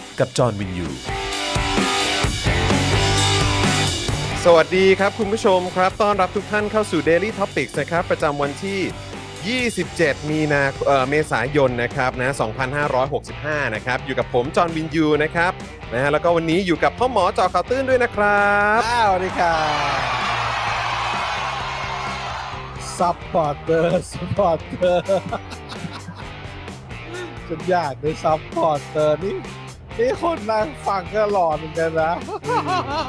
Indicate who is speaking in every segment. Speaker 1: กับจอห์นวินยู
Speaker 2: สวัสดีครับ คุณผู้ชมครับ ต้อนรับทุกท่านเข้าสู่ Daily Topics นะครับ ประจำวันที่ 27 มีนาเอ่อเมษายนนะครับนะ2565 นะครับ อยู่กับผมจอห์นวินยูนะครับนะฮะแล้วก็วันนี้อยู่กับพ่อหมอจอข่าวตื้นด้วยนะครับ
Speaker 3: อ้าวดีค่ะซัพพอร์เตอร์ซัพพอร์เตอร์ฉันอยากได้ซัพพอร์เตอร์นี่นี่คนนั่งฟังก็หลอนเหมือนกันนะ
Speaker 2: นะ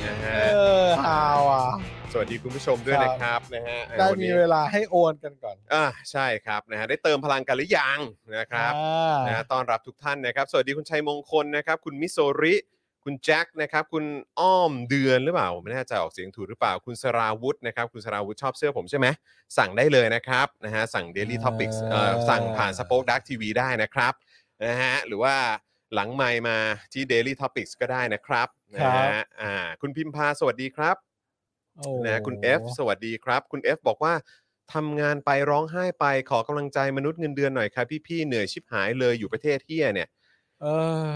Speaker 3: เอ
Speaker 2: ฮะ
Speaker 3: อฮาวอ่ะ
Speaker 2: สวัสดีคุณผู้ชมด้วยนะครับนะฮะ
Speaker 3: ได้
Speaker 2: วัน
Speaker 3: มี
Speaker 2: นี้
Speaker 3: เวลาให้โอนกันก่อน
Speaker 2: อ่าใช่ครับนะฮะได้เติมพลังกันหรือยังนะครับ
Speaker 3: อ่า
Speaker 2: นะต้อนรับทุกท่านนะครับ สวัสดีคุณชัยมงคลนะครับ คุณมิโซริ คุณแจ็คนะครับ คุณอ้อมเดือนหรือเปล่าผมไม่แน่ใจออกเสียงถูกหรือเปล่า คุณสราวุธนะครับ คุณสราวุธชอบเสื้อผมใช่ไหม สั่งได้เลยนะครับ นะฮะ สั่ง Daily Topics เอ่อสั่งผ่านสป็อคดักทีวีได้นะครับ นะฮะ หรือว่าหลังไมค์มาที่ Daily Topics ก็ได้นะครับนะฮะอ่า คุณพิมพาสวัสดีครับ
Speaker 3: โอ้
Speaker 2: นะคุณ F สวัสดีครับ คุณ F บอกว่าทำงานไปร้องไห้ไปขอกำลังใจมนุษย์เงินเดือนหน่อยครับพี่ๆเหนื่อยชิบหายเลยอยู่ประเทศเฮียเนี่ย
Speaker 3: เอ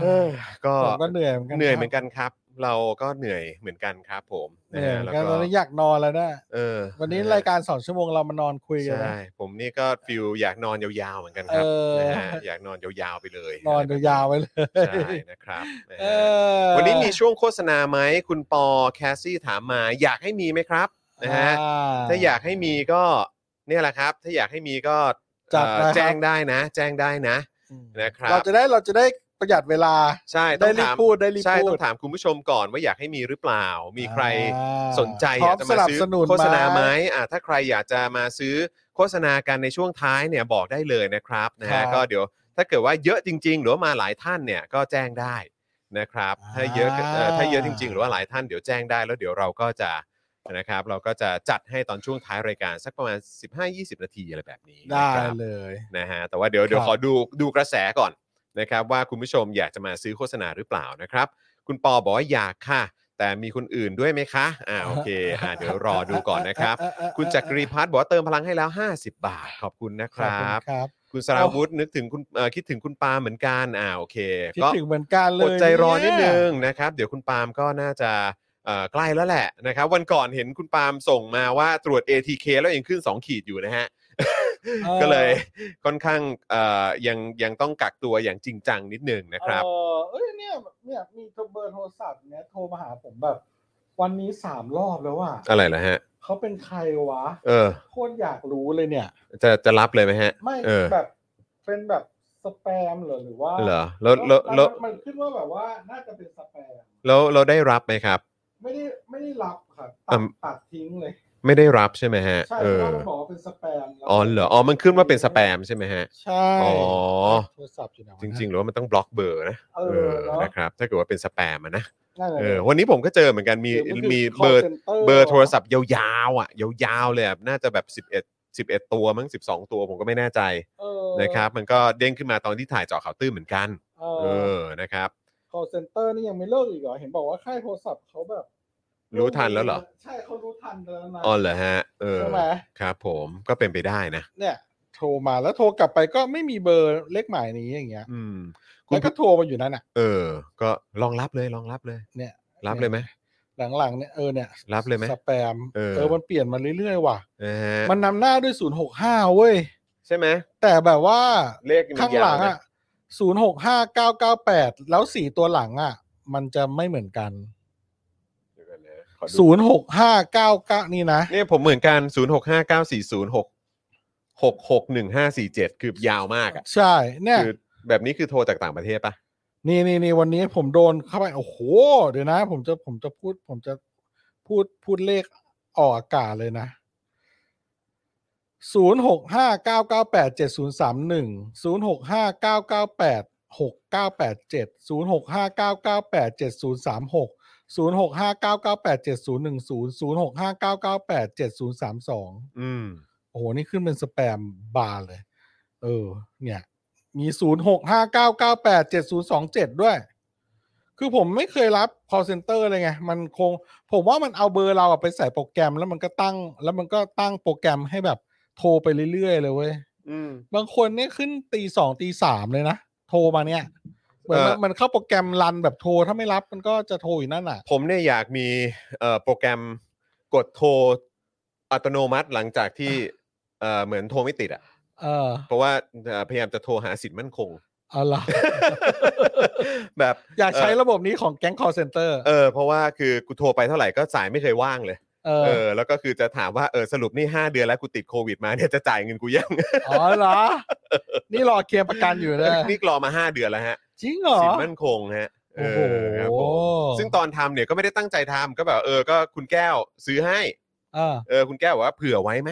Speaker 2: เอ
Speaker 3: อ
Speaker 2: อก็
Speaker 3: ผมก็เหนื่อยเหมือนกัน
Speaker 2: เหนื่อยเหมือนกันครับ เราก็เหนื่อยเหมือนกันครับผม
Speaker 3: เหนื่อยเหมือน
Speaker 2: แล้ว
Speaker 3: กันต
Speaker 2: ก็
Speaker 3: อนนี้อยากนอนแล้วนะ
Speaker 2: เออ
Speaker 3: วันนี้
Speaker 2: ะฮะ
Speaker 3: รายการสองชั่วโมงเรามานอนคุยกันนะ
Speaker 2: ใช่ผมนี่ก็ฟิลอยากนอนยาวๆเหมือนกันครับ
Speaker 3: เออ
Speaker 2: นะฮะอยากนอนยาวๆไปเลย
Speaker 3: นอนยาวๆไปเลย
Speaker 2: ใช่นะครับนะฮะ
Speaker 3: เออ
Speaker 2: วันนี้มีช่วงโฆษณาไหมคุณปอแคสซี่ถามมา อยากให้มีไหมครับนะฮะ
Speaker 3: อ่
Speaker 2: ถ้าอยากให้มีก็เนี่ยแหละครับ ถ้าอยากให้มีก็
Speaker 3: จัด
Speaker 2: เอ่
Speaker 3: นะครั
Speaker 2: อ
Speaker 3: บ
Speaker 2: แจ้งได้นะ แจ้งได้นะ
Speaker 3: อืม
Speaker 2: นะครับ
Speaker 3: เราจะได้เราจะได้ประหยัดเวลา
Speaker 2: ใช่ต้
Speaker 3: ได้
Speaker 2: อง
Speaker 3: รีบ
Speaker 2: ถาม
Speaker 3: พูดได้รีบ
Speaker 2: ใช่
Speaker 3: พู
Speaker 2: ต้อ
Speaker 3: ด
Speaker 2: งถามคุณผู้ชมก่อนว่าอยากให้มีหรือเปล่า มีใคร
Speaker 3: อ่า
Speaker 2: สนใจ
Speaker 3: พร้อย
Speaker 2: อาก
Speaker 3: ม
Speaker 2: จะ
Speaker 3: ส
Speaker 2: มา
Speaker 3: นับ
Speaker 2: ซื้อ
Speaker 3: สนุน
Speaker 2: โฆษณาไหม
Speaker 3: ม
Speaker 2: อ่าถ้าใครอยากจะมาซื้อโฆษณากันในช่วงท้ายเนี่ยบอกได้เลยนะครับนะ
Speaker 3: ครั
Speaker 2: ฮะ
Speaker 3: บ
Speaker 2: ก็เดี๋ยวถ้าเกิดว่าเยอะจริง ๆ หรือว่ามาหลายท่านเนี่ยก็แจ้งได้นะครับ ถ้าเยอะ
Speaker 3: อ่า
Speaker 2: เอ่อถ้าเยอะจริง ๆ หรือว่าหลายท่านเดี๋ยวแจ้งได้แล้วเดี๋ยวเราก็จะนะครับ เราก็จะจัดให้ตอนช่วงท้ายรายการสักประมาณ 15-20 นาทีอะไรแบบนี้นะ
Speaker 3: ได้
Speaker 2: ครับ
Speaker 3: เลย
Speaker 2: นะฮะแต่ว่าเดี๋ยวเดี๋ยว
Speaker 3: ครับ
Speaker 2: ขอดูดูกระแสก่อนนะครับว่าคุณผู้ชมอยากจะมาซื้อโฆษณาหรือเปล่านะครับ คุณปอบอกว่าอยากค่ะ แต่มีคนอื่นด้วยไหมคะอ่าโอเคอ่าเดี๋ยวรอดูก่อนนะครับ
Speaker 3: เออเออเออ
Speaker 2: คุณจักรีพัฒน์บอกว่าเติมพลังให้แล้ว 50 บาท ขอบคุณนะค
Speaker 3: ขอบ
Speaker 2: รั
Speaker 3: คุณ
Speaker 2: บ
Speaker 3: ครับ
Speaker 2: คุณสราวุธนึกถึงคุณเอ่อคิดถึงคุณปาล์มเหมือนกันอ่าโอเค
Speaker 3: คิด
Speaker 2: ก็
Speaker 3: ถึงเหมือนกันเลย
Speaker 2: อดใจรอนิดนึ
Speaker 3: เย
Speaker 2: งนะครับ เดี๋ยวคุณปาล์มก็น่าจะเอ่อใกล้แล้วแหละนะครับ วันก่อนเห็นคุณปาล์มส่งมาว่าตรวจ ATK แล้วยังขึ้น 2 ขีดอยู่นะฮะ
Speaker 3: ออ
Speaker 2: ก็เลยค่อนข้างเอ่อยังยังต้องกักตัวอย่างจริงจังนิดหนึ่งนะครับ
Speaker 3: เออเอ้ยเนี่ยเนี่ยมีเบอร์โทรศัพท์เนี่ยโทรมาหาผมแบบ วันนี้สามรอบแล้วอ่ะ
Speaker 2: อะไรล่ะฮะ
Speaker 3: เขาเป็นใครวะ
Speaker 2: เออ
Speaker 3: โคตรอยากรู้เลยเนี่ย
Speaker 2: จะจะรับเลยไหมฮะ
Speaker 3: ไม่
Speaker 2: เออ
Speaker 3: แบบเป็นแบบสแปมเหรอหรือว่า
Speaker 2: เหรอแล้วแล้วแล้ว
Speaker 3: มันมันขึ้นว่าแบบว่าน่าจะเป็นสแปม
Speaker 2: แล้วเราได้รับไหมครับ
Speaker 3: ไม่ได้ไม่ได้รับครับ
Speaker 2: อื
Speaker 3: ตัด
Speaker 2: ม
Speaker 3: ตัดทิ้งเลย
Speaker 2: ไม่ได้รับใช่ไหมฮะ
Speaker 3: ใช่
Speaker 2: เอ
Speaker 3: เพราะว่า
Speaker 2: อ
Speaker 3: มันบอกว่าเป็นสแปมแล้ว
Speaker 2: อ๋อเหรออ๋อมันขึ้นว่าเป็นสแปมใช่ไหมฮะ
Speaker 3: ใช่
Speaker 2: อ๋อ
Speaker 3: โทรศัพท์อยู่ไหนวะ
Speaker 2: จริงๆหรือว่ามันต้องบล็อกเบอร์นะ
Speaker 3: เอ
Speaker 2: เอ
Speaker 3: อ
Speaker 2: อ
Speaker 3: เนาะ
Speaker 2: นะครับ ถ้าเกิดว่าเป็นสแปมอะนะ
Speaker 3: นั่นแหละ
Speaker 2: เออวันนี้ผมก็เจอเหมือนกันมี
Speaker 3: ดี๋ยวมันคือ
Speaker 2: มี
Speaker 3: call
Speaker 2: เบอร์
Speaker 3: center
Speaker 2: เบอร์โทรศัพท์ยาวๆอ่ะยาวๆเลยอะน่าจะแบบ 11 11 ตัวมั้ง12 ตัวผมก็ไม่แน่ใจ
Speaker 3: เออ
Speaker 2: นะครับ มันก็เด้งขึ้นมาตอนที่ถ่ายเจาะข่าวตื้นเหมือนกัน
Speaker 3: เอ
Speaker 2: เอ
Speaker 3: อ
Speaker 2: อ นะครับ
Speaker 3: call center นี่ยังไม่เลิกอีกเหรอเห็นบอกว่าค่ายโทรศัพท์เขาแบบ
Speaker 2: รู้ทันแล้วเหรอ
Speaker 3: ใช่เขารู้ทันแล้วนะ
Speaker 2: อ๋อเหรอฮะ เออ
Speaker 3: ใช่ไหม
Speaker 2: ครับผม ก็เป็นไปได้นะ
Speaker 3: เนี่ย โทรมาแล้วโทรกลับไปก็ไม่มีเบอร์เลขหมายนี้อย่างเงี้ย
Speaker 2: อืม คุณ
Speaker 3: แล้วก็โทรมาอยู่นั่นอ่ะ
Speaker 2: เออ ก็ลองรับเลย ลองรับเลย
Speaker 3: เนี่ย
Speaker 2: รับเลยไหม
Speaker 3: หลังๆเนี่ยเออเนี่ย
Speaker 2: รับเลยไหม
Speaker 3: สแปม
Speaker 2: เออ
Speaker 3: มันเปลี่ยนมาเรื่อยๆว่ะ
Speaker 2: นะฮะ
Speaker 3: มันนำหน้าด้วยศูนย์หกห้าเว้ย
Speaker 2: ใช่ไหม
Speaker 3: แต่แบบว่า
Speaker 2: เลขมัน
Speaker 3: ข้างห
Speaker 2: ยาวนะ
Speaker 3: ลังอ่ะศูนย์หกห้าเก้าเก้าแปดแล้วสี่ตัวหลังอ่ะ มันจะไม่เหมือนกัน
Speaker 2: เดี๋ยวก่อนนะขอดู
Speaker 3: ศูนย์หกห้าเก้าเก้านี่นะ
Speaker 2: เนี่ยผมเหมือนกัน 0 6 5 9 4 0 6 6 6 1 5 4 7 คือยาวมากอ่ะ
Speaker 3: ใช่เนี่ย
Speaker 2: คือแบบนี้คือโทรจากต่างประเทศปะ
Speaker 3: นี่นี่นี่วันนี้ผมโดนเข้าไป โอ้โห เดี๋ยวนะ ผมจะผมจะพูด ผมจะพูดพูดเลขออกอากาศเลยนะศูนย์หกห้าเก้าเก้าแปดเจ็ดศูนย์สามหนึ่งศูนย์หกห้าเก้าเก้าแปดหกเก้าแปดเจ็ดศูนย์หกห้าเก้าเก้าแปดเจ็ดศูนย์สามหกศูนย์หกห้าเก้าเก้าแปดเจ็ดศูนย์หนึ่งศูนย์ศูนย์หกห้าเก้าเก้าแปดเจ็ดศูนย์สามสอง
Speaker 2: อืม
Speaker 3: โอ้โห นี่ขึ้นเป็นสแปมบาร์เลย เออ เนี่ย มีศูนย์หกห้าเก้าเก้าแปดเจ็ดศูนย์สองเจ็ดด้วย คือผมไม่เคยรับ call center เลยไง มันคง ผมว่ามันเอาเบอร์เราอะไปใส่โปรแกรมแล้วมันก็ตั้ง แล้วมันก็ตั้งโปรแกรมให้แบบโทรไปเรื่อยๆเลยเว้ย
Speaker 2: อืม
Speaker 3: บางคนเนี่ยขึ้นตีสองตีสามเลยนะ โทรมาเนี่ย เหมือนมัน
Speaker 2: เอ่อ
Speaker 3: มันเข้าโปรแกรมรันแบบโทร ถ้าไม่รับมันก็จะโทรอยู่นั่นอ่ะ
Speaker 2: ผมเนี่ยอยากมีเอ่อโปรแกรมกดโทรอัตโนมัติหลังจากที่เอ่อเหมือนโทรไม่ติดอ่ะ
Speaker 3: เออ
Speaker 2: เพราะว่าเอ่อพยายามจะโทรหาสินมั่นคง
Speaker 3: เอาล่ะ
Speaker 2: แบบ
Speaker 3: อยากใช้
Speaker 2: เอ่อ
Speaker 3: ระบบนี้ของแก๊ง call center
Speaker 2: เออเพราะว่าคือกูโทรไปเท่าไหร่ก็สายไม่เคยว่างเลย
Speaker 3: เอ
Speaker 2: เอ
Speaker 3: อ
Speaker 2: อแล้วก็คือจะถามว่าเออสรุปนี่ 5 เดือนแล้วกูติดโควิดมาเนี่ยจะจ่ายเงินกูยัง
Speaker 3: อ๋อเหรอ นี่รอเคลียร์ประกันอยู่เลย
Speaker 2: นี่รอมา 5 เดือนแล้วฮะ
Speaker 3: จริงเหรอ
Speaker 2: สินมั่นคงฮะเอ
Speaker 3: โอ้โห
Speaker 2: อครับผมซึ่งตอนทำเนี่ยก็ไม่ได้ตั้งใจทำก็แบบเออก็คุณแก้วซื้อให้
Speaker 3: เออ
Speaker 2: เออคุณแก้วบอกว่าเผื่อไว้ไหม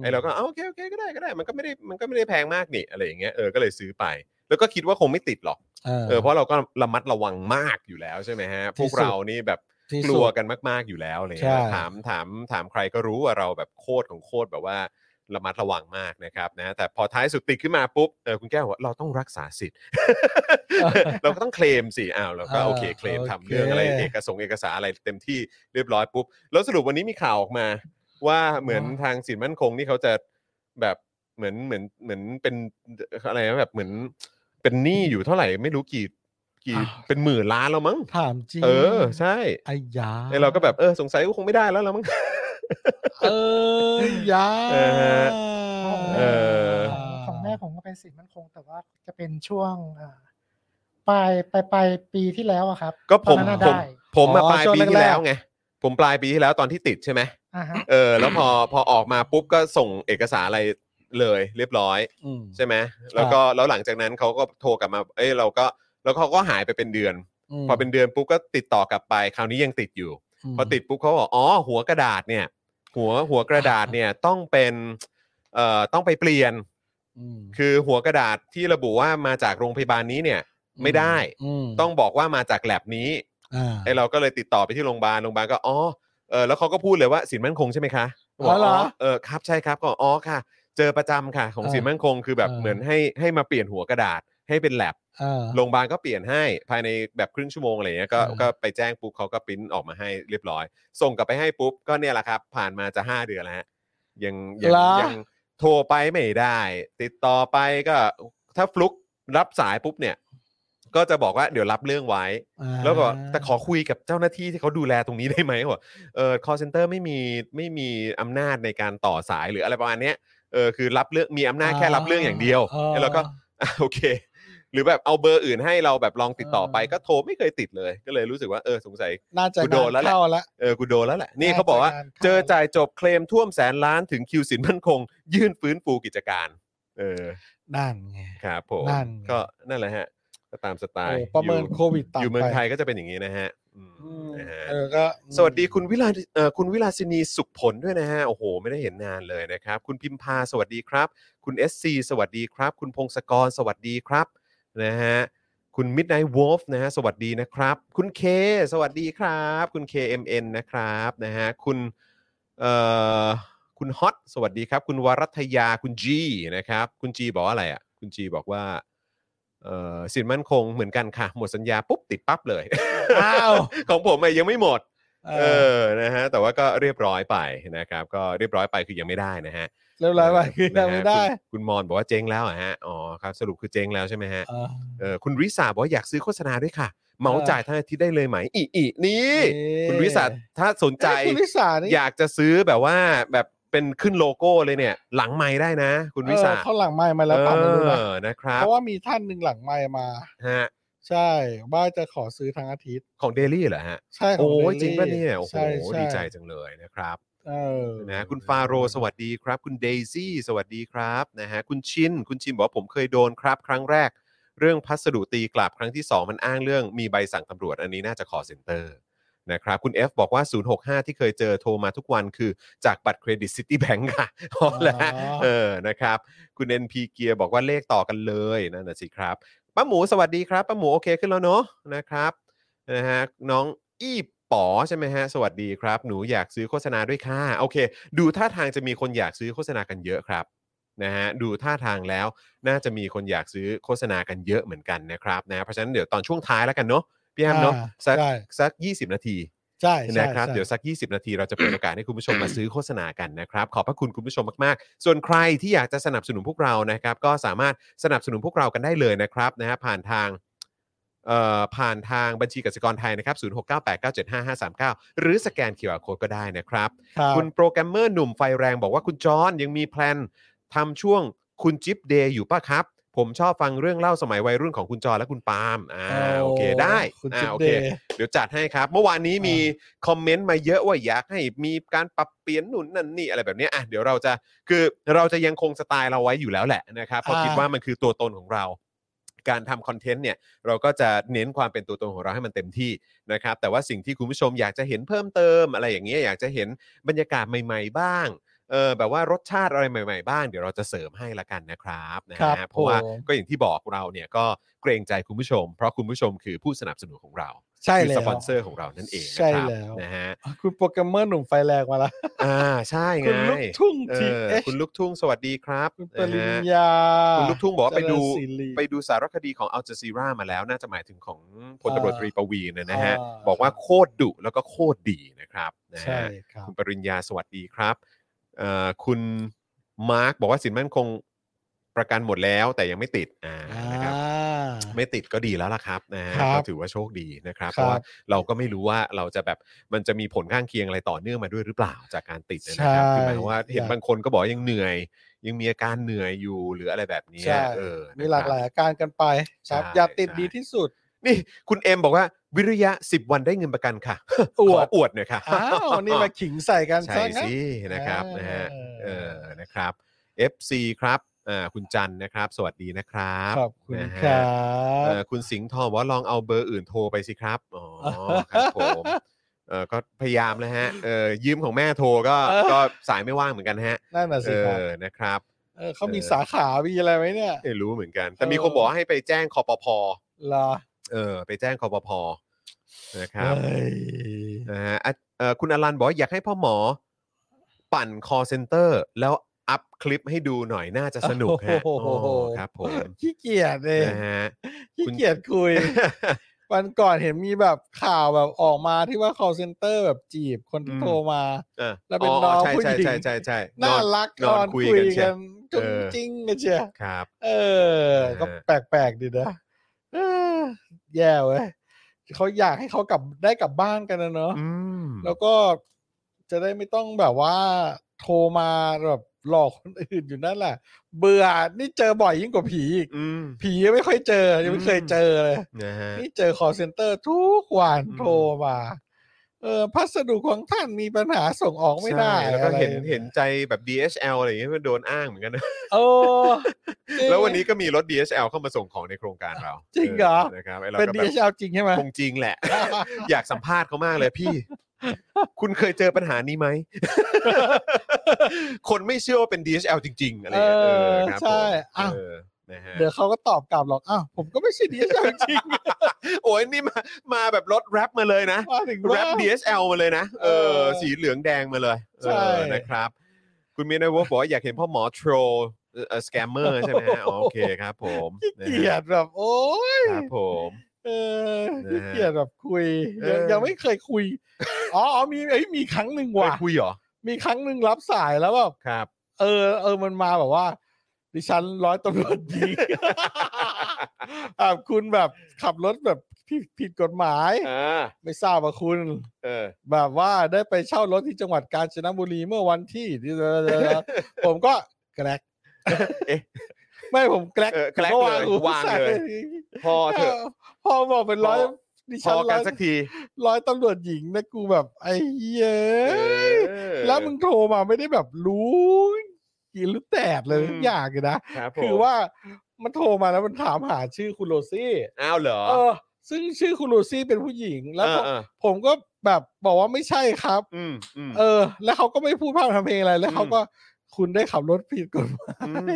Speaker 3: ม
Speaker 2: ไอ้เราก็เอาโอเคโอเคก็ได้ก็ได้มันก็ไม่ได้มันก็ไม่ได้แพงมากนี่อะไรอย่างเงี้ยเออก็เลยซื้อไป แล้วก็คิดว่าคงไม่ติดหรอก
Speaker 3: เออ
Speaker 2: เออเพราะเราก็ระมัดระวังมากอยู่แล้วใช่ไหมฮะ
Speaker 3: ที่
Speaker 2: พ
Speaker 3: สุด
Speaker 2: วกเรานี่แบบ
Speaker 3: ที่
Speaker 2: ก
Speaker 3: สุ
Speaker 2: ลัว
Speaker 3: ด
Speaker 2: กันมากๆอยู่แล้วอะไรเลย
Speaker 3: ใช่
Speaker 2: ถามถามถามใครก็รู้ว่าเราแบบโคตรของโคตรแบบว่าระมัดระวังมากนะครับนะแต่พอท้ายสุดติดขึ้นมาปุ๊บเออคุณแก้วบอกว่าเราต้องรักษาสิ ทธิ์ เราก็ต้องเคลมสิอ้าวเราก็โอเคเคลมทำเรื่องอะไรเอกสงค์เอกสารอะไรเต็มที่เรียบร้อยปุ๊บ แล้วสรุปวันนี้มีข่าวออกมา ว่าเหมือน
Speaker 3: อ๋อ
Speaker 2: ทางสินมั่นคงนี่เขาจะแบบเหมือนเหมือนเหมือนเป็นอะไรนะแบบเหมือนเป็นหนี้อยู่เท่าไหร่ไม่รู้กี่กี่เป็นหมื่นล้านแล้วมั้ง
Speaker 3: ถามจริง
Speaker 2: เออ ใช่
Speaker 3: ไอ้ยา
Speaker 2: ไอเราก็แบบเออสงสัยว่าคงไม่ได้แล้วแล้วมั้ง
Speaker 3: เออยา
Speaker 2: เออฮะ เออ
Speaker 4: ของแม่ผมก็เป็นสินมั่นคงแต่ว่าจะเป็นช่วงอ่าปลายปลายปลายปีที่แล้วอะครับ
Speaker 2: ก็ผม
Speaker 4: ตอนนั้นน่ะ
Speaker 2: ผมผม
Speaker 4: ได้
Speaker 2: มา
Speaker 3: อ๋อ
Speaker 2: ปลาย
Speaker 3: ช่วง
Speaker 2: ปีที่
Speaker 3: แรกๆ
Speaker 2: แล้วไงผมปลายปีที่แล้วตอนที่ติดใช่ไหม
Speaker 4: อ่าฮะ
Speaker 2: เออแล้วพอพอออกมาปุ๊บก็ส่งเอกสารอะไรเลย เรียบร้อย
Speaker 3: อืม
Speaker 2: ใช่ไหมแล้วก็แล้วหลังจากนั้นเขาก็โทรกลับมา เอ้ยเราก็แล้วเขาก็หายไปเป็นเดือน พอเป็นเดือนปุ๊บก็ติดต่อกลับไปคราวนี้ยังติดอยู่ พอติดปุ๊บเขาบอกอ๋อหัวกระดาษเนี่ย หัวหัวกระดาษเนี่ยต้องเป็นเอ่อต้องไปเปลี่ยน
Speaker 3: อืม
Speaker 2: คือหัวกระดาษที่ระบุว่ามาจากโรงพยาบาลนี้เนี่ย ไม่ได้
Speaker 3: ม
Speaker 2: ต้องบอกว่ามาจากแลบนี้
Speaker 3: อ่า
Speaker 2: ไอเราก็เลยติดต่อไปที่โรงพยาบาลโรงพยาบาลก็อ๋อเออแล้วเขาก็พูดเลยว่าสินมั่นคงใช่ไหมคะบก
Speaker 3: อ๋อเหรอ
Speaker 2: เออครับใช่ครับก็อ๋อค่ะ เจอประจำค่ะ ของ
Speaker 3: เออ
Speaker 2: สินมั่นคงคือแบบ
Speaker 3: เออ
Speaker 2: เหมือนให้ให้มาเปลี่ยนหัวกระดาษให้เป็นแลบ
Speaker 3: เออ
Speaker 2: โรงพยาบาลก็เปลี่ยนให้ภายในแบบครึ่งชั่วโมงอะไรอย่างเงี้ยก็
Speaker 3: อ่า
Speaker 2: ก็ไปแจ้งปุ๊บเขาก็ปริ้นออกมาให้เรียบร้อย ส่งกลับไปให้ปุ๊บก็เนี่ยแหละครับ ผ่านมาจะ 5 เดือนแล้วฮะยังยัง
Speaker 3: เหรอ
Speaker 2: ยังโทรไปไม่ได้ ติดต่อไปก็ถ้าฟลุกรับสายปุ๊บเนี่ย ก็จะบอกว่าเดี๋ยวรับเรื่องไว้
Speaker 3: อ่า
Speaker 2: แล้วก็แต่ขอคุยกับเจ้าหน้าที่ที่เขาดูแลตรงนี้ได้ไหมเขาบอกเออ call center ไม่มีไม่มีอำนาจในการต่อสายหรืออะไรประมาณเนี้ยเออคือรับเรื่องมีอำนาจแค่รับเรื่องอย่างเดียวแล้วเราก็ อ่ะโอเค หรือแบบเอาเบอร์อื่นให้เราแบบลองติดต่อไปก็โทรไม่เคยติดเลย ก็เลยรู้สึกว่าเออสงสัย
Speaker 3: น่าจะ
Speaker 2: กูโดนแล้วแหละ
Speaker 3: เข้าละ
Speaker 2: เออกูโดนแล้วแหละ นี่เขาบอกว่า
Speaker 3: น่าจะงานเข้า
Speaker 2: เจอจ่ายจบเคลมท่วมแสนล้านถึงคิวสินมั่นคง ยื่นฟื้นฟูกิจการ เออ
Speaker 3: นั่นไง
Speaker 2: ครับผม
Speaker 3: นั่นไง
Speaker 2: ก็นั่นแหละฮะ ก็ตามสไต
Speaker 3: โอ้
Speaker 2: ล์
Speaker 3: ประเมิน
Speaker 2: อยู่
Speaker 3: โควิดต่ำ
Speaker 2: อยู่เมือง
Speaker 3: ไป
Speaker 2: ไทยก็จะเป็นอย่างนี้นะฮะอืม
Speaker 3: อืม
Speaker 2: นะฮะ
Speaker 3: เออก็
Speaker 2: สวัสดีคุณวิลาเอ่อคุณวิลาสินีสุขผลด้วยนะฮะโอ้โห ไม่ได้เห็นนานเลยนะครับ คุณพิมพาสวัสดีครับ คุณ SC สวัสดีครับ คุณพงศกรสวัสดีครับนะฮะคุณ Midnight Wolf นะฮะสวัสดีนะครับ คุณเคสวัสดีครับ คุณ KMN นะครับนะฮะคุณเอ่อคุณฮอตสวัสดีครับ คุณวรัตยาคุณ G นะครับ คุณ G บอกว่าอะไรอ่ะคุณ G บอกว่าเอ่อสินมั่นคงเหมือนกันค่ะ หมดสัญญาปุ๊บติดปั๊บเลย
Speaker 3: อ้าว
Speaker 2: ของผมอะยังไม่หมด
Speaker 3: เอ
Speaker 2: เอ
Speaker 3: อ
Speaker 2: อ นะฮะ แต่ว่าก็เรียบร้อยไปนะครับ ก็เรียบร้อยไปคือยังไม่ได้นะฮะ
Speaker 3: เรียบร้อยไปคือ
Speaker 2: นะ
Speaker 3: ยัง
Speaker 2: ฮะ
Speaker 3: ไม่ได้
Speaker 2: คุณคุณมอนบอกว่าเจ๊งแล้วอะฮะ อ๋อครับ สรุปคือเจ๊งแล้วใช่ไหมฮะ
Speaker 3: เออ
Speaker 2: เออ คุณริสาบอกว่าอยากซื้อโฆษณาด้วยค่ะ เหมา
Speaker 3: เออ
Speaker 2: จ่ายทั้งอาทิตย์ได้เลยไหม อีอีนี่ คุณริสาถ้าสนใจ
Speaker 3: เอ้ยคุณวิสานี่
Speaker 2: อยากจะซื้อแบบว่าแบบเป็นขึ้นโลโก้เลยเนี่ย หลังไม้ได้นะ คุณวิสา
Speaker 3: เออเขาหลังไมค์มาแล้วเปล่าไม่รู้นะ
Speaker 2: เออนะครับ
Speaker 3: เพราะว่ามีท่านหนึ่งหลังไมค์มา
Speaker 2: ฮะ
Speaker 3: ใช่ว่าจะขอซื้อทั้งอาทิตย์
Speaker 2: ของเดลี่เหรอฮะ
Speaker 3: ใช่ขง
Speaker 2: โอ้ย
Speaker 3: เบลลี่
Speaker 2: จริงป่ะเนี่ยโอ้โห
Speaker 3: ใช่ช่
Speaker 2: ดีใจจังเลยนะครับ
Speaker 3: เออ
Speaker 2: นะคุณฟาโรห์สวัสดีครับ คุณเดซี่สวัสดีครับนะฮะคุณชินคุณชินบอกว่าผมเคยโดนครับ ครั้งแรก เรื่องพัสดุตีกลับครั้งที่ 2 มันอ้างเรื่องมีใบสั่งตำรวจอันนี้น่าจะขอเซ็นเตอร์นะครับคุณ F บอกว่า 065 ที่เคยเจอโทรมาทุกวันคือจากบัตรเครดิตซิตี้แบงก์ค่ะ อ๋อแล้วเออนะครับ คุณ NP เกียร์บอกว่าเลขต่อกันเลยนั่นน่ะสิครับป้าหมูสวัสดีครับป้าหมูโอเคขึ้นแล้วเนอะนะครับ นะฮะน้องอี้ป๋อใช่ไหมฮะ สวัสดีครับ หนูอยากซื้อโฆษณาด้วยค่ะ โอเค ดูท่าทางจะมีคนอยากซื้อโฆษณากันเยอะครับนะฮะดูท่าทางแล้วน่าจะมีคนอยากซื้อโฆษณากันเยอะเหมือนกันนะครับนะเพราะฉะนั้นเดี๋ยวตอนช่วงท้ายแล้วกันเนาะพี่แอมเนาะ
Speaker 3: อ่
Speaker 2: สัก
Speaker 3: ใช่
Speaker 2: สัก 20 นาที
Speaker 3: ใช่ใช่
Speaker 2: นะครับ
Speaker 3: ใช่
Speaker 2: เดี๋ยวสัก 20 นาทีเราจะเปิดโอกาสให้คุณผู้ชมมาซื้อโฆษณากันนะครับขอบพระคุณคุณผู้ชมมากๆ ส่วนใครที่อยากจะสนับสนุนพวกเรานะครับ ก็สามารถสนับสนุนพวกเรากันได้เลยนะครับนะฮะผ่านทาง เอ่อผ่านทางบัญชีกสิกรไทยนะครับ 0698975539 หรือสแกน QR Code ก็ได้นะครับ
Speaker 3: รับ
Speaker 2: คุณโปรแกรมเมอร์หนุ่มไฟแรงบอกว่าคุณจอนยังมีแพลนทำช่วงคุณจิ๊บเดย์อยู่ป่ะครับ ผมชอบฟังเรื่องเล่าสมัยวัยรุ่นของคุณจอนและคุณปาล์มอ่าโอเคได้
Speaker 3: คุณ
Speaker 2: อ่า
Speaker 3: จิ๊บ
Speaker 2: โอ
Speaker 3: เด
Speaker 2: เค
Speaker 3: ย์
Speaker 2: เดี๋ยวจัดให้ครับ เมื่อวานนี้มีคอมเมนต์มาเยอะว่าอยากให้มีการปรับเปลี่ยนหนุนนั่นนี่อะไรแบบเนี้ยอ่ะเดี๋ยวเราจะคือเราจะยังคงสไตล์เราไว้อยู่แล้วแหละนะครับเพราะ
Speaker 3: อ่า
Speaker 2: คิดว่ามันคือตัวตนของเรา การทำคอนเทนต์เนี่ยเราก็จะเน้นความเป็นตัวตนของเราให้มันเต็มที่นะครับแต่ว่าสิ่งที่คุณผู้ชมอยากจะเห็นเพิ่มเติมอะไรอย่างเงี้ยอยากจะเห็นบรรยากาศใหม่ ๆ บ้างเออแบบว่ารสชาติอะไรใหม่ ๆ บ้างเดี๋ยวเราจะเสริมให้ละกันนะครับนะ
Speaker 3: ครั
Speaker 2: ฮะ
Speaker 3: บ
Speaker 2: เพราะว่า
Speaker 3: ผม
Speaker 2: ก็อย่างที่บอกเราเนี่ยก็เกรงใจคุณผู้ชม เพราะคุณผู้ชมคือผู้สนับสนุนของเรา
Speaker 3: ใช่
Speaker 2: คือ
Speaker 3: แล้
Speaker 2: ส
Speaker 3: ว
Speaker 2: ปอนเซอร์ของเรานั่นเองนะ
Speaker 3: ใช่
Speaker 2: ครับ
Speaker 3: แล้ว
Speaker 2: นะฮะ
Speaker 3: คุณโปรแกรมเมอร์หนุ่มไฟแรงมาแล้ว
Speaker 2: อ่าใช่ไง
Speaker 3: คุณลูกทุ่ง
Speaker 2: เอ
Speaker 3: ที
Speaker 2: อ
Speaker 3: เอ
Speaker 2: คุณลูกทุ่งสวัสดีครับ
Speaker 3: คุณป
Speaker 2: นะ
Speaker 3: ริ
Speaker 2: ฮะ
Speaker 3: ญญา
Speaker 2: คุณลูกทุ่งบอกว่าไปดู
Speaker 3: เจริญศิริ
Speaker 2: ไปดูสารคดีของอัลจซีรามาแล้ว น่าจะหมายถึงของพลตำรวจตรีปวีณนะนะฮะ
Speaker 3: อ่า
Speaker 2: บอกว่าโคตรดุแล้วก็โคตรดีนะครับนะ
Speaker 3: ใช่
Speaker 2: ฮะ
Speaker 3: ครับ
Speaker 2: คุณปริญญาสวัสดีครับเอ่อคุณมาร์กบอกว่าสินมั่นคงประกันหมดแล้วแต่ยังไม่ติดอ่านะครับ ไม่ติดก็ดีแล้วล่ะครับนะฮะ
Speaker 3: ครับ
Speaker 2: ก็ถือว่าโชคดีนะครับ
Speaker 3: ครับ
Speaker 2: เพราะว่าเราก็ไม่รู้ว่าเราจะแบบมันจะมีผลข้างเคียงอะไรต่อเนื่องมาด้วยหรือเปล่าจากการติดเนยนะครับ
Speaker 3: ใช่
Speaker 2: คือหมายความว่าเห็น
Speaker 3: อยาก
Speaker 2: บางคนก็บอกยังเหนื่อย ยังมีอาการเหนื่อยอยู่หรืออะไรแบบเนี้ย
Speaker 3: ใช่
Speaker 2: เออ
Speaker 3: มี
Speaker 2: นะครับ
Speaker 3: หลากหลายอาการกันไปครับ
Speaker 2: ใช่
Speaker 3: อย่าติด
Speaker 2: ใช่
Speaker 3: ดีที่สุด
Speaker 2: นี่คุณเอ็มบอกว่าวิริยะ 10 วันได้เงินประกันค่ะ
Speaker 3: อวด
Speaker 2: ขออวดหน่อยค่ะ
Speaker 3: อ้าวนี่มาขิงใส่กัน
Speaker 2: ใช่
Speaker 3: ซะงั้น
Speaker 2: สินะครับ
Speaker 3: เออ
Speaker 2: นะฮะเออนะครับ FC ครับอ่าคุณจันนะครับ สวัสดีนะครับ
Speaker 3: ขอบคุณ
Speaker 2: นะฮะ
Speaker 3: ครั
Speaker 2: เอ่อบ คุณสิงห์ทองบอกว่าลองเอาเบอร์อื่นโทรไปสิครับ อ๋ อ ครับผมเออก็พยายามนะฮะเออยืมของแม่โทร ก็
Speaker 3: เออ
Speaker 2: ก็สายไม่ว่างเหมือนกันฮะ
Speaker 3: นั่นน่ะ
Speaker 2: เอ
Speaker 3: สิครับ
Speaker 2: อนะครับ
Speaker 3: เออเขามีสาขา มีอะไรไหมเนี่ย
Speaker 2: ไม่รู้เหมือนกัน แต่มี
Speaker 3: เออ
Speaker 2: คนบอกให้ไปแจ้งคอปพอ
Speaker 3: เหรอ
Speaker 2: เออ ไปแจ้งคอปพอนะครับ
Speaker 3: เฮ้ย
Speaker 2: นะฮะอ่ะเอ่อคุณอลันบอกว่าอยากให้พ่อหมอ ปั่นคอเซ็นเตอร์ แล้วอัพคลิปให้ดูหน่อยน่าจะสนุกฮะ
Speaker 3: โอ้โห
Speaker 2: อ๋อครับผม
Speaker 3: ขี้เกียจเลย
Speaker 2: นะฮะ
Speaker 3: ขี้
Speaker 2: คุณ
Speaker 3: เกียจ คุย วันก่อนเห็นมีแบบข่าวแบบออกมาที่ว่า call center แบบจีบคนที่โทรมา
Speaker 2: อ่ะ
Speaker 3: แล้วเป็นน้องผู้หญิง
Speaker 2: ใช่ใช่ใช่ใช่
Speaker 3: น่า
Speaker 2: อ
Speaker 3: รัก
Speaker 2: น
Speaker 3: น
Speaker 2: อ
Speaker 3: อน น
Speaker 2: คุ
Speaker 3: คุ
Speaker 2: ย
Speaker 3: ย
Speaker 2: กันเชีย
Speaker 3: กั
Speaker 2: วน
Speaker 3: จุ้งจิ้ง
Speaker 2: เออ
Speaker 3: กันเชียร์
Speaker 2: ครับ
Speaker 3: เออ ก็
Speaker 2: นะฮะ
Speaker 3: แปลกๆดีนะเออแย่เว้ยเขาอยากให้เขากลับได้กลับบ้านกันนะเนอะ
Speaker 2: อืม
Speaker 3: แล้วก็จะได้ไม่ต้องแบบว่า โทรมาแบบหลอกคนอื่นอยู่นั่นแหละ เบื่อนี่เจอบ่อยยิ่งกว่าผีอีก
Speaker 2: อืม
Speaker 3: ผียังไม่ค่อยเจอยัง
Speaker 2: อื
Speaker 3: ไม่
Speaker 2: ม
Speaker 3: เคยเจอเลย
Speaker 2: นะฮะ
Speaker 3: นี่เจอ call center ทุกวัน
Speaker 2: อืม
Speaker 3: โทรมา เออ พัสดุของท่านมีปัญหาส่งออกไม่ได้
Speaker 2: ใช่แล้วก็
Speaker 3: อะไร
Speaker 2: เห็น
Speaker 3: ย
Speaker 2: เห็นใจแบบ DHL อะไรอย่างเงี้ยมันโดนอ้างเหมือนกันนะ
Speaker 3: โอ้ จริง
Speaker 2: แล้ววันนี้ก็มีรถ DHL เข้ามาส่งของในโครงการเรา
Speaker 3: จริงเหรอ
Speaker 2: นะครับไอ้เรา
Speaker 3: เป็น
Speaker 2: ก็
Speaker 3: ดี
Speaker 2: แบ
Speaker 3: เอบ ชเอาจริงใช่ไหม
Speaker 2: คงจริงแหละ อยากสัมภาษณ์เขามากเลยพี่ คุณเคยเจอปัญหานี้ไหม คนไม่เชื่อว่าเป็น DHL จริง ๆ อะไรอย่างเงี้ยเออครับ
Speaker 3: เออใช่
Speaker 2: ผม
Speaker 3: อ้าว
Speaker 2: เออนะฮะ
Speaker 3: เดี๋ยวเขาก็ตอบกลับหรอก อ้าว ผมก็ไม่ใช่ดีเอชเอาจริง
Speaker 2: โอ้ยนี่มามาแบบรถแรปมาเลยนะ
Speaker 3: มาถึง
Speaker 2: แร
Speaker 3: ว่า
Speaker 2: ป DSL มาเลยนะ เอ
Speaker 3: เอ
Speaker 2: อ
Speaker 3: อ
Speaker 2: สีเหลืองแดงมาเลย
Speaker 3: ใช่
Speaker 2: เออนะครับ คุณมีนายวอฟบอกว่าอยากเห็นพ่อหมอโทรเอ่อสแกมเมอร์ใช่ไหมฮะอ๋อโอเคครับผม
Speaker 3: ขี้
Speaker 2: นะ
Speaker 3: เกีย
Speaker 2: ฮะ
Speaker 3: จแบบ โอ้ย
Speaker 2: ครับผม
Speaker 3: เออ
Speaker 2: นะ
Speaker 3: ขี้
Speaker 2: ฮะ
Speaker 3: เกียจแบบคุย ยัง
Speaker 2: เออ
Speaker 3: ยังไม่เคยคุย อ๋ออ๋อมีเอ้ยมีครั้งหนึ่ง
Speaker 2: ไป
Speaker 3: ว่ะ
Speaker 2: คุยเหรอ
Speaker 3: มีครั้งหนึ่งรับสายแล้วแบบ
Speaker 2: ครับ
Speaker 3: เออเออมันมาแบบว่า ดิฉันร้อยตำรวจ หญิง อ่าคุณแบบขับรถแบบผิดผิดกฎหมาย
Speaker 2: อ่า
Speaker 3: ไม่ทราบว่าคุณ
Speaker 2: เออ
Speaker 3: แบบว่าได้ไปเช่ารถที่จังหวัดกาญจ นบุรีเมื่อวันที่ ผมก็แกรก
Speaker 2: เอ๊ะ
Speaker 3: ไม่ผมแกล้ง
Speaker 2: เออแกล้ง
Speaker 3: ผ
Speaker 2: เล
Speaker 3: มาว
Speaker 2: ยวาง ง
Speaker 3: หู
Speaker 2: เลย
Speaker 3: ใส่
Speaker 2: พอเถอะ
Speaker 3: พอบอกเป็นร้อย
Speaker 2: พอ
Speaker 3: ดิ
Speaker 2: พ
Speaker 3: ฉัน
Speaker 2: อ
Speaker 3: ร้
Speaker 2: กั
Speaker 3: อน ย
Speaker 2: สักที
Speaker 3: ร้อยตำรวจหญิงนะกูแบบ ไอ้เหี้ย
Speaker 2: เออ
Speaker 3: แล้วมึงโทรมาไม่ได้แบบรู้กินหรือแตดเลย
Speaker 2: อืม
Speaker 3: ทุกอย่างเลยนะ
Speaker 2: รับผม
Speaker 3: คือว่ามันโทรมาแล้วมันถามหาชื่อคุณโรซี่
Speaker 2: อ้าวเหรอ
Speaker 3: เออ ซึ่งชื่อคุณโรซี่เป็นผู้หญิง แล้วผม
Speaker 2: เออเออ
Speaker 3: ผมก็แบบบอกว่าไม่ใช่ครับ
Speaker 2: อืมอืม
Speaker 3: เออ แล้วเขาก็ไม่พูดพร่ำทำเพลงอะไร แล้วเขา
Speaker 2: อืม
Speaker 3: ก็คุณได้ขับรถผิดกฎหมาย
Speaker 2: อืม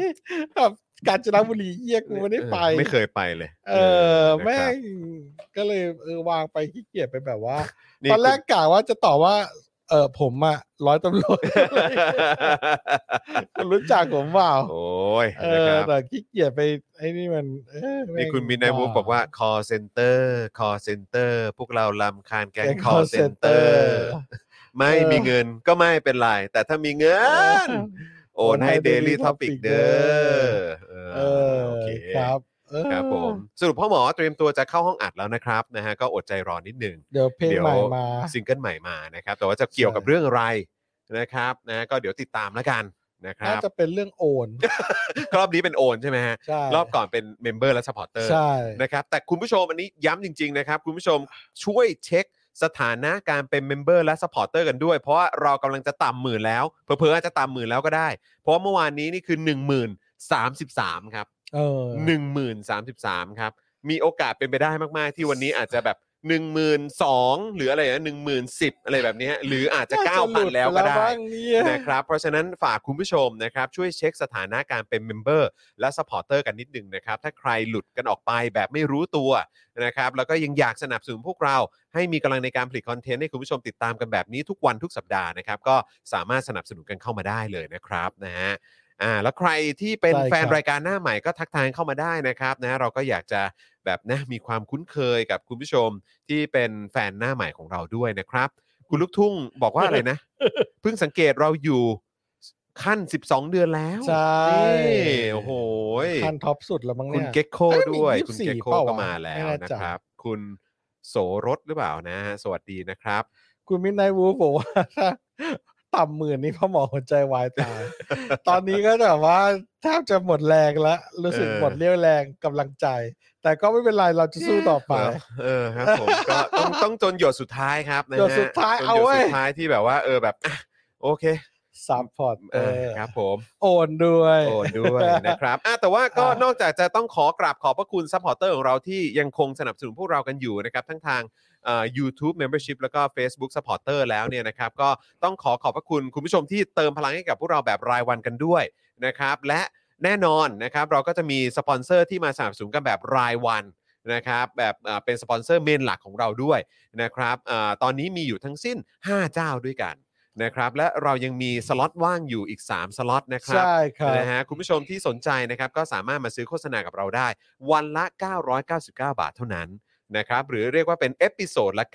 Speaker 3: แบบกาญจนบุรีเยี่ยกูไม่ได้ไป
Speaker 2: ไม่เคยไปเลย
Speaker 3: เออ
Speaker 2: นะครับ
Speaker 3: แม่งก็เลยเออวางไปขี้เกียจไปแบบว่า
Speaker 2: นี่
Speaker 3: ตอนแรกกะว่าจะตอบว่า เออผมอะร้อยตำรวจ คุณรู้จักผมเปล่า
Speaker 2: โอ้ย
Speaker 3: เอ
Speaker 2: นะ
Speaker 3: อ
Speaker 2: ครับ
Speaker 3: แต่ขี้เกียจไปไอ้นี่มันเออแง
Speaker 2: นี่คุณมินไนวูฟบอกว่า call center call center พวกเราลำคาญแก๊ง call center ไม่มีเงินก็ไม่เป็นไร แต่ถ้ามีเงิ
Speaker 3: เออ
Speaker 2: น โอนให้
Speaker 3: โอนให้
Speaker 2: Daily
Speaker 3: Daily
Speaker 2: Topic
Speaker 3: Topic
Speaker 2: เด้อเออ
Speaker 3: เออ
Speaker 2: โอเค
Speaker 3: ครับเออ
Speaker 2: ครับผมสรุปพ่อหมอเตรียมตัวจะเข้าห้องอัดแล้วนะครับนะฮะก็อดใจรอนิดหนึ่ง
Speaker 3: เดี๋ยวเพลง
Speaker 2: เดี๋ยว
Speaker 3: ใหม่มา
Speaker 2: ซิงเกิลใหม่มานะครับ แต่ว่าจะเกี่ยวกับเรื่องอะไรนะครับนะก็เดี๋ยวติดตามแล้วกันนะครั
Speaker 3: น่า
Speaker 2: บ
Speaker 3: จะเป็นเรื่องโอน
Speaker 2: รอบนี้เป็นโอนใช่ไหมฮะ
Speaker 3: ใช่
Speaker 2: รอบก่อนเป็นเมมเบอร์และสปอร์เตอร์
Speaker 3: ใช่
Speaker 2: นะครับแต่คุณผู้ชมอันนี้ย้ำจริง ๆ นะครับ คุณผู้ชมช่วยเช็คสถานะการเป็นเมมเบอร์และสปอร์เตอร์กันด้วย เพราะว่าเรากำลังจะต่ำหมื่นแล้วเผลอๆอาจจะต่ำหมื่นแล้วก็ได้ เพราะว่าเมื่อวานนี้นี่คือ 1 0 3 3 ครับ
Speaker 3: เออ
Speaker 2: 1 0 3 3 ครับ มีโอกาสเป็นไปได้มากๆ ที่วันนี้อาจจะแบบ 1 2 0 0 0หรืออะไรนะ1 0 1 0อะไรแบบเนี้ยหรืออาจจะ 9,000 แล้วก็ได้
Speaker 3: น่าจะหลุดปบ้างเนี่ย
Speaker 2: นะครับเพราะฉะนั้นฝากคุณผู้ชมนะครับช่วยเช็คสถานะการเป็นเมมเบอร์และสปอร์เตอร์กันนิดหนึ่งนะครับ ถ้าใครหลุดกันออกไปแบบไม่รู้ตัวนะครับแล้วก็ยังอยากสนับสนุนพวกเรา ให้มีกำลังในการผลิตคอนเทนต์ให้คุณผู้ชมติดตามกันแบบนี้ทุกวันทุกสัปดาห์นะครับ ก็สามารถสนับสนุนกันเข้ามาได้เลยนะครับนะฮะอ่าแล้วใครที่เป็น
Speaker 3: ใช่ครับ
Speaker 2: แฟนรายการหน้าใหม่ก็ทักทายเข้ามาได้นะครับนะเราก็อยากจะแบบนะมีความคุ้นเคยกับคุณผู้ชมที่เป็นแฟนหน้าใหม่ของเราด้วยนะครับ คุณลูกทุ่งบอกว่าอะไรนะ เพิ่งสังเกตเราอยู่ขั้น 12 เดือนแล้ว
Speaker 3: ใช่
Speaker 2: นี่โอ้โหย
Speaker 3: คันท็อปสุดแล้วมั้ง
Speaker 2: คุณ
Speaker 3: เนี่ย
Speaker 2: เก็กโคด้วย
Speaker 3: เอ้ยมี
Speaker 2: คุณ
Speaker 3: 24
Speaker 2: เก็กโค
Speaker 3: เปล่า
Speaker 2: ก็
Speaker 3: วะ
Speaker 2: มาแล้
Speaker 3: ไม่
Speaker 2: ว
Speaker 3: แน่ใจ
Speaker 2: นะครับ คุณโสรสหรือเปล่านะ สวัสดีนะครับ
Speaker 3: คุณมินไนวูฟบอกว่าถ้าต่ำหมื่นนี่พ่อหมอหัวใจวายตาย ตอนนี้ก็แบบว่าแทบจะหมดแรงแล้ว รู้สึก
Speaker 2: เออ
Speaker 3: หมดเรี่ยวแรงกำลังใจ แต่ก็ไม่เป็นไรเราจะสู้ต่อไป
Speaker 2: เออครับ ผมก็ต้องต้องจนหยดสุดท้ายครับนะ
Speaker 3: ห
Speaker 2: ฮะ
Speaker 3: ยดสุดท้าย
Speaker 2: จน
Speaker 3: เอา
Speaker 2: หยด
Speaker 3: เว้ย
Speaker 2: สุดท้ายที่แบบว่าเออแบบอ่ะโอเค
Speaker 3: ซัพพอร์ตเอ
Speaker 2: เออ
Speaker 3: อ
Speaker 2: ครับผม
Speaker 3: โอนด้วย
Speaker 2: โอนด้วย นะครับอ่ะแต่ว่าก็
Speaker 3: อ่ะ
Speaker 2: นอกจากจะต้องขอกราบขอบพระคุณซัพพอร์เตอร์ของเราที่ยังคงสนับสนุนพวกเรากันอยู่นะครับ ทั้งทางเอ่อ YouTube Membership แล้วก็ Facebook Supporter แล้วเนี่ยนะครับ ก็ต้องขอขอบพระคุณคุณผู้ชมที่เติมพลังให้กับพวกเราแบบรายวันกันด้วยนะครับ และแน่นอนนะครับ เราก็จะมีสปอนเซอร์ที่มาสนับสนุนกันแบบรายวันนะครับ แบบเอ่อเป็นสปอนเซอร์เมนหลักของเราด้วยนะครับเออตอนนี้มีอยู่ทั้งสิ้น 5 เจ้าด้วยกันนะครับและเรายังมีสล็อตว่างอยู่อีก 3 สล็อตนะครับ
Speaker 3: ใช่ครับ
Speaker 2: นะฮะคุณผู้ชมที่สนใจนะครับก็สามารถมาซื้อโฆษณากับเราได้ วันละ 999 บาทเท่านั้นนะครับหรือเรียกว่าเป็นเอพิโซดละ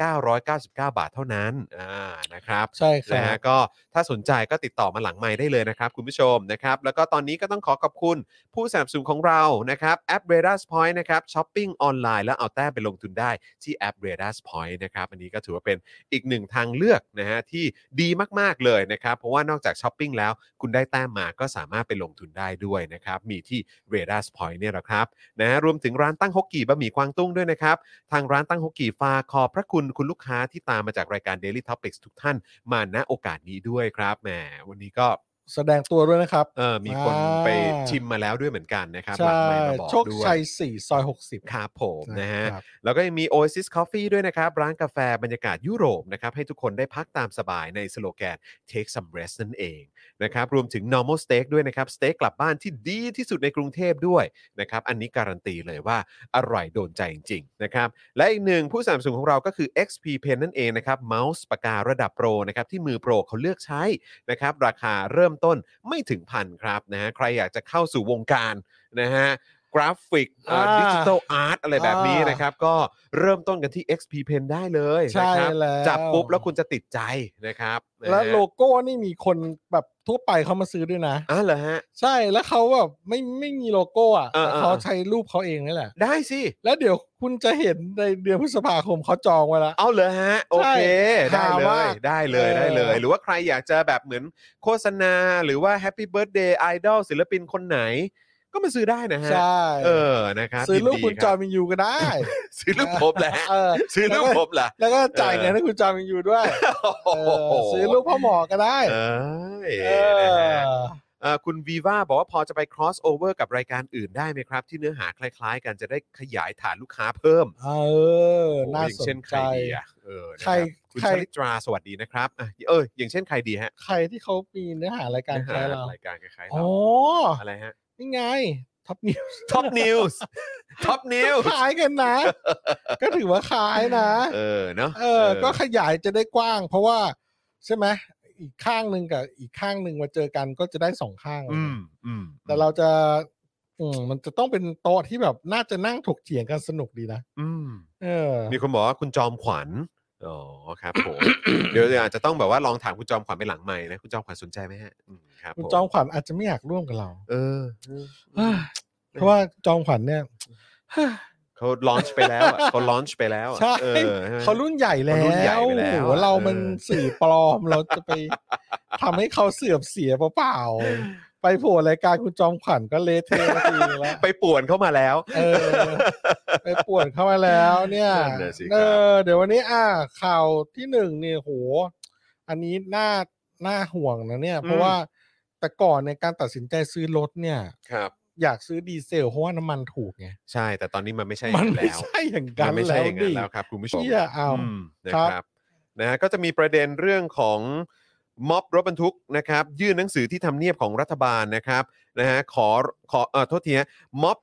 Speaker 2: 999 บาทเท่านั้นอ่านะครับ
Speaker 3: ใช่ค
Speaker 2: นะ
Speaker 3: รั
Speaker 2: ฮะ
Speaker 3: บ
Speaker 2: ก็ถ้าสนใจก็ติดต่อมาหลังไม้ได้เลยนะครับ คุณผู้ชมนะครับแล้วก็ตอนนี้ก็ต้องขอขอบคุณผู้สนับสนุนของเรานะครับแอป r a d a r Point นะครับช้อปปิ้งออนไลน์แล้วเอาแต้มไปลงทุนได้ที่แอป r a d a r Point นะครับอันนี้ก็ถือว่าเป็น อีกหนึ่งทางเลือกนะฮะที่ดีมากๆเลยนะครับ เพราะว่านอกจากช้อปปิ้งแล้ว คุณได้แต้มมาก็สามารถไปลงทุนได้ด้วยนะครับ มีที่ r a d a r Point เนี่ยแหละครับนะฮะรวมถึงร้านตั้งฮกกี่บะหมี่กวางตุ้งด้วยนะครับ ทางร้านตั้งฮกกี่ฝากขอบพระคุณคุณลูกค้าที่ตามมาจากรายการ Daily Topics ทุกท่านมาณโอกาสนี้ด้วยครับแหมวันนี้ก็
Speaker 3: แสดงตัวด้วยนะครับ
Speaker 2: เออมีคน
Speaker 3: อ่า
Speaker 2: ไปชิมมาแล้วด้วยเหมือนกันนะครับหลั
Speaker 3: ใช่
Speaker 2: งไมค์มาบอก
Speaker 3: โชค
Speaker 2: ด้วย
Speaker 3: ชัยสี่ซอยหกสิบ
Speaker 2: ครับผมนะฮะ
Speaker 3: ครับ
Speaker 2: แล้วก็ยังมี Oasis Coffee ด้วยนะครับ ร้านกาแฟบรรยากาศยุโรปนะครับ ให้ทุกคนได้พักตามสบายในสโลแกน Take some rest นั่นเองนะครับรวมถึง normal steak ด้วยนะครับ สเต็กกลับบ้านที่ดีที่สุดในกรุงเทพด้วยนะครับ อันนี้การันตีเลยว่าอร่อยโดนใจจริงๆนะครับ และอีกหนึ่งผู้สนับสนุนของเราก็คือ XP Pen นั่นเองนะครับเมาส์ปากการะดับโปรนะครับที่มือโปรเขาเลือกใช้นะครับราคาเริ่มต้นไม่ถึงพันครับนะฮะใครอยากจะเข้าสู่วงการนะฮะกราฟิก
Speaker 3: อ่า
Speaker 2: ดิจิทัลอาร์ตอะไรแบบนี้
Speaker 3: อ่าน
Speaker 2: นะครับ ครับก็เริ่มต้นกันที่ XP Pen ได้เลย
Speaker 3: ใช่
Speaker 2: นะครับ
Speaker 3: แล้ว
Speaker 2: จับปุ๊บแล้วคุณจะติดใจนะครับนะฮะ
Speaker 3: แล้วโลโก้นี่มีคนแบบทั่วไปเขามาซื้อด้วยนะ
Speaker 2: อ๋อเหรอฮะ
Speaker 3: ใช่แล้วเขาแบบไม่ไม่มีโลโก้อ่ะ
Speaker 2: เออ
Speaker 3: แต่
Speaker 2: เออ
Speaker 3: เขาใช้รูปเขาเองนี่แหละ
Speaker 2: ได้สิ
Speaker 3: แล้วเดี๋ยวคุณจะเห็นในเดือนพฤษภาคมเขาจองไว้แล้ว
Speaker 2: เอาเหรอฮะ โอเค
Speaker 3: ใช่
Speaker 2: ได้
Speaker 3: หา
Speaker 2: เล
Speaker 3: ย ว่า
Speaker 2: ได้เลย
Speaker 3: เออ
Speaker 2: ได้เลย หรือว่าใครอยากจะแบบเหมือนโฆษณาหรือว่า Happy Birthday Idol ศิลปินคนไหน ก็มาซื้อได้นะฮะ
Speaker 3: ใช่
Speaker 2: เออนะครับ
Speaker 3: ซื้อลูก
Speaker 2: ยินดี
Speaker 3: คุณจอมินยูก็ได้
Speaker 2: ครับซื้อลูกผมแหละ
Speaker 3: เออ
Speaker 2: ซื้อลูกผมแหละ
Speaker 3: แล้วก็จ่ายเงิ
Speaker 2: เอน อ
Speaker 3: ให้คุณจอมินยูด้วยเออซื้อลูกพ่อหมอก็ได้
Speaker 2: เอย
Speaker 3: เอ
Speaker 2: นะฮะ
Speaker 3: อ
Speaker 2: เอ่อคุณวีว่าบอกว่าพอจะไป cross over กับรายการอื่นได้ไหมครับ ที่เนื้อหาคล้ายๆ กันจะได้ขยายฐานลูกค้าเพิ่ม
Speaker 3: เออ น่า
Speaker 2: โย่ง
Speaker 3: สน
Speaker 2: เช่นใค
Speaker 3: ใจ
Speaker 2: รดีอ่ะเออนะ
Speaker 3: ใคร
Speaker 2: บคุณ
Speaker 3: ใคร
Speaker 2: ชลิตราสวัสดีนะครับอ่ะเอออย่างเช่นใครดีฮะ
Speaker 3: ใครที่เขามีเนื้อหารายการ
Speaker 2: เนื้อ
Speaker 3: แค่
Speaker 2: หา
Speaker 3: เรา
Speaker 2: รายการคล้ายๆ
Speaker 3: อ๋
Speaker 2: เรา
Speaker 3: อ
Speaker 2: อะไรฮะ
Speaker 3: นี่ไงท็อปนิว
Speaker 2: Top News Top News
Speaker 3: คล้ายกันนะ ก็ถือว่าคล้ายนะ
Speaker 2: เออเนาะ
Speaker 3: เออ ก็ขยายจะได้กว้าง เพราะว่า ใช่ไหมอีกข้างหนึ่งกับอีกข้างหนึ่งมาเจอกันก็จะได้สองข้างเลย
Speaker 2: อืมอืม
Speaker 3: แต่เราจะอืมมันจะต้องเป็นโต๊ะที่แบบน่าจะนั่งถกเถียงกันสนุกดีนะ
Speaker 2: อืม
Speaker 3: เออ
Speaker 2: มีคนบอกว่าคุณจอมขวัญอ๋อครับ ผม เดี๋ยวอาจจะต้องแบบว่าลองถามคุณจอมขวัญไปหลังใหม่นะคุณจอมขวัญสนใจไหมฮะอืมครับ
Speaker 3: คุณ
Speaker 2: ผ
Speaker 3: จอมขวัญอาจจะไม่อยากร่วมกับเรา
Speaker 2: เออเออ
Speaker 3: เพราะว่าจอมขวัญเนี่ย
Speaker 2: เขาลอนช์ไปแล้วอะ เขาลอนช์ไปแล้วอะ
Speaker 3: ใช่
Speaker 2: เออใช่ไหม
Speaker 3: เขารุ่นใหญ่แล้ว
Speaker 2: เขารุ่นใหญ่ไป
Speaker 3: โอ้
Speaker 2: แล้ว
Speaker 3: โหเรา
Speaker 2: เออ
Speaker 3: มันสื่อปลอม เราจะไปทำให้เขาเสื่อมเสียเปล่าๆ ไปโผล่รายการคุณจอมขวัญก็เละเทะทีแล้ว
Speaker 2: ไปป่วนเข้ามาแล้ว
Speaker 3: เออ ไปป่วนเข้ามาแล้วเนี่ย
Speaker 2: นั่นน่ะสิครับ
Speaker 3: เออ เดี๋ยววันนี้อ่าข่าวที่หนึ่งเนี่ยโห อันนี้น่าน่าห่วงนะเนี่ย เพราะว่าแต่ก่อนในยการตัดสินใจซื้อรถเนี่ย
Speaker 2: ครับ
Speaker 3: อยากซื้อดีเซลเพราะว่าน้ำมันถูกไง
Speaker 2: ใช่ แต่ตอนนี้มันไม่ใช่
Speaker 3: มันไม่
Speaker 2: แล้ว
Speaker 3: ใช่อย่าง
Speaker 2: มั
Speaker 3: นั้น
Speaker 2: ไม่ใช่
Speaker 3: แล้ว
Speaker 2: อย่างนั้
Speaker 3: ดิ
Speaker 2: นแล้วครับคุณผู้ชม
Speaker 3: เชี่ยเอา
Speaker 2: อืมนะ
Speaker 3: ค
Speaker 2: ครับ รับ นะฮะก็จะมีประเด็นเรื่องของม็อบรถบรรทุกนะครับ ยื่นหนังสือที่ทำเนียบของรัฐบาลนะครับนะฮะขอขอเอ่อโทษทีฮะม็อบ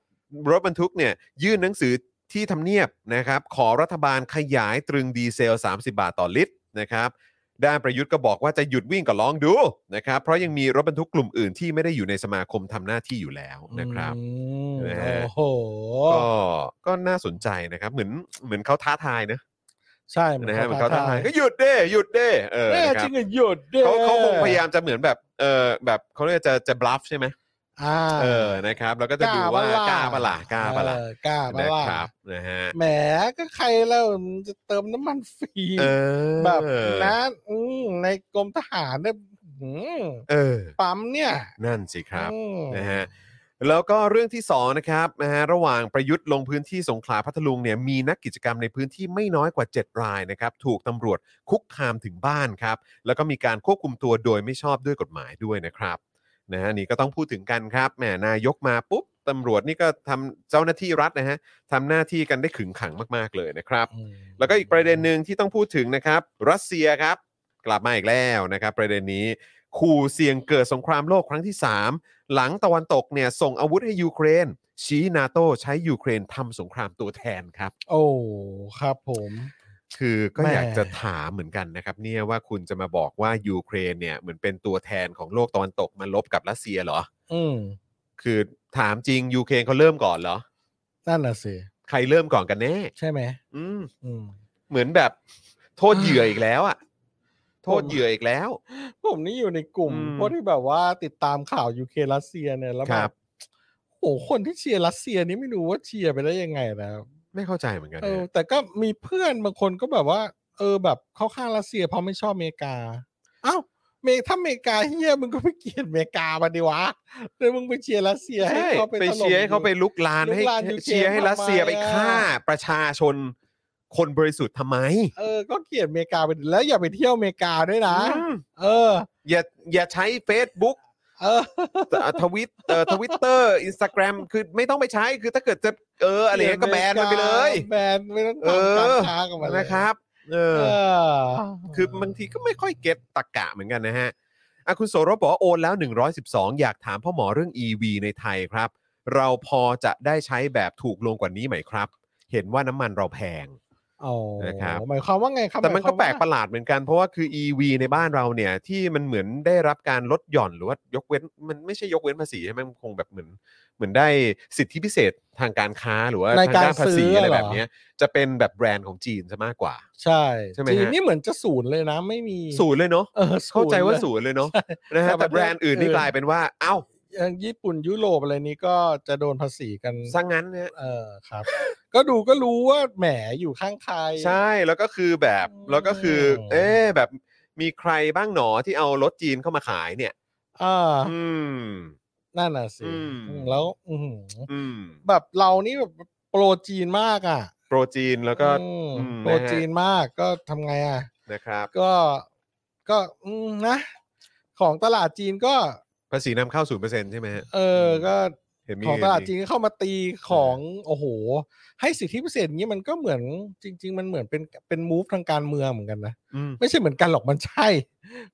Speaker 2: รถบรรทุกเนี่ยยื่นหนังสือที่ทำเนียบนะครับ ขอรัฐบาลขยายตรึงดีเซล 30 บาทต่อลิตรนะครับด้านประยุทธ์ก็บอกว่าจะหยุดวิ่งก็ลองดูนะครับเพราะยังมีรถบรรทุกกลุ่มอื่นที่ไม่ได้อยู่ในสมาคมทำหน้าที่อยู่แล้วนะครับ
Speaker 3: อืม
Speaker 2: นะฮะ
Speaker 3: โอ้โห
Speaker 2: ก็ก็น่าสนใจนะครับเหมือนเหมือนเขาท้าทายนะ
Speaker 3: ใช่
Speaker 2: นะฮะเหมือนเขาท้าทายก็หยุดเด้หยุดเด้เออ
Speaker 3: แน่
Speaker 2: นะ
Speaker 3: จ
Speaker 2: ครับ
Speaker 3: ริงอะหยุดด้
Speaker 2: เขาเขาคงพยายามจะเหมือนแบบเออแบบเขาเรียกจะจะบลัฟใช่ไหม
Speaker 3: อ่า
Speaker 2: เออนะครับ แล้วก็จะดูว่ากล้าปะล่ะกล้าปะล่ะ
Speaker 3: เออกล้าปะ
Speaker 2: นะ
Speaker 3: ล่ะ
Speaker 2: ครับนะฮะ
Speaker 3: แหมก็ใครแล้วมันจะเติมน้ำมันฟรี
Speaker 2: เออ
Speaker 3: แบบนั้นอืมในกรมทหารเนี่ยอืม
Speaker 2: เออ
Speaker 3: ปั๊มเนี่ย
Speaker 2: นั่นสิครับ
Speaker 3: อืม
Speaker 2: นะฮะแล้วก็เรื่องที่สองนะครับนะฮะระหว่างประยุทธ์ลงพื้นที่สงขลาพัทลุงเนี่ยมีนักกิจกรรมในพื้นที่ไม่น้อยกว่า 7 รายนะครับถูกตำรวจคุกคามถึงบ้านครับ แล้วก็มีการควบคุมตัวโดยไม่ชอบด้วยกฎหมายด้วยนะครับนะฮะนี่ก็ต้องพูดถึงกันครับแหมนายกมาปุ๊บตำรวจนี่ก็ทำเจ้าหน้าที่รัฐนะฮะทำหน้าที่กันได้ขึงขังมากๆเลยนะครับ
Speaker 3: อืม
Speaker 2: แล้วก็อีกประเด็นหนึ่งที่ต้องพูดถึงนะครับ รัสเซียครับ กลับมาอีกแล้วนะครับ ประเด็นนี้ขู่เสี่ยงเกิดสงครามโลกครั้งที่ 3 หลังตะวันตกเนี่ยส่งอาวุธให้ยูเครน ชี้นาโตใช้ยูเครนทำสงครามตัวแทนครับ
Speaker 3: โอ้ครับผม
Speaker 2: คือก็
Speaker 3: แม่
Speaker 2: อยากจะถามเหมือนกันนะครับ เนี่ยว่าคุณจะมาบอกว่ายูเครนเนี่ยเหมือนเป็นตัวแทนของโลกตะวันตกมาลบกับรัสเซียเหรอ
Speaker 3: อืม
Speaker 2: คือถามจริงยูเครนเขาเริ่มก่อนเหรอ
Speaker 3: นั่นน่ะสิ
Speaker 2: ใครเริ่มก่อนกันแน่
Speaker 3: ใช่ไหม
Speaker 2: อืม
Speaker 3: อืม
Speaker 2: เหมือนแบบโทษเหยื่ออีกแล้วอะโทษเหยื่ออีกแล้ว
Speaker 3: ผมนี่อยู่ในกลุ่ม
Speaker 2: อืม
Speaker 3: พวกที่แบบว่าติดตามข่าวยูเครัสเซียเนี่ยแล้ว
Speaker 2: ค
Speaker 3: แบ
Speaker 2: รับ
Speaker 3: บโอ้โหคนที่เชียร์รัสเซียนี่ไม่รู้ว่าเชียร์ไปได้ยังไงนะครับ
Speaker 2: ไม่เข้าใจเหมือนกัน
Speaker 3: เออ
Speaker 2: นะ
Speaker 3: แต่ก็มีเพื่อนบางคนก็แบบว่า เออแบบเข้าข้างรัสเซียเพราะไม่ชอบอเมริกาเอ้าวเมริกถ้าอเมริกาเฮียมึงก็ไปเกลียดอเมริกามาดิวะ เลยมึงไปเชียร์รัสเซียให้
Speaker 2: ใช่
Speaker 3: เขาไป
Speaker 2: ไป
Speaker 3: ถล่ม
Speaker 2: เชียร์ให้เขาไปลุกลาน
Speaker 3: ลุก
Speaker 2: ให้
Speaker 3: ลานยูเครน
Speaker 2: เชียร์ให้รัสเซีย
Speaker 3: ทำไม
Speaker 2: ไป
Speaker 3: อะ
Speaker 2: ฆ่าประชาชน คนบริสุทธิ์ทำไม
Speaker 3: เออก็เกลียดอเมริกาไปดิแล้วอย่าไปเที่ยวอเมริกาด้วยนะ
Speaker 2: อืม
Speaker 3: เออ
Speaker 2: อย่าอย่าใช้ Facebook
Speaker 3: เออ
Speaker 2: ทวิตเอ่อทวิตเตอร์อินสตาแกรมคือไม่ต้องไปใช้คือถ้าเกิดจะเอออะไรเงี้ยก็แบนมันไปเลย
Speaker 3: แบนไม่ต้อง
Speaker 2: เอ
Speaker 3: ทำการ
Speaker 2: อ
Speaker 3: ค้ากับมันเลย
Speaker 2: นะครับเอ
Speaker 3: เอ
Speaker 2: อ
Speaker 3: อ
Speaker 2: คือบางทีก็ไม่ค่อยเก็ตตะกะเหมือนกันนะฮะอ่ะคุณโสรบบอกว่าโอนแล้ว 112 อยากถามพ่อหมอเรื่อง EV ในไทยครับ เราพอจะได้ใช้แบบถูกลงกว่านี้ไหมครับ เห็นว่าน้ำมันเราแพง
Speaker 3: อ๋อ
Speaker 2: นะครับ
Speaker 3: หมายความว่าไงครับ
Speaker 2: แต่มันก็
Speaker 3: หาย
Speaker 2: แปลก
Speaker 3: ควา
Speaker 2: ป
Speaker 3: ว่า
Speaker 2: ระหลาดเหมือนกันเพราะว่าคือ EV ในบ้านเราเนี่ยที่มันเหมือนได้รับการลดหย่อนหรือว่ายกเว้นมันไม่ใช่ยกเว้นภาษีใช่ไหมมันคงแบบเหมือนเหมือนได้สิทธิพิเศษทางการค้าหรือว่าทางด้านภาษีอะไรแบบเนี้ยจะเป็นแบบแบรนด์ของจีนซะมากกว่า
Speaker 3: ใช่
Speaker 2: ใช่ไหม
Speaker 3: จีน
Speaker 2: ฮะ
Speaker 3: นี่เหมือนจะศูนย์เลยนะ ไม่มี
Speaker 2: ศูนย์เลยเนาะ
Speaker 3: เออ
Speaker 2: เข้าใจว่า
Speaker 3: ลย
Speaker 2: ศูนย์เลยเนาะ
Speaker 3: ใช่
Speaker 2: นะฮะ
Speaker 3: แต่
Speaker 2: แต่แบรนด์อื่นนี่
Speaker 3: อื่น
Speaker 2: กลายเป็นว่าเอ้า
Speaker 3: อย่างญี่ปุ่นยุโรปอะไรนี้ก็จะโดนภาษีกัน
Speaker 2: ซะงั้นเนี่ย
Speaker 3: เออครับ ก็ดูก็รู้ว่าแหมอยู่ข้างใคร
Speaker 2: ใช่แล้วก็คือแบบ
Speaker 3: อืม
Speaker 2: แล้วก็คือ เอ๊ะแบบมีใครบ้างหนอที่เอารถจีนเข้ามาขายเนี่ย
Speaker 3: อ่า
Speaker 2: อืม
Speaker 3: นั่นน่ะสิ
Speaker 2: อืม
Speaker 3: อืมแล้วอื้อหือ
Speaker 2: อืม
Speaker 3: แบบเรานี่แบบโปรจีนมากอ่ะ
Speaker 2: โปรจีนแล้วก็
Speaker 3: อืม
Speaker 2: อืม
Speaker 3: โปรจีนมากก็ทำไงอ่ะ
Speaker 2: นะครับ
Speaker 3: ก็ก็อืมนะ ของตลาดจีนก็
Speaker 2: ภาษีนำเข้าศูนย์เปอร์เซ็นต์ใช่ไหมฮะ
Speaker 3: เอออก็
Speaker 2: เห็นมี
Speaker 3: ของตลาด
Speaker 2: เห็
Speaker 3: จีนก็เข้ามาตีของโอ้โห ให้สิทธิพิเศษอย่างนี้มันก็เหมือนจริง ๆ มันเหมือนเป็นเป็นมูฟทางการเมืองเหมือนกันนะ
Speaker 2: อืม
Speaker 3: ไม่ใช่เหมือนกันหรอกมันใช่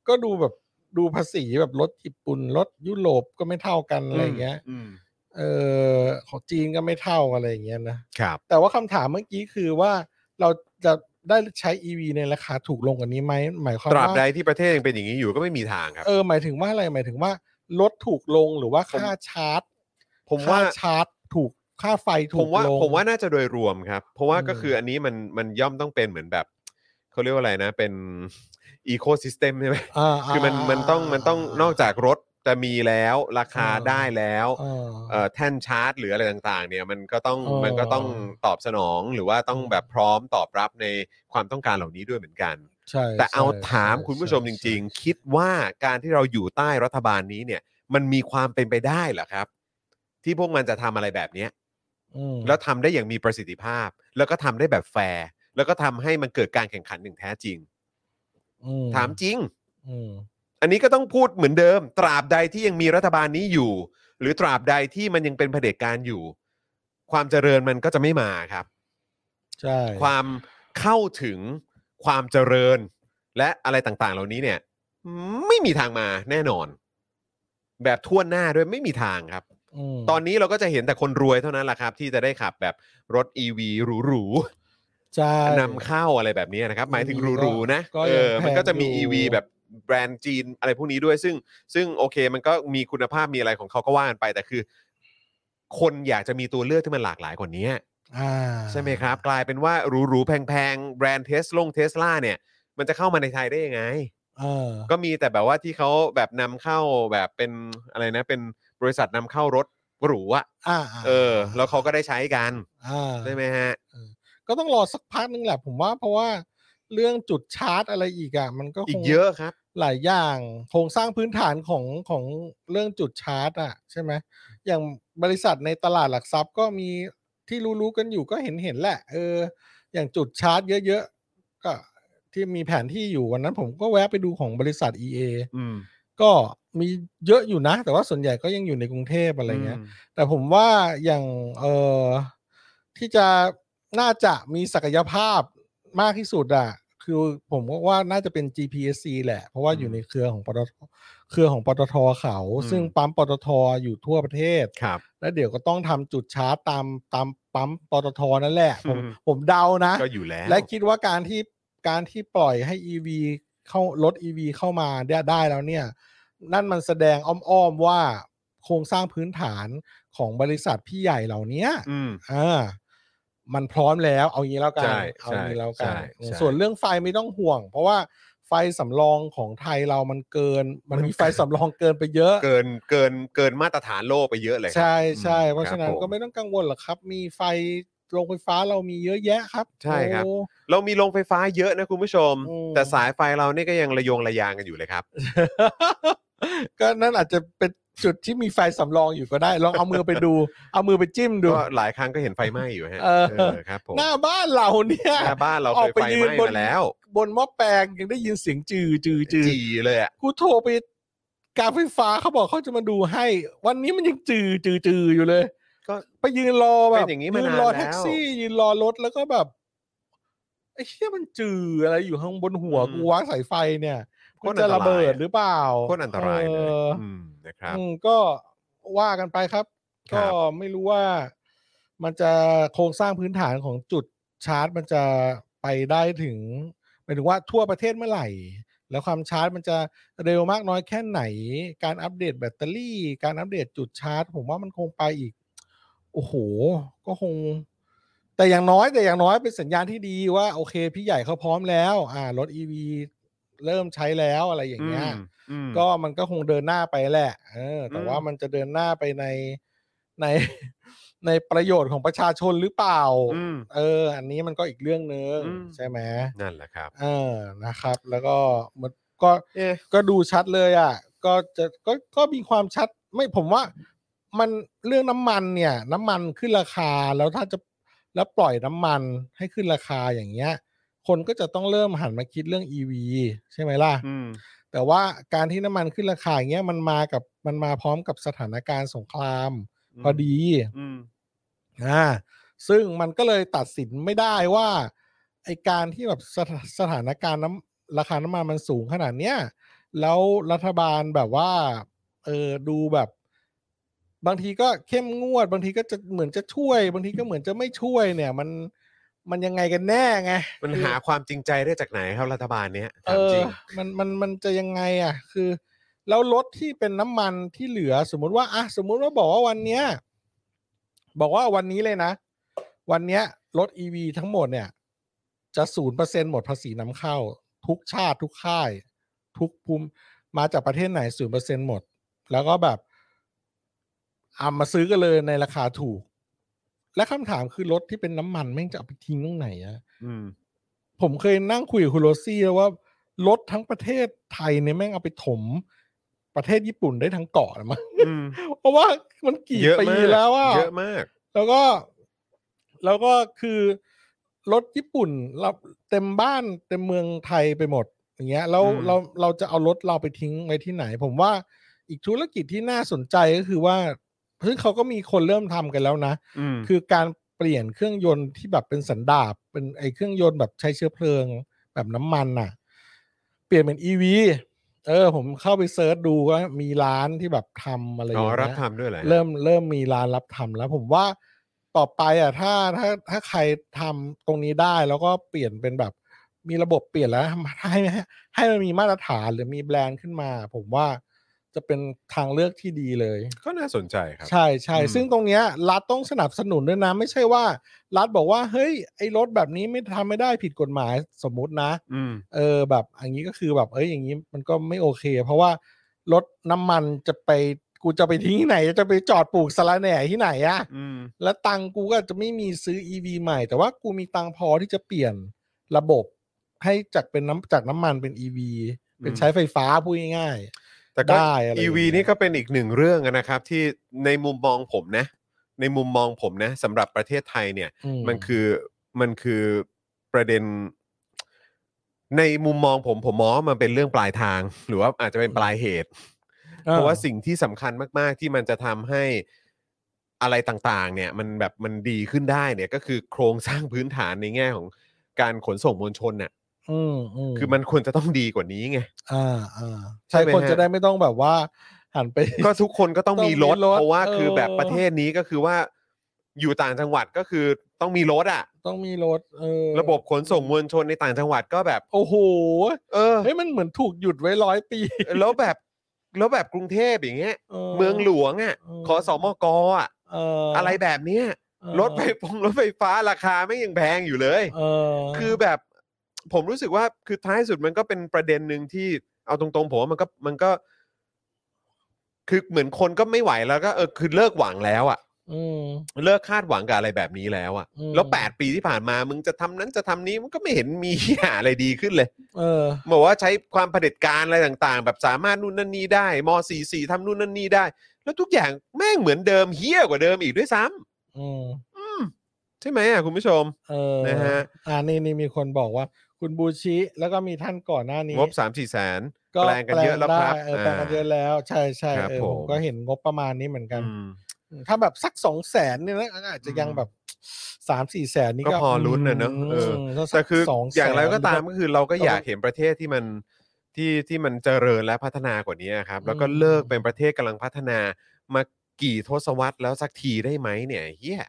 Speaker 3: ก็ดูแบบดูภาษีแบบรถญี่ปุ่นรถยุโรปก็ไม่เท่ากันอะไรอย่างเงี้ย
Speaker 2: อืม
Speaker 3: เออของจีนก็ไม่เท่ากันอะไรอย่างเงี้ยนะ
Speaker 2: ครับ
Speaker 3: แต่ว่าคำถามเมื่อกี้คือว่าเราจะได้ใช้ EV ในราคาถูกลงกว่านี้ไหมหมายความ
Speaker 2: ตราบ
Speaker 3: ว่า
Speaker 2: ใดที่ประเทศยังเป็นอย่างนี้อยู่ก็ไม่มีทางครับ
Speaker 3: เออหมายถึงว่าอะไรหมายถึงว่าลดถูกลงหรือว่าค่าชาร์จ
Speaker 2: ผมว่า
Speaker 3: ค่ชาร์จถูกค่าไฟถู
Speaker 2: ผ
Speaker 3: ก
Speaker 2: มว่า
Speaker 3: ลง
Speaker 2: ผมว่าน่าจะโดยรวมครับ เพราะว่า
Speaker 3: อืม
Speaker 2: ก็คืออันนี้มันมันย่อมต้องเป็นเหมือนแบบเขาเรียกว่าอะไรนะ เป็นอีโค y ิสเต็มใช่ไหม
Speaker 3: อ่าา
Speaker 2: คือมันมันต้องมันต้องนอกจากรถจะมีแล้วราคาได้แล้ว
Speaker 3: อ่า
Speaker 2: เอ่อแท่นชาร์จ หรืออะไรต่างๆ เนี่ยมันก็ต้อง
Speaker 3: เออ
Speaker 2: มันก็ต้องตอบสนองหรือว่าต้องแบบพร้อมตอบรับในความต้องการเหล่านี้ด้วยเหมือนกัน
Speaker 3: ใช่
Speaker 2: แต่เอา
Speaker 3: ใช่
Speaker 2: ถาม
Speaker 3: ใช่
Speaker 2: คุณผู้ชมจ
Speaker 3: ใช่
Speaker 2: ริง ๆ คิดว่าการที่เราอยู่ใต้รัฐบาลนี้เนี่ย มันมีความเป็นไปได้เหรอครับ ที่พวกมันจะทำอะไรแบบเนี้ย
Speaker 3: อืม
Speaker 2: แล้วทำได้อย่างมีประสิทธิภาพ แล้วก็ทำได้แบบแฟร์แล้วก็ทำให้มันเกิดการแข่งขันอย่างแท้จริง
Speaker 3: อื
Speaker 2: ถามจริง
Speaker 3: อืม
Speaker 2: อันนี้ก็ต้องพูดเหมือนเดิม ตราบใดที่ยังมีรัฐบาลนี้อยู่ หรือตราบใดที่มันยังเป็นเผด็จการอยู่ ความเจริญมันก็จะไม่มาครับ
Speaker 3: ใช่
Speaker 2: ความเข้าถึงความเจริญ และอะไรต่างๆ เหล่านี้เนี่ย ไม่มีทางมาแน่นอน แบบทั่วหน้าด้วยไม่มีทางครับ
Speaker 3: ม
Speaker 2: ตอนนี้เราก็จะเห็นแต่คนรวยเท่านั้นแหละครับ ที่จะได้ขับแบบรถ E ีวีหรู
Speaker 3: ใช่
Speaker 2: ๆนำเข้าอะไรแบบนี้นะครับ หมายถึงหรูๆนะ
Speaker 3: ก็
Speaker 2: เอ
Speaker 3: ยัง
Speaker 2: อ
Speaker 3: แพง
Speaker 2: มันก็จะมี
Speaker 3: อยู่
Speaker 2: E ีวีแบบแบรนด์จีนอะไรพวกนี้ด้วย ซึ่ง ซึ่งโอเค มันก็มีคุณภาพมีอะไรของเขาก็ว่ากันไป แต่คือ คนอยากจะมีตัวเลือกที่มันหลากหลายกว่านี้
Speaker 3: อ่า
Speaker 2: ใช่ไหมครับ กลายเป็นว่าหรูๆแพงๆแบรนด์เทสลงเทสลาเนี่ย มันจะเข้ามาในไทยได้ยังไง
Speaker 3: เออ
Speaker 2: ก็มีแต่แบบว่าที่เขาแบบนำเข้าแบบเป็นอะไรนะ เป็นบริษัทนำเข้ารถหรูอะ
Speaker 3: อ่า
Speaker 2: เออ แล้วเขาก็ได้ใช้กัน
Speaker 3: อ่า
Speaker 2: ใช่ไหมฮะ
Speaker 3: ก็ต้องรอสักพักนึงแหละผมว่าเพราะว่าเรื่องจุดชาร์จอะไรอีกอ่ะมันก็คง
Speaker 2: อีกเยอะครับ
Speaker 3: หลายอย่างโครงสร้างพื้นฐานของของเรื่องจุดชาร์จอ่ะใช่ไหมอย่างบริษัทในตลาดหลักทรัพย์ก็มีที่รู้ๆกันอยู่ก็เห็นเห็นๆแหละ เออ อย่างจุดชาร์จเยอะๆก็ที่มีแผนที่อยู่วันนั้นผมก็แวะไปดูของบริษัท EA
Speaker 2: อืม
Speaker 3: ก็มีเยอะอยู่นะ แต่ว่าส่วนใหญ่ก็ยังอยู่ในกรุงเทพอะไรเงี้ย
Speaker 2: ม
Speaker 3: แต่ผมว่าอย่างเออที่จะน่าจะมีศักยภาพมากที่สุดอะคือผมก็ว่าน่าจะเป็น GPSC แหละ เพราะว่าอยู่ในเครือของปตทเครือของปตทเขา ซึ่งปั๊มปตทอยู่ทั่วประเทศ
Speaker 2: ครับ
Speaker 3: แล้วเดี๋ยวก็ต้องทำจุดชาร์จตามตามปั๊มปตทนั่นแหละ ผม
Speaker 2: อืม
Speaker 3: ผมเดานะ
Speaker 2: ก็อยู่แล้ว
Speaker 3: และคิดว่าการที่การที่ปล่อยให้ EV เข้ารถ EV เข้ามาได้ได้แล้วเนี่ย นั่นมันแสดงอ้อม ๆ ว่าโครงสร้างพื้นฐานของบริษัทพี่ใหญ่เหล่าเนี้ย
Speaker 2: อืม
Speaker 3: อ่ามันพร้อมแล้วเอางี้แล้วกัน
Speaker 2: ใช่
Speaker 3: เอางี้แล้วกัน
Speaker 2: ใช่ใช่ใช่
Speaker 3: ส่วนเรื่องไฟไม่ต้องห่วง เพราะว่าไฟสำรองของไทยเรามันเกิน มันมีไฟสำรองเกินไปเยอะ
Speaker 2: เกินเกินเกินมาตรฐานโลกไปเยอะเลยครับ
Speaker 3: ใช่ใช่
Speaker 2: อืม
Speaker 3: เพราะฉะนั้น
Speaker 2: คบผ
Speaker 3: ก็ไม่ต้องกังวลหรอกครับ มีไฟโรงไฟฟ้าเรามีเยอะแยะครับ
Speaker 2: ใช่ครับ
Speaker 3: โอ้
Speaker 2: เรามีโรงไฟฟ้าเยอะนะคุณผู้ชม
Speaker 3: อืม
Speaker 2: แต่สายไฟเรานี่ก็ยังระโยงระยางกันอยู่เลยครับ
Speaker 3: ก็นั่นอาจจะเป็นจุดที่มีไฟสำรองอยู่ก็ได้ ลองเอามือไปดู เอามือไปจิ้มดู
Speaker 2: ก็หลายครั้งก็เห็นไฟไหม้อยู่ฮะ
Speaker 3: เออ
Speaker 2: เออครับผม
Speaker 3: หน้าบ้านเราเนี่ย
Speaker 2: หน้าบ้านเรา
Speaker 3: อ
Speaker 2: เค
Speaker 3: อก
Speaker 2: ย
Speaker 3: ไป
Speaker 2: ไฟ
Speaker 3: ยื
Speaker 2: ไห
Speaker 3: น
Speaker 2: ม้
Speaker 3: บน
Speaker 2: มาแล้ว
Speaker 3: บนหม้อแปลงยังได้ยินเสียงจือจือจือ
Speaker 2: จีเลยอ่ะ
Speaker 3: กูโทรไปการไฟฟ้าเขาบอกเขาจะมาดูให้ วันนี้มันยังจือจือจืออยู่เลย
Speaker 2: ก็
Speaker 3: ไปยืนรอแบ
Speaker 2: เป็
Speaker 3: บ
Speaker 2: นอย่างนี้มา
Speaker 3: ยืน
Speaker 2: นาน
Speaker 3: รอ
Speaker 2: แล้ว
Speaker 3: แท็กซี่ ยืนรอรถแล้วก็แบบไอ้เชี่ยมันจืออะไรอยู่ข้างบนหัวกูวะสายไฟเนี่ย
Speaker 2: โค
Speaker 3: มัน
Speaker 2: ต
Speaker 3: จะ
Speaker 2: อันตาย
Speaker 3: ระเบิดหรือเปล่า
Speaker 2: โคตรอันตรายเลย
Speaker 3: ออ
Speaker 2: มนะครับ
Speaker 3: อืมก็ว่ากันไปครับ
Speaker 2: ครั
Speaker 3: ก็
Speaker 2: บ
Speaker 3: ไม่รู้ว่ามันจะโครงสร้างพื้นฐานของจุดชาร์จ มันจะไปได้ถึงหมายถึงว่าทั่วประเทศเมื่อไหร่ แล้วความชาร์จมันจะเร็วมากน้อยแค่ไหน การอัปเดตแบตเตอรี่ การอัปเดตจุดชาร์จ ผมว่ามันคงไปอีก โอ้โห ก็คง แต่อย่างน้อยแต่อย่างน้อยเป็นสัญญาณที่ดีว่าโอเค พี่ใหญ่เขาพร้อมแล้ว อ่ารถ EV เริ่มใช้แล้วอะไรอย่างเงี้ย
Speaker 2: มอืม
Speaker 3: ก็มันก็คงเดินหน้าไปแหละเออแต่
Speaker 2: อืม
Speaker 3: ว่ามันจะเดินหน้าไปใน ใน ในประโยชน์ของประชาชนหรือเปล่า
Speaker 2: อืม
Speaker 3: เออ อันนี้มันก็อีกเรื่องหนึง
Speaker 2: อืม
Speaker 3: ใช่ไหม
Speaker 2: นั่นแหละครับ
Speaker 3: เออนะครับ แล้วก็มันก็
Speaker 2: เอ๊ะ
Speaker 3: ก็ดูชัดเลยอ่ะ ก็จะก็ก็มีความชัด ไม่ผมว่ามันเรื่องน้ำมันเนี่ย น้ำมันขึ้นราคาแล้วถ้าจะแล้วปล่อยน้ำมันให้ขึ้นราคาอย่างเงี้ย คนก็จะต้องเริ่มหันมาคิดเรื่อง E ีวีใช่ไหมล่ะ
Speaker 2: อืม
Speaker 3: แต่ว่าการที่น้ำมันขึ้นราคาอย่างเงี้ยมันมากับมันมาพร้อมกับสถานการณ์สงครามพอดี
Speaker 2: อืม
Speaker 3: อ่าซึ่งมันก็เลยตัดสินไม่ได้ว่าไอการที่แบบสถสถานการณ์น้ำราคาน้ำมันมันสูงขนาดเนี้ยแล้วรัฐบาลแบบว่าเออดูแบบ บางทีก็เข้มงวด บางทีก็จะเหมือนจะช่วย บางทีก็เหมือนจะไม่ช่วยเนี่ย มันมันยังไงกันแน่ไง
Speaker 2: มันหาความจริงใจได้จากไหนครับรัฐบาลเนี้ย
Speaker 3: เอ
Speaker 2: ถามจริ
Speaker 3: อง มันมันมันจะยังไงอ่ะ คือ แล้วรถที่เป็นน้ำมันที่เหลือสมมุติว่าอ่ะสมมุติว่าบอกว่าวันเนี้ย บอกว่าวันนี้เลยนะ วันเนี้ยรถ e ีวีทั้งหมดเนี่ย จะศูนเปอร์เซ็นหมดภาษีนำเข้า ทุกชาติทุกค่าย ทุกภูมิมาจากประเทศไหนศูนเปอร์เซ็นหมด แล้วก็แบบเอามาซื้อกันเลยในราคาถูก และคำถามคือรถที่เป็นน้ำมันแม่งจะเอาไปทิ้งตรงไหนอะ
Speaker 2: อืม
Speaker 3: ผมเคยนั่งคุยกับคุณโรซี่แล้วว่ารถทั้งประเทศไทยเนี่ยแม่งเอาไปถม ประเทศญี่ปุ่นได้ทั้งเกาะนะมั้ง
Speaker 2: อืม
Speaker 3: เพราะว่ามันกี่
Speaker 2: เยอะ
Speaker 3: ปี
Speaker 2: มาก
Speaker 3: แล้วอ่ะ
Speaker 2: เยอะมาก
Speaker 3: แล้วก็ แล้วก็คือรถญี่ปุ่นเราเต็มบ้านเต็มเมืองไทยไปหมด อย่างเงี้ยแล้ว
Speaker 2: อืม
Speaker 3: เราเราจะเอารถเราไปทิ้งไว้ที่ไหน ผมว่าอีกธุรกิจที่น่าสนใจก็คือว่าซึ่งเขาก็มีคนเริ่มทำกันแล้วนะ
Speaker 2: อืม
Speaker 3: คือการเปลี่ยนเครื่องยนต์ที่แบบเป็นสันดาปเป็นไอเครื่องยนต์แบบใช้เชื้อเพลิง แบบน้ำมันน่ะ เปลี่ยนเป็น e ีวีเออ ผมเข้าไปเซิร์ชดูก็มีร้านที่แบบทำอะไรอย่า
Speaker 2: อ๋
Speaker 3: ง
Speaker 2: อ
Speaker 3: เงี้ย
Speaker 2: รับทำด้วยเหรอฮะ
Speaker 3: เริ่มเริ่มมีร้านรับทำแล้ว ผมว่าต่อไปอ่ะ ถ้าถ้าถ้าใครทำตรงนี้ได้แล้วก็เปลี่ยนเป็นแบบมีระ บบเปลี่ยนแล้วให้ให้ให้มันมีมาตรฐานหรือมีแบรนด์ขึ้นมา ผมว่าจะเป็นทางเลือกที่ดีเลย
Speaker 2: ก็น่าสนใจครับ
Speaker 3: ใช่ใช่
Speaker 2: อืม
Speaker 3: ซึ่งตรงเนี้ยรัฐต้องสนับสนุนด้วยนะ ไม่ใช่ว่า รัฐบอกว่า เฮ้ย ไอ้รถแบบนี้ไม่ทำไม่ได้ผิดกฎหมายสมมุตินะ
Speaker 2: อืม
Speaker 3: เออแบบอย่างนี้ก็คือแบบเอ้ยอย่างนี้มันก็ไม่โอเค เพราะว่ารถน้ำมันจะไปกูจะไปทิ้งที่ไหน จะไปจอดปลูกสาระแหน่ที่ไหนอะ
Speaker 2: อืม
Speaker 3: แล้วตังค์กูก็จะไม่มีซื้อ e ีวีใหม่ แต่ว่ากูมีตังค์พอที่จะเปลี่ยนระบบให้จากเป็นน้ำจากน้ำมันเป็น e ีวีเป็น
Speaker 2: อืม
Speaker 3: ใช้ไฟฟ้าพูดง่าย
Speaker 2: แต่ก็
Speaker 3: ได้อะไรอย่างเงี้ย
Speaker 2: EV นี่ก็เป็นอีกหนึ่งเรื่องนะครับ ที่ในมุมมองผมนะ ในมุมมองผมนะสำหรับประเทศไทยเนี่ย
Speaker 3: ๆอื
Speaker 2: มันคือมันคือประเด็น ในมุมมองผมผมมองว่ามันเป็นเรื่องปลายทาง หรือว่าอาจจะเป็นปลายเหตุ
Speaker 3: ออ
Speaker 2: เพราะว่าสิ่งที่สำคัญมาก ๆ ที่มันจะทำให้อะไรต่างๆ เนี่ย มันแบบมันดีขึ้นได้เนี่ยก็คือโครงสร้างพื้นฐานในแง่ของการขนส่งมวลชนเนี่ย
Speaker 3: อืมอืม
Speaker 2: คือมันควรจะต้องดีกว่านี้ ไง
Speaker 3: อ่าอ่าใช่
Speaker 2: ใช่ไหม
Speaker 3: คน
Speaker 2: ฮะ
Speaker 3: จะได้ไม่ต้องแบบว่า หันไป
Speaker 2: ก็ทุกคนก็ต้องมีรถ
Speaker 3: ต้องมีรถ
Speaker 2: เพราะว่าคือ
Speaker 3: เออ
Speaker 2: แบบประเทศนี้ก็คือว่าอยู่ต่างจังหวัดก็คือต้องมีรถอะ
Speaker 3: ต้องมีรถเออ
Speaker 2: ระบบขนส่งมวลชนในต่างจังหวัดก็แบบ
Speaker 3: โอ้โห
Speaker 2: เออ
Speaker 3: เฮ้ยมันเหมือนถูกหยุดไว้ร้อยปี
Speaker 2: แล้วแบบแล้วแบบกรุงเทพอย่างเงี้ย เมืองหลวงอ่ะ
Speaker 3: เออ
Speaker 2: ขอสมกอ่ะ
Speaker 3: เอ
Speaker 2: อะไรแบบเนี้ย
Speaker 3: เออ
Speaker 2: รถไฟฟงรถไฟฟ้าราคาไม่ยังแพงอยู่เลย
Speaker 3: เออ
Speaker 2: คือแบบผมรู้สึกว่าคือท้ายสุดมันก็เป็นประเด็นหนึ่งที่เอาตรงๆผมว่ามันก็มันก็ คือเหมือนคนก็ไม่ไหวแล้วก็เออคือเลิกหวังแล้วอะ
Speaker 3: อืม
Speaker 2: เลิกคาดหวังกับอะไรแบบนี้แล้วอะ
Speaker 3: อืม
Speaker 2: แล้ว 8 ปีที่ผ่านมามึงจะทำนั้นจะทำนี้มันก็ไม่เห็น มี อะไรดีขึ้นเลย
Speaker 3: เออ
Speaker 2: บอกว่าใช้ความเผด็จการอะไรต่างๆ แบบสามารถนู่นนั่นนี่ได้ม .44 ทำนู่นนั่นนี่ได้ แล้วทุกอย่างแม่งเหมือนเดิมเฮี้ยกว่าเดิมอีกด้วยซ้ำ
Speaker 3: อืม
Speaker 2: ใช่ไหมอ่ะคุณผู้ชม
Speaker 3: เออ
Speaker 2: นะฮะ
Speaker 3: อ่านี่นี่มีคนบอกว่า คุณบูชิแล้วก็มีท่านก่อนหน้านี้
Speaker 2: งบ3 4แสน แปลงกันเยอะแล้วครับ
Speaker 3: ได้เออแปลงกันเยอะแล้ว ใช่ใช่
Speaker 2: ครับ
Speaker 3: เออผม
Speaker 2: ผม
Speaker 3: ก็เห็นงบประมาณนี้เหมือนกัน
Speaker 2: อืม
Speaker 3: ถ้าแบบสักสองแสนเนี่ยนะอาจจะยังแบบสามสี่แสนนี่
Speaker 2: ก็พอลุ้นน่ะเนอะเออ แต่คืออย่างไรก็ตามก็คือเราก็อยากเห็นประเทศที่มันที่ที่มันเจริญและพัฒนากว่านี้ครับ แล้วก็เลิกเป็นประเทศกำลังพัฒนามากี่ทศวรรษแล้วสักทีได้ไหมเนี่ยเฮีย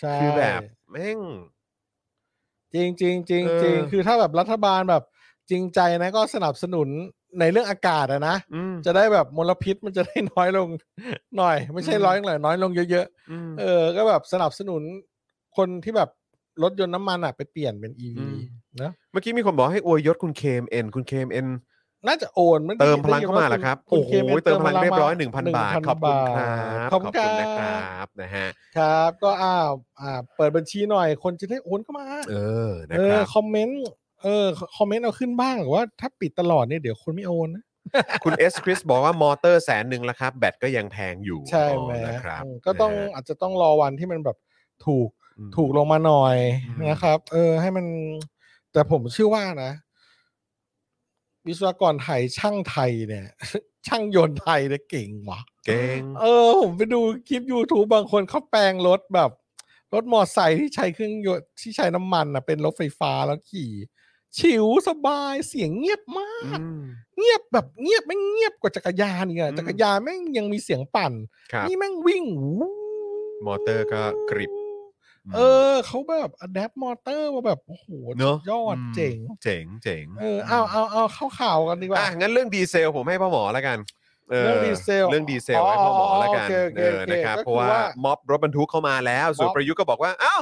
Speaker 2: คื
Speaker 3: คือ อ
Speaker 2: แบ
Speaker 3: แบบ บ
Speaker 2: แม่ง
Speaker 3: จริงจริงจริง
Speaker 2: เออ
Speaker 3: จริงคือถ้าแบบรัฐบาลแบบจริงใจนะก็สนับสนุนในเรื่องอากาศอะนะ
Speaker 2: อืม
Speaker 3: จะได้แบบมลพิษมันจะได้น้อยลง หน่อย ไม่ใช่
Speaker 2: อืม
Speaker 3: ร้อยหน่อยน้อยลงเยอะ
Speaker 2: อืม
Speaker 3: ๆเออ ก็แบบสนับสนุนคนที่แบบรถยนต์น้ำมันอะไปเปลี่ยนเป็น e ี
Speaker 2: อื
Speaker 3: วี
Speaker 2: ม
Speaker 3: นะ
Speaker 2: เมื่อกี้มีคนบอกให้อวยยศคุณเคมเอ็นคุณเคมเอ็น
Speaker 3: น่าจะโอนน
Speaker 2: เติมพลังเข้ามาเหรอครับ
Speaker 3: ณณ
Speaker 2: โอ้โห
Speaker 3: คม
Speaker 2: เติมพลังเรียบร้อย
Speaker 3: ติมพลัง
Speaker 2: 1,000 บาท ขอบคุณครับ
Speaker 3: ขอบคุณครั
Speaker 2: นะค
Speaker 3: บ
Speaker 2: รับนะฮะ
Speaker 3: ครับก็อ้าวอ่าเปิดบัญชีหน่อยคนจะได้โอนเข้ามา
Speaker 2: เออ นะ
Speaker 3: เอ
Speaker 2: ค
Speaker 3: อ
Speaker 2: รับ
Speaker 3: คอมเมนต์เออคอมเมนต์เอาขึ้นบ้างหรือว่าถ้าปิดตลอดเนี่ยเดี๋ยวคนไม่โอนนะ
Speaker 2: คุณเอสคริสบอกว่ามอเตอร์แสนหนึ่งแล้วครับ แบตก็ยังแพงอยู่
Speaker 3: ใช่ไหม
Speaker 2: อ๋อนะครับ
Speaker 3: อืมก็ต้อง
Speaker 2: นะฮะ
Speaker 3: อาจจะต้องรอวันที่มันแบบถูก
Speaker 2: อืม
Speaker 3: ถูกลงมาหน่อย
Speaker 2: อืม
Speaker 3: นะครับ เออ ให้มัน แต่ผมเชื่อว่านะ วิศวกรไทยช่างไทยเนี่ย ช่างยนต์ไทยเนี่ยเก่งว่ะ
Speaker 2: เก่ง
Speaker 3: เออ ผมไปดูคลิป YouTube บางคนเขาแปลงรถแบบ รถมอไซค์ที่ใช้เครื่องยนต์ที่ใช้น้ำมันนะเป็นรถไฟฟ้าแล้วขี่ ชิวสบายเสียงเงียบมาก เงียบแบบเงียบไม่งเงียบกว่าจักรยานอีก
Speaker 2: อื
Speaker 3: อะ
Speaker 2: ม
Speaker 3: จักรยานแม่งยังมีเสียงปั่น
Speaker 2: ครับ
Speaker 3: นี่แม่งวิ่งวู้
Speaker 2: มอเตอร์ก็กริบ
Speaker 3: เออเขาแบบอัดแอปมอเตอร์มาแบบโอ้โห
Speaker 2: เนอะ
Speaker 3: ยอด
Speaker 2: ม
Speaker 3: เจ๋ง
Speaker 2: เจ๋งเจ๋ง
Speaker 3: เออเอาเอาเอาเข้าข่าวกันดีกว่า
Speaker 2: อ่ะงั้นเรื่องดีเซลผมให้พ่อหมอแล้วกัน
Speaker 3: เรื่องดีเซล
Speaker 2: เรื่องดีเซลให้พ่อหมอแล้วกั
Speaker 3: อ๋อ
Speaker 2: น
Speaker 3: โอเคโอเค
Speaker 2: เออ
Speaker 3: โอเค
Speaker 2: นะครับ
Speaker 3: ก็คือ
Speaker 2: เพราะว่า
Speaker 3: ว่า
Speaker 2: ม็อบรถบรรทุกเข้ามาแล้ว ส่วน
Speaker 3: ม็อบ
Speaker 2: ประยุทธ์ก็บอกว่าเอ้า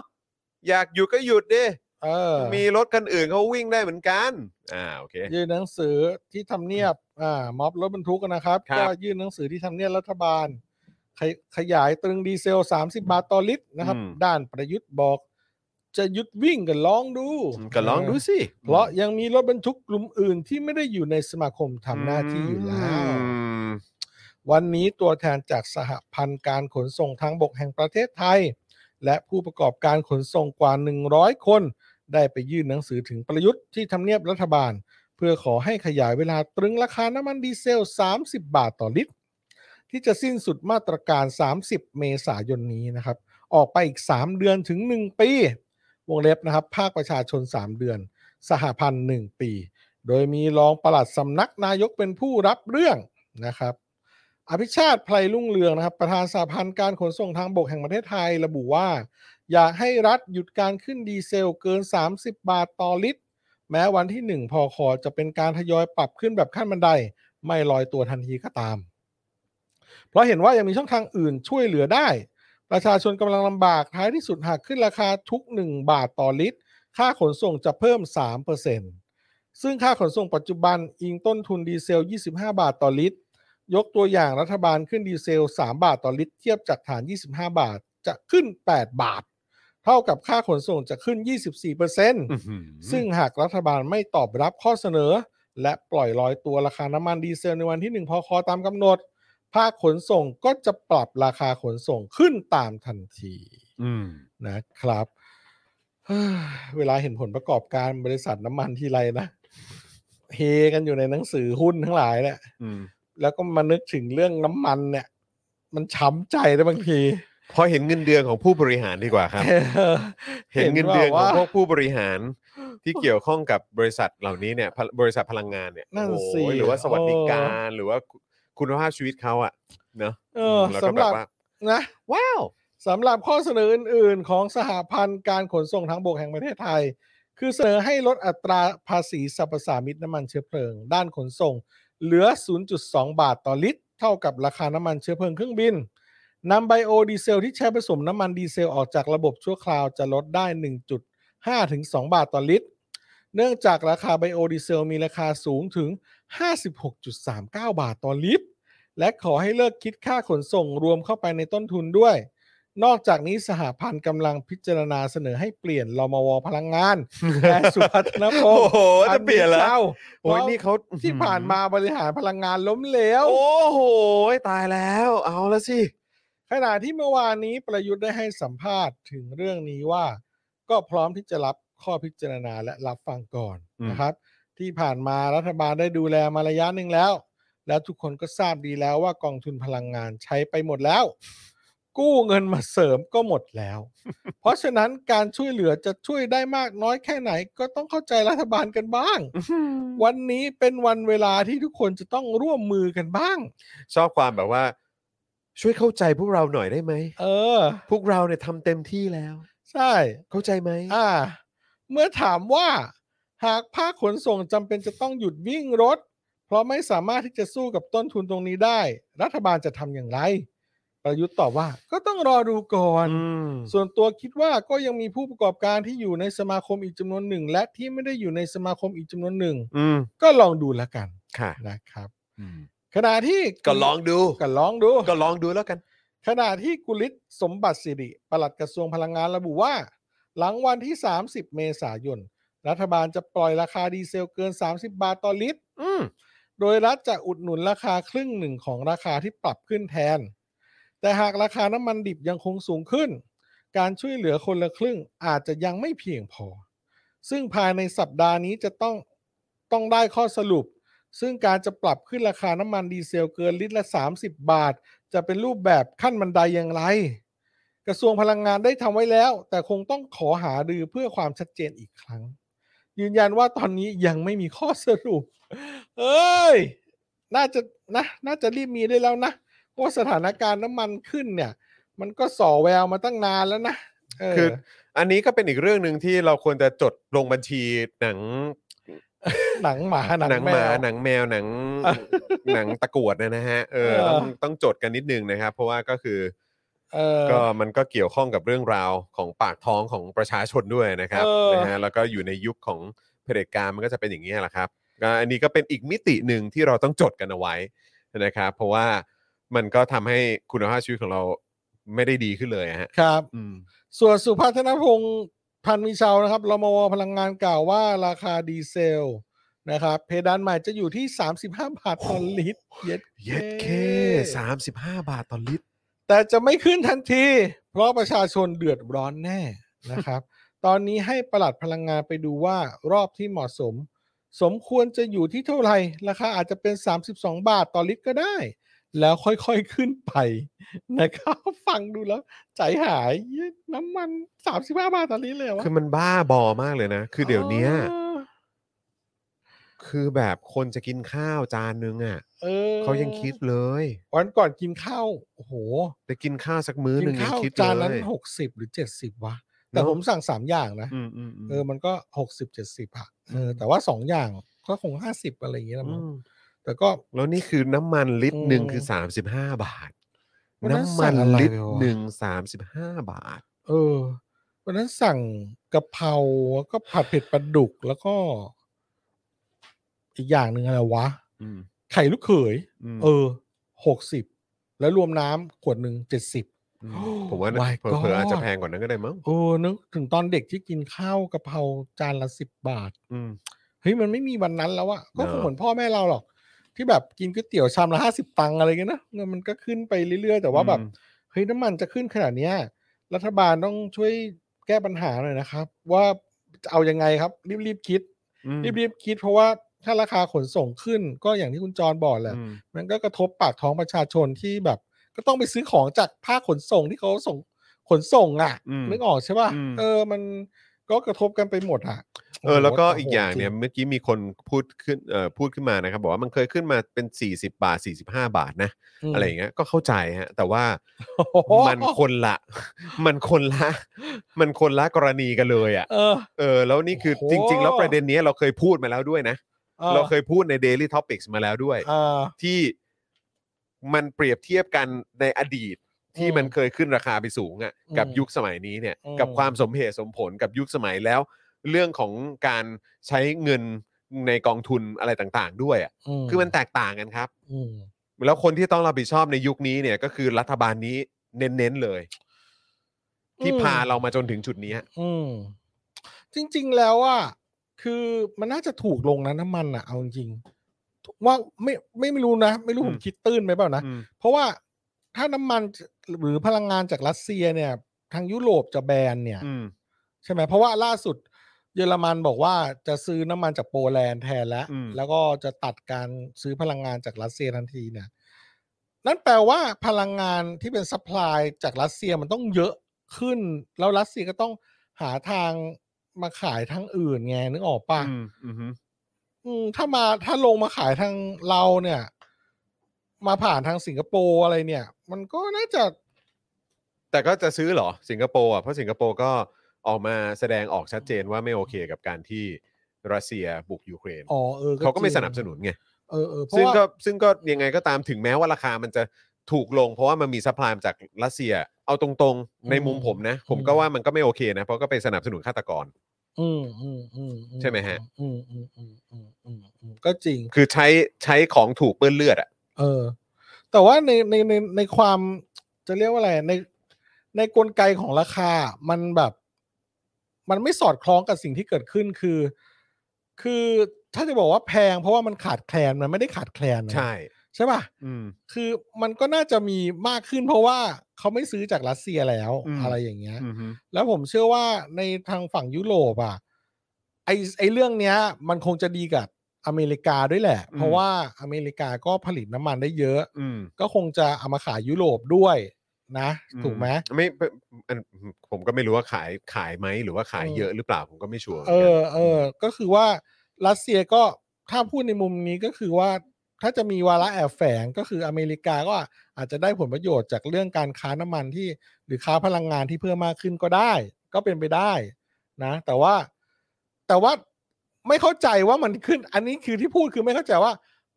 Speaker 2: อยากหยุดก็หยุดดิ
Speaker 3: เออ
Speaker 2: มีรถคันอื่นเขาวิ่งได้เหมือนกันอ่าโอเค
Speaker 3: ยื่นหนังสือที่ทำเนียบอ่าม็อบรถบรรทุกนะครับ
Speaker 2: ครับ
Speaker 3: ก็ยื่นหนังสือที่ทำเนียบรัฐบาล ขยขยายตรึงดีเซล 30 บาทต่อลิตรนะครับ ด้านประยุทธ์บอก จะหยุดวิ่งกันลองดู
Speaker 2: ก็ลองดูสิ
Speaker 3: เพราะยังมีรถบรรทุกกลุ่มอื่นที่ไม่ได้อยู่ในสมาคมทำหน้าที่อยู่แล้ว
Speaker 2: อืม
Speaker 3: วันนี้ตัวแทนจากสหพันธ์การขนส่งทางบกแห่งประเทศไทย และผู้ประกอบการขนส่งกว่า 100 คน ได้ไปยื่นหนังสือถึงประยุทธ์ที่ทำเนียบรัฐบาล เพื่อขอให้ขยายเวลาตรึงราคาน้ำมันดีเซล 30 บาทต่อลิตร ที่จะสิ้นสุดมาตรการ 30 เมษายนนี้นะครับ ออกไปอีก 3 เดือนถึง 1 ปี วงเล็บนะครับ ภาคประชาชน 3 เดือน สหพันธ์ 1 ปี โดยมีรองปลัดสำนักนายกเป็นผู้รับเรื่องนะครับ อภิชาติไพลรุ่งเรืองนะครับ ประธานสาพันธ์การขนส่งทางบกแห่งประเทศไทยระบุว่า อยากให้รัฐหยุดการขึ้นดีเซลเกิน 30 บาทต่อลิตร แม้วันที่ 1 พอคอจะเป็นการทยอยปรับขึ้นแบบขั้นบันได ไม่ลอยตัวทันทีก็ตาม เพราะเห็นว่ายังมีช่องทางอื่นช่วยเหลือได้ ประชาชนกำลังลำบากท้ายที่สุดหากขึ้นราคาทุก 1 บาทต่อลิตร ค่าขนส่งจะเพิ่ม 3%ซึ่งค่าขนส่งปัจจุบันอิงต้นทุนดีเซล 25 บาทต่อลิตร ยกตัวอย่างรัฐบาลขึ้นดีเซล 3 บาทต่อลิตร เทียบจากฐาน 25 บาทจะขึ้น 8 บาท เท่ากับค่าขนส่งจะขึ้น
Speaker 2: อื้อ
Speaker 3: 24%
Speaker 2: หือ
Speaker 3: ซึ่งหากรัฐบาลไม่ตอบรับข้อเสนอ และปล่อยลอยตัวราคาน้ำมันดีเซลในวันที่ 1 พอคอตามกำหนด ภาคขนส่งก็จะปรับราคาขนส่งขึ้นตามทันที
Speaker 2: อืม
Speaker 3: นะครับ เฮ้ยเวลาเห็นผลประกอบการบริษัทน้ำมันทีไรนะเฮกันอยู่ในหนังสือหุ้นทั้งหลายแหละ
Speaker 2: อืม
Speaker 3: แล้วก็มานึกถึงเรื่องน้ำมันเนี่ย มันช้ำใจได้บางที
Speaker 2: พอเห็นเงินเดือนของผู้บริหารดีกว่าครับ
Speaker 3: เออ
Speaker 2: เห็นเงินเดือน
Speaker 3: แบบ
Speaker 2: ของ
Speaker 3: ว่า
Speaker 2: พวกผู้บริ หารที่เกี่ยวข้องกับบริษัทเหล่านี้เนี่ยพะบริษัทพลังงานเนี่ย
Speaker 3: นั่น
Speaker 2: โอ้โห
Speaker 3: สิ
Speaker 2: หรือว่าสวัสดิการ
Speaker 3: เออ
Speaker 2: หรือว่าคุณภาพชีวิตเขาอะเนอะ
Speaker 3: เออ
Speaker 2: มแล้วก็
Speaker 3: สำห
Speaker 2: แบ
Speaker 3: รับ
Speaker 2: บว่า
Speaker 3: นะว้าวสำหรับข้อเสนออื่นๆ ของสหพันธ์การขนส่งทางบกแห่งประเทศไทย คือเสนอให้ลดอัตราภาษีสรรพสามิตน้ำมันเชื้อเพลิง ด้านขนส่ง เหลือ 0.2 บาทต่อลิตร เท่ากับราคาน้ำมันเชื้อเพลิงเครื่องบินนำไบโอดีเซลที่ใช้ผสมน้ำมันดีเซลออกจากระบบชั่วคราวจะลดได้ 1.5ถึง2บาทต่อลิตร เนื่องจากราคาไบโอดีเซลมีราคาสูงถึง 56.39 บาทต่อลิตร และขอให้เลิกคิดค่าขนส่งรวมเข้าไปในต้นทุนด้วย นอกจากนี้สหพันธ์กำลังพิจารณาเสนอให้เปลี่ยนรมวพลังงาน และสุพัฒนพง
Speaker 2: โอ้
Speaker 3: ศ์
Speaker 2: โหจะเปลี่ยนแล้ว
Speaker 3: เพ
Speaker 2: โอ้ย
Speaker 3: ราะ
Speaker 2: นี่เขา
Speaker 3: ที่ผ่านมาบริหารพลังงานล้มเหลว
Speaker 2: โอ้โหตายแล้ว เอาละ สิ
Speaker 3: ขณะที่เมื่อวานนี้ประยุทธ์ได้ให้สัมภาษณ์ถึงเรื่องนี้ว่า ก็พร้อมที่จะรับข้อพิจารณาและรับฟังก่อน
Speaker 2: อืม
Speaker 3: นะครับ ที่ผ่านมารัฐบาลได้ดูแลมาระยะหนึ่งแล้ว แล้วทุกคนก็ทราบดีแล้วว่ากองทุนพลังงานใช้ไปหมดแล้ว กู้เงินมาเสริมก็หมดแล้ว เพราะฉะนั้นการช่วยเหลือจะช่วยได้มากน้อยแค่ไหน ก็ต้องเข้าใจรัฐบาลกันบ้าง วันนี้เป็นวันเวลาที่ทุกคนจะต้องร่วมมือกันบ้าง
Speaker 2: ชอบความแบบว่า ช่วยเข้าใจพวกเราหน่อยได้ไหม
Speaker 3: เออ
Speaker 2: พวกเราเนี่ยทำเต็มที่แล้ว
Speaker 3: ใช่
Speaker 2: เข้าใจไหม
Speaker 3: อ่า เมื่อถามว่าหากภาคขนส่งจำเป็นจะต้องหยุดวิ่งรถ เพราะไม่สามารถที่จะสู้กับต้นทุนตรงนี้ได้ รัฐบาลจะทำอย่างไร ประยุทธ์ตอบว่าก็ต้องรอดูก่อน
Speaker 2: อืม
Speaker 3: ส่วนตัวคิดว่าก็ยังมีผู้ประกอบการที่อยู่ในสมาคมอีกจำนวนหนึ่ง และที่ไม่ได้อยู่ในสมาคมอีกจำนวนหนึ่ง
Speaker 2: อืม
Speaker 3: ก็ลองดูละกัน
Speaker 2: ค่ะ
Speaker 3: นะครับ
Speaker 2: อืม
Speaker 3: ขณะที่
Speaker 2: ก็ลองดู
Speaker 3: ก็ลองดู
Speaker 2: ก็ลองดูแล้วกัน
Speaker 3: ขณะที่กุลิตสมบัติสิริปลัดกระทรวงพลังงานระบุว่า หลังวันที่ 30 เมษายน รัฐบาลจะปล่อยราคาดีเซลเกิน 30 บาทต่อลิตร
Speaker 2: อืม
Speaker 3: โ โดยรัฐจะอุดหนุนราคาครึ่งหนึ่งของราคาที่ปรับขึ้นแทน แต่หากราคาน้ำมันดิบยังคงสูงขึ้น การช่วยเหลือคนละครึ่งอาจจะยังไม่เพียงพอ ซึ่งภายในสัปดาห์นี้จะต้องต้องได้ข้อสรุป ซึ่งการจะปรับขึ้นราคาน้ำมันดีเซลเกินลิตรละ 30 บาท จะเป็นรูปแบบขั้นบันไดอย่างไร กระทรวงพลังงานได้ทำไว้แล้ว แต่คงต้องขอหารือเพื่อความชัดเจนอีกครั้ง ยืนยันว่าตอนนี้ยังไม่มีข้อสรุป เอ้ย น่าจะนะ น่าจะรีบมีได้แล้วนะ เพราะว่าสถานการณ์น้ำมันขึ้นเนี่ย มันก็ส่อแววมาตั้งนานแล้วนะเ
Speaker 2: คือ อันนี้ก็เป็นอีกเรื่องหนึ่งที่เราควรจะจดลงบัญชีหนัง
Speaker 3: หนังหมาหนัง
Speaker 2: หนังหมา
Speaker 3: แว
Speaker 2: หนังแมวหนัง
Speaker 3: เออ
Speaker 2: หนังตะกรวดเนยนะฮะเออ
Speaker 3: เออ
Speaker 2: ต้องต้องจดกันนิดนึงนะครับ เพราะว่าก็คือ
Speaker 3: เออ
Speaker 2: ก็มันก็เกี่ยวข้องกับเรื่องราวของปากท้องของประชาชนด้วยนะครับ
Speaker 3: เออ
Speaker 2: นะฮะแล้วก็อยู่ในยุคของเผด็จการมันก็จะเป็นอย่างนี้ยแหละครับก็อันนี้ก็เป็นอีกมิติหนึ่งที่เราต้องจดกันเอาไว้นะครับ เพราะว่ามันก็ทำให้คุณภาพชีวิตของเราไม่ได้ดีขึ้นเลยอะฮะ
Speaker 3: ครับ
Speaker 2: อืม
Speaker 3: ส่วนสุพัฒนพงศ์พันมีชาวนะครับรมวพลังงานกล่าวว่าราคาดีเซลนะครับ เพดานใหม่จะอยู่ที่ 35 บาทต่อลิตรเย็ด
Speaker 2: เย็ดเคสามสิบห้าบาทต่อลิตร
Speaker 3: แต่จะไม่ขึ้นทันที เพราะประชาชนเดือดร้อนแน่นะครับ ตอนนี้ให้ประหลัดพลังงานไปดูว่ารอบที่เหมาะสม สมควรจะอยู่ที่เท่าไหร่ราคาอาจจะเป็น 32 บาทต่อลิตรก็ได้ แล้วค่อยๆขึ้นไปนะครับ ฟังดูแล้ว ใจหายเย็ดน้ำมัน 35 บาทต่อลิตรเลยเหรอวะ
Speaker 2: คือมันบ้าบอมากเลยนะ คือเดี๋ยวเนี้ยคือแบบคนจะกินข้าวจานนึงอ่ะ
Speaker 3: เออ
Speaker 2: เขายังคิดเลย
Speaker 3: วันก่อนกินข้าวโอ้โห
Speaker 2: จะกินข้าวสักมื้อห
Speaker 3: กิ
Speaker 2: นึ่งยัง
Speaker 3: ข้าว
Speaker 2: คิดเลย
Speaker 3: จานนั้นหกสิบหรือเจ็ดสิบวะ แต่
Speaker 2: เนอะ
Speaker 3: ผมสั่งสามอย่างนะ
Speaker 2: อืมอืมอืม
Speaker 3: เออมันก็หกสิบเจ็ดสิบอะเออแต่ว่าสองอย่างก็คงห้าสิบอะไรอย่างเงี้ยละมั้ง
Speaker 2: อืม
Speaker 3: แต่ก็
Speaker 2: แล้วนี่คือน้ำมันลิตรหนึ่ง
Speaker 3: อืม
Speaker 2: คือสามสิบห้าบาท
Speaker 3: วันนั้น
Speaker 2: น้ำมัน
Speaker 3: สั่งอะไร
Speaker 2: ลิต
Speaker 3: ไป
Speaker 2: ร
Speaker 3: วะ
Speaker 2: หนึ่งสามสิบห้าบาท
Speaker 3: เออวันนั้นสั่งกะเพราแล้วก็ผัดเผ็ดปลาดุกแล้วก็ อีกอย่างหนึ่งอะไรวะ
Speaker 2: อืม
Speaker 3: ไข่ลูกเขย
Speaker 2: อืม
Speaker 3: เออหกสิบแล้วรวมน้ำขวดหนึ่งเจ็ดสิบ
Speaker 2: มผมว่า
Speaker 3: My
Speaker 2: เผลอๆ
Speaker 3: God
Speaker 2: อาจจะแพงกว่านั้นก็ได้มั้ง
Speaker 3: โอ้นึกถึงตอนเด็กที่กินข้าวกะเพราจานละสิบบาท
Speaker 2: อืม
Speaker 3: เฮ้ยมันไม่มีวันนั้นแล้วอะก็คง
Speaker 2: เนอะ
Speaker 3: เหมือนพ่อแม่เราหรอก ที่แบบกินก๋วยเตี๋ยวชามละห้าสิบตังค์อะไรเงี้ยนะเงินมันก็ขึ้นไปเรื่อยๆ แต่ว่าแบบ
Speaker 2: อืม
Speaker 3: เฮ้ยน้ำมันจะขึ้นขนาดเนี้ย รัฐบาลต้องช่วยแก้ปัญหาหน่อยนะครับ ว่าจะเอายังไงครับ รีบๆคิด
Speaker 2: อืม
Speaker 3: รีบๆคิด เพราะว่าถ้าราคาขนส่งขึ้น ก็อย่างที่คุณจรบอกแหละ
Speaker 2: อืม
Speaker 3: มันก็กระทบปากท้องประชาชนที่แบบ ก็ต้องไปซื้อของจากภาคขนส่งที่เขาส่งขนส่งอ่ะ
Speaker 2: อืม
Speaker 3: นึกออกใช่ป่ะ
Speaker 2: อืม
Speaker 3: เออ มันก็กระทบกันไปหมดอ่ะ
Speaker 2: เออแล้วก็
Speaker 3: โโห
Speaker 2: อีกอย่างเนี่ย
Speaker 3: จริ
Speaker 2: เมื่อกี้มีคนพูดขึ้นเอ่อพูดขึ้นมานะครับ บอกว่ามันเคยขึ้นมาเป็น 40 บาท 45 บาทนะ อะไรอย่างเงี้ยก็เข้าใจฮะแต่ว่า
Speaker 3: โอ้โห
Speaker 2: มันคนละ มันคนละ มันคนละกรณีกันเลยอ่ะ
Speaker 3: เออ
Speaker 2: เออแล้วนี่คือ
Speaker 3: โอ้โห
Speaker 2: จริง ๆ แล้วประเด็นเนี้ยเราเคยพูดมาแล้วด้วยนะ
Speaker 3: ออ
Speaker 2: เราเคยพูดใน Daily Topics มาแล้วด้วย
Speaker 3: เออ
Speaker 2: ที่มันเปรียบเทียบกันในอดีตที่
Speaker 3: อืม
Speaker 2: มันเคยขึ้นราคาไปสูงอะ่ะกับ
Speaker 3: อืม
Speaker 2: ยุคสมัยนี้เนี่ย
Speaker 3: อืม
Speaker 2: กับความสมเหตุสมผลกับยุคสมัยแล้ว เรื่องของการใช้เงินในกองทุนอะไรต่างๆ ด้วยอะ่ะคือมันแตกต่างกันครับ
Speaker 3: อืม
Speaker 2: แล้วคนที่ต้องรับผิดชอบในยุคนี้เนี่ยก็คือรัฐบาลนี้เน้นๆเลย ที่พาเรามาจนถึงจุดเนี้ย
Speaker 3: อืมจริง ๆ แล้วอ่ะคือมันน่าจะถูกลงนะน้ำมันอ่ะ เอาจริงๆว่าไม่ไม่ไม่รู้นะ ไม่รู้ผมคิดตื้นไปเปล่านะ
Speaker 2: อืม
Speaker 3: เพราะว่าถ้าน้ำมันหรือพลังงานจากรัสเซียเนี่ย ทางยุโรปจะแบนเนี่ย
Speaker 2: อืม
Speaker 3: ใช่ไหมเพราะว่าล่าสุดเยอรมันบอกว่าจะซื้อน้ำมันจากโปแลนด์แทนแล้ว แล้วก็จะตัดการซื้อพลังงานจากรัสเซียทันทีเนี่ยนั่นแปลว่าพลังงานที่เป็นซัพพลายจากรัสเซียมันต้องเยอะขึ้น แล้วรัสเซียก็ต้องหาทางมาขายทางอื่นไงนึกออกปะ
Speaker 2: อืมอืม
Speaker 3: อืมถ้ามาถ้าลงมาขายทางเราเนี่ย มาผ่านทางสิงคโปร์อะไรเนี่ย มันก็น่าจะ
Speaker 2: แต่ก็จะซื้อเหรอสิงคโปร์อ่ะเพราะสิงคโปร์ก็ออกมาแสดงออกชัดเจนว่าไม่โอเคกับการที่รัสเซียบุกยูเครน
Speaker 3: อ๋อเออ
Speaker 2: เขาก็
Speaker 3: จ
Speaker 2: ไม่
Speaker 3: ริง
Speaker 2: สนับสนุนไง
Speaker 3: เออเออเพราะ
Speaker 2: ซึ่ง
Speaker 3: ว่า
Speaker 2: ก็ซึ่งก็ยังไงก็ตามถึงแม้ว่าราคามันจะถูกลง เพราะว่ามันมีซัพพลายมาจากรัสเซีย เอาตรงๆ ในมุมผมนะ ผมก็ว่ามันก็ไม่โอเคนะ เพราะก็ไปสนับสนุนฆาตกร
Speaker 3: อืมอืมอืมอื
Speaker 2: ใช่ไหมฮะ
Speaker 3: อืมอืมอืมอืมอืมอืมก็จริง
Speaker 2: คือใช้ใช้ของถูกเปื้อนเลือดอ่ะ
Speaker 3: เออ แต่ว่าในในในในความจะเรียกว่าอะไรในในกลไกของราคา มันแบบ มันไม่สอดคล้องกับสิ่งที่เกิดขึ้นคือ คือถ้าจะบอกว่าแพงเพราะว่ามันขาดแคลนมันไม่ได้ขาดแคลนนะ
Speaker 2: ใช่
Speaker 3: ใช่ป่ะ
Speaker 2: อืม
Speaker 3: คือมันก็น่าจะมีมากขึ้นเพราะว่าเขาไม่ซื้อจากรัสเซียแล้ว
Speaker 2: อืม
Speaker 3: อะไรอย่างเงี้ย
Speaker 2: อืมฮึ
Speaker 3: แล้วผมเชื่อว่าในทางฝั่งยุโรปอ่ะไอไอเรื่องเนี้ย มันคงจะดีกับอเมริกาด้วยแหละ เพราะว่าอเมริกาก็ผลิตน้ำมันได้เยอะ
Speaker 2: อืม
Speaker 3: ก็คงจะเอามาขายยุโรปด้วยนะ ถูกไหม
Speaker 2: อืไม่ไม่อันผมก็ไม่รู้ว่าขายขายไหมหรือว่าขาย
Speaker 3: เออ
Speaker 2: เยอะหรือเปล่าผมก็ไม่ชัวร์หมื
Speaker 3: เอน
Speaker 2: กัน
Speaker 3: อเออก็คือว่ารัสเซียก็ถ้าพูดในมุมนี้ก็คือว่าถ้าจะมีวาระแอบแฝงก็คืออเมริกาก็อาจจะได้ผลประโยชน์จากเรื่องการค้าน้ำมันที่หรือค้าพลังงานที่เพิ่มมากขึ้นก็ได้ ก็เป็นไปได้นะ แต่ว่าแต่ว่าไม่เข้าใจว่ามันขึ้น อันนี้คือที่พูดคือไม่เข้าใจว่า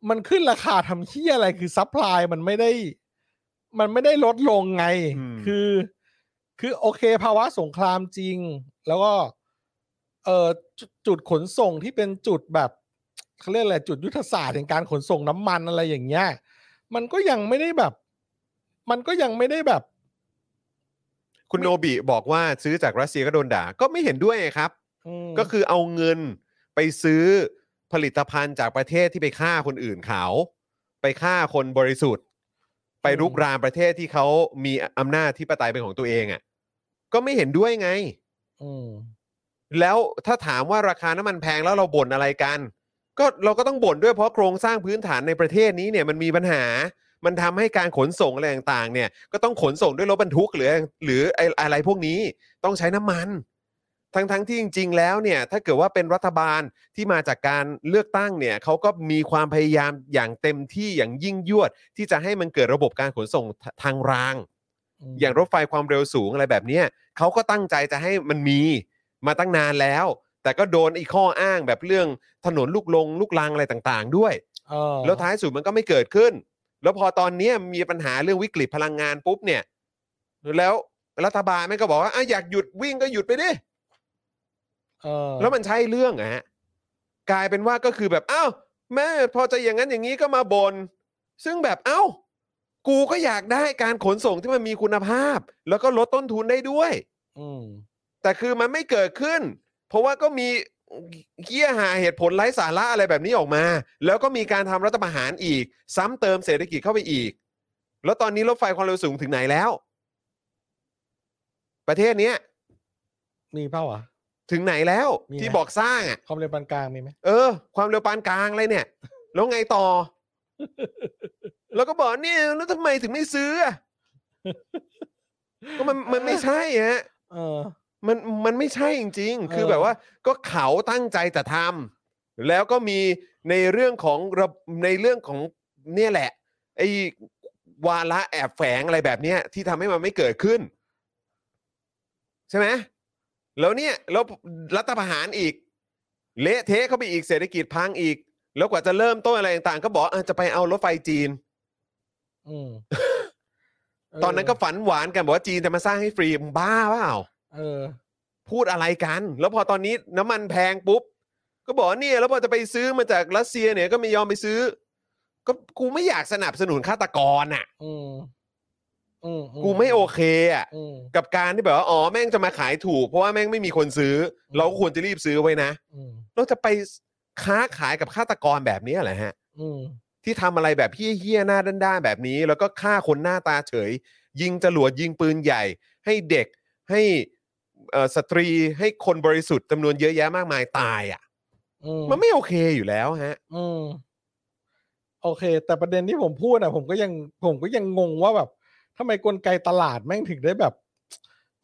Speaker 3: มันขึ้นราคาทำเที่ยอะไรคือซัพพลายมันไม่ได้ มันไม่ได้ลดลงไง คือ คือโอเค ภาวะสงครามจริง แล้วก็ เอ่อจจุดขนส่งที่เป็นจุดแบบเขาเรียกอะไรจุดยุทธศาสตร์แห่งการขนส่งน้ำมันอะไรอย่างเงี้ย มันก็ยังไม่ได้แบบ มันก็ยังไม่ได้แบบ
Speaker 2: คุณโนบิบอกว่าซื้อจากรัสเซียก็โดนด่า ก็ไม่เห็นด้วยไงครับ
Speaker 3: อืม
Speaker 2: ก็คือเอาเงินไปซื้อผลิตภัณฑ์จากประเทศที่ไปฆ่าคนอื่นเขา ไปฆ่าคนบริสุทธิ์ ไปรุกรานประเทศที่เขามีอำนาจที่ปไตยเป็นของตัวเองอ่ะก็ไม่เห็นด้วยไง
Speaker 3: ม
Speaker 2: แล้วถ้าถามว่าราคาน้ำมันแพงแล้วเราบ่นอะไรกัน ก็เราก็ต้องบ่นด้วยเพราะโครงสร้างพื้นฐานในประเทศนี้เนี่ยมันมีปัญหา มันทำให้การขนส่งอะไรต่างๆ เนี่ย ก็ต้องขนส่งด้วยรถบรรทุกหรือหรือไอ้อะไรพวกนี้ต้องใช้น้ำมัน ทั้งๆที่จริง ๆ แล้วเนี่ย ถ้าเกิดว่าเป็นรัฐบาลที่มาจากการเลือกตั้งเนี่ยเขาก็มีความพยายามอย่างเต็มที่อย่างยิ่งยวด ที่จะให้มันเกิดระบบการขนส่งททางราง
Speaker 3: ม
Speaker 2: อย่างรถไฟความเร็วสูงอะไรแบบเนี้ยเขาก็ตั้งใจจะให้มันมีมาตั้งนานแล้ว แต่ก็โดนอีกข้ออ้างแบบเรื่องถนนลูกลงลูกลังอะไรต่างๆ ด้วย
Speaker 3: เออ
Speaker 2: แล้วท้ายสุดมันก็ไม่เกิดขึ้น แล้วพอตอนเนี้ยมีปัญหาเรื่องวิกฤตพลังงานปุ๊บเนี่ย แล้วรัฐบาลแม่งก็บอกว่าอ่ะอยากหยุดวิ่งก็หยุดไปดิ
Speaker 3: เออ
Speaker 2: แล้วมันใช่เรื่องอะฮะกลายเป็นว่าก็คือแบบอ้าวแม่พอจะอย่างนั้นอย่างนี้ก็มาบน่นซึ่งแบบเอ้า กูก็อยากได้การขนส่งที่มันมีคุณภาพ แล้วก็ลดต้นทุนได้ด้วย
Speaker 3: อืม
Speaker 2: แต่คือมันไม่เกิดขึ้น เพราะว่าก็มีเกี้ยหาเหตุผลไร้สาระอะไรแบบนี้ออกมา แล้วก็มีการทำรัฐประหารอีก ซ้ำเติมเศรษฐกิจเข้าไปอีก แล้วตอนนี้รถไฟความเร็วสูงถึงไหนแล้ว ประเทศเนี้ย
Speaker 3: มีเปล่าวะ
Speaker 2: ถึงไหนแล้ว
Speaker 3: มีไหม
Speaker 2: ที่บอกสร้างอ่ะ
Speaker 3: ความเร็วปานกลางมีไหม
Speaker 2: เออ ความเร็วปานกลางอะไรเนี่ย แล้วไงต่อ แล้วก็บอกเนี่ยแล้วทำไมถึงไม่ซื้ออะก็มันมันไม่ใช่ฮะ
Speaker 3: เออ
Speaker 2: มันมันไม่ใช่จริง ๆ คือ
Speaker 3: เออ
Speaker 2: แบบว่าก็เขาตั้งใจจะทำแล้วก็มีในเรื่องของระในเรื่องของเนี่ยแหละไอ้วาระแอบแฝงอะไรแบบเนี้ยที่ทำให้มันไม่เกิดขึ้น ใช่ไหมแล้วเนี่ยแล้วรัฐประหารอีก เละเทะเข้าไปอีกเศรษฐกิจพังอีก แล้วกว่าจะเริ่มต้นอะไรต่างๆ ก็บอกอ่ะจะไปเอารถไฟจีน
Speaker 3: อืมเ
Speaker 2: ตอนนั้นก็ฝันหวานกันบอกว่าจีนจะมาสร้างให้ฟรีมึงบ้าเปล่า
Speaker 3: เออ
Speaker 2: พูดอะไรกัน แล้วพอตอนนี้น้ำมันแพงปุ๊บ ก็บอกว่าเนี่ยแล้วพอจะไปซื้อมาจากรัสเซียเนี่ยก็ไม่ยอมไปซื้อ ก็กูไม่อยากสนับสนุนฆาตกรน่ะ
Speaker 3: อืมอืม
Speaker 2: กูไม่โอเคอ่ะ
Speaker 3: อืม
Speaker 2: กับการที่แบบว่าอ๋อแม่งจะมาขายถูก เพราะว่าแม่งไม่มีคนซื้อ เราก็ควรจะรีบซื้อไว้นะ
Speaker 3: อืม
Speaker 2: เราจะไปค้าขายกับฆาตกรแบบนี้เหรอฮะ
Speaker 3: อืม
Speaker 2: ที่ทำอะไรแบบเฮี้ยๆหน้าด้านๆแบบนี้ แล้วก็ฆ่าคนหน้าตาเฉย ยิงจรวดยิงปืนใหญ่ ให้เด็กให้เอ่อสตรีให้คนบริสุทธิ์จำนวนเยอะแยะมากมายตายอ่ะ
Speaker 3: อืม
Speaker 2: มันไม่โอเคอยู่แล้วฮะ
Speaker 3: อืมโอเค แต่ประเด็นที่ผมพูดอ่ะ ผมก็ยังผมก็ยังงงว่าแบบทำไมกลไกตลาดแม่งถึงได้แบบ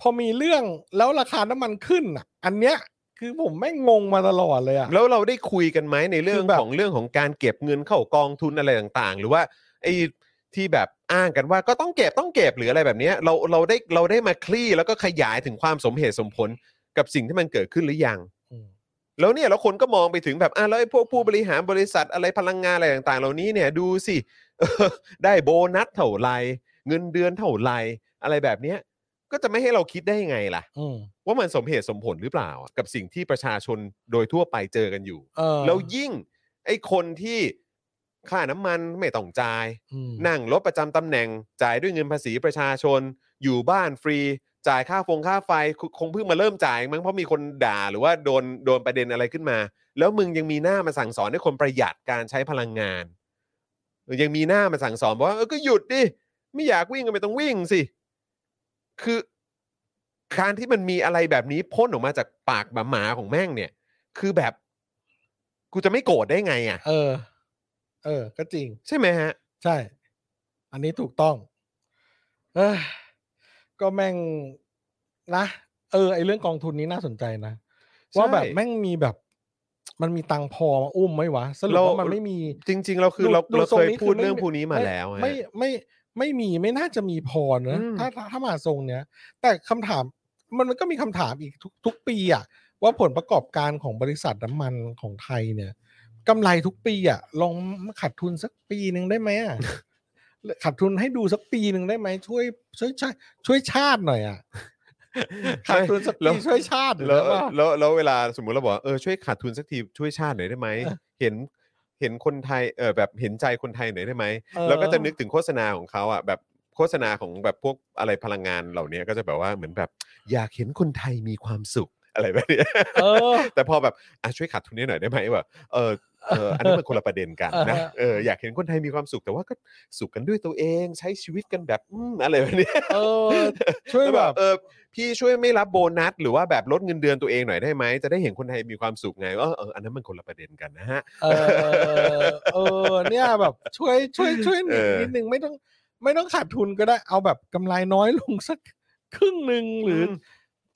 Speaker 3: พอมีเรื่องแล้วราคาน้ำมันขึ้นอ่ะ อันเนี้ย คือผมแม่งงงมาตลอดเลยอ่ะ
Speaker 2: แล้วเราได้คุยกันไหมในเรื่อง
Speaker 3: คือแบบ
Speaker 2: ของเรื่องของการเก็บเงินเข้ากองทุนอะไรต่างๆ หรือว่าไอ้ที่แบบอ้างกันว่าก็ต้องเก็บต้องเก็บหรืออะไรแบบเนี้ยเราเราได้เราได้มาคลี่แล้วก็ขยายถึงความสมเหตุสมผลกับสิ่งที่มันเกิดขึ้นหรือยัง
Speaker 3: อืม
Speaker 2: แล้วเนี่ยแล้วคนก็มองไปถึงแบบอ่ะแล้วไอ้พวกผู้บริหารบริษัทอะไรพลังงานอะไรต่าง ๆ เหล่านี้เนี่ยดูสิ ได้โบนัสเท่าไหรเงินเดือนเท่าไหรอะไรแบบเนี้ยก็จะไม่ให้เราคิดได้ยังไงล่ะ
Speaker 3: อืม
Speaker 2: ว่ามันสมเหตุสมผลหรือเปล่าอะกับสิ่งที่ประชาชนโดยทั่วไปเจอกันอยู่
Speaker 3: เออ
Speaker 2: แล้วยิ่งไอ้คนที่ค่าน้ำมันไม่ต้องจ่าย
Speaker 3: อืม
Speaker 2: นั่งรถประจำตำแหน่ง จ่ายด้วยเงินภาษีประชาชน อยู่บ้านฟรี จ่ายค่าฟงค่าไฟคคงเพิ่งมาเริ่มจ่ายมั้งเพราะมีคนด่าหรือว่าโดนโดนประเด็นอะไรขึ้นมา แล้วมึงยังมีหน้ามาสั่งสอนให้คนประหยัดการใช้พลังงาน ยังมีหน้ามาสั่งสอนบอกว่าเออก็หยุดดิ ไม่อยากวิ่งก็ไม่ต้องวิ่งสิ คือการที่มันมีอะไรแบบนี้พ่นออกมาจากปากแบบหมาของแม่งเนี่ย คือแบบกูจะไม่โกรธได้ไงอะ่ะ
Speaker 3: เออ เออ ก็จริง
Speaker 2: ใช่ไหมฮะ
Speaker 3: ใช่ อันนี้ถูกต้อง เอยก็แม่งนะ เออ ไอเรื่องกองทุนนี้น่าสนใจนะ
Speaker 2: ใช่
Speaker 3: ว่าแบบแม่งมีแบบ มันมีตังค์พอมาอุ้มไหมวะ สรุป
Speaker 2: เรา
Speaker 3: ว่ามันไม่มี
Speaker 2: จริง ๆ เราคือเรา
Speaker 3: ดู
Speaker 2: เรา
Speaker 3: ทร
Speaker 2: เคย
Speaker 3: นี้
Speaker 2: พูดเรื่องพวกนี้มา
Speaker 3: ไ
Speaker 2: แล้วฮะ
Speaker 3: ไม่ไม่ไม่มีไม่น่าจะมีพอนะ
Speaker 2: อืม
Speaker 3: ถ้าถ้าถ้ามาทรงเนี้ย แต่คำถามมันมันก็มีคำถามอีกทุกทุกปีอะว่าผลประกอบการของบริษัทน้ำมันของไทยเนี่ยกำไรทุกปีอะลองมาขาดทุนสักปีหนึ่งได้ไหม อะ ขาดทุนให้ดูสักปีหนึ่งได้ไหมช่วยช่วยช่วยช่วยชาติหน่อยอะขาดทุนสัก
Speaker 2: แล้
Speaker 3: ปี
Speaker 2: ว
Speaker 3: ช่วยชาติหน่อย
Speaker 2: แล้ว
Speaker 3: ได้ปะ
Speaker 2: แล้วแล้วเวลาสมมุติเราบอกว่าเออช่วยขาดทุนสักทีช่วยชาติหน่อยได้ไหม
Speaker 3: เออ
Speaker 2: เห็นเห็นคนไทยเออแบบเห็นใจคนไทยหน่อยได้ไหม
Speaker 3: เออ
Speaker 2: แล้วก็จะนึกถึงโฆษณาของเขาอ่ะแบบโฆษณาของแบบพวกอะไรพลังงานเหล่านี้ก็จะแบบว่าเหมือนแบบ อยากเห็นคนไทยมีความสุข อะไรแบบเนี้ย
Speaker 3: เออ
Speaker 2: แต่พอแบบอ่ะช่วยขาดทุนนิดหน่อยได้ไหมแบบเออเอออันนั้นมันคนละประเด็นกันนะ
Speaker 3: เออ
Speaker 2: เอออยากเห็นคนไทยมีความสุขแต่ว่าก็สุขกันด้วยตัวเองใช้ชีวิตกันแบบอืมอะไรแบบเนี้ย
Speaker 3: เออ ช่วย
Speaker 2: แล้ว
Speaker 3: แบ
Speaker 2: แบบ
Speaker 3: บ
Speaker 2: เออพี่ช่วยไม่รับโบนัส หรือว่าแบบลดเงินเดือนตัวเองหน่อยได้ไหมจะได้เห็นคนไทยมีความสุขไงเออเอออันนั้นมันคนละประเด็นกันนะฮะ
Speaker 3: เออเออเนี่ยแบบช่วยช่วยช่วยหน
Speaker 2: เออ
Speaker 3: นิดนึงไม่ต้องไม่ต้องขาดทุนก็ได้เอาแบบกำไรน้อยลงสักครึ่งหนึ่งหรืออ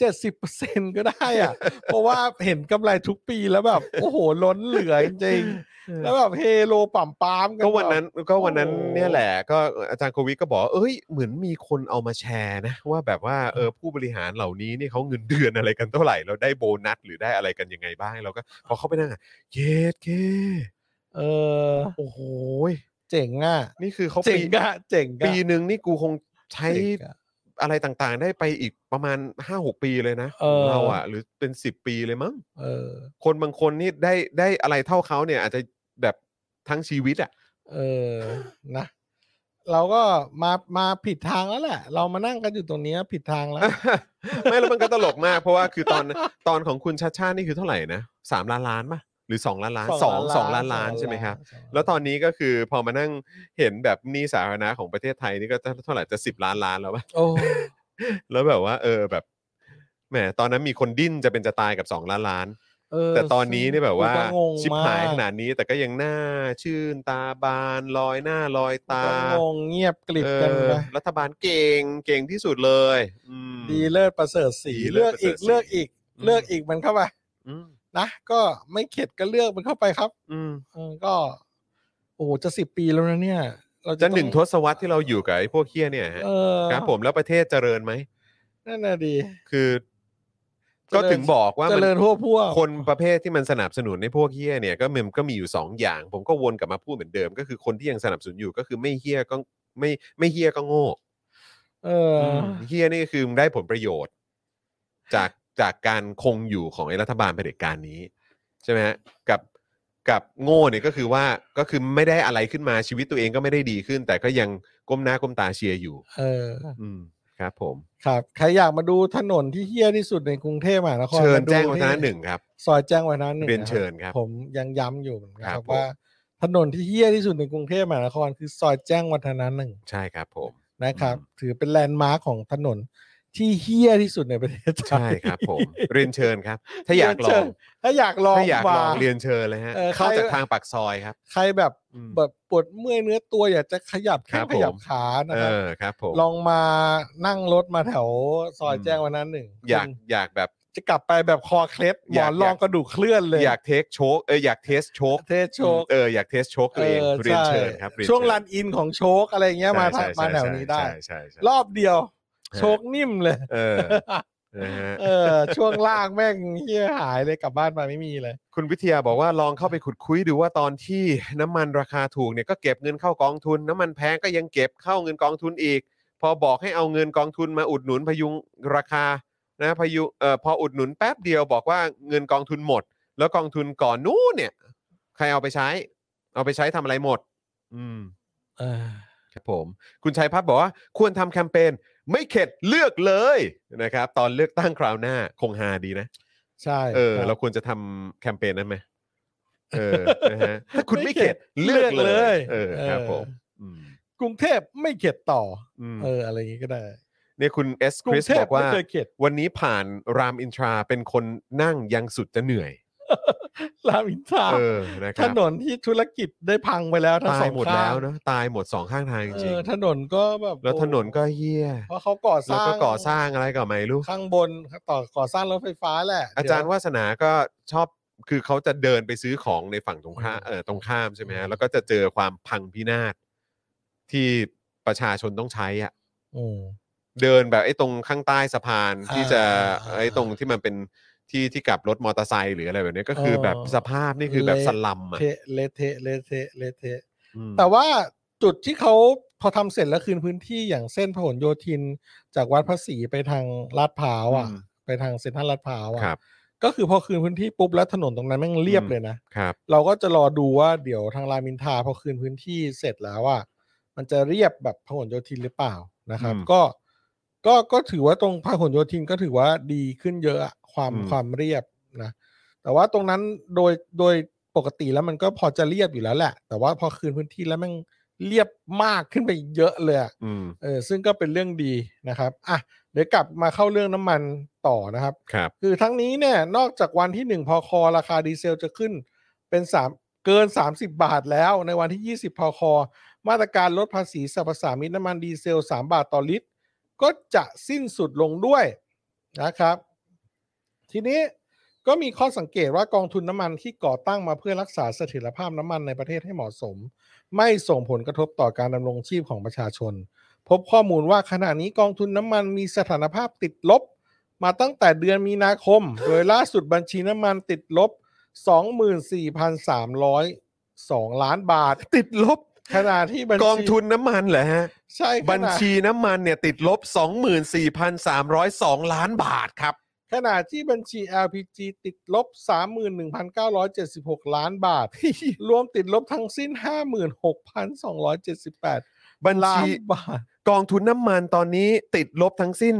Speaker 3: เจ็ดสิบเปอร์เซ็นก็ได้อ่ะ เพราะว่าเห็นกำไรทุกปีแล้วแบบ โอ้โห ล้นเหลือจริงๆแล้วแบบเฮโลปั่มปามกั
Speaker 2: ก็
Speaker 3: แบบ
Speaker 2: วันนั้นก็วันนั้น
Speaker 3: โอ้โห
Speaker 2: เนี่ยแหละก็อาจารย์โควิดก็บอกว่าเอ้ยเหมือนมีคนเอามาแชร์นะ ว่าแบบว่าเออผู้บริหารเหล่านี้นี่เขาเงินเดือนอะไรกันเท่าไหร่เราได้โบนัสหรือได้อะไรกันยังไงบ้างเราก็พอเข้าไปนั่งอ่ะเย็ดเค
Speaker 3: เออ
Speaker 2: โอ้โห
Speaker 3: เจ๋งอ่ะ
Speaker 2: นี่คือเขา
Speaker 3: เจ๋
Speaker 2: ปี
Speaker 3: งอ่ะเจ๋งอ่ะ
Speaker 2: ปีหนึ่งนี่กูคงใช้
Speaker 3: เจ๋งอะ
Speaker 2: อะไรต่างๆ ได้ไปอีกประมาณ 5 6 ปีเลยนะ
Speaker 3: เออ
Speaker 2: เราอ่ะ หรือเป็น 10 ปีเลยมั้ง
Speaker 3: เออ
Speaker 2: คนบางคนนี่ได้ได้อะไรเท่าเขาเนี่ย อาจจะแบบทั้งชีวิตอ่ะ
Speaker 3: เออ นะ เราก็มามาผิดทางแล้วแหละ เรามานั่งกันอยู่ตรงเนี้ยผิดทางแล้ว
Speaker 2: ไม่แล้วมันก็ตลกมาก เพราะว่าคือตอนตอนของคุณชาชาตินี่คือเท่าไหร่นะสามล้านล้านป่ะ หรือ 2 ล้านล้านสองสองล้านล้านใช่ไหมครับ แล้วตอนนี้ก็คือพอมานั่งเห็นแบบหนี้สาธารณะของประเทศไทยนี่ก็เท่าไหร่จะ 10 ล้านล้านแล้วป่ะ
Speaker 3: โอ้
Speaker 2: แล้วแบบว่า เออแบบแหมตอนนั้นมีคนดิ้นจะเป็นจะตายกับ 2 ล้านล้าน
Speaker 3: เออ
Speaker 2: แต่ตอนนี้เนี่ยแบบว่า
Speaker 3: กูก็งง
Speaker 2: ชิบหาย
Speaker 3: มก
Speaker 2: ขนาดนี้แต่ก็ยังหน้าชื่นตาบานลอยหน้าลอยตา
Speaker 3: กูก็งงเงียบกลิบ
Speaker 2: เอ
Speaker 3: กัน
Speaker 2: อ
Speaker 3: ไป
Speaker 2: รัฐบาลเก่งเก่งที่สุดเลยอืม
Speaker 3: ดีเลิศประเสริฐสี
Speaker 2: ดีเลิ
Speaker 3: เลือก
Speaker 2: ศประเส
Speaker 3: อี
Speaker 2: ริฐ
Speaker 3: ก
Speaker 2: ศรี
Speaker 3: เลือกอีกเลือกอีกมันเข้าไป
Speaker 2: อืม
Speaker 3: นะก็ไม่เข็ดก็เลือกมันเข้าไปครับ
Speaker 2: อืม
Speaker 3: เออก็ โอ้โหจะสิบปีแล้วนะเนี่ย เรา
Speaker 2: จะ
Speaker 3: ต้อง
Speaker 2: หนึ่งทศวรรษที่เราอยู่กับไอ้พวกเคี้ยเนี่ยฮะ
Speaker 3: เออ
Speaker 2: ครับผมแล้วประเทศเจริญไหม
Speaker 3: นั่นน่ะดี
Speaker 2: คือ
Speaker 3: เจริญ
Speaker 2: ก็ถึงบอกว่า
Speaker 3: เจ
Speaker 2: มัน
Speaker 3: ริญทั่วพวก
Speaker 2: คนประเภทที่มันสนับสนุนในพวกเฮี้ยเนี่ยก็มันก็มีอยู่สองอย่าง ผมก็วนกลับมาพูดเหมือนเดิม ก็คือคนที่ยังสนับสนุนอยู่ก็คือไม่เฮี้ยก็ไม่ไม่เฮี้ยก็โง่
Speaker 3: เอออ
Speaker 2: เฮียนี่คือมึงได้ผลประโยชน์ จากจากการคงอยู่ของไอ้รัฐบาลเผด็จการนี้ ใช่ไหมฮะกับกับโง่เนี่ยก็คือว่าก็คือไม่ได้อะไรขึ้นมาชีวิตตัวเองก็ไม่ได้ดีขึ้น แต่ก็ยังก้มหน้าก้มตาเชียร์อยู่
Speaker 3: เออ
Speaker 2: อืมครับ ผม
Speaker 3: ครับ ใครอยากมาดูถนนที่เฮี้ยที่สุดในกรุงเทพมหานคร
Speaker 2: เชิญ
Speaker 3: มาดู
Speaker 2: แจ้งวัฒนะ
Speaker 3: ที่
Speaker 2: หนึ่งครับ
Speaker 3: ซอยแจ้งวัฒนะหนึ่ง
Speaker 2: เรียน
Speaker 3: นะ
Speaker 2: เชิญครับ
Speaker 3: ผมยังย้ำอยู่เหมือนกัน
Speaker 2: ค
Speaker 3: ค
Speaker 2: รั
Speaker 3: รั
Speaker 2: บบ ผม
Speaker 3: ว่าถนนที่เฮี้ยที่สุดในกรุงเทพมหานครคือซอยแจ้งวัฒนะหนึ่ง
Speaker 2: ใช่ครับผม
Speaker 3: นะครับ
Speaker 2: อืม
Speaker 3: ถือเป็นแลนด์มาร์คของถนนที่เฮี้ยที่สุดในประเทศไทย
Speaker 2: ใช่ครับ ผม เรียนเชิญครับ ถ้าอยาก
Speaker 3: เรี
Speaker 2: ล
Speaker 3: นเชิ
Speaker 2: อง
Speaker 3: ญถ้าอยากลอง
Speaker 2: ถ้าอยากลอง
Speaker 3: ม
Speaker 2: เรียนเชิญเลยฮะ
Speaker 3: เออ
Speaker 2: เข้า
Speaker 3: ใคร
Speaker 2: จากทางปากซอยครับ
Speaker 3: ใครแบบ
Speaker 2: อืม
Speaker 3: แบบปวดเมื่อยเนื้อตัวอยากจะขยับ
Speaker 2: ครั
Speaker 3: แข้ง
Speaker 2: บผม
Speaker 3: ขยับขานะค
Speaker 2: เอ
Speaker 3: รับ
Speaker 2: อครับ ผม
Speaker 3: ลองมานั่งรถมาแถวซอย
Speaker 2: อืม
Speaker 3: แจ้งวัฒนะหนึ่ง
Speaker 2: อยาก
Speaker 3: คุณ
Speaker 2: อยากแบบ
Speaker 3: จะกลับไปแบบคอเคล็ดห
Speaker 2: อ
Speaker 3: ม
Speaker 2: ยา
Speaker 3: อก นรอ
Speaker 2: อง ยาก
Speaker 3: กระดูกเคลื่อนเลย
Speaker 2: อยากเทคโชกเอออยากเทสโชก
Speaker 3: เทสโชก
Speaker 2: เอออยากเทสโชคตัวเอง
Speaker 3: ออ
Speaker 2: เรียนเชิญ
Speaker 3: ใ
Speaker 2: ครับเยนเชิญ
Speaker 3: ช่วงรันอินของโชคอะไรเงี้ยมา
Speaker 2: ใช่ใช่
Speaker 3: มาแถวนี้ได้
Speaker 2: ใช่ใช่ใช่
Speaker 3: รอบเดียว โชคนิ่มเลย
Speaker 2: เออนะฮะ
Speaker 3: เออ ช่วงล่างแม่งเฮียหายเลยกลับบ้านมาไม่มีเลย
Speaker 2: คุณวิทยาบอกว่าลองเข้าไปขุดคุยดูว่าตอนที่น้ำมันราคาถูกเนี่ยก็เก็บเงินเข้ากองทุน น้ำมันแพงก็ยังเก็บเข้าเงินกองทุนอีก พอบอกให้เอาเงินกองทุนมาอุดหนุนพยุงราคานะพยุงเอ่อพออุดหนุนแป๊บเดียวบอกว่าเงินกองทุนหมด แล้วกองทุนก่อนนู้นเนี่ย ใครเอาไปใช้ เอาไปใช้ทำอะไรหมด อืม
Speaker 3: เออ
Speaker 2: ครับผมคุณชัยพัฒน์บอกว่าควรทำแคมเปญไม่เข็ดเลือกเลยนะครับ ตอนเลือกตั้งคราวหน้าคงฮาดีนะ
Speaker 3: ใช่
Speaker 2: เออ
Speaker 3: คบ
Speaker 2: เราควรจะทำแคมเปญนั้นไหม เอ อนะฮะถ้าคุณไม่เข็ดเลือกเลย เออครับผมอืม
Speaker 3: กรุงเทพไม่เข็ดต่อ
Speaker 2: อืม
Speaker 3: อเออ อะไรอย่างงี้ก็ได้
Speaker 2: เนี่ยคุณเอส
Speaker 3: ก
Speaker 2: ค
Speaker 3: รุ
Speaker 2: ริ
Speaker 3: ง
Speaker 2: ส
Speaker 3: เท
Speaker 2: บ
Speaker 3: พ
Speaker 2: อก
Speaker 3: ไม่
Speaker 2: ว่า
Speaker 3: เคยเข็ด
Speaker 2: วันนี้ผ่านรามอินทราเป็นคนนั่งยังสุดจะเหนื่อย
Speaker 3: รามอินทรา
Speaker 2: เออนะค
Speaker 3: ถ
Speaker 2: รับ
Speaker 3: นนที่ธุรกิจได้พังไปแล้วทั้ง
Speaker 2: ตา
Speaker 3: ส
Speaker 2: ย
Speaker 3: อง
Speaker 2: หมด
Speaker 3: ข้าง
Speaker 2: แล้วนะตายหมดสองข้างทางจ
Speaker 3: เอ
Speaker 2: ริง
Speaker 3: อถนนก็แบบ
Speaker 2: ๆแล้วถนนก็เฮี้ย
Speaker 3: เพราะเขาก่อส
Speaker 2: แล้ว
Speaker 3: ร้าง
Speaker 2: ก็ก่อสร้างอะไรก็ไม่รู้
Speaker 3: ข้างบนต่อก่อสร้างรถไฟฟ้าแหละ
Speaker 2: อาจารย์วาสนาก็ชอบคือเขาจะเดินไปซื้อของในฝั่งตรงข้ามเออตรงข้ามใช่ไหมฮะแล้วก็จะเจอความพังพินาศที่ประชาชนต้องใช้อ่ะ
Speaker 3: อืม
Speaker 2: เดินแบบไอ้ตรงข้างใต้สะพาน
Speaker 3: อ่า
Speaker 2: ที่จะ
Speaker 3: อ่า
Speaker 2: ไอ้ตรงที่มันเป็นที่ที่กลับรถมอเตอร์ไซค์หรืออะไรแบบเนี้ยก็คือ
Speaker 3: เออ
Speaker 2: แบบสภาพนี่คือแบบสลัมอ่ะ
Speaker 3: เทะเละเทะเละเทะเละเทะ
Speaker 2: อืม
Speaker 3: แต่ว่าจุดที่เขาพอทำเสร็จแล้วคืนพื้นที่อย่างเส้นพหลโยธิน จากวัดพระศรีไปทางลาดพร้าวอ่ะ
Speaker 2: อืม
Speaker 3: ไปทางเซ็นทรัลลาดพร้าวอ่ะ
Speaker 2: ครับ
Speaker 3: ก็คือพอคืนพื้นที่ปุ๊บแล้วถนนตรงนั้นแม่งเรียบ
Speaker 2: อืม
Speaker 3: เลยนะ
Speaker 2: ครับ
Speaker 3: เราก็จะรอดูว่าเดี๋ยวทางรามอินทราพอคืนพื้นที่เสร็จแล้วอ่ะมันจะเรียบแบบพหลโยธินหรือเปล่านะครับ
Speaker 2: อืม
Speaker 3: ก็ก็ก็ถือว่าตรงพหลโยธินก็ถือว่าดีขึ้นเยอะอะความ
Speaker 2: อืม
Speaker 3: ความเรียบนะ แต่ว่าตรงนั้นโดยโดยปกติแล้วมันก็พอจะเรียบอยู่แล้วแหละ แต่ว่าพอคืนพื้นที่แล้วแมันเรียบมากขึ้นไปเยอะเลยอะ
Speaker 2: อืม
Speaker 3: เออซึ่งก็เป็นเรื่องดีนะครับอ่ะเดี๋ยวกลับมาเข้าเรื่องน้ำมันต่อนะครับ
Speaker 2: ครับ
Speaker 3: คือทั้งนี้เนี่ยนอกจากวันที่ 1 พอคอ ราคาดีเซลจะขึ้นเป็น 3 เกิน 30 บาทแล้วในวันที่ 20 พอคอ มาตรการลดภาษีสรรพสามิตน้ำมันดีเซล 3 บาทต่อลิตร ก็จะสิ้นสุดลงด้วยนะครับ ทีนี้ก็มีข้อสังเกตว่ากองทุนน้ำมันที่ก่อตั้งมาเพื่อรักษาเสถียรภาพน้ำมันในประเทศให้เหมาะสม ไม่ส่งผลกระทบต่อการดำรงชีพของประชาชน พบข้อมูลว่าขณะนี้กองทุนน้ำมันมีสถานภาพติดลบ มาตั้งแต่เดือนมีนาคม โดยล่าสุดบัญชีน้ำมันติดลบ 24,302 ล้านบาท ติดลบ ขณะที่บัญชี
Speaker 2: กองทุนน้ำมันเหรอฮะ
Speaker 3: ใช่ขณะ
Speaker 2: บัญชีน้ำมันเนี่ยติดลบ 24,302 ล้านบาทครับ
Speaker 3: ขณะที่บัญชี LPG ติดลบ 31,976 ล้านบาท รวมติดลบทั้งสิ้น 56,278
Speaker 2: บัญ
Speaker 3: ล้า
Speaker 2: ชี
Speaker 3: นบาท
Speaker 2: กองทุนน้ำมันตอนนี้ติดลบทั้งสิ้น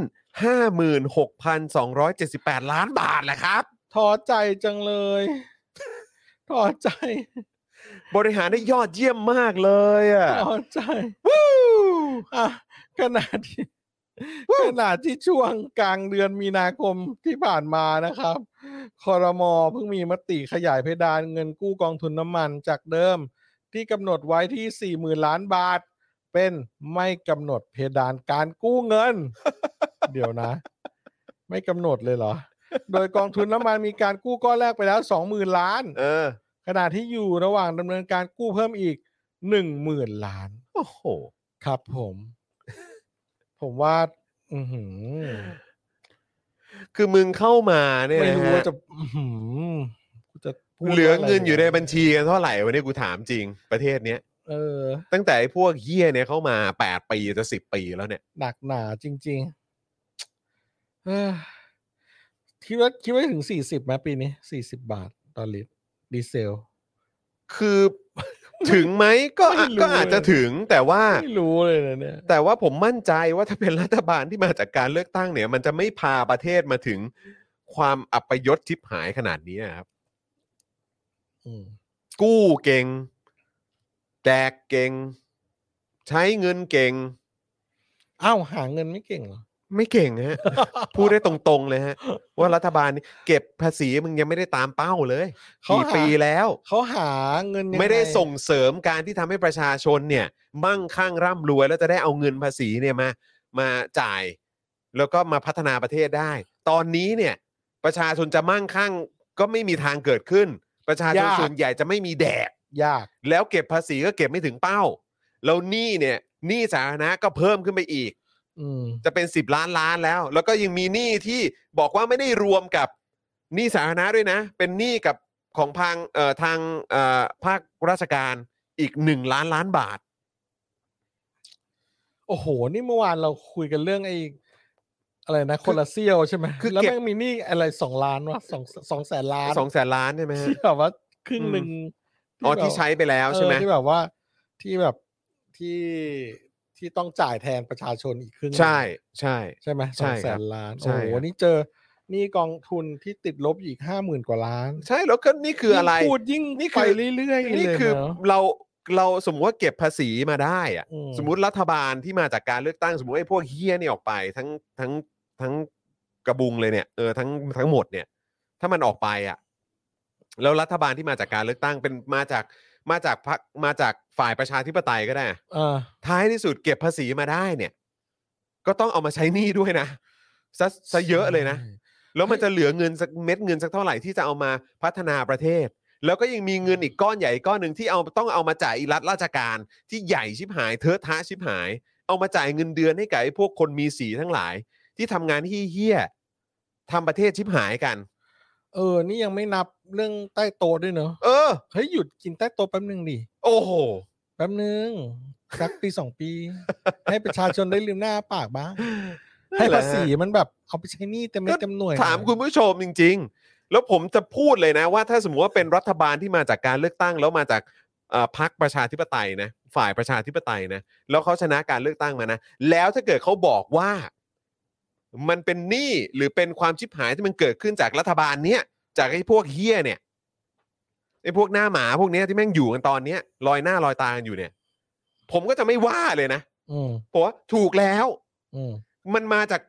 Speaker 2: 56,278 ล้านบาทแหละครับ
Speaker 3: ท้อใจจังเลย ท้อใจ
Speaker 2: บริหารได้ยอดเยี่ยมมากเลยอ่ะ
Speaker 3: ท้อใจวู้อ่ะขณะที่ขณะที่ช่วงกลางเดือนมีนาคมที่ผ่านมานะครับ คอรมอเพิ่งมีมติขยายเพดานเงินกู้กองทุนน้ำมันจากเดิม ที่กำหนดไว้ที่ 40,000 ล้านบาท เป็นไม่กำหนดเพดานการกู้เงิ น เดี๋ยวนะ ไม่กำหนดเลยเหรอ โดยกองทุนน้ำมันมีการกู้ก้อนแรกไปแล้ว 20,000 ล้าน
Speaker 2: เออ
Speaker 3: ขณะที่อยู่ระหว่างดำเนินการกู้เพิ่มอีก 10,000 ล้าน
Speaker 2: โอ้โห
Speaker 3: ครับผม ผมว่า อือหือ
Speaker 2: คือมึงเข้ามาเนี่ย
Speaker 3: ไม่
Speaker 2: นะ
Speaker 3: รู้
Speaker 2: ฮะ
Speaker 3: ว่าจะ อื้อหือกูจะพูด
Speaker 2: เหลือเงิน
Speaker 3: ว่าะไร
Speaker 2: อยู่ในบัญชีกันเท่าไหร่วันนี้กูถามจริงประเทศเนี้ย
Speaker 3: เออ
Speaker 2: ตั้งแต่ไอ้พวกเฮียเนี่ยเข้ามา 8 ปีจะ10 ปีแล้วเนี่ย
Speaker 3: หนักหนาจริง ๆ เอ้อ คิดว่าคิดว่าถึงสี่สิบไหมปีนี้สี่สิบบาทต่อลิตรดีเซล
Speaker 2: คือ ถึงไหมก็
Speaker 3: ไม่
Speaker 2: อ่ะ
Speaker 3: รู้
Speaker 2: ก็อาจจะถึงแต่ว่า
Speaker 3: ไม่รู้เลยนะเนี่ย
Speaker 2: แต่ว่าผมมั่นใจว่าถ้าเป็นรัฐบาลที่มาจากการเลือกตั้งเนี่ย มันจะไม่พาประเทศมาถึงความอัปยศชิบหายขนาดนี้ครับ
Speaker 3: อืม
Speaker 2: กู้เก่งแจกเก่ง ใช้เงินเก่ง
Speaker 3: อ้าวหาเงินไม่เก่งเหรอ
Speaker 2: ไม่เก่งฮะ พูดได้ตรงๆเลยฮะ ว่ารัฐบาลนี่เก็บภาษีมึงยังไม่ได้ตามเป้าเลย
Speaker 3: เขา
Speaker 2: กี่
Speaker 3: หา
Speaker 2: ปีแล้ว
Speaker 3: เขาหาเงินยังง
Speaker 2: ไม่ได้ส่งเสริมการที่ทำให้ประชาชนเนี่ยมั่งคั่งร่ำรวยแล้วจะได้เอาเงินภาษีเนี่ยมามาจ่าย แล้วก็มาพัฒนาประเทศได้ ตอนนี้เนี่ยประชาชนจะมั่งคั่งก็ไม่มีทางเกิดขึ้น ประชาชนส่วนใหญ่จะไม่มีแดก
Speaker 3: ยาก
Speaker 2: แล้วเก็บภาษีก็เก็บไม่ถึงเป้า แล้วหนี้เนี่ยหนี้สาธารณะก็เพิ่มขึ้นไปอีก
Speaker 3: อืม
Speaker 2: จะเป็น 10 ล้านล้านแล้ว แล้วก็ยังมีหนี้ที่บอกว่าไม่ได้รวมกับหนี้สาธารณะด้วยนะ เป็นหนี้กับของทางเอ่อทางเอ่อภาคราชการอีก 1 ล้านล้านบาท
Speaker 3: โอ้โห นี่เมื่อวานเราคุยกันเรื่องไอ้อะไรนะ คนละเซียวใช่ไหม
Speaker 2: คือ
Speaker 3: แล้ว
Speaker 2: เก็บ
Speaker 3: แม่งมีหนี่อะไรสองล้านวะสองสองแสนล้าน
Speaker 2: 2แสนล้านใช่ไหมฮะ
Speaker 3: ที่แบบว่าครึ่งหนึ่ง
Speaker 2: อ๋อ
Speaker 3: แบบ
Speaker 2: ที่ใช้ไปแล้วใช่ไหม
Speaker 3: เออที่แบบว่าที่แบบที่ที่ต้องจ่ายแทนประชาชนอีกครึ่งหนึ่ง
Speaker 2: ใช่ใช่
Speaker 3: ใช่ไหมส
Speaker 2: ใช่
Speaker 3: องแส
Speaker 2: ครั
Speaker 3: น
Speaker 2: บ
Speaker 3: ล้าน
Speaker 2: ใช่
Speaker 3: โอ้โห
Speaker 2: ครับ
Speaker 3: นี่เจอ หนี้กองทุนที่ติดลบอีกห้าหมื่นกว่าล้าน
Speaker 2: ใช่แล้วก็นี่คืออะไร
Speaker 3: ยิ่งพูดยิ่ง
Speaker 2: นี่คื
Speaker 3: ไป
Speaker 2: อ
Speaker 3: เรื่อยๆ
Speaker 2: นี่
Speaker 3: เลย
Speaker 2: คือ
Speaker 3: เนอะ
Speaker 2: เราเราสมมติว่าเก็บภาษีมาได้อะ
Speaker 3: อืม
Speaker 2: สมมติรัฐบาลที่มาจากการเลือกตั้งสมมติไอ้พวกเฮี้ยนี่ออกไปทั้งทั้งทั้งกระบุงเลยเนี่ยเออทั้งทั้งหมดเนี่ย ถ้ามันออกไปอ่ะแล้วรัฐบาลที่มาจากการเลือกตั้งเป็นมาจากมาจากพรรคมาจากฝ่ายประชาธิปไตยก็ได้อะ
Speaker 3: อ่า
Speaker 2: ท้ายที่สุดเก็บภาษีมาได้เนี่ย ก็ต้องเอามาใช้หนี้ด้วยนะซะซะเยอะเลยนะ แล้วมันจะเหลือเงินสักเม็ดเงินสักเท่าไหร่ที่จะเอามาพัฒนาประเทศ แล้วก็ยังมีเงินอีกก้อนใหญ่อีกก้อนหนึ่งที่เอาต้องเอามาจ่ายอีรัฐราชการที่ใหญ่ชิบหายเทอะทะชิบหาย เอามาจ่ายเงินเดือนให้กับไอ้พวกคนมีสีทั้งหลาย ที่ทำงานที่เฮี้ยๆทำประเทศชิบหายกัน
Speaker 3: เออ นี่ยังไม่นับเรื่องใต้โต๊ะด้วยเนอะ
Speaker 2: เออ
Speaker 3: เฮ้ย หยุดกินใต้โต๊ะแป๊บหนึ่งดิ
Speaker 2: โอ้โห
Speaker 3: แป๊บหนึ่งสักปีสองปี ให้ประชาชนได้ลืมหน้าปากบ้าง
Speaker 2: นั่
Speaker 3: ให้
Speaker 2: นแหละ
Speaker 3: ภาษีมันแบบ เอาไปใช้หนี่เต็มเม็ด
Speaker 2: ก็
Speaker 3: เต็มหน่วย
Speaker 2: ถามคุณผู้ชมจริง ๆ แล้วผมจะพูดเลยนะว่าถ้าสมมติว่าเป็นรัฐบาลที่มาจากการเลือกตั้ง แล้วมาจากเอ่อพรรคประชาธิปไตยนะฝ่ายประชาธิปไตยนะแล้วเขาชนะการเลือกตั้งมานะแล้วถ้าเกิดเขาบอกว่า มันเป็นหนี้หรือเป็นความชิบหายที่มันเกิดขึ้นจากรัฐบาลเนี้ยจากไอ้พวกเฮี้ยเนี่ยไอ้พวกหน้าหมาพวกเนี้ยที่แม่งอยู่กันตอนเนี้ยลอยหน้าลอยตากันอยู่เนี่ย ผมก็จะไม่ว่าเลยนะ
Speaker 3: อืม
Speaker 2: ผมว่าถูกแล้ว
Speaker 3: อืม
Speaker 2: มันมาจาก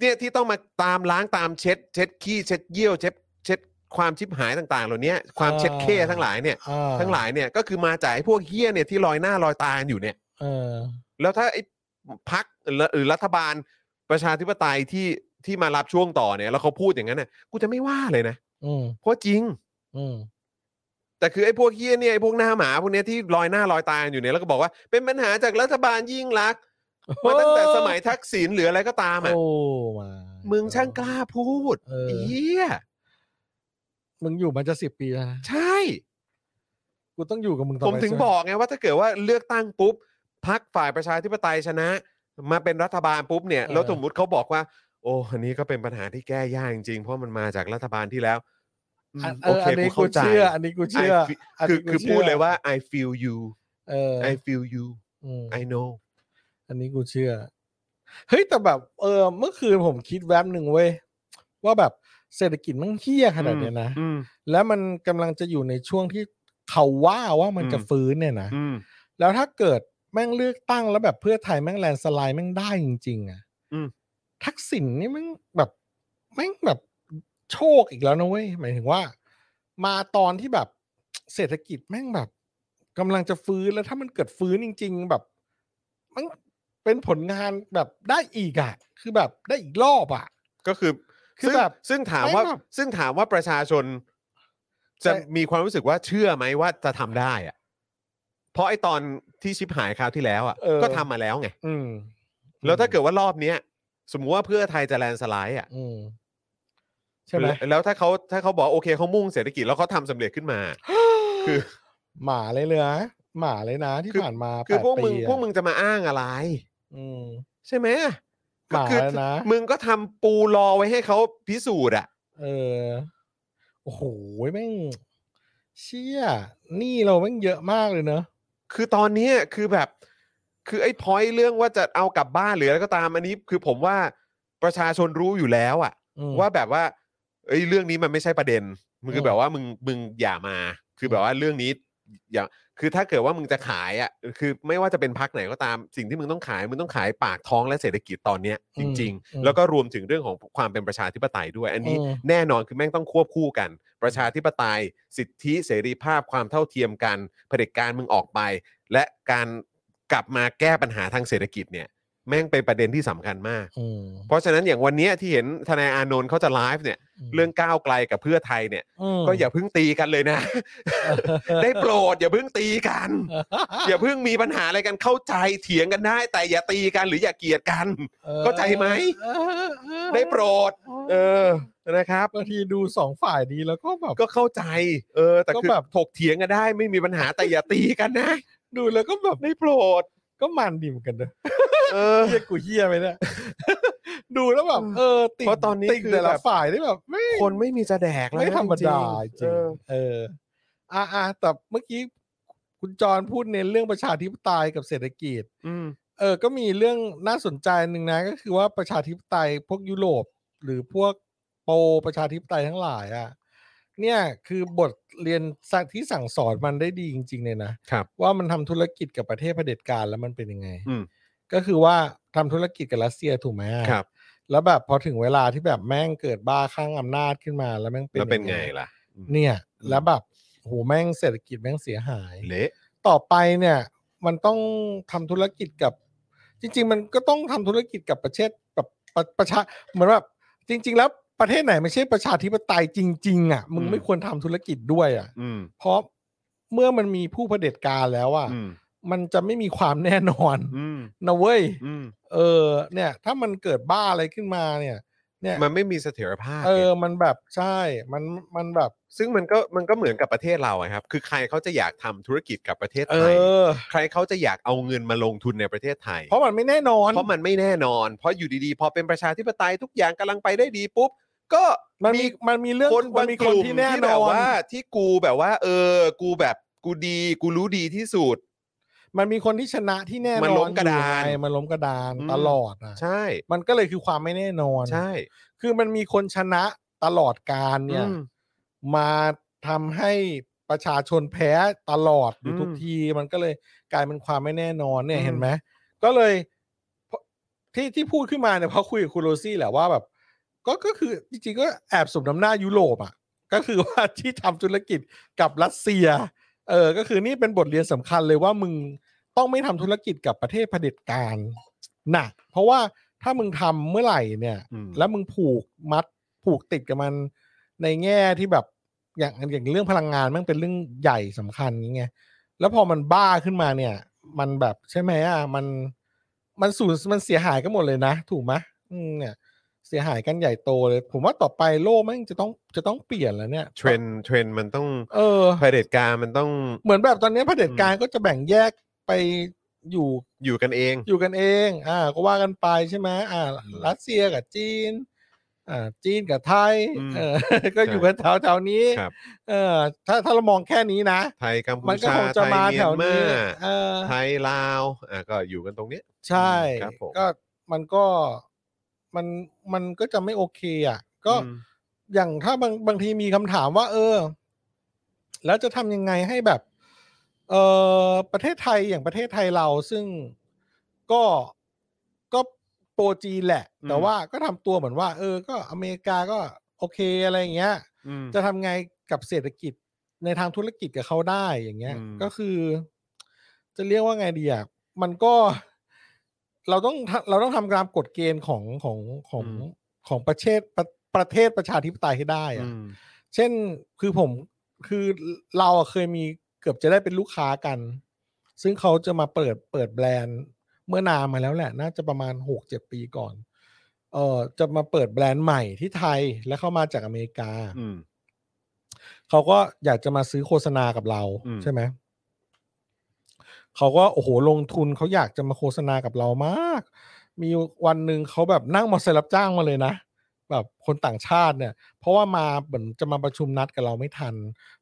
Speaker 2: เนี่ยที่ต้องมาตามล้างตามเช็ด เช็ดขี้เช็ดเยี่ยวเช็ดเช็ดความชิบหายต่างๆ เหล่านี้ความเช็ดเข้ทั้งหลายเนี่ย
Speaker 3: อ่า
Speaker 2: ทั้งหลายเนี่ยก็คือมาจากไอ้พวกเฮี้ยเนี่ยที่ลอยหน้าลอยตากันอยู่เนี่ย
Speaker 3: เออ
Speaker 2: แล้วถ้าไอ้พักหรือรัฐบาลประชาธิปไตยที่ที่มารับช่วงต่อเนี่ยแล้วเขาพูดอย่างนั้นเนี่ยกูจะไม่ว่าเลยนะ
Speaker 3: อืม
Speaker 2: เพราะจริง
Speaker 3: อืม
Speaker 2: แต่คือไอ้พวกเฮี้ยเนี่ยไอ้พวกหน้าหมาพวกเนี้ยที่ลอยหน้าลอยตากันอยู่เนี่ยแล้วก็บอกว่าเป็นปัญหาจากรัฐบาลยิ่งรักษณ์มาตั้งแต่สมัยทักษิณหรืออะไรก็ตามอ่ะ
Speaker 3: โอ้มา
Speaker 2: มึ
Speaker 3: มึ
Speaker 2: งช่างกล้าพูด
Speaker 3: เออ
Speaker 2: ไอ้เฮี้ย
Speaker 3: มึงอยู่มันจะสิบปีแล้วนะ
Speaker 2: ใช่
Speaker 3: กูต้องอยู่กับมึงต่อ
Speaker 2: ผ
Speaker 3: ไป
Speaker 2: มถึง
Speaker 3: ใช่ไห
Speaker 2: บอกไงว่าถ้าเกิดว่าเลือกตั้งปุ๊บพักฝ่ายประชาธิปไตยชนะ มาเป็นรัฐบาลปุ๊บเนี่ยแล้วสมมติเขาบอกว่า โอ้อันนี้ก็เป็นปัญหาที่แก้ยากจริงๆ เพราะมันมาจากรัฐบาลที่แล้วอืม
Speaker 3: อันเอ
Speaker 2: โอ
Speaker 3: อ
Speaker 2: เค
Speaker 3: อันนี้กู
Speaker 2: กูเข้าใจ
Speaker 3: เชื่อ อันนี้กูเชื่อ
Speaker 2: I feel-
Speaker 3: น
Speaker 2: คือ
Speaker 3: นี้กู
Speaker 2: คือ
Speaker 3: ชื่
Speaker 2: พูดเลยว่า I feel you
Speaker 3: เออ
Speaker 2: I feel you
Speaker 3: อืม
Speaker 2: I know
Speaker 3: อันนี้กูเชื่อ เฮ้ย แต่แบบ เออ เมื่อคืนผมคิดแวบหนึ่งเว้ย ว่าแบบเศรษฐกิจมันเฮี้ยขนาดเนี้ยนะ
Speaker 2: อืม
Speaker 3: แล้วมันกำลังจะอยู่ในช่วงที่เขาว่าว่ามันจะ
Speaker 2: อืม
Speaker 3: ฟื้นเนี่ยนะ
Speaker 2: อืม
Speaker 3: แล้วถ้าเกิดแม่งเลือกตั้งแล้วแบบเพื่อไทยแม่งแลนด์สไลด์แม่งได้จริง ๆ อ่ะ
Speaker 2: อืม
Speaker 3: ทักษิณนี่แม่งแบบแม่งแบบโชคอีกแล้วนะเว้ย หมายถึงว่า มาตอนที่แบบเศรษฐกิจแม่งแบบกำลังจะฟื้นแล้วถ้ามันเกิดฟื้นจริง ๆ แบบแมันเป็นผลงานแบบได้อีกอ่ะ คือแบบได้อีกรอบอ่ะ
Speaker 2: ก็คือ
Speaker 3: คือ
Speaker 2: ซึ่ง
Speaker 3: แบบ
Speaker 2: ซึ่งถามว่า
Speaker 3: ไม่แบบ
Speaker 2: ซึ่งถามว่าประชาชน จะ
Speaker 3: ใช่
Speaker 2: มีความรู้สึกว่าเชื่อไหมว่าจะทำได้อะเพราะไอ้ตอนที่ชิปหายคราวที่แล้วอ่ะก็ทำมาแล้วไง
Speaker 3: อืม
Speaker 2: แล้วถ้าเกิดว่ารอบเนี้ยสมมุติว่าเพื่อไทยจะแลนด์สไลด์อ่ะ
Speaker 3: อืมใช่ไหม
Speaker 2: แล้วแล้วถ้าเขาถ้าเขาบอกโอเคเขามุ่งเศรษฐกิจแล้วเขาทำสำเร็จขึ้นมา คือ
Speaker 3: หมาเลยเลยนะหมาเลยนะที่
Speaker 2: คือ
Speaker 3: ผ่านมา
Speaker 2: คือ
Speaker 3: แปด
Speaker 2: พวกมึง
Speaker 3: ปีอะ
Speaker 2: พวกมึงจะมาอ้างอะไร
Speaker 3: อืม
Speaker 2: ใช่ไหม
Speaker 3: ห
Speaker 2: ก็
Speaker 3: มา
Speaker 2: คือ
Speaker 3: แล้วนะ
Speaker 2: มึงก็ทำปูรอไว้ให้เขาพิสูจน์อ่ะ
Speaker 3: เออ โอ้โหแม่ง เชี่ยหนี่เราแม่งเยอะมากเลยเนอะ
Speaker 2: คือตอนเนี้ยคือแบบ คือไอ้พอยเรื่องว่าจะเอากลับบ้านหรืออะไรก็ตามอันนี้ คือผมว่าประชาชนรู้อยู่แล้วอ่ะ
Speaker 3: อืม
Speaker 2: ว่าแบบว่าเอ้ยเรื่องนี้มันไม่ใช่ประเด็นมึงคือ
Speaker 3: ม
Speaker 2: แบบว่ามึงมึงอย่ามา คือแบบว่าเรื่องนี้อย่าคือถ้าเกิดว่ามึงจะขายอ่ะคือไม่ว่าจะเป็นพักไหนก็ตามสิ่งที่มึงต้องขายมึงต้องขายปากท้องและเศรษฐกิจตอนเนี้ยจริง
Speaker 3: อืม
Speaker 2: ๆ แล้วก็รวมถึงเรื่องของความเป็นประชาธิปไตยด้วย อันนี้
Speaker 3: อืม
Speaker 2: แน่นอนคือแม่งต้องควบคู่กัน ประชาธิปไตย สิทธิเสรีภาพความเท่าเทียมกันเผด็จการมึงออกไป และการกลับมาแก้ปัญหาทางเศรษฐกิจเนี่ย แม่งเป็นประเด็นที่สำคัญมาก
Speaker 3: อืม
Speaker 2: เพราะฉะนั้นอย่างวันเนี้ยที่เห็นทนายอานนท์เขาจะไลฟ์เนี่ย เรื่องก้าวไกลกับเพื่อไทยเนี่ย
Speaker 3: ม
Speaker 2: ก็ อย่าเพิ่งตีกันเลยนะ ได้โปรดอย่าเพิ่งตีกัน อย่าเพิ่งมีปัญหาอะไรกันเข้าใจเถียงกันได้ แต่อย่าตีกันหรืออย่าเกลียดกัน
Speaker 3: ออ
Speaker 2: เข้าใจไหม
Speaker 3: เออเออ
Speaker 2: ได้โปรด เออนะครับ
Speaker 3: บางทีดูสองฝ่ายดีแล้วก็แบบ
Speaker 2: ก็เข้าใจ เออ แต่
Speaker 3: ก็
Speaker 2: คือ
Speaker 3: แบบ
Speaker 2: ถกเถียงกันได้ไม่มีปัญหาแต่อย่าตีกัน นะ
Speaker 3: ดูแล้วก็แบบ
Speaker 2: ได้โปรด
Speaker 3: ก็มันดีเหมือนกันนะ
Speaker 2: เออ
Speaker 3: เฮียกูเฮียไปเนี่ย ดูแล้วแบบเออติด
Speaker 2: เพราะตอนนี้
Speaker 3: ติด
Speaker 2: คือ
Speaker 3: แต่ละ
Speaker 2: แบบ
Speaker 3: ฝ่ายได้แบบไม่
Speaker 2: คนไม่มีจะแดกแล้ว
Speaker 3: ไม่
Speaker 2: นะ
Speaker 3: ธรรมดาจ
Speaker 2: จริ
Speaker 3: ริ
Speaker 2: ง
Speaker 3: ง
Speaker 2: ๆเออ
Speaker 3: เอออ่าอ่าแต่เมื่อกี้คุณจรพูดเน้นเรื่องประชาธิปไตยกับเศรษฐกิจ
Speaker 2: อืม
Speaker 3: เออ ก็มีเรื่องน่าสนใจหนึ่งนะ ก็คือว่าประชาธิปไตยพวกยุโรปหรือพวก โปรประชาธิปไตยทั้งหลายอะ่ะเนี่ยคือบทเรียนสักที่สั่งสอนมันได้ดีจริง ๆ เลยนะ
Speaker 2: ครับ
Speaker 3: ว่ามันทำธุรกิจกับประเทศเผด็จการแล้วมันเป็นยังไง
Speaker 2: อืม
Speaker 3: ก็คือว่าทำธุรกิจกับรัสเซียถูกไหมอะ
Speaker 2: ครับ
Speaker 3: แล้วแบบพอถึงเวลาที่แบบแม่งเกิดบ้าข้างอำนาจขึ้นมาแล้วแม่งเป็น
Speaker 2: แล้วเป็นไงล่ะอืม
Speaker 3: เนี่ย แล้วแบบโหแม่งเศรษฐกิจแม่งเสียหาย
Speaker 2: เละ
Speaker 3: ต่อไปเนี่ยมันต้องทำธุรกิจกับ จริง ๆ มันก็ต้องทำธุรกิจกับประเทศแบบประประชาเหมือนแบบจริง ๆ แล้วประเทศไหนไม่ใช่ประชาธิปไตยจริง ๆ อ่ะ มึงไม่ควรทำธุรกิจด้วยอ่ะ
Speaker 2: อืม
Speaker 3: เพราะเมื่อมันมีผู้เผด็จการแล้วอ่ะ
Speaker 2: อืม
Speaker 3: มันจะไม่มีความแน่นอน
Speaker 2: อืม
Speaker 3: นะเว้ย
Speaker 2: อืม
Speaker 3: เออ เนี่ย ถ้ามันเกิดบ้าอะไรขึ้นมาเนี่ย เนี่ย
Speaker 2: มันไม่มีเสถียรภาพ
Speaker 3: เออ
Speaker 2: ไง
Speaker 3: มันแบบใช่มันมันแบบ
Speaker 2: ซึ่งมันก็มันก็เหมือนกับประเทศเราอะครับ คือใครเขาจะอยากทำธุรกิจกับประเทศ
Speaker 3: เอ
Speaker 2: ไทย
Speaker 3: อ
Speaker 2: ใครเขาจะอยากเอาเงินมาลงทุนในประเทศไทย
Speaker 3: เพราะมันไม่แน่นอน
Speaker 2: เพราะมันไม่แน่นอน เพราะอยู่ดีๆ พอเป็นประชาธิปไตยทุกอย่างกำลังไปได้ดีปุ๊บ ก็
Speaker 3: มันมีมันมีเรื่อง
Speaker 2: คน
Speaker 3: มั
Speaker 2: บาง
Speaker 3: มี
Speaker 2: ก
Speaker 3: คน
Speaker 2: ลุ่ม
Speaker 3: ที่
Speaker 2: ที่
Speaker 3: แน่น
Speaker 2: แบ
Speaker 3: อบ น
Speaker 2: ว่า ที่กูแบบว่า เออ กูแบบกูดี กูรู้ดีที่สุด
Speaker 3: มันมีคนที่ชนะที่แน่นอน
Speaker 2: มันล้มกระดาน
Speaker 3: อยู่ไงมันล้มกระดาน
Speaker 2: อืม
Speaker 3: ตลอดนะ
Speaker 2: ใช่
Speaker 3: มันก็เลยคือความไม่แน่นอน
Speaker 2: ใช่
Speaker 3: คือมันมีคนชนะตลอดการเนี่ย
Speaker 2: อืม
Speaker 3: มาทำให้ประชาชนแพ้ตลอดอยู่ทุก
Speaker 2: อืม
Speaker 3: ทีมันก็เลยกลายเป็นความไม่แน่นอนเนี่
Speaker 2: อื
Speaker 3: ย
Speaker 2: ม
Speaker 3: เห็นไหมก็เลยพอที่ที่พูดขึ้นมาเนี่ยเพราะคุยกับคุณโรซี่แหละว่าแบบ ก็ก็คือจริงๆก็แอบสมน้ำหน้ายุโรปอ่ะ ก็คือว่า ที่ทำธุรกิจกับรัสเซีย เออ ก็คือนี่เป็นบทเรียนสำคัญเลยว่ามึงต้องไม่ทำธุรกิจกับประเทศเผด็จการนะเพราะว่าถ้ามึงทำเมื่อไหร่เนี่ย
Speaker 2: อืม
Speaker 3: แล้วมึงผูกมัดผูกติดกับมันในแง่ที่แบบอย่างอย่างเรื่องพลังงานมันเป็นเรื่องใหญ่สำคัญนี้ไงแล้วพอมันบ้าขึ้นมาเนี่ย มันแบบใช่ไหมอ่ะมันมันสูญมันเสียหายกันหมดเลยนะ ถูกไหมอืมเนี่ย เสียหายกันใหญ่โตเลย ผมว่าต่อไปโลกแม่งจะต้องจะต้องเปลี่ยนแล้วเนี่ย
Speaker 2: เทรนด์เทรนด์มันต้อง
Speaker 3: เออ
Speaker 2: เผด็จการมันต้อง
Speaker 3: เหมือนแบบตอนเนี้ยเผด็จ
Speaker 2: อืม
Speaker 3: การก็จะแบ่งแยกไปอยู่
Speaker 2: อยู่กันเอง
Speaker 3: อยู่กันเอง อ่า ก็ว่ากันไปใช่ไหมอ่า รัสเซียกับจีน อ่า จีนกับไทย
Speaker 2: อืม
Speaker 3: เออ ก็อยู่กันแถวแถวๆนี้
Speaker 2: ครับ
Speaker 3: เออ ถ้าถ้าเรามองแค่นี้นะ
Speaker 2: ไทยกัมพู
Speaker 3: มันก็
Speaker 2: ชา
Speaker 3: คงจะ
Speaker 2: ไทย
Speaker 3: มา
Speaker 2: เมี
Speaker 3: แถ
Speaker 2: ยน
Speaker 3: ว
Speaker 2: มา
Speaker 3: นี้เออ
Speaker 2: ไทยลาว อ่ะก็อยู่กันตรงเนี้ย
Speaker 3: ใช่
Speaker 2: ครับผม
Speaker 3: ก็มันก็มันมันก็จะไม่โอเคอ่ะ ก็
Speaker 2: อืม
Speaker 3: อย่างถ้าบางบางทีมีคำถามว่า เออ แล้วจะทำยังไงให้แบบ เออประเทศไทยอย่างประเทศไทยเราซึ่งก็ก็โปรจีนแหละ แต่ว่าก็ทำตัวเหมือนว่า เออ ก็อเมริกาก็โอเคอะไรอย่างเงี้ย
Speaker 2: อืม
Speaker 3: จะทำไงกับเศรษฐกิจในทางธุรกิจกับเขาได้อย่างเงี้ย
Speaker 2: อืม
Speaker 3: ก็คือ จะเรียกว่าไงดีอ่ะมันก็เราต้องทำเราต้องทำตามกฎเกณฑ์ของของของของประเทศประประเทศประชาธิปไตยให้ได้อ่ะ
Speaker 2: อืม
Speaker 3: เช่นคือผมคือเราอะเคยมีเกือบจะได้เป็นลูกค้ากัน ซึ่งเขาจะมาเปิดเปิดแบรนด์เมื่อนานมาแล้วแหละ น่าจะประมาณหกเจ็ดปีก่อนเออจะมาเปิดแบรนด์ใหม่ที่ไทยและเข้ามาจากอเมริกา
Speaker 2: อืม
Speaker 3: เขาก็อยากจะมาซื้อโฆษณากับเรา
Speaker 2: อืม
Speaker 3: ใช่ไหม เขาก็โอ้โหลงทุนเขาอยากจะมาโฆษณากับเรามาก มีวันหนึ่งเขาแบบนั่งมอเตอร์ไซค์รับจ้างมาเลยนะ แบบคนต่างชาติเนี่ย เพราะว่ามาเหมือนจะมาประชุมนัดกับเราไม่ทัน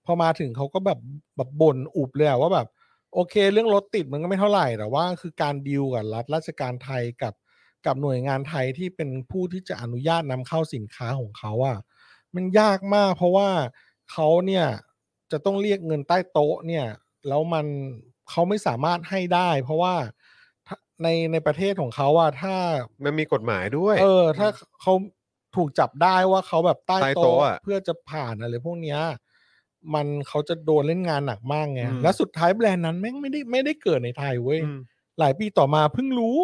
Speaker 3: พอมาถึงเขาก็แบบแบบบ่นอุบเลยอะว่าแบบ โอเค เรื่องรถติดมันก็ไม่เท่าไหร่แต่ว่าคือการดีลกับรัฐราชการไทยกับกับหน่วยงานไทยที่เป็นผู้ที่จะอนุญาตนำเข้าสินค้าของเขาอะ มันยากมากเพราะว่าเขาเนี่ยจะต้องเรียกเงินใต้โต๊ะเนี่ยแล้วมันเขาไม่สามารถให้ได้ เพราะว่าถ้าในในประเทศของเขาอะถ้า
Speaker 2: มันมีกฎหมายด้วย
Speaker 3: เออถ้าเขาถูกจับได้ว่าเขาแบบใต้
Speaker 2: ใต้โต๊ะ
Speaker 3: โต๊ะ
Speaker 2: อะ
Speaker 3: เพื่อจะผ่านอะไรพวกเนี้ยมันเขาจะโดนเล่นงานหนักมากไง
Speaker 2: อืม
Speaker 3: แล้วสุดท้ายแบรนด์นั้นแม่งไม่ได้ไม่ได้เกิดในไทยเว้ย
Speaker 2: อืม
Speaker 3: หลายปีต่อมาเพิ่งรู้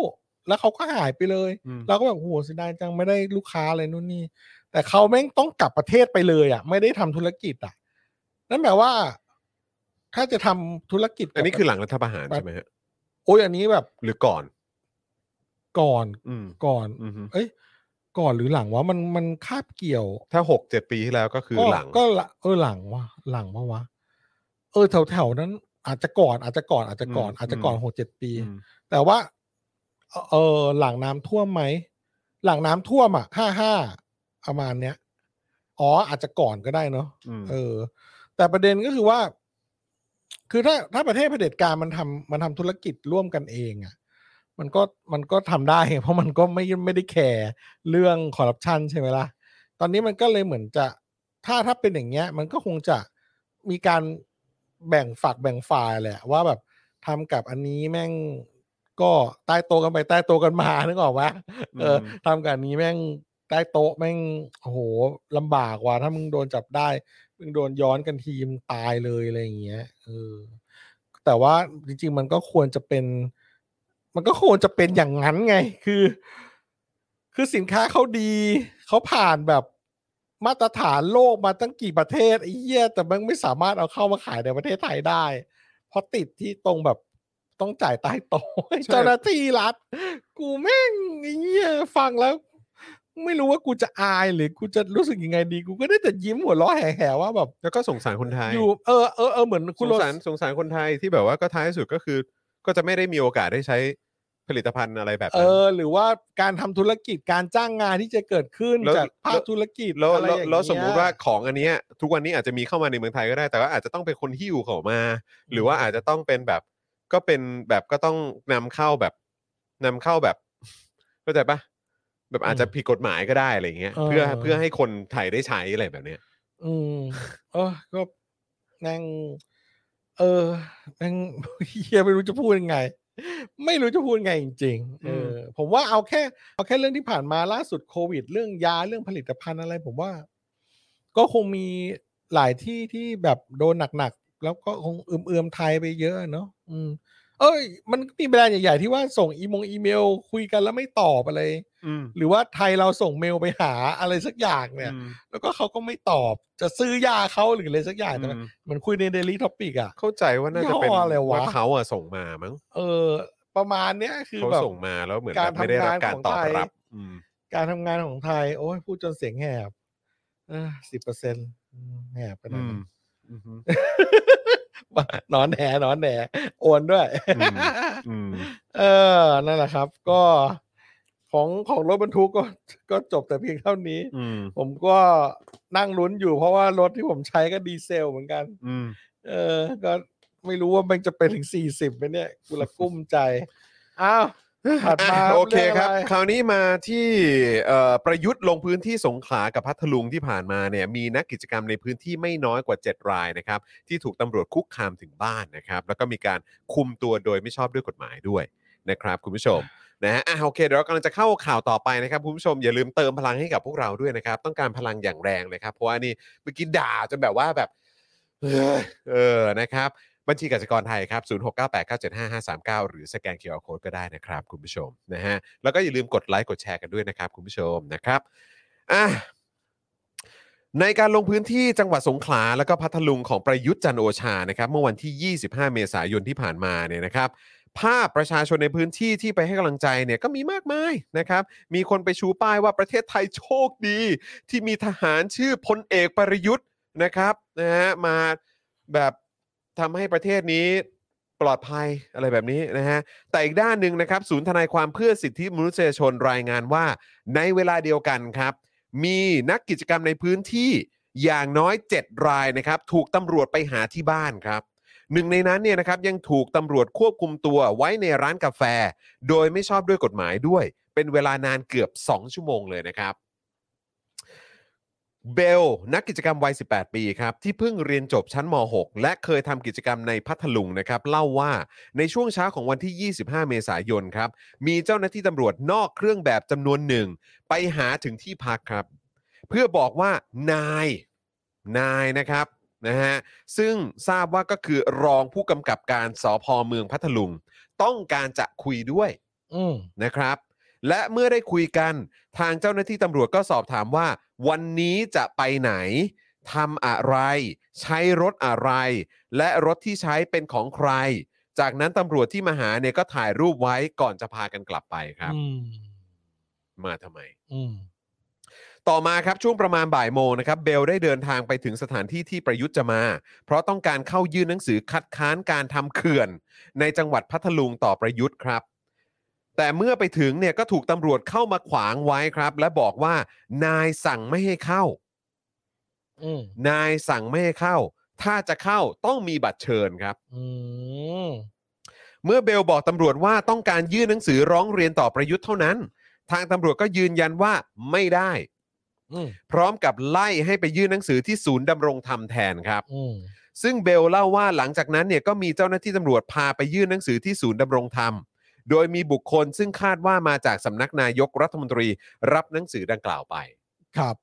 Speaker 3: แล้วเขาก็หายไปเลย
Speaker 2: อืม
Speaker 3: เราก็แบบโอ้โหเสียดายจังไม่ได้ลูกค้าอะไรนู่นนี่ แต่เขาแม่งต้องกลับประเทศไปเลยอ่ะ ไม่ได้ทำธุรกิจอ่ะ นั่นแปลว่า ถ้าจะทำธุรกิจกับ
Speaker 2: อันนี้คือหลังรัฐประหารใช่ไหมฮะ
Speaker 3: โอ้ยอันนี้แบบ
Speaker 2: หรือก่อน
Speaker 3: ก่อน
Speaker 2: อืม
Speaker 3: ก่อน
Speaker 2: อือฮึ
Speaker 3: เอ้ย ก่อนหรือหลังวะมันมันคาบเกี่ยว
Speaker 2: ถ้าหกเจ็ดปีที่แล้วก็คือ
Speaker 3: ก็
Speaker 2: หลัง
Speaker 3: ก็ละเออหลังวะหลังวะวะเออแถวแถวๆนั้น อาจจะก่อนอาจจะก่อนอาจจะก่อน
Speaker 2: อืม
Speaker 3: อาจจะก่อน
Speaker 2: อืม
Speaker 3: หกเจ็ดปี
Speaker 2: อืม
Speaker 3: แต่ว่า เอ่อเออหลังน้ำท่วมไหม หลังน้ำท่วมอ่ะห้าห้าประมาณเนี้ยอ๋ออาจจะก่อนก็ได้เนาะ
Speaker 2: อืม
Speaker 3: เออ แต่ประเด็นก็คือว่า คือถ้าถ้าประเทศเผด็จการมันทำมันทำธุรกิจร่วมกันเองอ่ะ มันก็มันก็ทำได้ไงเพราะมันก็ไม่ไม่ได้แคร์เรื่องคอร์รัปชันใช่ไหมล่ะ ตอนนี้มันก็เลยเหมือนจะถ้าถ้าเป็นอย่างเงี้ย มันก็คงจะมีการแบ่งฝักแบ่งฝ่ายแหละ ว่าแบบทำกับอันนี้แม่งก็ใต้โตะกันไปใต้โตะกันมา นึกออกปะเอออ
Speaker 2: ม
Speaker 3: ทำกับอันนี้แม่งใต้โต๊ะแม่งโอ้โหลำบากว่ะถ้ามึงโดนจับได้ มึงโดนย้อนกันทีมงตายเลยอะไรอย่างเงี้ยเออแต่ว่าจริง ๆ มันก็ควรจะเป็น มันก็ควรจะเป็นอย่างนั้นไง คือ คือสินค้าเขาดี เขาผ่านแบบมาตรฐานโลกมาตั้งกี่ประเทศไอ้เหี้ยแต่มันไม่สามารถเอาเข้ามาขายในประเทศไทยได้ เพราะติดที่ตรงแบบต้องจ่ายใต้โต๊ะ ให้เจ้าหน้าที่รัฐ กูแม่งไอ้เหี้ยฟังแล้ว ไม่รู้ว่ากูจะอายหรือกูจะรู้สึกยังไงดี กูก็ได้แต่ยิ้มหัวเราะแห่ๆว่าแบบ
Speaker 2: แล้วก็สงสารคนไทย
Speaker 3: อยู่เออเออเออเหมือน
Speaker 2: ส
Speaker 3: คุณ
Speaker 2: ง
Speaker 3: โรส
Speaker 2: สารสงสารคนไทยที่แบบว่าก็ท้ายสุดก็คือ ก็จะไม่ได้มีโอกาสได้ใช้ผลิตภัณฑ์อะไรแบบ
Speaker 3: เอ
Speaker 2: นั้น
Speaker 3: อ หรือว่าการทำธุรกิจการจ้างงานที่จะเกิดขึ้น
Speaker 2: แล้ว
Speaker 3: จากภาคธุรกิจ
Speaker 2: แล้ว
Speaker 3: อะไรอ
Speaker 2: แล้
Speaker 3: ย่าว งเงี้ย
Speaker 2: แล้วสมมุติว่าของอันเนี้ยทุกวันนี้อาจจะมีเข้ามาในเมืองไทยก็ได้แต่ว่าอาจจะต้องเป็นคนหิ้วเข้ามา หรือว่าอาจจะต้องเป็นแบบก็เป็นแบบก็ต้องนำเข้าแบบนำเข้าแบบเข้าใจปะแบบอาจจะผิดกฎหมายก็ได้อะไรอย่างเงี้ยเพื่อเพื่อให้คนไทยได้ใช้อะไรแบบเนี้ย
Speaker 3: อืมเออก็แม่งเออแม่ง เฮียไม่รู้จะพูดยังไง ไม่รู้จะพูดยังไงจริงๆเอออผมว่าเอาแค่เอาแค่เรื่องที่ผ่านมาล่าสุดโควิด เรื่องยาเรื่องผลิตภัณฑ์อะไร ผมว่า ก็คงมีหลายที่ที่แบบโดนหนักๆแล้วก็คงเอื่มๆไทยไปเยอะเนาะอืม เอ้ย มันก็มีแบรนด์ใหญ่ๆที่ว่าส่งอีมงอีเมลคุยกันแล้วไม่ตอบอะไร
Speaker 2: อืม
Speaker 3: หรือว่าไทยเราส่งเมลไปหาอะไรสักอย่างเนี่ย
Speaker 2: อืม
Speaker 3: แล้วก็เขาก็ไม่ตอบจะซื้อยาเขาหรืออะไรสักอย่างแต่มัน
Speaker 2: อืม
Speaker 3: เหมือนคุยในเดลี่ท็อปิกอ่ะ
Speaker 2: เข้าใจว่าน่าจะเป็น
Speaker 3: ยี่ห้ออะไรวะ
Speaker 2: ว่าเขาอะส่งมามั้ง
Speaker 3: เออ ประมาณเนี้ยคือ
Speaker 2: เขา
Speaker 3: แบบ
Speaker 2: ส่งมาแล้วเหมือน
Speaker 3: การ
Speaker 2: แบบไม่ได้
Speaker 3: ทำ
Speaker 2: รั
Speaker 3: งาน
Speaker 2: บการ
Speaker 3: ของ
Speaker 2: ตอบ
Speaker 3: ไทย
Speaker 2: รับอืม
Speaker 3: การทำงานของไทย โอ้ยพูดจนเสียงแหบสิบเปอร์เซ็นต์แหบไปหน่อยนะ หนอนแหนหนอนแหนโอนด้วย
Speaker 2: อืม อืม
Speaker 3: เออ นั่นแหละครับ ก็ของของรถบรรทุกก็ก็จบแต่เพียงเท่านี้
Speaker 2: อืม
Speaker 3: ผมก็นั่งลุ้นอยู่เพราะว่ารถที่ผมใช้ก็ดีเซลเหมือนกัน
Speaker 2: อืม
Speaker 3: เออ ก็ไม่รู้ว่ามันจะไปถึงสี่สิบไหมเนี่ย กูละกุ้มใจ อ้าว ถัดมา
Speaker 2: อ่ะ โอเคครับ
Speaker 3: เรื่องอะไร
Speaker 2: คราวนี้มาที่เอ่อประยุทธ์ลงพื้นที่สงขลากับพัทลุงที่ผ่านมาเนี่ยมีนักกิจกรรมในพื้นที่ไม่น้อยกว่า 7 รายนะครับ ที่ถูกตำรวจคุกคามถึงบ้านนะครับ แล้วก็มีการคุมตัวโดยไม่ชอบด้วยกฎหมายด้วยนะครับคุณผู้ชมนะฮะอ่ะโอเคเดี๋ยวเรากำลังจะเข้าข่าวต่อไปนะครับคุณผู้ชมอย่าลืมเติมพลังให้กับพวกเราด้วยนะครับ ต้องการพลังอย่างแรงเลยครับเพราะว่านี่เมื่อกี้ด่าจนแบบว่าแบบเออเออนะครับ บัญชีกสิกรไทยครับ 0698975539 หรือสแกน QR Code ก็ได้นะครับ คุณผู้ชมนะฮะ แล้วก็อย่าลืมกดไลค์กดแชร์กันด้วยนะครับ คุณผู้ชมนะครับอ่ะในการลงพื้นที่จังหวัดสงขลาแล้วก็พัทลุงของประยุทธ์จันทร์โอชานะครับ เมื่อวันที่ 25 เมษายนที่ผ่านมาเนี่ยนะครับ ภาพประชาชนในพื้นที่ที่ไปให้กำลังใจเนี่ยก็มีมากมายนะครับ มีคนไปชูป้ายว่าประเทศไทยโชคดี ที่มีทหารชื่อพลเอกประยุทธ์นะครับนะฮะมาแบบทำให้ประเทศนี้ปลอดภัยอะไรแบบนี้นะฮะแต่อีกด้านหนึ่งนะครับ ศูนย์ทนายความเพื่อสิทธิมนุษยชนรายงานว่า ในเวลาเดียวกันครับ มีนักกิจกรรมในพื้นที่อย่างน้อย 7 รายนะครับ ถูกตำรวจไปหาที่บ้านครับ หนึ่งในนั้นเนี่ยนะครับยังถูกตำรวจควบคุมตัวไว้ในร้านกาแฟ โดยไม่ชอบด้วยกฎหมายด้วย เป็นเวลานานเกือบ 2 ชั่วโมงเลยนะครับ เบล นักกิจกรรมวัย 18 ปีครับ ที่เพิ่งเรียนจบชั้นม .6 และเคยทำกิจกรรมในพัทลุงนะครับ เล่าว่าในช่วงเช้าของวันที่ 25 เมษายนครับ มีเจ้าหน้าที่ตำรวจนอกเครื่องแบบจำนวนหนึ่ง ไปหาถึงที่พักครับ เพื่อบอกว่านายนายนะครับนะฮะซึ่งทราบว่าก็คือรองผู้กำกับการสพเมืองพัทลุง ต้องการจะคุยด้วย
Speaker 3: อืม
Speaker 2: นะครับ และเมื่อได้คุยกันทางเจ้าหน้าที่ตำรวจก็สอบถามว่า วันนี้จะไปไหนทำอะไร ใช้รถอะไร และรถที่ใช้เป็นของใคร จากนั้นตำรวจที่มาหาเนี่ยก็ถ่ายรูปไว้ก่อนจะพากันกลับไปครับ
Speaker 3: อืม
Speaker 2: มาทำไม
Speaker 3: อืม
Speaker 2: ต่อมาครับช่วงประมาณบ่ายโมงนะครับเบลได้เดินทางไปถึงสถานที่ที่ประยุทธ์จะมา เพราะต้องการเข้ายื่นหนังสือคัดค้านการทำเขื่อน ในจังหวัดพัทลุงต่อประยุทธ์ครับ แต่เมื่อไปถึงเนี่ยก็ถูกตำรวจเข้ามาขวางไว้ครับ และบอกว่านายสั่งไม่ให้เข้า
Speaker 3: อืม
Speaker 2: นายสั่งไม่ให้เข้า ถ้าจะเข้าต้องมีบัตรเชิญครับ
Speaker 3: อืม
Speaker 2: เมื่อเบลบอกตำรวจว่าต้องการยื่นหนังสือร้องเรียนต่อประยุทธ์เท่านั้น ทางตำรวจก็ยืนยันว่าไม่ได้
Speaker 3: อืม
Speaker 2: พร้อมกับไล่ให้ไปยื่นหนังสือที่ศูนย์ดำรงธรรมแทนครับ
Speaker 3: อืม
Speaker 2: ซึ่งเบลเล่าว่าหลังจากนั้นเนี่ยก็มีเจ้าหน้าที่ตำรวจพาไปยื่นหนังสือที่ศูนย์ดำรงธรรม โดยมีบุคคลซึ่งคาดว่ามาจากสำนักนายกรัฐมนตรีรับหนังสือดังกล่าวไป
Speaker 3: ครับ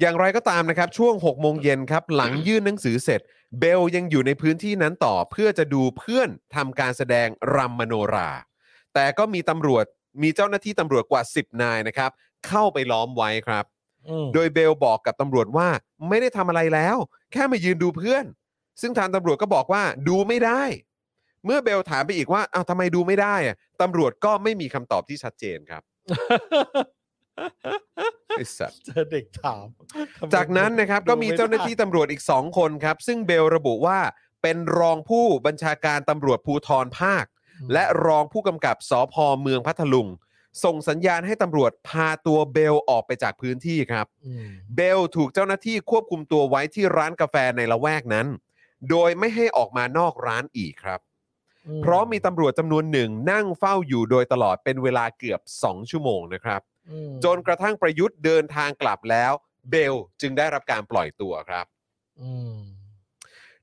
Speaker 2: อย่างไรก็ตามนะครับ ช่วง 6 โมงเย็นครับ หลังยื่นหนังสือเสร็จ เบลยังอยู่ในพื้นที่นั้นต่อเพื่อจะดูเพื่อนทำการแสดงรำมโนรา แต่ก็มีตำรวจมีเจ้าหน้าที่ตำรวจกว่า 10 นายนะครับ เข้าไปล้อมไว้ครับ
Speaker 3: อืม
Speaker 2: โดยเบลบอกกับตำรวจว่าไม่ได้ทำอะไรแล้ว แค่มายืนดูเพื่อน ซึ่งทางตำรวจก็บอกว่าดูไม่ได้ เมื่อเบลถามไปอีกว่าอ้าวทำไมดูไม่ได้อะตำรวจก็ไม่มีคำตอบที่ชัดเจนครับไอ้สัส
Speaker 3: เจอเด็กถามทำไม
Speaker 2: จากนั้นนะครับก็มีเจ้าหน้าที่ตำรวจอีก 2 คนครับ ซึ่งเบลระบุว่าเป็นรองผู้บัญชาการตำรวจภูธรภาค และรองผู้กำกับสพเมืองพัทลุง ส่งสัญญาณให้ตำรวจพาตัวเบลออกไปจากพื้นที่ครับ
Speaker 3: อืม
Speaker 2: เบลถูกเจ้าหน้าที่ควบคุมตัวไว้ที่ร้านกาแฟในละแวกนั้น โดยไม่ให้ออกมานอกร้านอีกครับ เพราะมีตำรวจจำนวนหนึ่งนั่งเฝ้าอยู่โดยตลอดเป็นเวลาเกือบ 2 ชั่วโมงนะครับ
Speaker 3: อืม
Speaker 2: จนกระทั่งประยุทธ์เดินทางกลับแล้ว เบลจึงได้รับการปล่อยตัวครับ
Speaker 3: อืม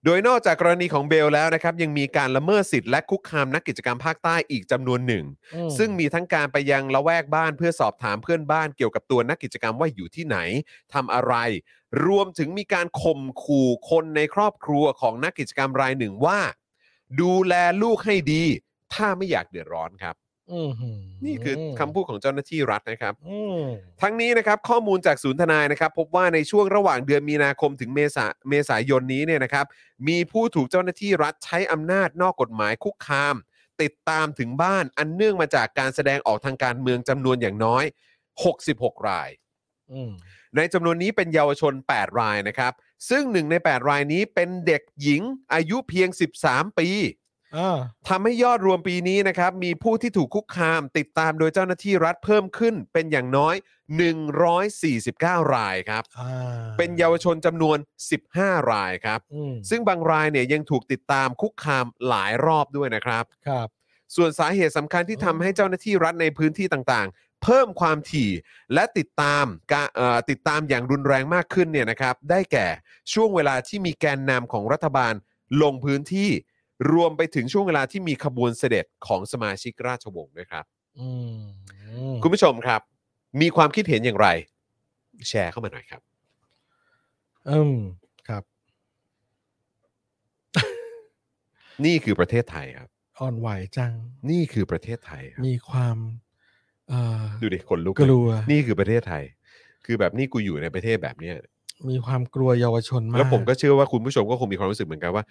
Speaker 2: โดยนอกจากกรณีของเบลแล้วนะครับ ยังมีการละเมิดสิทธิ์และคุกคามนักกิจกรรมภาคใต้อีกจำนวนหนึ่ง
Speaker 3: อืม
Speaker 2: ซึ่งมีทั้งการไปยังละแวกบ้านเพื่อสอบถามเพื่อนบ้านเกี่ยวกับตัวนักกิจกรรมว่าอยู่ที่ไหนทำอะไร รวมถึงมีการข่มขู่คนในครอบครัวของนักกิจกรรมรายหนึ่งว่า ดูแลลูกให้ดี ถ้าไม่อยากเดือดร้อนครับ
Speaker 3: อื้อหื
Speaker 2: นี่คือคำพูดของเจ้าหน้าที่รัฐนะครับ
Speaker 3: อืม
Speaker 2: ทั้งนี้นะครับข้อมูลจากศูนย์ทนายนะครับ พบว่าในช่วงระหว่างเดือนมีนาคมถึงเมษาเมษายนนี้เนี่ยนะครับ มีผู้ถูกเจ้าหน้าที่รัฐใช้อำนาจนอกกฎหมายคุกคาม ติดตามถึงบ้านอันเนื่องมาจากการแสดงออกทางการเมืองจำนวนอย่างน้อย 66 ราย
Speaker 3: อืม
Speaker 2: ในจำนวนนี้เป็นเยาวชน 8 รายนะครับ ซึ่งหนึ่งใน 8 รายนี้เป็นเด็กหญิงอายุเพียง 13 ปี
Speaker 3: อ่า
Speaker 2: ทำให้ยอดรวมปีนี้นะครับ มีผู้ที่ถูกคุกคาม ติดตามโดยเจ้าหน้าที่รัฐเพิ่มขึ้น เป็นอย่างน้อย 149 รายครับ
Speaker 3: อ่า
Speaker 2: เป็นเยาวชนจำนวน 15 รายครับ
Speaker 3: อืม
Speaker 2: ซึ่งบางรายเนี่ยยังถูกติดตามคุกคามหลายรอบด้วยนะครับ
Speaker 3: ครับ
Speaker 2: ส่วนสาเหตุสำคัญที่ทำให้เจ้าหน้าที่รัฐในพื้นที่ต่างๆ เพิ่มความถี่และติดตามกะเอ่อติดตามอย่างรุนแรงมากขึ้นเนี่ยนะครับ ได้แก่ช่วงเวลาที่มีแกนนำของรัฐบาลลงพื้นที่ รวมไปถึงช่วงเวลาที่มีขบวนเสด็จของสมาชิกราชวงศ์ด้วยครับ
Speaker 3: อืม
Speaker 2: คุณผู้ชมครับ มีความคิดเห็นอย่างไร แชร์เข้ามาหน่อยครับ
Speaker 3: อืมครับ
Speaker 2: นี่คือประเทศไทยครับ
Speaker 3: อ่อนไหวจัง
Speaker 2: นี่คือประเทศไทยครับ
Speaker 3: มีความ เอ่อ
Speaker 2: ดูดิขนลุก
Speaker 3: ก
Speaker 2: เลย
Speaker 3: ลัว
Speaker 2: นี่คือประเทศไทย คือแบบนี่กูอยู่ในประเทศแบบเนี้ย
Speaker 3: มีความกลัวเยาวชนมาก
Speaker 2: แล้วผมก็เชื่อว่าคุณผู้ชมก็คงมีความรู้สึกเหมือนกันว่า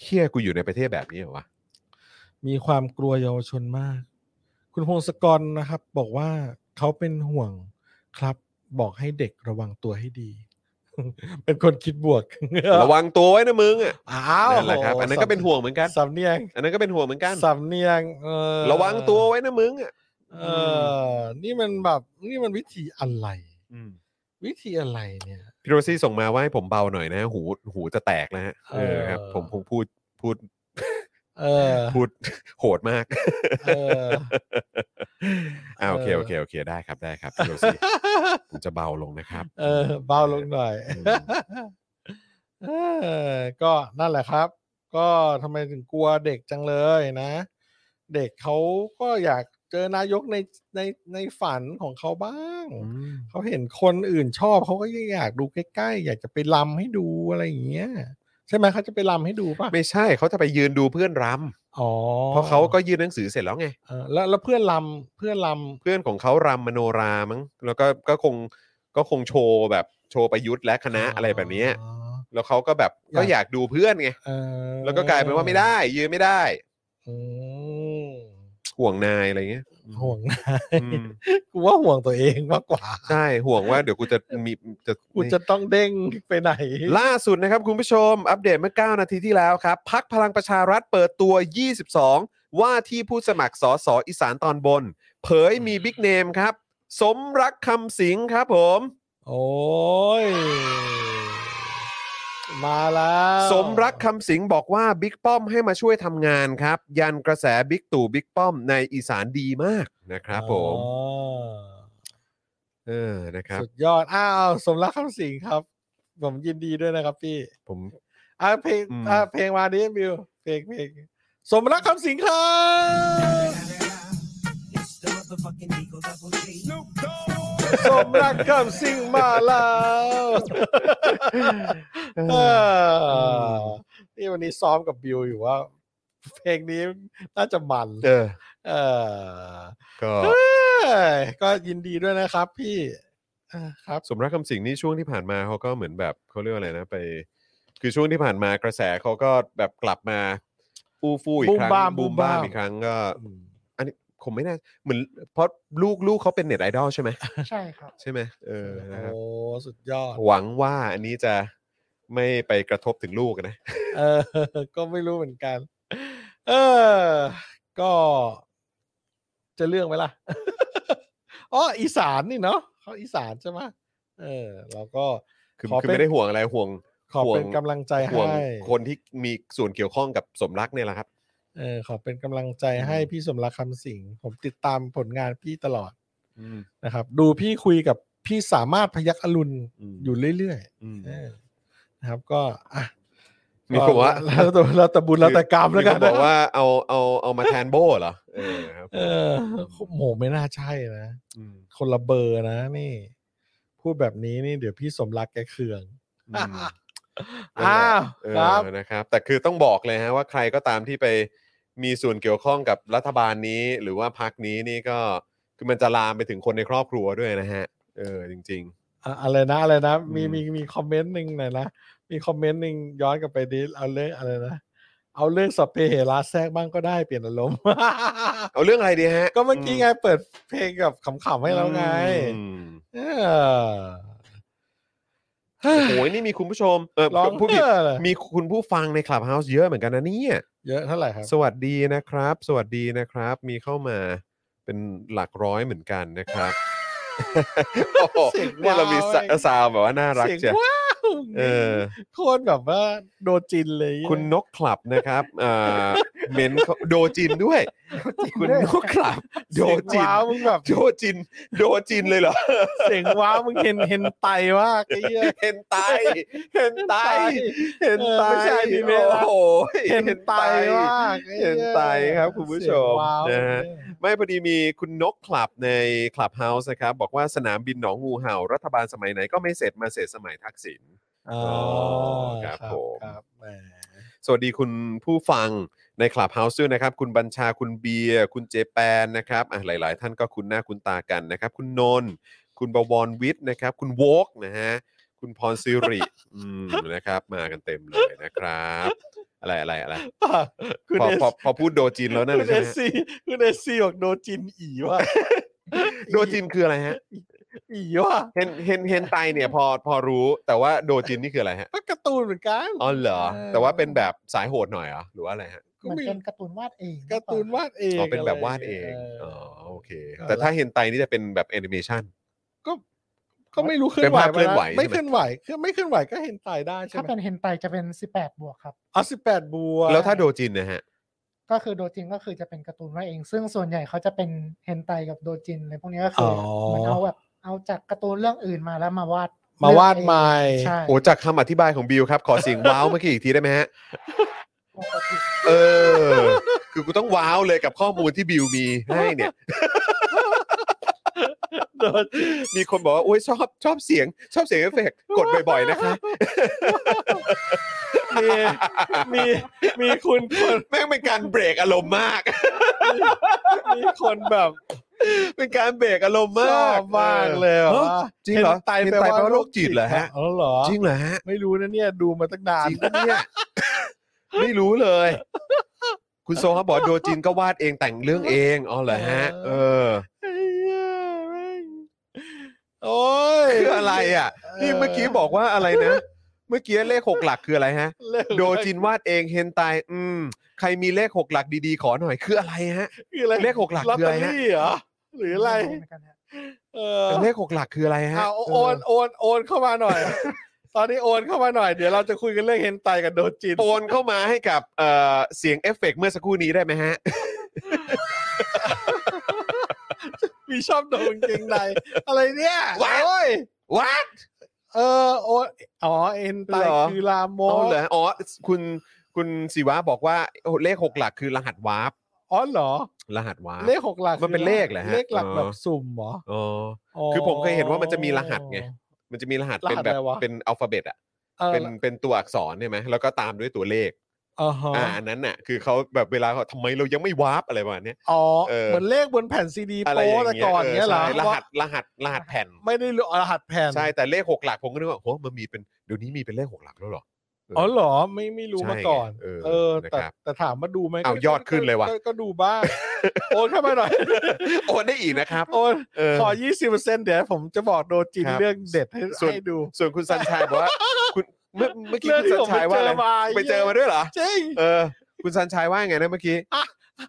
Speaker 2: เฮียกูอยู่ในประเทศแบบนี้เหรอวะ
Speaker 3: มีความกลัวเยาวชนมาก คุณพงศกรนะครับ บอกว่าเขาเป็นห่วงครับ บอกให้เด็กระวังตัวให้ดี เป็นคนคิดบวก
Speaker 2: ระวังตัวไว้นะมึงอ่ะ
Speaker 3: อ้าว
Speaker 2: นั่นแหละครับอันนั้นก็เป็นห่วงเหมือนกัน
Speaker 3: สำเนียง
Speaker 2: อันนั้นก็เป็นห่วงเหมือนกัน
Speaker 3: สำเนียงเออ
Speaker 2: ระวังตัวไว้นะมึงอ่ะ
Speaker 3: เออ นี่มันแบบ นี่มันวิธีอะไร วิธีอะไรเนี่ย
Speaker 2: พี่โรซี่ส่งมาว่าให้ผมเบาหน่อยนะ หูหูจะแตกนะฮะเออครับ
Speaker 3: เออ
Speaker 2: ผมคงพูดพูด
Speaker 3: เออ
Speaker 2: พูด โหดมาก
Speaker 3: เอ อ
Speaker 2: อ่าโอเค
Speaker 3: เออ
Speaker 2: โอเคโอเคได้ครับได้ครับพี่โรซี่ผมจะเบาลงนะครับ
Speaker 3: เออเบาลงหน่อย
Speaker 2: อืม
Speaker 3: เออก็นั่นแหละครับ ก็ทำไมถึงกลัวเด็กจังเลยนะ เด็กเขาก็อยากเจอนายกในในในฝันของเขาบ้าง
Speaker 2: อืม
Speaker 3: เขาเห็นคนอื่นชอบเขาก็อยากดูใกล้ๆ อยากจะไปลำให้ดูอะไรอย่างเงี้ย ใช่ไหมเขาจะไปลำให้ดูป่ะ
Speaker 2: ไม่ใช่เขาจะไปยืนดูเพื่อนร
Speaker 3: อ๋อ
Speaker 2: ำเพราะเขาก็ยื่นหนังสือเสร็จแล้วไง
Speaker 3: เออแล้วแล้วเพื่อนลำเพื่อนล
Speaker 2: เพื่อนของเขารำมโนรามั้งแล้วก็ก็คงก็คงโชว์แบบโชว์ประยุทธ์และค
Speaker 3: ำ
Speaker 2: ณะอะไรแบบเนี้ย
Speaker 3: อ๋อ
Speaker 2: แล้วเขาก็แบบ
Speaker 3: อยาก
Speaker 2: ก็อยากดูเพื่อนไง
Speaker 3: เออ
Speaker 2: แล้วก็กลายเป็นว่าไม่ได้ ยืนไม่ได้
Speaker 3: อืม
Speaker 2: ห่วงนายอะไรเงี้ย
Speaker 3: ห่วงนะ
Speaker 2: อืม
Speaker 3: กูว่าห่วงตัวเองมากกว่า
Speaker 2: ใช่ห่วงว่าเดี๋ยวกูจะมีจะ
Speaker 3: กูจะต้องเด้ง ไปไหน
Speaker 2: ล่าสุดนะครับคุณผู้ชม อัปเดตเมื่อ 9 นาทีที่แล้วครับพักพลังประชารัฐเปิดตัว 22 ว่าที่ผู้สมัครสสอีสานตอนบน เผยมีบิ๊กเนมครับ สมรักคำสิงครับผม
Speaker 3: โอ้ย มาแล้ว
Speaker 2: สมรักคำสิงห์บอกว่าบิ๊กป้อมให้มาช่วยทำงานครับ ยันกระแสบิ๊กตู่บิ๊กป้อมในอีสานดีมากนะครับผม
Speaker 3: อ๋อ
Speaker 2: เออนะครับ
Speaker 3: สุดยอด อ้าว สมรักคำสิงครับ ผมยินดีด้วยนะครับพี่
Speaker 2: ผม
Speaker 3: อ่าเพลง
Speaker 2: อืม
Speaker 3: อ่าเพลงมาดิบิวเพลงเพลงสมรักคำสิงครับ สมรักคำสิงมา แล้ว เออนี่วันนี้ซ้อมกับบิวอยู่ว่า เพลงนี้น่าจะมัน
Speaker 2: เออ
Speaker 3: เออ
Speaker 2: ก็
Speaker 3: เอ้ยก็ยินดีด้วยนะครับพี่เออครับ
Speaker 2: สมรักคำสิงห์นี่ช่วงที่ผ่านมาเขาก็เหมือนแบบเขาเรียกว่าอะไรนะไป คือช่วงที่ผ่านมากระแสเขาก็แบบกลับมาฟูฟูอีกครั้
Speaker 3: บูม
Speaker 2: ง
Speaker 3: บ้าม
Speaker 2: บูม
Speaker 3: บูม
Speaker 2: บ้า
Speaker 3: บ้าม ม
Speaker 2: อีกครั้งก็ อันนี้ผมไม่แน่เหมือนเพราะลูกลูกเขาเป็นเน็ตไอดอลใช่ไหม
Speaker 4: ใช่ครับ
Speaker 2: ใช่ไหมเออนะครับ
Speaker 3: โอ้สุดยอด
Speaker 2: หวังว่าอันนี้จะไม่ไปกระทบถึงลูกนะ
Speaker 3: เออ ก็ไม่รู้เหมือนกัน เออ ก็จะเรื่องไหมล่ะ อ๋ออีสานนี่เนาะเขาอีสานใช่ไหมเออ เราก็
Speaker 2: คือ
Speaker 3: ขอ
Speaker 2: คือ
Speaker 3: เป็น
Speaker 2: ไม่ได้ห่วงอะไรห่วง
Speaker 3: ขอ
Speaker 2: ห่วง
Speaker 3: เป็นกำลังใจ
Speaker 2: ห่วง
Speaker 3: ให้
Speaker 2: คนที่มีส่วนเกี่ยวข้องกับสมรักเนี่ยแหละครับ
Speaker 3: เออขอเป็นกำลังใจให้พี่สมรักคำสิงห์ผมติดตามผลงานพี่ตลอดนะครับ ดูพี่คุยกับพี่สามารถพยักอรุณ
Speaker 2: อืม
Speaker 3: อยู่เรื่อย
Speaker 2: อืม
Speaker 3: ๆเออนะครับ ก็อ่ะ
Speaker 2: มีคนว่า
Speaker 3: ก็แล้วแต่แล้วแต่บุญแล้วแต่กรรมแล้วกัน
Speaker 2: มีคบอก
Speaker 3: นะ
Speaker 2: ว่าเอาเอาเอามาแทนโบ้เหรอเออครับ
Speaker 3: เออโหไม่น่าใช่นะ
Speaker 2: อืม
Speaker 3: คนละเบอร์นะนี่ พูดแบบนี้นี่เดี๋ยวพี่สมรักแกเคือง
Speaker 2: อืม
Speaker 3: อ้าว
Speaker 2: เออ
Speaker 3: ครับ
Speaker 2: นะครับ แต่คือต้องบอกเลยฮะว่าใครก็ตามที่ไปมีส่วนเกี่ยวข้องกับรัฐบาลนี้ หรือว่าพรรคนี้นี่ก็คือมันจะลามไปถึงคนในครอบครัวด้วยนะฮะ เออจริง
Speaker 3: อะอะไรนะอะไรนะ มี
Speaker 2: อืม
Speaker 3: มีมีคอมเมนต์หนึ่งหน่อยนะ มีคอมเมนต์หนึ่งย้อนกลับไปดิเอาเรื่องอะไรนะ เอาเรื่องสพเปเหระแทรกบ้างก็ได้เปลี่ยนอารมณ์
Speaker 2: ๆ เอาเรื่องอะไรดีฮะ
Speaker 3: ก็เมื่อกี้ไงเปิดเพลงกับขำๆให้เราไง
Speaker 2: อืม
Speaker 3: เออ
Speaker 2: โอ้โหนี่มีคุณผู้ชมเออ
Speaker 3: ร้อง
Speaker 2: ผู้ผิด
Speaker 3: เพ้อเลย
Speaker 2: มีคุณผู้ฟังในคลับเฮาส์เยอะเหมือนกันนะเนี่ย
Speaker 3: เยอะเท่าไหร่ครับ
Speaker 2: สวัสดีนะครับ สวัสดีนะครับ มีเข้ามาเป็นหลักร้อยเหมือนกันนะครับโอ้โห
Speaker 3: เสียง
Speaker 2: เนี่ยเรามี
Speaker 3: ว้า
Speaker 2: สะ
Speaker 3: วไอ้
Speaker 2: สาวแบบว่าน่ารัก
Speaker 3: เสียง
Speaker 2: เจ้ะ
Speaker 3: ว้าว
Speaker 2: เออ
Speaker 3: โคตรแบบว่าโดนจินเลย
Speaker 2: คุณนกคลับนะครับเอ่อเมนเขาโดจินด้วย คุณนกคลับ โด
Speaker 3: เสียง
Speaker 2: จิน
Speaker 3: ว้าวมึงแบบ
Speaker 2: โดจิน โดจินเลยเหรอ
Speaker 3: เสียงว้าวมึงเห็นเห็นไตมากไอ้เหี้ย
Speaker 2: เห็นไตเห็นไตเห็นไต
Speaker 3: เออไม่ใช่พี่เมย์
Speaker 2: โอ้
Speaker 3: นะ
Speaker 2: โห
Speaker 3: เห็นไตมากไอ้ย
Speaker 2: เห็นไตครับคุณผู้ชม
Speaker 3: เสียงว้าว
Speaker 2: นะฮะ ไม่พอดีมีคุณนกคลับในคลับเฮาส์นะครับ บอกว่าสนามบินหนองงูเห่า รัฐบาลสมัยไหนก็ไม่เสร็จมาเสร็จสมัยทักษิณ
Speaker 3: อ๋อ
Speaker 2: ครับผม
Speaker 3: ครับแหม
Speaker 2: สวัสดีคุณผู้ฟังในคลับเฮาส์ด้วยนะครับ คุณบัญชาคุณเบียร์คุณเจแปนนะครับอ่ะหลาย ๆ ท่านก็คุณหน้าคุณตากันนะครับ คุณนนท์คุณบวรวิทย์นะครับ คุณโวกนะฮะคุณพรสิริอืมนะครับ มากันเต็มเลยนะครับ อะไรอะไรอะไร
Speaker 3: ป่ะคุณ
Speaker 2: พอ
Speaker 3: เอส
Speaker 2: พอพอพูดโดจีนแล้วนั่น
Speaker 3: คุ
Speaker 2: เล
Speaker 3: ณเอ
Speaker 2: ยใช่ไหม
Speaker 3: ส
Speaker 2: ฮะ
Speaker 3: ซีคุณเอสซีบอกโดนจินอีว่ะ
Speaker 2: โดจีนคืออะไรฮะ
Speaker 3: อีว่ะ
Speaker 2: เห็นเห็นเห็นไตเนี่ยพอพอรู้แต่ว่าโดจีนนี่คืออะไรฮะ
Speaker 3: ก็การ์ตูนเหมือนกัน
Speaker 2: อ๋อเหรอ แต่ว่าเป็นแบบสายโหดหน่อยเหรอหรือว่าอะไรฮะ
Speaker 3: ก็
Speaker 4: มัน
Speaker 3: มี
Speaker 4: เป็นการ์ตูนวาดเอง
Speaker 3: การ์ตูนวาดเอง
Speaker 2: อ๋อเป็นแบบวาดเอง
Speaker 3: ะไร
Speaker 2: อ๋
Speaker 3: ย่า
Speaker 2: อย โอเค
Speaker 3: ก็แล้ว
Speaker 2: แต่ถ้าเห็นไตนี่จะเป็นแบบแอนิเมชัน
Speaker 3: ก็ก็ไม่รู้เคลื่อนไหว
Speaker 2: เป็นภาพเคลื่อนไหว
Speaker 3: ะ
Speaker 2: ใช่ไหม
Speaker 3: ไม่เคลื่อนไหวคือไม่เคลื่อนไหวก็เห็นไตได้ใช่
Speaker 4: ถ้า
Speaker 3: ไหม
Speaker 4: เป็นเฮนไตจะเป็นสิบแปดบวกครับ
Speaker 3: อ๋อสิบแปดบัว
Speaker 2: แล้วถ้าโดจินนะฮะ
Speaker 4: ก็คือโดจินก็คือจะเป็นการ์ตูนวาดเอง ซึ่งส่วนใหญ่เขาจะเป็นเฮนไตกับโดจินอะไรพวกนี้ก็คืออ
Speaker 3: อ
Speaker 4: เหมันเอาแบบเอาจากการ์ตูนเรื่องอื่นมาแล้วมาวาด
Speaker 3: มาวาดใหม่
Speaker 4: ใช่
Speaker 2: โอ้จากคำอธิบายของบิวครับ ขอเสียงว้าวเมื่อกี้อีกทีได้ไหมฮะ
Speaker 4: ปกติ
Speaker 2: เออ คือกูต้องว้าวเลยกับข้อมูลที่บิวมีให้เนี่ย
Speaker 3: โดน
Speaker 2: มีคนบอกว่าโอ้ยชอบชอบเสียง ชอบเสียงเอฟเฟกต์กดบ่อยๆนะคะ
Speaker 3: มี มีมีคุณคน
Speaker 2: แม่งเป็นการเบรกอารมณ์มาก
Speaker 3: มีคนแบบ
Speaker 2: เป็นการเบรกอารมณ์
Speaker 3: ช
Speaker 2: มาก
Speaker 3: อบมากเลย
Speaker 2: ออ
Speaker 3: ว่า
Speaker 2: จริงเหรอ
Speaker 3: ห็นไต
Speaker 2: เห็น
Speaker 3: แปล
Speaker 2: ไตแปล
Speaker 3: ว่า
Speaker 2: ว่าโรคจิตเหรอฮะ
Speaker 3: อ๋อเหรอ
Speaker 2: จริงเหรอฮะ
Speaker 3: ไม่รู้นะเนี่ยดูมาตั้งนาน
Speaker 2: จริงปะเนี่ยไม่รู้เลย คุณโซครับบอกโดจินก็วาดเองแต่งเรื่องเองอ๋อเหรอฮะ เออ
Speaker 3: ไอ้เหี้ยแม่งโอ้ย
Speaker 2: คืออะไรอ่ะนี่เมื่อกี้บอกว่าอะไรนะ เมื่อกี้เลขหกหลักคืออะไรฮะ
Speaker 3: เลิก
Speaker 2: โดจินวาดเองเฮนไตอืม ใครมีเลขหกหลักดีๆ ขอหน่อยคืออะไรฮะ
Speaker 3: คืออะไร
Speaker 2: เลขหกหลัก
Speaker 3: ลอต
Speaker 2: คือ
Speaker 3: เตอ
Speaker 2: อะไรฮะ
Speaker 3: รี่เหรอหรืออะไร
Speaker 4: ม่เหมืนกันฮะ
Speaker 3: เออ
Speaker 2: เลขหกหลักคืออะไรฮะ
Speaker 3: เอาโอนโอนโอนเข้ามาหน่อย ตอนนี้โอนเข้ามาหน่อยเดี๋ยวเราจะคุยกันเรื่องเฮนไตกับโดจิน
Speaker 2: โอนเข้ามาให้กับเอ่อเสียงเอฟเฟกต์เมื่อสักครู่นี้ได้ไหมฮะ
Speaker 3: มีชอบโดนเกง ในอะไรเนี่ย
Speaker 2: ว้าว
Speaker 3: โอ้ย
Speaker 2: what
Speaker 3: เออโอยอ๋อเอ็นไต
Speaker 2: เหรอ
Speaker 3: คือลาม
Speaker 2: อ๋อก เหรออ๋อคุณคุณศิวะบอกว่าเลขหกหลักคือรหัสวาร์ป
Speaker 3: อ๋อเหรอ
Speaker 2: รหัสวาร์ป
Speaker 3: เลขหกหลัก
Speaker 2: มันเป็น
Speaker 3: คือ
Speaker 2: เลขเหรอฮะ
Speaker 3: เลขหลัก
Speaker 2: อ๋อ
Speaker 3: แบบสุ่มเหรอ
Speaker 2: อ๋อ คือผมเคยเห็นว่ามันจะมีรหัสไง มันจะมีรหัสเป็นแบบ
Speaker 3: รหัสอะไรวะ
Speaker 2: เป็นอัลฟาเบตอะ
Speaker 3: เออ
Speaker 2: เป็นเป็นตัวอักษรใช่ไหมแล้วก็ตามด้วยตัวเลข
Speaker 3: อ่าฮะ
Speaker 2: อ่าอันนั้นน่ะคือเขาแบบเวลาเขาทำไมเรายังไม่วาร์ปอะไรประมาณเนี้ย
Speaker 3: อ๋อ
Speaker 2: เออ
Speaker 3: เหมือนเลขบนแผ่นซีดี
Speaker 2: อะไรอ
Speaker 3: โป๊
Speaker 2: ย่าง
Speaker 3: แต่
Speaker 2: เงี้ย
Speaker 3: ก่อนเนี้ย
Speaker 2: เออ
Speaker 3: เหรอ
Speaker 2: ใช่รหัส
Speaker 3: ว่าร
Speaker 2: หัสรหัสแผ่น
Speaker 3: ไม่ได้รู้รหัสแผ่น
Speaker 2: ใช่แต่เลขหกหลักผมก็นึกว่าโหมันมีเป็นเดี๋ยวนี้มีเป็นเลขหกหลักแล้วเหรอ
Speaker 3: อ๋อเหรอไม่ไม่รู้
Speaker 2: ใช่
Speaker 3: มาก่อน
Speaker 2: ไงเออ
Speaker 3: เออ แต่
Speaker 2: นะครับ
Speaker 3: แต่ถามว่าดูไหม
Speaker 2: เอา
Speaker 3: ก็
Speaker 2: ยอดขึ้นเลยว่ะ
Speaker 3: ก็ก็ดูบ้าง โอนเข้ามาหน่อย
Speaker 2: โอนได้อีกนะครับ
Speaker 3: โอน
Speaker 2: เออ
Speaker 3: ขอยี่สิบเปอร์เซ็นเดี๋ยวผมจะบอกโดจิน
Speaker 2: ครับ
Speaker 3: เรื่องเด็ดให้
Speaker 2: ส่วน
Speaker 3: ให้ดู
Speaker 2: ส่วนคุณสันชายบอกว่าคุณเมื่อเมื่อกี้
Speaker 3: เรื่อง
Speaker 2: คุณ
Speaker 3: ที่ผม
Speaker 2: สันชาย
Speaker 3: ไป
Speaker 2: ว่า
Speaker 3: เจ
Speaker 2: อะไร
Speaker 3: อมา
Speaker 2: ไปเจอมาด้วยเหรอ
Speaker 3: จริง
Speaker 2: เออ คุณสันชายว่าไงนะเมื่อกี้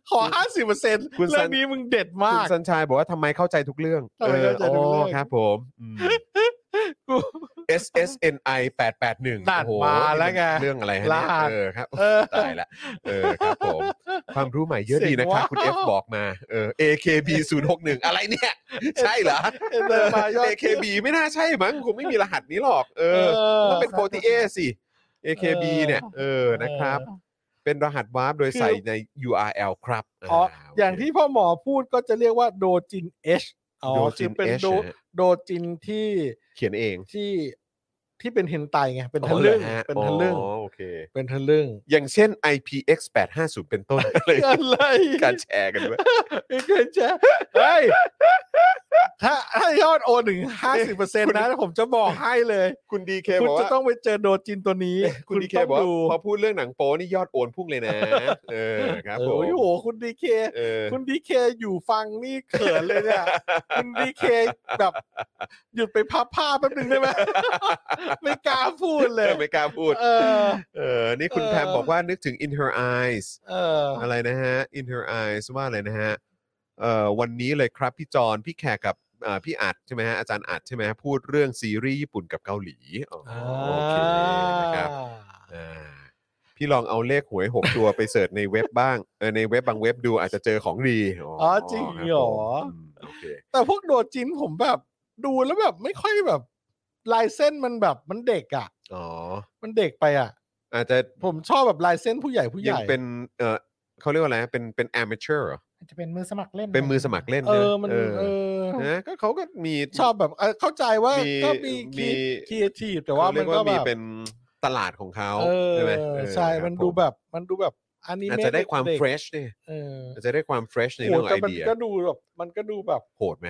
Speaker 3: ขอห้าสิบเปอร์เซ็นต์
Speaker 2: คุณ
Speaker 3: เรื่
Speaker 2: สั
Speaker 3: อน งนี้มึงเด็ดมา
Speaker 2: คุณ
Speaker 3: ก
Speaker 2: สันชายบอกว่าทำไมเข้าใจทุกเรื่อง
Speaker 3: ทำไมเข้าใจทุกเรื่อง
Speaker 2: อครับผมอืม
Speaker 3: กู
Speaker 2: S S N I 8 8 1
Speaker 3: นั่นมาแล้วไง
Speaker 2: เรื่องอะไรฮะเนี่ย
Speaker 3: รหัส
Speaker 2: เออครับ
Speaker 3: เออ
Speaker 2: ตายละเออครับผม ความรู้ใหม่เยอะดีนะครับ คุณ
Speaker 3: เสียง
Speaker 2: F
Speaker 3: ว้าว
Speaker 2: บอกมาเออ AKB 0 6 1 อะไรเนี่ย ใช่เหรอ
Speaker 3: เอ็นเตอร์มายอด
Speaker 2: AKB ไม่น่าใช่มั้งคงไม่มีรหัสนี้หรอก เออ
Speaker 3: เออ
Speaker 2: ต้องเป็นโปรตีเอสิ AKB เนี่ย เออนะครับ เป็นรหัสวาร์ปโดย
Speaker 3: คือ
Speaker 2: ใส่ใน URL ครับ
Speaker 3: อ๋อ
Speaker 2: โเค
Speaker 3: อย่างที่พ่อหมอพูดก็จะเรียกว่าโดจินเอชอ๋อ
Speaker 2: โด
Speaker 3: คื
Speaker 2: จิ
Speaker 3: อน เป็น
Speaker 2: เอช
Speaker 3: โดโดจินที่
Speaker 2: เขียนเอง
Speaker 3: ที่ที่เป็นเฮนไตไง เป็นทะลึ่ง
Speaker 2: อ๋อหอฮะ
Speaker 3: เป็นทะลึ่ง
Speaker 2: อ๋อโอเค
Speaker 3: เป็นทะลึ่ง
Speaker 2: อย่างเช่น IPX 8 5 0เป็นต้น อะไรอย่าง
Speaker 3: อะ
Speaker 2: เงี้ย
Speaker 3: ไร
Speaker 2: การแชร์กันด้วย
Speaker 3: ไม่เคยเจอเฮ้ยถ้าถ้ายอดโอนถึงห้าสิบเปอร์เซ็นต์นะ ผมจะบอกให้เลย
Speaker 2: คุณดีเค
Speaker 3: คุ
Speaker 2: บ
Speaker 3: ณ
Speaker 2: อก
Speaker 3: จะ
Speaker 2: ว่า
Speaker 3: ต้องไปเจอโดจินตัวนี้
Speaker 2: คุณดีเค
Speaker 3: ต้อง
Speaker 2: บอกว่า
Speaker 3: ดู
Speaker 2: พอพูดเรื่องหนังโป๊นี่ยอดโอนพุ่งเลยนะ เอ อครับ
Speaker 3: เอ
Speaker 2: ผ
Speaker 3: อ
Speaker 2: ม
Speaker 3: โอ้โหคุณดีเค
Speaker 2: เออ
Speaker 3: คุณดีเคอยู่ฟังนี่เขินเลยเนี่ย คุณดีเคแบบหยุดไปพับผ้าแป๊บนึงได้ไหม ไม่กล้าพูดเลย
Speaker 2: ไม่กล้าพูด
Speaker 3: เออ
Speaker 2: เออ นี่คุณ
Speaker 3: เออ
Speaker 2: แพมบอกว่านึกถึง in her eyes
Speaker 3: เออ
Speaker 2: อะไรนะฮะ in her eyes ว่าอะไรนะฮะ เอ่อวันนี้เลยครับพี่จอนพี่แขกกับอ่าพี่อัดใช่ไหมฮะอาจารย์อัดใช่ไหมฮะพูดเรื่องซีรีส์ญี่ปุ่นกับเกาหลีอ๋ออโอเคนะครับ อ่าพี่ลองเอาเลขหวยหกตัวไปเสิร์ชในเว็บบ้างเออในเว็บบางเว็บดูอาจจะเจอของดี
Speaker 3: อ๋อจริงเหรอ
Speaker 2: ครับผมมโอเค
Speaker 3: แต่พวกโดจินผมแบบ ดูแล้วแบบไม่ค่อยแบบ ลายเส้นมันแบบมันเด็กอ่ะ
Speaker 2: อ๋อ
Speaker 3: มันเด็กไปอ่ะ
Speaker 2: อาจจะ
Speaker 3: ผมชอบแบบลายเส้นผู้ใหญ่ผู้ให
Speaker 2: ยัง
Speaker 3: ญ่
Speaker 2: เป็นเออเขาเรียกว่าอะไรนะเป็นเป็น amateur เหรอ
Speaker 4: อาจจะเป็นมือสมัครเล่น
Speaker 2: เป็นมือสมัครเล่น
Speaker 3: เอ
Speaker 2: ใช่ไห
Speaker 3: อมันเออ
Speaker 2: นะก็เขาก็มี
Speaker 3: ชอบแบบเออเข้าใจว่าก็มี
Speaker 2: มี
Speaker 3: ครีเอทีฟแต่ว่า
Speaker 2: เข
Speaker 3: มั
Speaker 2: เรีย
Speaker 3: น
Speaker 2: ก
Speaker 3: ก็
Speaker 2: ว่า
Speaker 3: แบ
Speaker 2: มี
Speaker 3: บ
Speaker 2: เป็นตลาดของเขา
Speaker 3: เออ
Speaker 2: ใช่ไหมเออ
Speaker 3: ใช่
Speaker 2: ครั
Speaker 3: มันดู
Speaker 2: ผ
Speaker 3: แบบมันดูแบบอนิ
Speaker 2: อาจ
Speaker 3: เมะ
Speaker 2: จะได้ความ
Speaker 3: เกๆ
Speaker 2: fresh เนี่ย
Speaker 3: เออ
Speaker 2: อาจจะได้ความ fresh ใน
Speaker 3: โห
Speaker 2: เรื่อง
Speaker 3: แต่
Speaker 2: ไอ
Speaker 3: มัน
Speaker 2: เดีย
Speaker 3: ก็ดูแบบมันก็ดูแบบ
Speaker 2: โหดไหม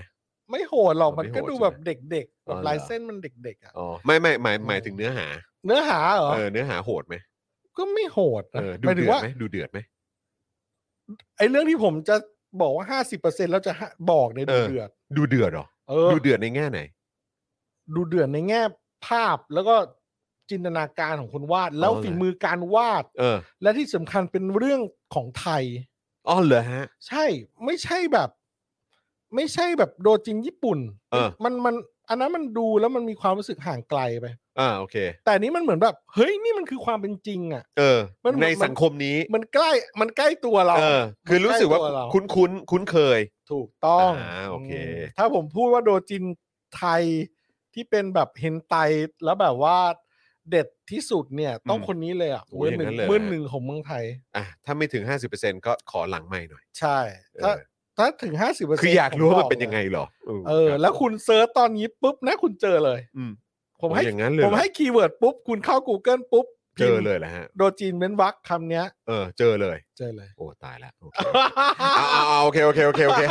Speaker 3: ไม่โหดหรอก
Speaker 2: อ๋อ
Speaker 3: มัน
Speaker 2: ไม่โหด
Speaker 3: ก็ดู
Speaker 2: ใช่ไหม
Speaker 3: แบบเด็กๆแบบ
Speaker 2: อ๋อเหรอ
Speaker 3: ลายเส้นมันเด็ก ๆอ่ะ
Speaker 2: อ๋อไม่ไม่หมายหมายถึงเนื้อหา
Speaker 3: เนื้อหาเหรอ
Speaker 2: เออเนื้อหาโหดไหม
Speaker 3: ก็ไม่โหด
Speaker 2: เอ
Speaker 3: นะ
Speaker 2: อ
Speaker 3: ห
Speaker 2: ดู
Speaker 3: มายถึ
Speaker 2: เดื
Speaker 3: ง
Speaker 2: อด
Speaker 3: ว่า
Speaker 2: ไหมดูเดือดไหม
Speaker 3: ไอ้เรื่องที่ผมจะบอกว่าห้าสิบเปอร์เซ็นแล้วจะหาบอกในย
Speaker 2: เอ
Speaker 3: ดู
Speaker 2: อ
Speaker 3: เดือด
Speaker 2: ดูเดือดเหรอ
Speaker 3: เออ
Speaker 2: ดูเดือดในแง่ไหน
Speaker 3: ดูเดือดในแง่ภาพแล้วก็จินตนาการของคนวาดแล้ว
Speaker 2: อ๋อเหรอ
Speaker 3: ฝีมือการวาด
Speaker 2: เออ
Speaker 3: และที่สำคัญเป็นเรื่องของไทย
Speaker 2: อ๋อเหรอฮะ
Speaker 3: ใช่ไม่ใช่แบบ ไม่ใช่แบบโดจินญี่ปุ่น
Speaker 2: เออ
Speaker 3: มันมันอันนั้นมันดูแล้วมันมีความรู้สึกห่างไกลไป
Speaker 2: อ่าโอเค
Speaker 3: แต่อันนี้มันเหมือนแบบ เฮ้ยนี่มันคือความเป็นจริงอ่ะ
Speaker 2: เออ
Speaker 3: มันเหมือน
Speaker 2: ในสังคมนี้
Speaker 3: มันใกล้มันใกล้ตัวเรา
Speaker 2: เออ คือรู้สึกว่า
Speaker 3: มันใล้ตัเร
Speaker 2: คุ้นคุ้นคุ้นเคย
Speaker 3: ถูกต้อง
Speaker 2: อ่าโอเค
Speaker 3: มถ้าผมพูดว่าโดจินไทยที่เป็นแบบเฮนไตแล้วแบบว่าเด็ดที่สุดเนี่ย ต้องคนนี้เลยอ่ะ
Speaker 2: โอ้
Speaker 3: เบอร์หนึ่
Speaker 2: อย่าง
Speaker 3: ง
Speaker 2: นั้นเลย
Speaker 3: เบอร์หนึ่งของเมืองไทย
Speaker 2: อ่ะถ้าไม่ถึง 50%ก็ขอหลังใหม่หน่อย
Speaker 3: ใช่
Speaker 2: เอ
Speaker 3: ถ้า
Speaker 2: อ
Speaker 3: ถ้าถึงห้าสิบเปอร์เซ็น
Speaker 2: คืออยากรู้ว่ามันเป็นยังไงเหรอ
Speaker 3: เออ แล้วคุณเซิร์ชตอนนี้ปุ๊บนะคุณเจอเลย
Speaker 2: อืม
Speaker 3: ผ
Speaker 2: ผม ม
Speaker 3: ให้
Speaker 2: ให้อย่างนั้นเลย
Speaker 3: ผม
Speaker 2: เหรอ
Speaker 3: ให้คีย์เวิร์ดปุ๊บ คุณเข้า Google ปุ๊บ
Speaker 2: เจ
Speaker 3: พิ
Speaker 2: อ
Speaker 3: มพ์
Speaker 2: เลยแหละฮะ
Speaker 3: โดจีนเว้นวักคำเนี้ย
Speaker 2: เออ เจอเลย
Speaker 3: เจอเลย
Speaker 2: โอ้ ตายละโอเค เอาเอาเอาโอเคโอเคโอเคโอเค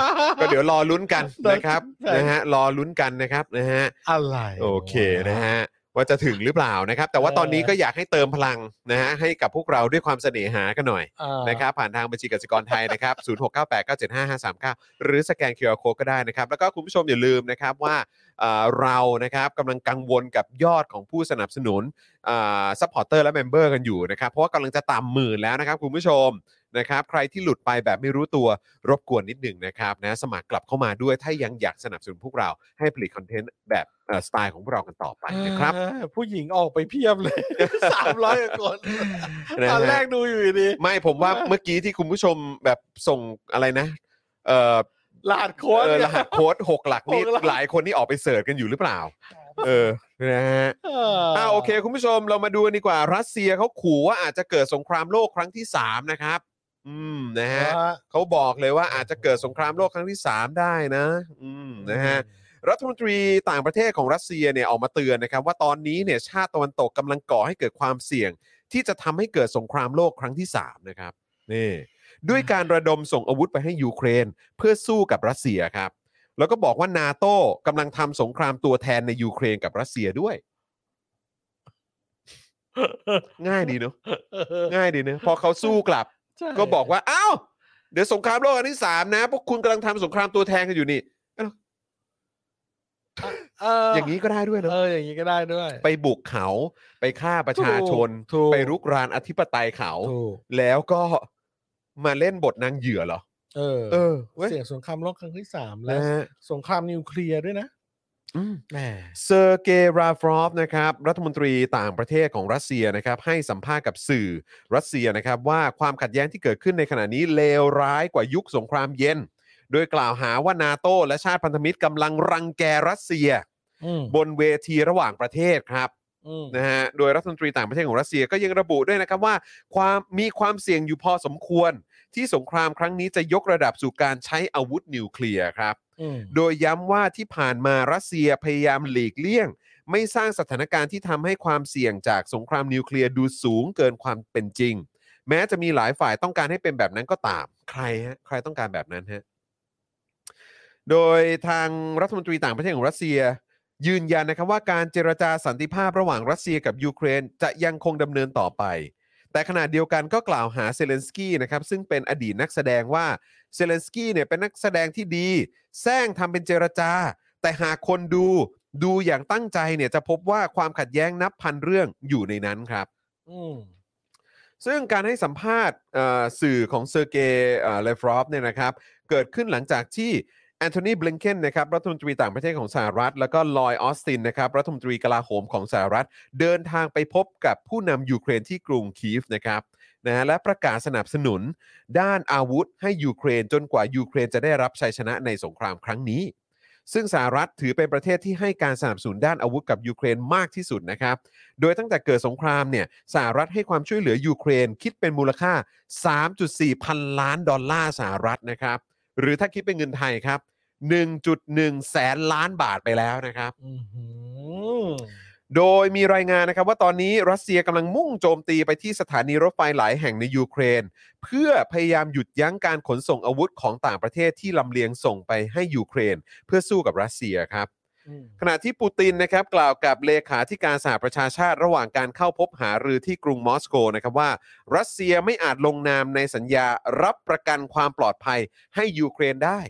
Speaker 2: ก็เดี๋ยวรอลุ้นกันนะครับ นะฮะ รอลุ้นกันนะครับนะฮะ
Speaker 3: อะไร
Speaker 2: โอเคนะฮะว่าจะถึงหรือเปล่านะครับ แต่ว่าตอนนี้ก็อยากให้เติมพลังนะฮะให้กับพวกเราด้วยความเสน่หากันหน่อย
Speaker 3: อ่า
Speaker 2: นะครับผ่านทางบัญชีกสิกรไทยนะครับ0 6 9 8 9 7 5 5 3 9 หรือสแกน QR Code ก็ได้นะครับ แล้วก็คุณผู้ชมอย่าลืมนะครับว่าเอ่อเรานะครับกำลังกังวลกับยอดของผู้สนับสนุนซัพพอร์เตอร์และเมมเบอร์กันอยู่นะครับ เพราะว่ากำลังจะต่ำหมื่นแล้วนะครับคุณผู้ชม นะครับใครที่หลุดไปแบบไม่รู้ตัวรบกวนนิดหนึ่งนะครับนะสมัครกลับเข้ามาด้วยถ้ายังอยากสนับสนุนพวกเราให้ผลิตคอนเทนต์แบบเอ่อสไตล์ของพวกเรากันต่อไป นะครับ
Speaker 3: เออผู้หญิงออกไปเพียบเลย สามร้อยคน
Speaker 2: นะฮะ
Speaker 3: ตอนแรกดูอยู่ดี
Speaker 2: ไม่ผมว่าเมื่อกี้ที่คุณผู้ชมแบบส่งอะไรนะเอ่อ
Speaker 3: หลาดโค้ด
Speaker 2: เออร
Speaker 3: เนี่ย
Speaker 2: หัสโค้ดหกหลักนี่
Speaker 3: หกหลัก
Speaker 2: หลายคนนี่ออกไปเสิร์ชกันอยู่หรือเปล่า เออนะฮะ
Speaker 3: เ
Speaker 2: อ่าโอเค คุณผู้ชมเรามาดูกันดีกว่ารัสเซียเขาขู่ว่าอาจจะเกิดสงครามโลกครั้งที่ 3 นะครับ อืมนะฮะ
Speaker 3: นะฮะ
Speaker 2: เขาบอกเลยว่าอาจจะเกิดสงครามโลกครั้งที่ 3 ได้นะ อืมนะฮะรัฐมนตรีต่างประเทศของรัสเซียเนี่ยออกมาเตือนนะครับ ว่าตอนนี้เนี่ยชาติตะวันตกกำลังก่อให้เกิดความเสี่ยง ที่จะทำให้เกิดสงครามโลกครั้งที่ 3 นะครับนี่ด้วยการระดมส่งอาวุธไปให้ยูเครน เพื่อสู้กับรัสเซียครับ แล้วก็บอกว่านาโต้กำลังทำสงครามตัวแทนในยูเครนกับรัสเซียด้วย ง่ายดีเนอะง่ายดีเนอะพอเขาสู้กลับ
Speaker 3: ใช่
Speaker 2: ก็บอกว่าอ้าวเดี๋ยวสงครามโลกอันที่สามนะ พวกคุณกำลังทำสงครามตัวแทนกันอยู่นี่
Speaker 3: เออ
Speaker 2: อ
Speaker 3: อย่าง
Speaker 2: นี้ก็ได้ด้วยเน
Speaker 3: เออ
Speaker 2: อะ
Speaker 3: อย่างนี้ก็ได้ด้วย
Speaker 2: ไปบุกเขาไปฆ่าประชาชน
Speaker 3: ถูก
Speaker 2: ไปรุกรานอธิปไตยเขา
Speaker 3: ถูก
Speaker 2: แล้วก็มาเล่นบทนางเหยื่อเหรอ
Speaker 3: เออ
Speaker 2: เออเว้ย
Speaker 3: เสียงสงครามโลกครั้งที่สามและ
Speaker 2: นะฮะ
Speaker 3: สงครามนิวเคลียร์ด้วยนะ
Speaker 2: อืม
Speaker 3: แหม
Speaker 2: เซอร์เกย์ราฟรอฟนะครับรัฐมนตรีต่างประเทศของรัสเซียนะครับให้สัมภาษณ์กับสื่อรัสเซียนะครับว่าความขัดแย้งที่เกิดขึ้นในขณะนี้เลวร้ายกว่ายุคสงครามเย็น โดยกล่าวหาว่านาโตและชาติพันธมิตรกำลังรังแกรัสเซีย
Speaker 3: อืม
Speaker 2: บนเวทีระหว่างประเทศครับ
Speaker 3: อืม
Speaker 2: นะฮะโดยรัฐมนตรีต่างประเทศของรัสเซียก็ยังระบุด้วยนะครับว่าความมีความเสี่ยงอยู่พอสมควร ที่สงครามครั้งนี้จะยกระดับสู่การใช้อาวุธนิวเคลียร์ครับ
Speaker 3: อืม
Speaker 2: โดยย้ำว่าที่ผ่านมารัสเซียพยายามหลีกเลี่ยง ไม่สร้างสถานการณ์ที่ทำให้ความเสี่ยงจากสงครามนิวเคลียร์ดูสูงเกินความเป็นจริง แม้จะมีหลายฝ่ายต้องการให้เป็นแบบนั้นก็ตาม ใครฮะใครต้องการแบบนั้นฮะโดยทางรัฐมนตรีต่างประเทศของรัสเซีย ยืนยันนะครับว่าการเจรจาสันติภาพระหว่างรัสเซียกับยูเครนจะยังคงดำเนินต่อไป แต่ขณะเดียวกันก็กล่าวหาเซเลนสกี้นะครับซึ่งเป็นอดีตนักแสดงว่าเซเลนสกี้เนี่ยเป็นนักแสดงที่ดีแซงทำเป็นเจรจา แต่หากคนดูดูอย่างตั้งใจเนี่ยจะพบว่าความขัดแย้งนับพันเรื่องอยู่ในนั้นครับ
Speaker 3: อืม
Speaker 2: ซึ่งการให้สัมภาษณ์เอ่อสื่อของเซอร์เกย์เอ่อเลฟรอฟเนี่ยนะครับ เกิดขึ้นหลังจากที่แอนโทนีบลิงเคนนะครับรัฐมนตรีต่างประเทศของสหรัฐ แล้วก็ลอยออสตินนะครับรัฐมนตรีกลาโหมของสหรัฐ เดินทางไปพบกับผู้นำยูเครนที่กรุงคีฟนะครับนะฮะและประกาศสนับสนุน ด้านอาวุธให้ยูเครนจนกว่ายูเครนจะได้รับชัยชนะในสงครามครั้งนี้ ซึ่งสหรัฐถือเป็นประเทศที่ให้การสนับสนุนด้านอาวุธกับยูเครนมากที่สุดนะครับ โดยตั้งแต่เกิดสงครามเนี่ยสหรัฐให้ความช่วยเหลือยูเครนคิดเป็นมูลค่า 3.4 พันล้านดอลลาร์สหรัฐนะครับ หรือถ้าคิดเป็นเงินไทยครับ 1.1 แสนล้านบาทไปแล้วนะครับ
Speaker 3: อืม
Speaker 2: โดยมีรายงานนะครับว่าตอนนี้รัสเซียกำลังมุ่งโจมตีไปที่สถานีรถไฟหลายแห่งในยูเครน เพื่อพยายามหยุดยั้งการขนส่งอาวุธของต่างประเทศที่ลำเลียงส่งไปให้ยูเครน เพื่อสู้กับรัสเซียครับ
Speaker 3: อืม
Speaker 2: ขณะที่ปูตินนะครับกล่าวกับเลขาธิการสหประชาชาติระหว่างการเข้าพบหารือที่กรุงมอสโกนะครับว่า รัสเซียไม่อาจลงนามในสัญญารับประกันความปลอดภัยให้ยูเครนได้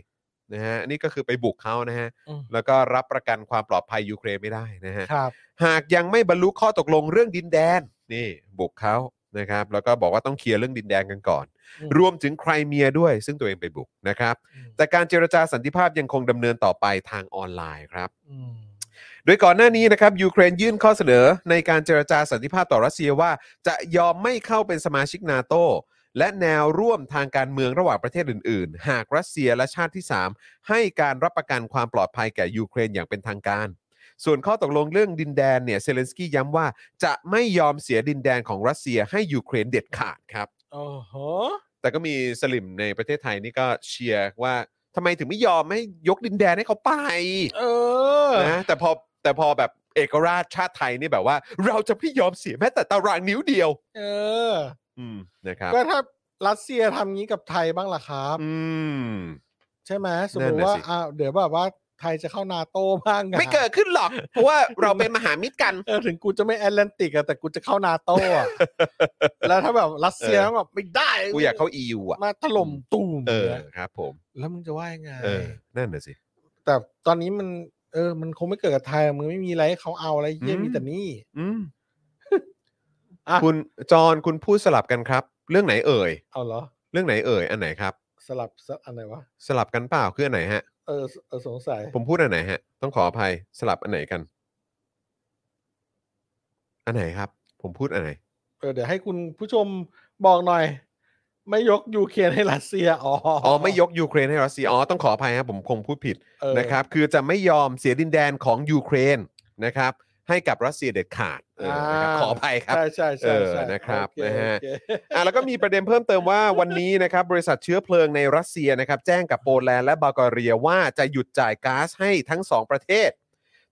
Speaker 2: นะฮะนี่ก็คือไปบุกเขานะฮะ
Speaker 3: อืม
Speaker 2: แล้วก็รับประกันความปลอดภัยยูเครนไม่ได้นะฮะ
Speaker 3: ครับ
Speaker 2: หากยังไม่บรรลุข้อตกลงเรื่องดินแดนนี่บุกเขานะครับ แล้วก็บอกว่าต้องเคลียร์เรื่องดินแดนกันก่อน
Speaker 3: อืม
Speaker 2: รวมถึงไครเมียด้วย ซึ่งตัวเองไปบุกนะครับ
Speaker 3: อืม
Speaker 2: แต่การเจรจาสันติภาพยังคงดำเนินต่อไปทางออนไลน์ครับ
Speaker 3: อืม
Speaker 2: โดยก่อนหน้านี้นะครับยูเครนยื่นข้อเสนอในการเจรจาสันติภาพต่อรัสเซียว่า จะยอมไม่เข้าเป็นสมาชิกนาโตและแนวร่วมทางการเมืองระหว่างประเทศอื่น ๆ หากรัสเซียและชาติที่ 3 ให้การรับประกันความปลอดภัยแก่ยูเครนอย่างเป็นทางการ ส่วนข้อตกลงเรื่องดินแดนเนี่ยเซเลนสกี้ย้ำว่าจะไม่ยอมเสียดินแดนของรัสเซียให้ยูเครนเด็ดขาดครับ
Speaker 3: โอ้โห
Speaker 2: แต่ก็มีสลิมในประเทศไทยนี่ก็เชียร์ว่าทำไมถึงไม่ยอมให้ยกดินแดนให้เขาไป
Speaker 3: เออ
Speaker 2: นะแต่พอแต่พอแบบเอกราชชาติไทยนี่แบบว่า เราจะไม่ยอมเสียแม้แต่ตารางนิ้วเดียว
Speaker 3: เออ
Speaker 2: อืมนะครับ
Speaker 3: ก็ถ้ารัสเซียทำงี้กับไทยบ้างล่ะครับ
Speaker 2: อืม
Speaker 3: ใช่ไหมสม
Speaker 2: นั่
Speaker 3: ม
Speaker 2: น
Speaker 3: ติ
Speaker 2: น่ะ
Speaker 3: ว่า
Speaker 2: สิ
Speaker 3: อ้าวเดี๋ยวแบบว่าไทยจะเข้านาโต้บ้างอะ
Speaker 2: ไม่เกิดขึ้นหรอก เพราะว่าเราเป็นมหามิตรกัน
Speaker 3: เออถึงกูจะไม่แอตแลนติกอะแต่กูจะเข้านาโต้อะแล้วถ้าแบบรัสเซียแบบไม่ได้
Speaker 2: กูอยากเข้า EU อ่ะ
Speaker 3: มาถล่มตูม
Speaker 2: เออ
Speaker 3: นี่ย
Speaker 2: ครับผม
Speaker 3: แล้วมึงจะว่ายังไง
Speaker 2: เออ นั่นน่ะสิ
Speaker 3: แต่ตอนนี้มัน เออ มันคงไม่เกิดกับไทยอะมึงไม่มีอะไรให้เขาเอาอะไรเยี่ย
Speaker 2: อืม
Speaker 3: มีแต่นี่
Speaker 2: อืม
Speaker 3: อ่ะ
Speaker 2: คุณจอนคุณพูดสลับกันครับ เรื่องไหนเอ่ย
Speaker 3: เอาเหรอ
Speaker 2: เรื่องไหนเอ่ย อันไหนครับ
Speaker 3: สลับสลับอันไหนวะ
Speaker 2: สลับกันเปล่าคืออันไหนฮะ
Speaker 3: เออเออสงสัย
Speaker 2: ผมพูดอันไหนฮะ ต้องขออภัยสลับอันไหนกัน อันไหนครับ ผมพูดอันไหน
Speaker 3: เออเดี๋ยวให้คุณผู้ชมบอกหน่อย ไม่ยกยูเครนให้รัสเซียอ๋อ
Speaker 2: อ๋อไม่ยกยูเครนให้รัสเซียอ๋อต้องขออภัยครับผมคงพูดผิด
Speaker 3: เออ
Speaker 2: นะครับ คือจะไม่ยอมเสียดินแดนของยูเครนนะครับ ให้กับรัสเซียเด็ดขาดเออนะครับขออภัยครับ
Speaker 3: ใช่ใช่ใช่ใช่
Speaker 2: เออนะครับ
Speaker 3: โอเ
Speaker 2: นะฮะ
Speaker 3: โอเค
Speaker 2: อ่ะแล้วก็มีประเด็นเพิ่มเติม ว่าวันนี้นะครับบริษัทเชื้อเพลิงในรัสเซียนะครับแจ้งกับโปแลนด์และบัลแกเรียว่าจะหยุดจ่ายก๊าซให้ทั้ง 2 ประเทศ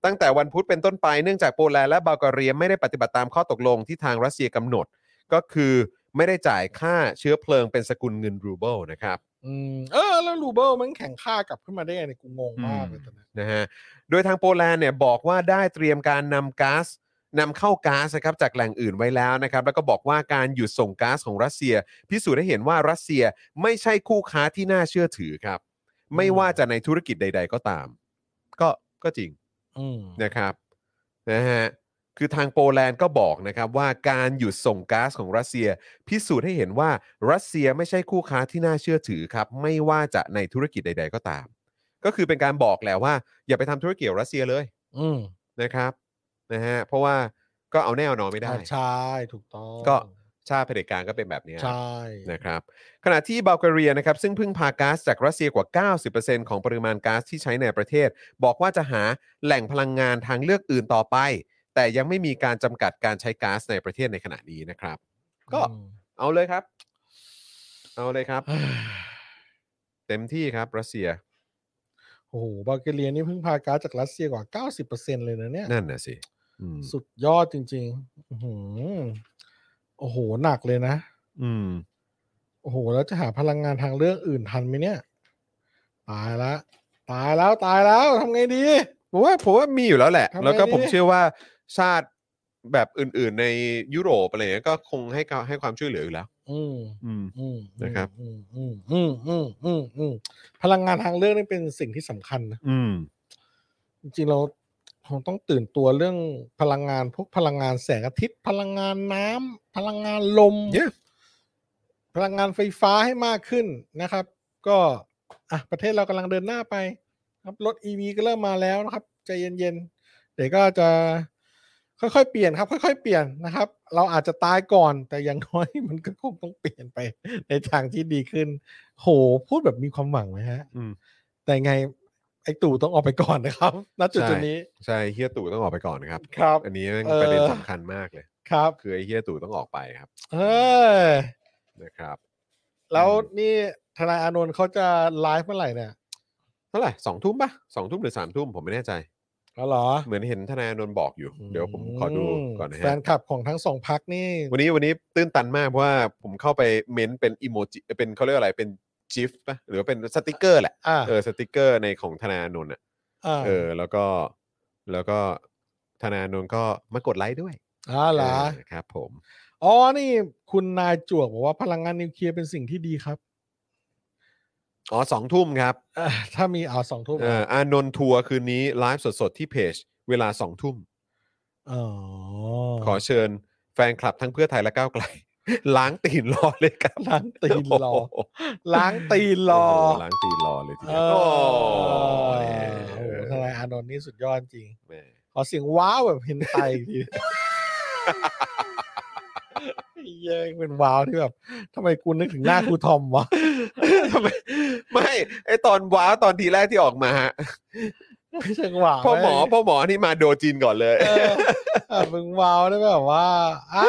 Speaker 2: ตั้งแต่วันพุธเป็นต้นไปเนื่องจากโปแลนด์และบัลแกเรียไม่ได้ปฏิบัติตามข้อตกลงที่ทางรัสเซียกำหนด ก็คือไม่ได้จ่ายค่าเชื้อเพลิงเป็นสกุลเงินรูเบิลนะครับ
Speaker 3: อืมเออแล้วรูเบิลมันแข่งค่ากลับขึ้นมาได้ไงเนี่ยกูงงมากเลยตอนนี้
Speaker 2: นะฮะ โดยทางโปแลนด์เนี่ยบอกว่าได้เตรียมการนำก๊าซนำเข้าก๊าซนะครับจากแหล่งอื่นไว้แล้วนะครับ แล้วก็บอกว่าการหยุดส่งก๊าซของรัสเซีย พิสูจน์ให้เห็นว่ารัสเซียไม่ใช่คู่ค้าที่น่าเชื่อถือครับ ไม่ว่าจะในธุรกิจใด ๆ ก็ตาม ก็ก็จริง
Speaker 3: อืม
Speaker 2: นะครับนะฮะคือทางโปแลนด์ก็บอกนะครับว่าการหยุดส่งก๊าซของรัสเซีย พิสูจน์ให้เห็นว่ารัสเซียไม่ใช่คู่ค้าที่น่าเชื่อถือครับ ไม่ว่าจะในธุรกิจใด ๆ ก็ตาม ก็คือเป็นการบอกแหละว่า อย่าไปทำธุรกิจกับรัสเซียเลย
Speaker 3: อืม
Speaker 2: นะครับนะฮะเพราะว่าก็เอาแน่เอานอนไม่ได้
Speaker 3: ใช่ถูกต้อง
Speaker 2: ก็ ชาติเผด็จการก็เป็นแบบเนี้ย
Speaker 3: ใช่
Speaker 2: นะครับขณะที่บัลแกเรียนะครับซึ่งพึ่งพาก๊าซจากรัสเซียกว่า 90%ของปริมาณก๊าซที่ใช้ในประเทศ บอกว่าจะหาแหล่งพลังงานทางเลือกอื่นต่อไป แต่ยังไม่มีการจำกัดการใช้ก๊าซในประเทศในขณะนี้นะครับ ก็
Speaker 3: อืม
Speaker 2: เอาเลยครับ เอาเลยครับ เต็มที่ครับรัสเซีย
Speaker 3: โอ้โหบัลแกเรียนี่เพิ่งพาก๊าซจากรัสเซียกว่า 90%เลยนะเนี่ย
Speaker 2: นั่นน่ะสิอืม
Speaker 3: สุดยอดจริงๆอื้อหือโอ้โห หนักเลยนะ
Speaker 2: อืม
Speaker 3: โอ้โห แล้วจะหาพลังงานทางเรื่องอื่นทันไหมเนี่ย ตายละ ตายแล้ว ตายแล้วทำไงดี
Speaker 2: ผมว่าผมว่ามีอยู่แล้วแหละ
Speaker 3: ทำไง
Speaker 2: แล้วก็
Speaker 3: ดี
Speaker 2: ผมเชื่อว่าชาติแบบอื่น ๆ ในยุโรปอะไรอย่างเงี้ยก็คงให้เขาให้ความช่วยเหลืออยู่แล้ว
Speaker 3: อืม
Speaker 2: อืม
Speaker 3: อืม
Speaker 2: นะครับ
Speaker 3: อืมอืมอืมอืมอืมอืมพลังงานทางเรื่องนี่เป็นสิ่งที่สำคัญนะ
Speaker 2: อืม
Speaker 3: จริงๆเราคงต้องตื่นตัวเรื่องพลังงานพวกพลังงานแสงอาทิตย์ พลังงานน้ำพลังงานลม
Speaker 2: Yeah
Speaker 3: พลังงานไฟฟ้าให้มากขึ้นนะครับ ก็อ่ะประเทศเรากำลังเดินหน้าไป ครับรถ EV ก็เริ่มมาแล้วนะครับใจเย็นๆเดี๋ยวก็จะค่อยๆเปลี่ยนครับ ค่อย ๆ เปลี่ยนนะครับ เราอาจจะตายก่อนแต่อย่างน้อย มันก็คงต้องเปลี่ยนไปในทางที่ดีขึ้น โหพูดแบบมีความหวังไหมฮะ
Speaker 2: อืม
Speaker 3: แต่ไงไอ้ตู่ต้องออกไปก่อนนะครับ ณจุดจุดนี้
Speaker 2: ใช่เฮียตู่ต้องออกไปก่อนนะครับ
Speaker 3: ครับ
Speaker 2: อันนี้แม่ง
Speaker 3: เออ
Speaker 2: ประเด็นสำคัญมากเลย
Speaker 3: ครับ
Speaker 2: คือไอ้เฮียตู่ต้องออกไปครับ
Speaker 3: เออ
Speaker 2: นะครับ
Speaker 3: แล้ว
Speaker 2: อืม
Speaker 3: นี่ทนายอานนท์เขาจะไลฟ์เมื่อไหร่เนี่ย
Speaker 2: เท่าไหร่สองทุ่มปะสองทุ่มหรือสามทุ่มผมไม่แน่ใจ
Speaker 3: แล้วเหรอ
Speaker 2: เหมือนเห็นทนายอานนท์บอกอยู่ เดี๋ยวผมขอดู
Speaker 3: ม
Speaker 2: ก่อนนะ
Speaker 3: แฟ
Speaker 2: ฮะ
Speaker 3: นคลับของทั้งสองพักนี่
Speaker 2: วันนี้วันนี้ตื้นตันมากเพราะว่าผมเข้าไปเม้นเป็นอีโมจิเป็นเขาเรียกอะไรเป็นจิฟปะหรือว่าเป็นสติกเกอร์แหละ
Speaker 3: อ่า
Speaker 2: เออสติกเกอร์ในของธนาอานนท์อ่ะ
Speaker 3: อ่า
Speaker 2: เออ แล้วก็แล้วก็ธนาอานนท์ก็มากดไลค์ด้วย
Speaker 3: อ่าเหรอ
Speaker 2: เออครับผม
Speaker 3: อ๋อ นี่คุณนายจวกบอกว่าพลังงานนิวเคลียร์เป็นสิ่งที่ดีครับ
Speaker 2: อ๋อสองทุ่มครับ
Speaker 3: อ่าถ้ามีอ่าสองทุ่ม
Speaker 2: เอออานนท์ทัวร์คืนนี้ไลฟ์สดๆที่เพจเวลาสองทุ่ม
Speaker 3: อ๋อ
Speaker 2: ขอเชิญแฟนคลับทั้งเพื่อไทยและก้าวไกล ล้างตีนรอเลยครับ
Speaker 3: ล้างตีนรอ
Speaker 2: โโห
Speaker 3: ล้างตีนรอ
Speaker 2: โโหล้างตีนรอเลยที
Speaker 3: เอ
Speaker 2: เดียว
Speaker 3: อ
Speaker 2: โอ้ย
Speaker 3: โอ้โหทนายอานนท์นี่สุดยอดจริง
Speaker 2: แม่
Speaker 3: ขอเสียงว้าวแบบเห็นไตอีกทีเย้ยเป็นว้าวที่แบบทำไมกูนึกถึงหน้าครูทอมวะ
Speaker 2: ทำไม ไม่ไอตอนว้าวตอนทีแรกที่ออกมาฮะ
Speaker 3: ไม่ใช่ว้าว
Speaker 2: พ่อหมอ
Speaker 3: เว้ย
Speaker 2: พ่อหมอนี่มาโดจีนก่อนเลย
Speaker 3: เอออ่ะมึงเมาได้แบบว่าอ่ะ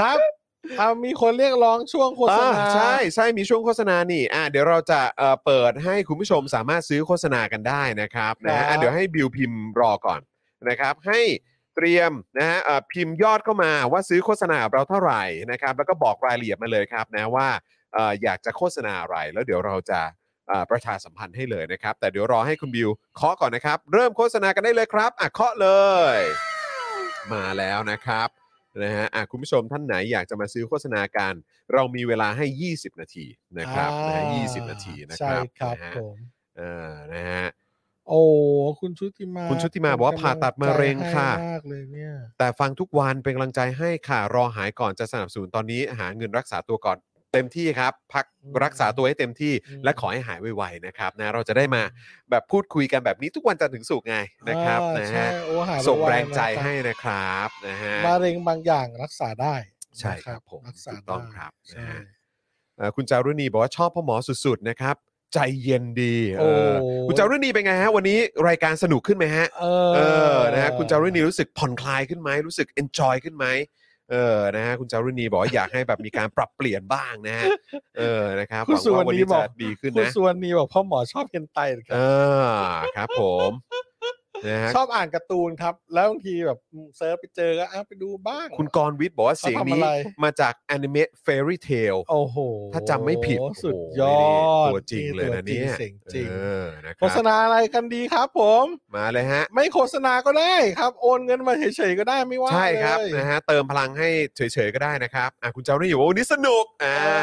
Speaker 3: ครับเอามีคนเรียกร้องช่วงโฆษ
Speaker 2: อ่า
Speaker 3: ณา
Speaker 2: ใช่ใช่มีช่วงโฆษณานี่อ่าเดี๋ยวเราจะเอ่อเปิดให้คุณผู้ชมสามารถซื้อโฆษณากันได้นะครับนะฮะอ่ะเดี๋ยวให้บิวพิมพ์รอก่อนนะครับให้เตรียมนะฮะเอ่อพิมพ์ยอดเข้ามาว่าซื้อโฆษณากับเราเท่าไหร่นะครับแล้วก็บอกรายละเอียดมาเลยครับนะว่าเอ่ออยากจะโฆษณาอะไรแล้วเดี๋ยวเราจะเอ่อประชาสัมพันธ์ให้เลยนะครับ แต่เดี๋ยวรอให้คุณบิวเคาะก่อนนะครับ เริ่มโฆษณากันได้เลยครับอ่ะเคาะเลย มาแล้วนะครับนะฮะอ่ะคุณผู้ชมท่านไหนอยากจะมาซื้อโฆษณากัน เรามีเวลาให้ 20 นาทีนะครับนะฮะ20 นาทีนะค
Speaker 3: ใช่
Speaker 2: รับ
Speaker 3: ครับ
Speaker 2: นะฮะ
Speaker 3: ผม
Speaker 2: เออนะฮะ
Speaker 3: โอ้คุณชุติมา
Speaker 2: คุณชุติมาบอกว่าผ่าตัดมะเร็งค่ะ
Speaker 3: เป็นกำลังใจให้มากเลยเนี่ย
Speaker 2: แต่ฟังทุกวันเป็นกำลังใจให้ค่ะ รอหายก่อนจะสนับสนุนตอนนี้หาเงินรักษาตัวก่อนเต็มที่ครับ พักรักษาตัวให้เต็มที่ และขอให้หายไวๆนะครับนะเราจะได้มาแบบพูดคุยกันแบบนี้ทุกวันจันทร์ถึงศุกร์ไงนะครับ
Speaker 3: อ่า
Speaker 2: นะ
Speaker 3: ใช่
Speaker 2: ฮะ
Speaker 3: โอ้หาย
Speaker 2: ส่ง
Speaker 3: ไวๆ
Speaker 2: แรงใจ
Speaker 3: นะครับ
Speaker 2: ให้นะครับนะฮะ
Speaker 3: มะเร็งบางอย่างรักษาได้
Speaker 2: ใช่ครับผม
Speaker 3: รักษา
Speaker 2: ถูกต้อง
Speaker 3: ได้
Speaker 2: ครับ
Speaker 3: ใช่
Speaker 2: นะฮะ เอ่อคุณจารุณีบอกว่าชอบพ่อหมอสุดๆนะครับ ใจเย็นดีเออ
Speaker 3: โอ้
Speaker 2: คุณจารุณีเป็นไงฮะ วันนี้รายการสนุกขึ้นไหมฮะ
Speaker 3: เอ
Speaker 2: เออ นะฮะ คุณจารุณีรู้สึกผ่อนคลายขึ้นไหม รู้สึก enjoy ขึ้นไหม เออ นะฮะ คุณจารุณีบอกว่าอยากให้แบบมีการปรับเปลี่ยนบ้างนะฮะ เออ นะครับ
Speaker 3: คุณ
Speaker 2: หวัง
Speaker 3: สุวร
Speaker 2: ว่าร วัน
Speaker 3: ณี
Speaker 2: นี้
Speaker 3: บอ
Speaker 2: จะ
Speaker 3: ก
Speaker 2: ดีขึ้น
Speaker 3: คุณ
Speaker 2: นะ
Speaker 3: สุวรรณีบอกพ่อหมอชอบเฮนไตเหรอค
Speaker 2: เอ
Speaker 3: รับ
Speaker 2: อ ครับผมนะฮะ
Speaker 3: ชอบอ่านการ์ตูนครับ แล้วบางทีแบบอืมเซิร์ชไปเจอก็อ่ะไปดูบ้าง
Speaker 2: คุณกรณ์วิทย์บอกว่าเสียงนี้
Speaker 3: เขาทำอะไร
Speaker 2: มาจากแอนิเมะ Fairy Tail
Speaker 3: โอ้โห
Speaker 2: ถ้าจำไม่ผิด
Speaker 3: สุด
Speaker 2: โโห
Speaker 3: ยอด
Speaker 2: ตัวจริงเลยนะเนี่ย
Speaker 3: ตัวจริงเสียงจริง
Speaker 2: เออนะค
Speaker 3: โฆษ
Speaker 2: รับ
Speaker 3: ณาอะไรกันดีครับผม
Speaker 2: มาเลยฮะ
Speaker 3: ไม่โฆษณาก็ได้ครับ โอนเงินมาเฉยๆก็ได้ไม่ว่า
Speaker 2: ใช่ครับ
Speaker 3: เลย
Speaker 2: นะฮะเติมพลังให้เฉยๆก็ได้นะครับอ่ะคุณเจ้านี่อยู่ว่าวันนี้สนุกอ่า
Speaker 3: อ่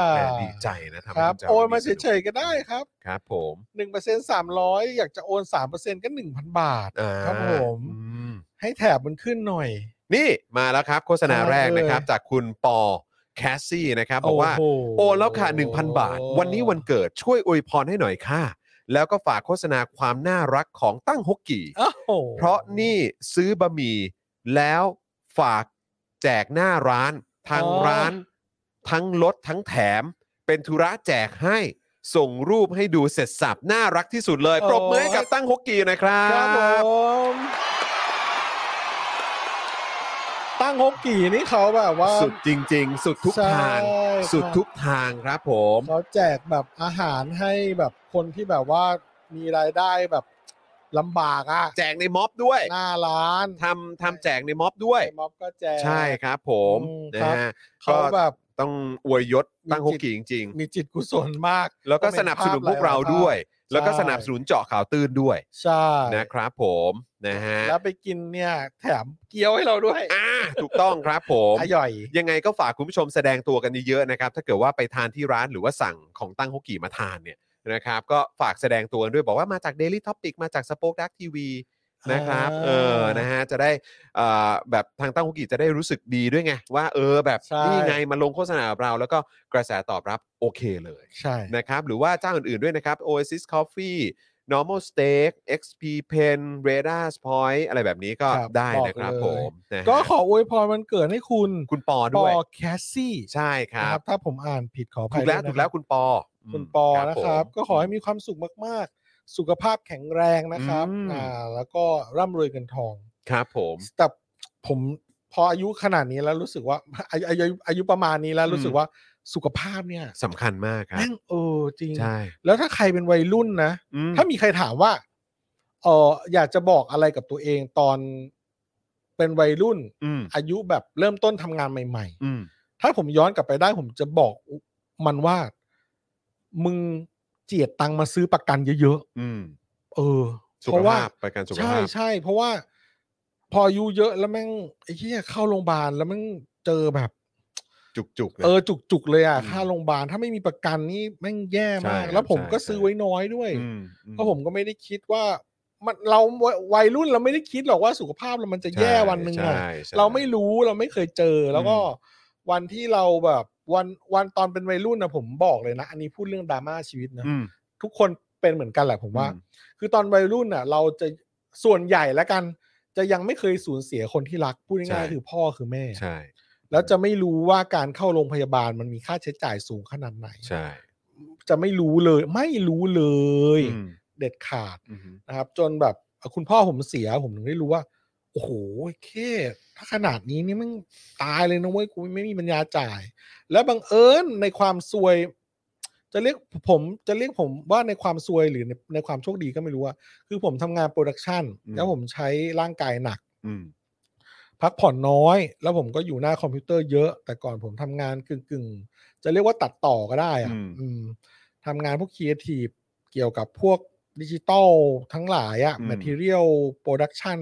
Speaker 3: า
Speaker 2: แหมดีใจนะทำให้
Speaker 3: ครับ
Speaker 2: ณเจ้
Speaker 3: โอนมา
Speaker 2: สก
Speaker 3: เฉยๆก็ได้ครับ
Speaker 2: ครับ ผม
Speaker 3: หนึ่งเปอร์เซ็นสามร้อยอยากจะโอนสามเปอร์เซ็นก็หนึ่งพันบาท
Speaker 2: อ่า
Speaker 3: ครับผม
Speaker 2: อืม
Speaker 3: ให้แถบมันขึ้นหน่อย
Speaker 2: นี่มาแล้วครับ โฆษณา
Speaker 3: มาเลย
Speaker 2: แรกนะครับ จากคุณปอแคสซี่นะครับบอกว่า โอนแล้วค่ะ 1,000 บาท วันนี้วันเกิดช่วยอวยพรให้หน่อยค่ะ แล้วก็ฝากโฆษณาความน่ารักของตั้งฮกกี่
Speaker 3: โอ้โห
Speaker 2: เพราะนี่ซื้อบะหมี่แล้วฝากแจกหน้าร้านทางร้าน ทั้งลดทั้งแถม เป็นธุระแจกให้ส่งรูปให้ดูเสร็จสับน่ารักที่สุดเลย ปรบมือให้กับตั้งฮกกีหนะครั
Speaker 3: ครับผ
Speaker 2: บ
Speaker 3: มตั้งฮกกี่นี่เขาแบบว่า
Speaker 2: สุดจริง ๆ สุดทุกทาง
Speaker 3: ใช่ครับ
Speaker 2: สุดทุกทางครับผม
Speaker 3: เขาแจกแบบอาหารให้แบบคนที่แบบว่ามีรายได้แบบลำบากอ่ะ
Speaker 2: แจกในม็อบด้วย
Speaker 3: หน้าร้าน
Speaker 2: ทำทำแจกในม็อบด้วย
Speaker 3: ไอ้ม็อบก็แจก
Speaker 2: ใช่ครับผม
Speaker 3: อืม
Speaker 2: นะครับ ฮะ
Speaker 3: เขาแบบ
Speaker 2: ต้องอวยยศตั้งฮกกีจริง
Speaker 3: มีจิตกุศลมาก
Speaker 2: ๆ แล้วก็สนับสนุนพวกเราด้วย แล้วก็
Speaker 3: ใช่
Speaker 2: สนับสนุนเจาะข่าวตื่นด้วย
Speaker 3: ใช่
Speaker 2: นะครับผมนะฮะ
Speaker 3: แล้วไปกินเนี่ย แถมเกี๊ยวให้เราด้วย
Speaker 2: อ่าถูกต้องครับผม
Speaker 3: อร่อย
Speaker 2: ยังไงก็ฝากคุณผู้ชมแสดงตัวกันเยอะๆนะครับ ถ้าเกิดว่าไปทานที่ร้านหรือว่าสั่งของตั้งฮกกี่มาทานเนี่ยนะครับ ก็ฝากแสดงตัวกันด้วยบอกว่ามาจาก Daily Topic มาจาก Spoke Dark TV นะครับ
Speaker 3: อ่า
Speaker 2: เออนะฮะจะได้เอ่อแบบทางตั้งฮกกี่จะได้รู้สึกดีด้วยไง ว่าเออแบบ
Speaker 3: ใช่
Speaker 2: นี่ไงมาลงโฆษณากับเรา แล้วก็กระแสตอบรับโอเคเลย
Speaker 3: ใช่
Speaker 2: นะครับหรือว่าเจ้าอื่น ๆ ด้วยนะครับ Oasis Coffee Normal Steak XP Pen Radar Point อะไรแบบนี้ก็
Speaker 3: ครับ
Speaker 2: ได้
Speaker 3: บอก
Speaker 2: นะครับ
Speaker 3: เลย
Speaker 2: ผมนะฮะ
Speaker 3: ก็ขออวยพรวันเกิดให้คุณ
Speaker 2: คุณปอ
Speaker 3: ป
Speaker 2: ด้
Speaker 3: อ
Speaker 2: วย
Speaker 3: แคสซี่
Speaker 2: ใช่ค
Speaker 3: นะ
Speaker 2: รับ
Speaker 3: ถ้าผมอ่านผิดขออภั
Speaker 2: ถู
Speaker 3: ย
Speaker 2: กแล้
Speaker 3: ด้วย
Speaker 2: ว
Speaker 3: นะ
Speaker 2: ถูกแล้ว
Speaker 3: รับ
Speaker 2: คุณปออืม
Speaker 3: คุณปอนะครับ
Speaker 2: ผม
Speaker 3: ก็ขอให้มีความสุขมาก ๆ สุขภาพแข็งแรงนะครับ
Speaker 2: อืม
Speaker 3: อ่าแล้วก็ร่ำรวยเงินทอง
Speaker 2: ครับผม
Speaker 3: แต่ผมพออายุขนาดนี้แล้วรู้สึกว่า อายุอายุอายุประมาณนี้แล้วรู้สึกว่าสุขภาพเนี่ย
Speaker 2: สำคัญมากครับ
Speaker 3: แม่งเออจริง
Speaker 2: ใช่
Speaker 3: แล้วถ้าใครเป็นวัยรุ่นนะ
Speaker 2: อืม
Speaker 3: ถ้ามีใครถามว่าเอออยากจะบอกอะไรกับตัวเองตอนเป็นวัยรุ่น
Speaker 2: อืม
Speaker 3: อายุแบบเริ่มต้นทำงานใหม่ ๆ
Speaker 2: อืม
Speaker 3: ถ้าผมย้อนกลับไปได้ผมจะบอกมันว่า มึงเจียดตังค์มาซื้อประกันเยอะ
Speaker 2: อืม
Speaker 3: ๆ เออ
Speaker 2: สุ
Speaker 3: เพ
Speaker 2: ข
Speaker 3: ราะว่า
Speaker 2: ภาพประกันสุข
Speaker 3: ใช่
Speaker 2: ภาพ
Speaker 3: ใช่เพราะว่า พออายุเยอะแล้วแม่งไอ้เหี้ยเข้าโรงพยาบาลแล้วแม่งเจอแบบ
Speaker 2: จุกๆนะ
Speaker 3: เออจุกๆเลยอ่ะ
Speaker 2: อืม
Speaker 3: ค่าโรงพยาบาลถ้าไม่มีประกันนี่แม่งแย่มาก
Speaker 2: ใช่
Speaker 3: แล้วผม
Speaker 2: ครับ
Speaker 3: ก็
Speaker 2: ใช่
Speaker 3: ซื้อไว้น้อยด้วย
Speaker 2: มอื
Speaker 3: เพราะผมก็ไม่ได้คิดว่า มันเราวัยรุ่นเราไม่ได้คิดหรอกว่าสุขภาพเรามันจะแย่วันหนึ่งอ่ะ
Speaker 2: ใช่ใช่
Speaker 3: เราไม่รู้เราไม่เคยเจอแล้วก็
Speaker 2: อื
Speaker 3: วันที่เราแบบวันวันตอนเป็นวัยรุ่นนะผมบอกเลยนะ อันนี้พูดเรื่องดราม่าชีวิตนะ
Speaker 2: อืม
Speaker 3: ทุกคนเป็นเหมือนกันแหละผมว่า
Speaker 2: อืม
Speaker 3: คือตอนวัยรุ่นน่ะ เราจะส่วนใหญ่แล้วกัน จะยังไม่เคยสูญเสียคนที่รักพูดง่ายๆคือพ่อคือแม่
Speaker 2: ใช่
Speaker 3: แล้วจะไม่รู้ว่าการเข้าโรงพยาบาลมันมีค่าใช้จ่ายสูงขนาดไหน
Speaker 2: ใช่
Speaker 3: จะไม่รู้เลย ไม่รู้เลย
Speaker 2: อืม
Speaker 3: เด็ดขาด
Speaker 2: อืม
Speaker 3: นะครับจนแบบคุณพ่อผมเสียผมถึงได้รู้ว่า โอ้โหเคถ้าขนาดนี้นี่มึงตายเลยนะเว้ยกูไม่มีปัญญาจ่าย แล้วบังเอิญในความซวย จะเรียกผมจะเรียกผมว่าในความซวยหรือในในความโชคดีก็ไม่รู้ว่า คือผมทำงานโปรดักชันแล้วผมใช้ร่างกายหนัก
Speaker 2: อืม
Speaker 3: พักผ่อนน้อย แล้วผมก็อยู่หน้าคอมพิวเตอร์เยอะ แต่ก่อนผมทำงานกึ่งกึ่งๆ จะเรียกว่าตัดต่อก็ได้อะอืมทำงานพวกครีเอทีฟเกี่ยวกับพวกดิจิตอลทั้งหลายอะแมทเรียลโปรดักชัน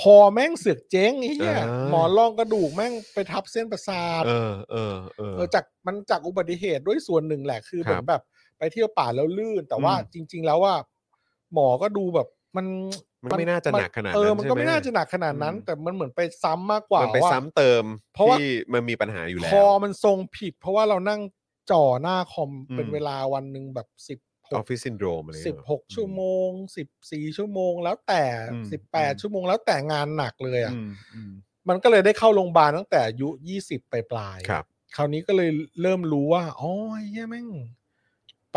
Speaker 3: คอแม่งเสือกเจ๊งไอ้เหี้ยหมอนรองกระดูกแม่งไปทับเส้นประสาท
Speaker 2: เออเออเออ
Speaker 3: เออจากมันจากอุบัติเหตุด้วยส่วนหนึ่งแหละคือ
Speaker 2: ค
Speaker 3: ผ
Speaker 2: รั
Speaker 3: ม
Speaker 2: บ
Speaker 3: แบบไปเที่ยวป่าแล้วลื่น แต่
Speaker 2: อืม
Speaker 3: ว่าจริง ๆ แล้วว่า หมอก็ดูแบบมัน
Speaker 2: มันก็ไม่น่าจะหนักขนาดนั้น
Speaker 3: เออมันก็
Speaker 2: ใช่ไหม
Speaker 3: ไม่น่าจะหนักขนาดนั้น
Speaker 2: อืม
Speaker 3: แต่มันเหมือนไปซ้ำมากกว่า
Speaker 2: มันไป
Speaker 3: ว่า
Speaker 2: ซ้ำเติม
Speaker 3: เพราะว่า
Speaker 2: ที่มันมีปัญหาอยู่แล้
Speaker 3: คว อมันทรงผิด เพราะว่าเรานั่งจ่อหน้าคอม
Speaker 2: อืม
Speaker 3: เป็นเวลาวันหนึ่งแบบสิบ
Speaker 2: ออฟฟิศซินโดรมอะไร
Speaker 3: สิบหก
Speaker 2: เงี้ย
Speaker 3: ชั่วโมงสิบสี่ชั่วโมง แล้วแต่
Speaker 2: อืม
Speaker 3: สิบแปด
Speaker 2: อืม
Speaker 3: ชั่วโมงแล้วแต่งานหนักเลยอ่ะ
Speaker 2: อืมอืม
Speaker 3: มันก็เลยได้เข้าโรงพยาบาลตั้งแต่อายุยี่สิบปลายๆ
Speaker 2: ครับ
Speaker 3: คราวนี้ก็เลยเริ่มรู้ว่าอ๋อไอ้เหี้ยแม่ง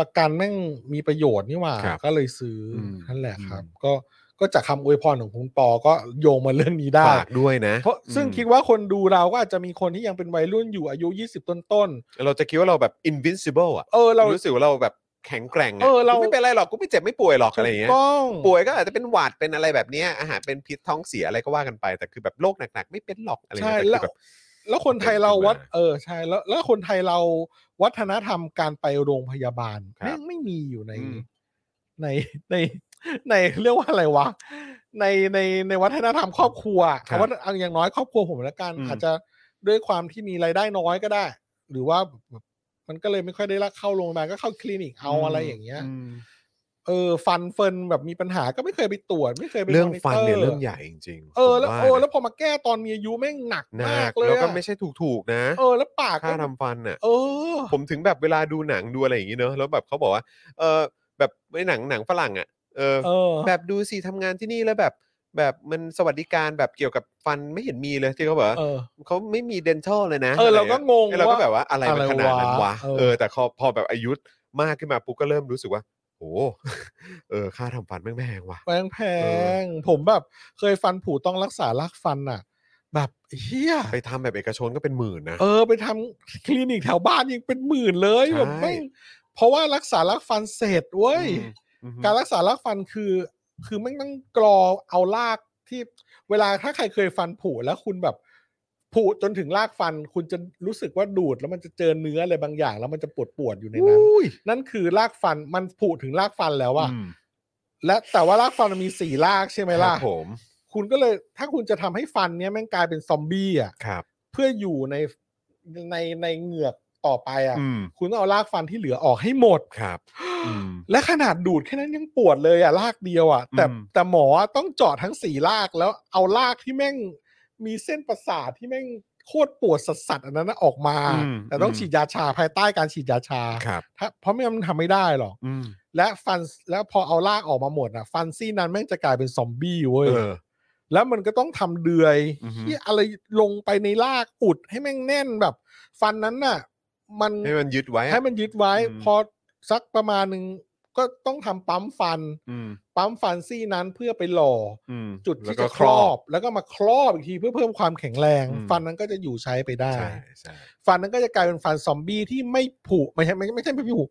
Speaker 3: ประกันแม่งมีประโยชน์นี่หว่า
Speaker 2: ครับ
Speaker 3: ก็เลยซื้ออ
Speaker 2: ม
Speaker 3: นั่นแหละครับ ก็ก็จากคำอวยพรของคุณปอก็โยงมาเรื่องนี้ได้
Speaker 2: ฝากด้วยนะ
Speaker 3: เพราะซึ่งคิดว่าคนดูเราก็อาจจะมีคนที่ยังเป็นวัยรุ่นอยู่อายุ 20 ต้น
Speaker 2: เราจะคิดว่าเราแบบ invincible อ่ะ
Speaker 3: ๆเออเรา
Speaker 2: สึกว่าเราแบบแข็งแกร่งอะ
Speaker 3: เออเรากู
Speaker 2: ไม่เป็นไรหรอกกูไม่เจ็บไม่ป่วยหรอกอะไรอย่างเงี้ย
Speaker 3: ถูกต้อง
Speaker 2: ป่วยก็อาจจะเป็นหวัดเป็นอะไรแบบเนี้ยอาหารเป็นพิษท้องเสียอะไรก็ว่ากันไป แต่คือแบบโรคหนักๆ ไม่เป็นหรอกอะไร
Speaker 3: ใช่
Speaker 2: เงี้ยแต่
Speaker 3: แล้ว
Speaker 2: คือแบบ
Speaker 3: แล้วคนไทยเราวัด
Speaker 2: เป็นขึ้นมา
Speaker 3: เออใช่แล้ว แล้วคนไทยเราวัฒนธรรมการไปโรงพยาบาล
Speaker 2: ครับ
Speaker 3: แม่งไม่มีอยู่ใน
Speaker 2: อืม
Speaker 3: ในในในเรียกว่าอะไรวะในในในวัฒนธรรมครอบครัว
Speaker 2: ครับ
Speaker 3: คำว่าเอาอย่างน้อยครอบครัวผมละกัน
Speaker 2: อืม
Speaker 3: อาจจะด้วยความที่มีรายได้น้อยก็ได้ หรือว่าแบบมันก็เลยไม่ค่อยได้รักเข้าโรงพยาบาลก็เข้าคลินิกเอาอะไรอย่างเงี้ย
Speaker 2: อืม
Speaker 3: เออฟันเฟินแบบมีปัญหาก็ไม่เคยไปตรวจ ไม่เคยไป
Speaker 2: เรื่องฟันเนี่ย
Speaker 3: monitor
Speaker 2: เรื่องใหญ่จริงๆ
Speaker 3: เออแล้ว
Speaker 2: ผม
Speaker 3: เออแล้ว
Speaker 2: นะ
Speaker 3: พอมาแก้ตอนมีอายุแม่งหนัก
Speaker 2: หนั
Speaker 3: มาก
Speaker 2: ก
Speaker 3: เลย
Speaker 2: แล้วก็
Speaker 3: อะ
Speaker 2: ไม่ใช่ถูกๆนะ
Speaker 3: เออแล้วปากก็
Speaker 2: ค่าทำฟันอ่ะ
Speaker 3: เออ
Speaker 2: ผมถึงแบบเวลาดูหนังดูอะไรอย่างงี้เนอะแล้วแบบเขาบอกว่า เออแบบไม่หนังหนังฝรั่งอ่ะเออ
Speaker 3: เออ
Speaker 2: แบบดูสิทำงานที่นี่แล้วแบบ แบบมันสวัสดิการแบบเกี่ยวกับฟันไม่เห็นมีเลยที่เขาบอกว่า
Speaker 3: เออ
Speaker 2: เขาไม่มีเดนทัลเลยนะ
Speaker 3: เออเราก็งง
Speaker 2: ไอ้เราก็
Speaker 3: ว่า
Speaker 2: แบบว่าอะไร
Speaker 3: อะ
Speaker 2: มัน
Speaker 3: ไร
Speaker 2: ขนาดนั้นวะ
Speaker 3: วะเออ
Speaker 2: เออ แต่พอพอแบบอายุมากขึ้นมาปุ๊บก็เริ่มรู้สึกว่าโอ้ เออ ค่าทำฟันแม่งแพงว่ะ
Speaker 3: แพงแพงผมแบบเคยฟันผุต้องรักษารักฟันอ่ะ แบบเฮีย
Speaker 2: ไปทำแบบเอกชนก็เป็นหมื่นนะ
Speaker 3: เออ ไปทำคลินิกแถวบ้านยังเป็นหมื่นเลย
Speaker 2: ใช่
Speaker 3: แบบแม่งเพราะว่ารักษารักฟันเสร็จเว้ย
Speaker 2: อืม
Speaker 3: การรักษารักฟันคือ คือแม่งต้องกรอเอาลากที่เวลาถ้าใครเคยฟันผุแล้วคุณแบบผุจนถึงรากฟัน คุณจะรู้สึกว่าดูดแล้วมันจะเจอเนื้ออะไรบางอย่าง แล้วมันจะปวดปวดๆอยู่ในนั้นนั่นคือรากฟันมันผุถึงรากฟันแล้วอะ
Speaker 2: อืม
Speaker 3: และแต่ว่ารากฟันมันมีสี่รากใช่ไหม
Speaker 2: ครั
Speaker 3: ล่ะ
Speaker 2: บผม
Speaker 3: คุณก็เลยถ้าคุณจะทำให้ฟันเนี้ยแม่งกลายเป็นซอมบี้อ่ะ
Speaker 2: ครับ
Speaker 3: เพื่ออยู่ในในในเหงือกต่อไปอ่ะ
Speaker 2: อืม
Speaker 3: คุณต้องเอารากฟันที่เหลือออกให้หมด
Speaker 2: ครับ อืม
Speaker 3: และขนาดดูดแค่นั้นยังปวดเลยอ่ะลากเดียวอ่ะ แต่
Speaker 2: อืม
Speaker 3: แต่หมอต้องเจาะทั้งสี่ลากแล้วเอาลากที่แม่งมีเส้นประสาทที่แม่งโคตรปวดสัสสัอันนั้นนะออกมา
Speaker 2: อืม
Speaker 3: แต่ต้อง
Speaker 2: อืม
Speaker 3: ฉีดยาชาภายใต้การฉีดยาชา
Speaker 2: ครับ
Speaker 3: ถ้าเพราะไม่งั้นมันทำไม่ได้หรอก
Speaker 2: อืม
Speaker 3: และฟันและพอเอาลากออกมาหมดอ่ะ ฟันซี่นั้นแม่งจะกลายเป็นซอมบี้เว้ย
Speaker 2: เออ
Speaker 3: แล้วมันก็ต้องทำเดือย
Speaker 2: อือฮึ
Speaker 3: ที่อะไรลงไปในลากอุดให้แม่งแน่นแบบ ฟันนั้นน่ะ มัน
Speaker 2: ให้มันยึดไว้อะ
Speaker 3: ให้มันยึดไว้
Speaker 2: อืม
Speaker 3: พอสักประมาณหนึ่งก็ต้องทำปั๊มฟัน
Speaker 2: อืม
Speaker 3: ปั๊มฟันซี่นั้นเพื่อไปหล่อ
Speaker 2: อืม
Speaker 3: จุด
Speaker 2: แล้
Speaker 3: ที่
Speaker 2: วก็
Speaker 3: จะครอบ แล้วก็มาครอบอีกทีเพื่อเพิ่มความแข็งแรง ฟันนั้นก็จะอยู่ใช้ไปได้
Speaker 2: ใช่ใช่
Speaker 3: ฟันนั้นก็จะกลายเป็นฟันซอมบี้ที่ไม่ผุไม่ใช่ไม่ไม่ใช่ไม่ผุ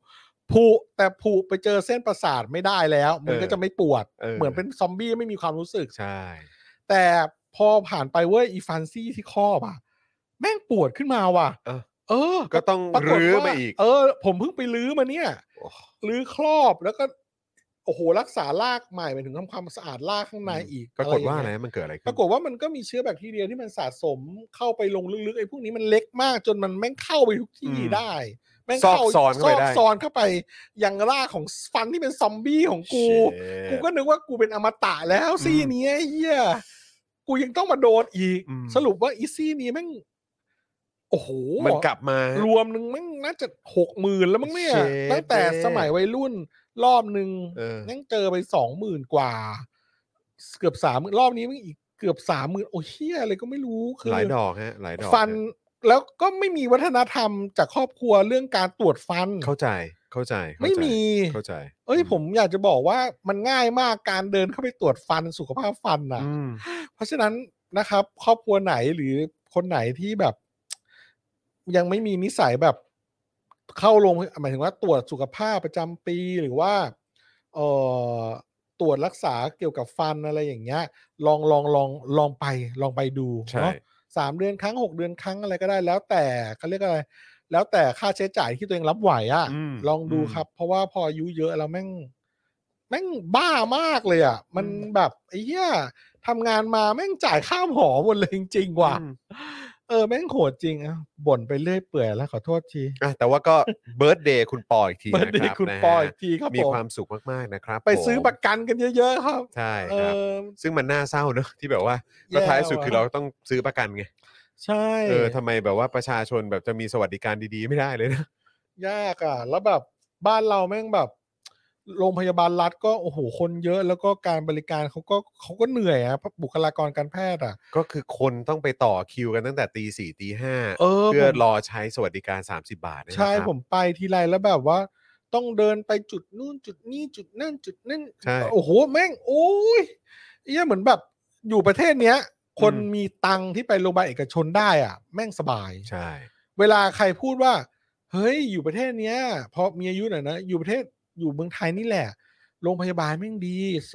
Speaker 3: ผุแต่ผุไปเจอเส้นประสาทไม่ได้แล้ว มันก็จะไม่ปวด เหมือนเป็นซอมบี้ไม่มีความรู้สึก
Speaker 2: ใช่
Speaker 3: แต่พอผ่านไปเว้ยอีฟันซี่ที่ครอบอ่ะแม่งปวดขึ้นมาว่ะ
Speaker 2: เออ
Speaker 3: เออ
Speaker 2: ก็ต้อง
Speaker 3: ปรากฏ
Speaker 2: รื้อ
Speaker 3: ว่า
Speaker 2: มาอีก
Speaker 3: เออ ผมเพิ่งไปรื้อมาเนี่ย
Speaker 2: โอ้
Speaker 3: รื้อครอบแล้วก็โอ้โหรักษารากใหม่ไปถึงทำความสะอาดรากข้างใน
Speaker 2: อืม
Speaker 3: อีก
Speaker 2: ปรากฏว่า
Speaker 3: ย่
Speaker 2: อะ
Speaker 3: ง
Speaker 2: ไร
Speaker 3: เงี้ย
Speaker 2: มันเกิดอะไรขึ้น
Speaker 3: ปรากฏว่ามันก็มีเชื้อแบคทีเรียที่มันสะสมเข้าไปลงลึกๆไอ้พวกนี้มันเล็กมากจนมันแม่งเข้าไปทุกที่ได้ แม่งเข้า
Speaker 2: ซอกซอน
Speaker 3: ซ
Speaker 2: เข้าไป
Speaker 3: อก
Speaker 2: ได้
Speaker 3: ซอนเข้าไปยังรากของฟันที่เป็นซอมบี้ของกู
Speaker 2: เชี่ย
Speaker 3: กูก็นึกว่ากูเป็นอมตะแล้วซี่เนี้ยเฮียกูยังต้องมาโดนอีก
Speaker 2: อืม
Speaker 3: สรุปว่าอีซี่นี้แม่งโอ้โห
Speaker 2: มันกลับมา
Speaker 3: รวมหนึ่งมันน่าจะหกหมื่นแล้วมั้งเนี่ย
Speaker 2: เชฟ
Speaker 3: ตั้งแต่
Speaker 2: เว้ย
Speaker 3: สมัยวัยรุ่นรอบหนึ่ง
Speaker 2: เออ
Speaker 3: นั่งเจอไปสองหมื่นกว่า เกือบสามรอบนี้มันอีกเกือบสามหมื่นโอ้เฮียอะไรก็ไม่รู้คื
Speaker 2: หลายดอกฮะ หลายดอก
Speaker 3: ฟัน
Speaker 2: ฮะ
Speaker 3: แล้วก็ไม่มีวัฒนธรรมจากครอบครัวเรื่องการตรวจฟัน
Speaker 2: เข้าใจ เข้าใจเข้าใจ
Speaker 3: ไม่มี
Speaker 2: เข้าใจ
Speaker 3: เอ้ยผมอยากจะบอกว่ามันง่ายมากการเดินเข้าไปตรวจฟันสุขภาพฟันน่ะ
Speaker 2: อืม
Speaker 3: เพราะฉะนั้นนะครับ ครอบครัวไหนหรือคนไหนที่แบบ ยังไม่มีนิสัยแบบเข้าโรงหมายถึงว่าตรวจสุขภาพประจำปีหรือว่าเอ่อตรวจรักษาเกี่ยวกับฟันอะไรอย่างเงี้ย ลองลองลองลองไปลองไปดู
Speaker 2: ใช่
Speaker 3: เนาะสามเดือนครั้งหกเดือนครั้งอะไรก็ได้ แล้วแต่เขาเรียกอะไร แล้วแต่ค่าใช้จ่ายที่ตัวเองรับไหวอะ่ะ
Speaker 2: อืม
Speaker 3: ลองดู
Speaker 2: อืม
Speaker 3: ครับ เพราะว่าพออายุเยอะแล้วแม่ง แม่งบ้ามากเลยอะ่ะ มันแบบไอ้เหี้ยทำงานมาแม่งจ่ายข้ามหอหมดเลยจริงๆว่ะ
Speaker 2: อืม
Speaker 3: เออ แม่งโหดจริงอ่ะบ่นไปเรื่อยเปื่อยแล้วขอโทษที
Speaker 2: อ่ะแต่ว่า ก็เบิร์ดเดย์คุณปออีกที
Speaker 3: เบิร์ดเด
Speaker 2: นะ
Speaker 3: ย์คุณ
Speaker 2: นะฮะ
Speaker 3: ปออีกทีครับ
Speaker 2: มี
Speaker 3: ผม
Speaker 2: ความสุขมากๆนะครับ
Speaker 3: ไปซื้อ
Speaker 2: ผม
Speaker 3: ประกันกันเยอะๆครับ
Speaker 2: ใช่
Speaker 3: เอ
Speaker 2: ครับ
Speaker 3: อ
Speaker 2: ซึ่งมันน่าเศร้าเนอะ ที่แบบว่าก็ท้ายสุดคือเราต้องซื้อประกันไง
Speaker 3: ใช่
Speaker 2: เออทำไมแบบว่าประชาชนแบบจะมีสวัสดิการดีๆไม่ได้เลยนะ
Speaker 3: ยากอ่ะ แล้วแบบบ้านเราแม่งแบบ โรงพยาบาลรัฐก็โอ้โหคนเยอะแล้วก็การบริการเขาก็เขาก็เหนื่อยอะบุคลากรการแพทย์อ่ะ
Speaker 2: ก็คือคนต้องไปต่อคิวกันตั้งแต่ตีสี่ตีห้า
Speaker 3: เออ
Speaker 2: เพื่อ
Speaker 3: ผม
Speaker 2: รอใช้สวัสดิการ 30 บาทเนี่ยนะ
Speaker 3: ใช่
Speaker 2: ครับ
Speaker 3: ผมไปทีไรแล้วแบบว่า ต้องเดินไปจุดนู่นจุดนี่จุดนั่นจุดนั่น
Speaker 2: ใช่
Speaker 3: โอ้โหแม่งโอ้ยเอี้ยเหมือนแบบอยู่ประเทศเนี้ย คน
Speaker 2: อืม
Speaker 3: มีตังค์ที่ไปโรงพยาบาลเอกชนได้อ่ะ แม่งสบาย
Speaker 2: ใช่
Speaker 3: เวลาใครพูดว่า เฮ้ย อยู่ประเทศเนี้ยพอมีอายุหน่อยนะ อยู่ประเทศอยู่เมืองไทยนี่แหละ โรงพยาบาลแม่งดีส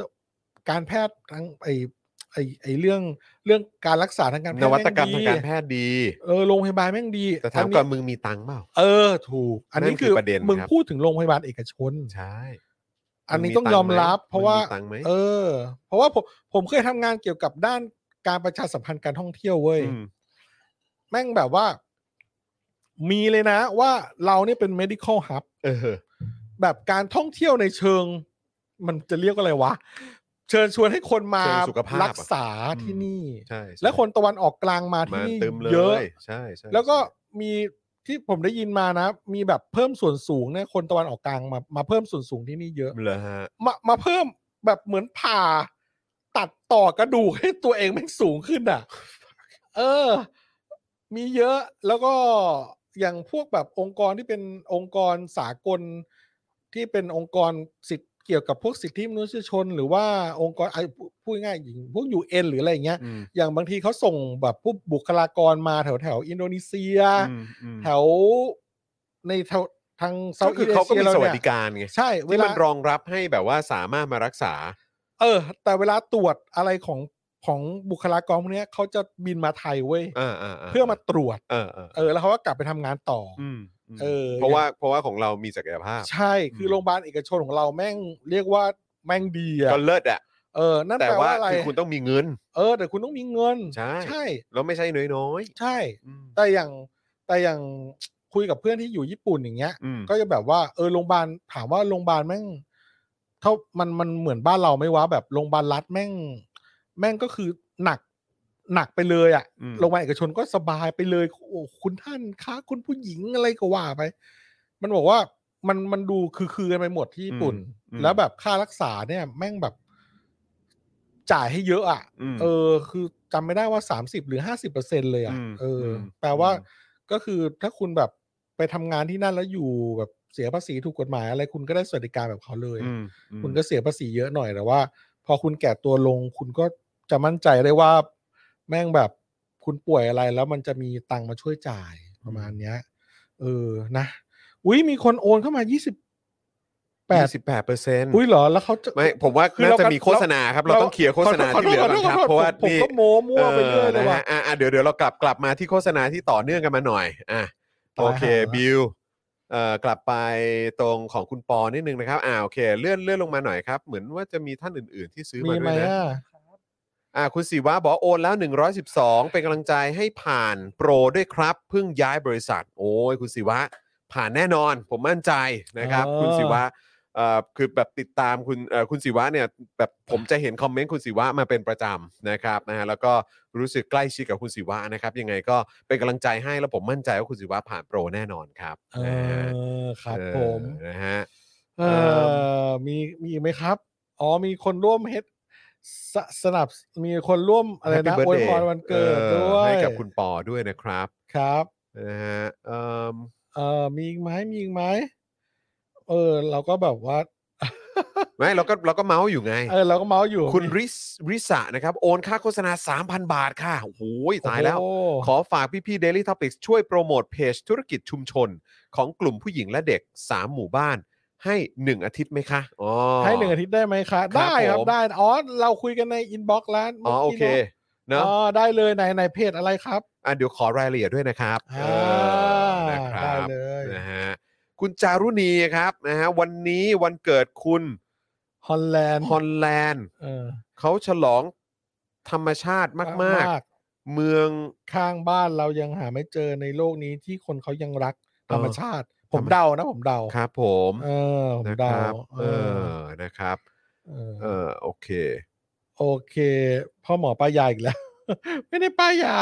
Speaker 3: การแพทย์ทั้งไอไอไอเรื่องเรื่องการรักษาทางการแพทย์
Speaker 2: นวัต
Speaker 3: แม่
Speaker 2: กรรมทางการแพ
Speaker 3: ดี
Speaker 2: ทย์ดี
Speaker 3: เออโรงพยาบาลแม่งดี
Speaker 2: แต่ถา
Speaker 3: อั
Speaker 2: ม
Speaker 3: นนี้
Speaker 2: ก่อนมึงมีตังค์เปล่า
Speaker 3: เออถูก อัน
Speaker 2: นั่
Speaker 3: นี้
Speaker 2: นคื
Speaker 3: คือ อ
Speaker 2: ประเด็น
Speaker 3: มึง
Speaker 2: ครับ
Speaker 3: พูดถึงโรงพยาบาลเอกชน
Speaker 2: ใช่
Speaker 3: อันนี้
Speaker 2: มึงมี
Speaker 3: ต้องยอมรับ
Speaker 2: ตังค์ไหม
Speaker 3: เพราะว่า
Speaker 2: มึงมีตังค์ไหม
Speaker 3: เออ เพราะว่าผมผมเคยทำงานเกี่ยวกับด้านการประชาสัมพันธ์การท่องเที่ยวเว้ย
Speaker 2: อืม
Speaker 3: แม่งแบบว่า มีเลยนะว่าเราเนี่ยเป็น medical hub
Speaker 2: เออ
Speaker 3: แบบการท่องเที่ยวในเชิง มันจะเรียกว่าอะไรวะ เชิญชวนให้คนมา
Speaker 2: เชิงสุขภาพอะ
Speaker 3: รักษาที่นี่
Speaker 2: ใช่ใช่
Speaker 3: และคนตะวันออกกลางมาที่
Speaker 2: มา
Speaker 3: นี่
Speaker 2: เติมเล
Speaker 3: เยอะ
Speaker 2: ยใช่ใช่
Speaker 3: แล้วก็มีที่ผมได้ยินมานะ มีแบบเพิ่มส่วนสูงเนี่ยคนตะวันออกกลางมามาเพิ่มส่วนสูงที่นี่เยอะ
Speaker 2: เหรอฮะ
Speaker 3: มามาเพิ่มแบบเหมือนผ่า ตัดต่อกระดูกให้ตัวเองแม่งสูงขึ้นอ่ะ เออ มีเยอะแล้วก็อย่างพวกแบบองค์กรที่เป็นองค์กรสากลที่เป็นองค์กรสิทธิเกี่ยวกับพวกสิทธิมนุษยชน หรือว่าองค์กรไอ้พูพูดง่ายๆอย่างพวกยูเอ็นหรืออะไรอย่างเงี้ย
Speaker 2: อืม
Speaker 3: อย่างบางทีเขาส่งแบบผู้บุคลากรมาแถวแถวๆอินโดนีเซีย
Speaker 2: อืมอืม
Speaker 3: แถวในแถวทางเซา
Speaker 2: ก็
Speaker 3: ท์อี
Speaker 2: คือ
Speaker 3: สเอ
Speaker 2: เขาก็
Speaker 3: เชีย
Speaker 2: มี
Speaker 3: เรา
Speaker 2: สวัส
Speaker 3: เนี่
Speaker 2: ดิ
Speaker 3: ย
Speaker 2: การไง
Speaker 3: ใช่เว
Speaker 2: ที่
Speaker 3: ลา
Speaker 2: มันรองรับให้แบบว่าสามารถมารักษา
Speaker 3: เออ แต่เวลาตรวจอะไรของของบุคลากรพวกเนี้ยเขาจะบินมาไทยเว้ย
Speaker 2: อ่าอ่า
Speaker 3: เพื่อมาตรวจ
Speaker 2: เออเออ
Speaker 3: เออ แล้วเขาก็กลับไปทำงานต่ออ
Speaker 2: มม
Speaker 3: เออ
Speaker 2: เพราะว่าเพราะว่าของเรามีศักยภาพ
Speaker 3: ใช่ คือโรงพยาบาลเอกชนของเราแม่งเรียกว่าแม่งดีอะ
Speaker 2: ก็เลิศอ่ะ
Speaker 3: เออ นั่น
Speaker 2: แต่
Speaker 3: แปล
Speaker 2: ว่า
Speaker 3: ว่าอะไร
Speaker 2: คือคุณต้องมีเงิน
Speaker 3: เออ แต่คุณต้องมีเงิน
Speaker 2: ใช่
Speaker 3: ใช่
Speaker 2: แล้วไม่ใช่น้อย
Speaker 3: ใช่
Speaker 2: ๆอืม
Speaker 3: แต่อย่างแต่อย่างคุยกับเพื่อนที่อยู่ญี่ปุ่นอย่างเงี้ย
Speaker 2: อืม
Speaker 3: ก็จะแบบว่าเออโรงพยาบาลถามว่าโรงพยาบาลแม่งเท่ามันมันเหมือนบ้านเราไหม่วะแบบโรงพยาบาลรัฐแม่ง แม่งก็คือหนักหนักไปเลยอะ
Speaker 2: อืม
Speaker 3: โรงพยาบาลเอกชนก็สบายไปเลยโอ้คุณท่านคะคุณผู้หญิงอะไรก็ว่าไป มันบอกว่ามันมันดูคือคือกันไปหมดที่ญี่ปุ่น
Speaker 2: อืม
Speaker 3: แล้วแบบค่ารักษาเนี่ย แม่งแบบ จ่ายให้เยอะอะ่ะ
Speaker 2: ม
Speaker 3: เออ คือจำไม่ได้ว่าสามสิบหรือห้าสิบเปอร์เซ็นเลยอะ่ะ
Speaker 2: อืม
Speaker 3: เอออ
Speaker 2: ม
Speaker 3: แปลว่า
Speaker 2: อืม
Speaker 3: ก็คือถ้าคุณแบบไปทำงานที่นั่นแล้วอยู่แบบเสียภาษีถูกกฎหมายอะไรคุณก็ได้สวัสดิการแบบเขาเลยอะ
Speaker 2: มอืม
Speaker 3: คุณก็เสียภาษีเยอะหน่อยแต่ว่า พอคุณแก่ตัวลง คุณก็จะมั่นใจได้ว่า แม่งแบบคุณป่วยอะไรแล้วมันจะมีตังค์มาช่วยจ่ายประมาณเนี้ย เออนะ อุ้ยมีคนโอนเข้ามายี่สิบแปด
Speaker 2: สิบแปดเปอร์เซ็นต์
Speaker 3: อุ้ยเหรอแล้วเขาจะ
Speaker 2: ไม่ผมว่า
Speaker 3: คือ
Speaker 2: น่า
Speaker 3: เร
Speaker 2: จะมีโฆษณาครับ เราต้องเคลียร์โฆษณาที่เหลือก่อนครับ
Speaker 3: ขโทษขโทษ
Speaker 2: เพราะว่า
Speaker 3: ผม
Speaker 2: นี่
Speaker 3: ก็โม้มั่วไปเรื่อยเลย
Speaker 2: นะ
Speaker 3: ว่ะ
Speaker 2: ฮะอ่ะอ่ะเดี๋ยวเดี๋ยวเรากลับกลับมาที่โฆษณาที่ต่อเนื่องกันมาหน่อยอ่ะ
Speaker 3: ตาย
Speaker 2: โอเค
Speaker 3: หาละ
Speaker 2: บิวเอ่อกลับไปตรงของคุณปอนิดนึงนะครับอ่าโอเค เลื่อนเลื่อนลงมาหน่อยครับ เหมือนว่าจะมีท่านอื่น ๆ ที่ซื้อ
Speaker 3: มี
Speaker 2: มาด้
Speaker 3: ไหม
Speaker 2: วยนะ
Speaker 3: อ่ะ
Speaker 4: ครับ
Speaker 2: อ่าคุณศิวะบอกโอนแล้ว 112 เป็นกำลังใจให้ผ่านโปรด้วยครับเพิ่งย้ายบริษัท โอ้ยคุณศิวะ ผ่านแน่นอน ผมมั่นใจนะครับ คุณศิวะ เอ่อคือแบบติดตามคุณเอ่อคุณศิวะเนี่ยแบบผมจะเห็นคอมเมนต์คุณศิวะมาเป็นประจำนะครับนะฮะแล้วก็รู้สึกใกล้ชิดกับคุณศิวะนะครับ ยังไงก็เป็นกำลังใจให้แล้วผมมั่นใจว่าคุณศิวะผ่านโปรแน่นอนครับ
Speaker 3: เอ
Speaker 2: นะฮะ
Speaker 3: อครับ
Speaker 2: เออ
Speaker 3: ผม
Speaker 2: นะฮะ
Speaker 3: เออมีมีอีกไหมครับ อ๋อมีคนร่วมเฮดสสนับมีคนร่วมอะไร
Speaker 2: Happy
Speaker 3: นะอวย
Speaker 2: Birthday
Speaker 3: พรวันเกิด
Speaker 2: ออ
Speaker 3: ด้วย
Speaker 2: ให้กับคุณปอด้วยนะครับ
Speaker 3: ครับ
Speaker 2: นะฮะเอิ่ม
Speaker 3: เออมีอีกไหมมีอีกไหมเออ เราก็แบบว่า
Speaker 2: ไม่เราก็เราก็เมาส์อยู่ไง
Speaker 3: เออ เราก็เมาส์อยู่
Speaker 2: คุณ
Speaker 3: มี
Speaker 2: ริสริสะนะครับ โอนค่าโฆษณา 3,000 บาทค่ะโอ้โหตายแล้ว
Speaker 3: โอ้โห
Speaker 2: ขอฝากพี่ๆ Daily Topics ช่วยโปรโมทเพจธุรกิจชุมชน ของกลุ่มผู้หญิงและเด็ก 3 หมู่บ้านให้ 1 อาทิตย์ไหมคะอ๋อ
Speaker 3: ให้หนึ่งอาทิตย์ได้ไหมคะ
Speaker 2: ครับ
Speaker 3: ได้ครับ
Speaker 2: ผม
Speaker 3: ได้อ๋อเราคุยกันในอินบ็อกซ์ร้าน
Speaker 2: อ๋อโอเคเน
Speaker 3: นะ
Speaker 2: อะ
Speaker 3: อ๋อได้เลยในในเพจอะไรครับ
Speaker 2: อ่ะเดี๋ยวขอรายละเอียดด้วยนะครับเอ
Speaker 3: อ่า
Speaker 2: อนะครับ
Speaker 3: ได้เลย
Speaker 2: นะฮะคุณจารุณีครับนะฮะวันนี้วันเกิดคุณ
Speaker 3: ฮอลแลนด์
Speaker 2: ฮอลแลนด์
Speaker 3: เออ
Speaker 2: เขาฉลองธรรมชาติมาก ๆ เมือง
Speaker 3: ๆข้างบ้านเรายังหาไม่เจอในโลกนี้ที่คนเขายังรักธรรม
Speaker 2: เออ
Speaker 3: ชาติ
Speaker 2: ธ
Speaker 3: ผ
Speaker 2: รรม
Speaker 3: มเดานะผมเดา
Speaker 2: ครับผม
Speaker 3: เออผม
Speaker 2: นะค
Speaker 3: เดา
Speaker 2: รับ
Speaker 3: เอ
Speaker 2: เอ
Speaker 3: อ
Speaker 2: อนะครับ
Speaker 3: เออ
Speaker 2: เออโอเค
Speaker 3: โอเคพ่อหมอป้ายา อีกแล้ว ไม่ได้ป้ายา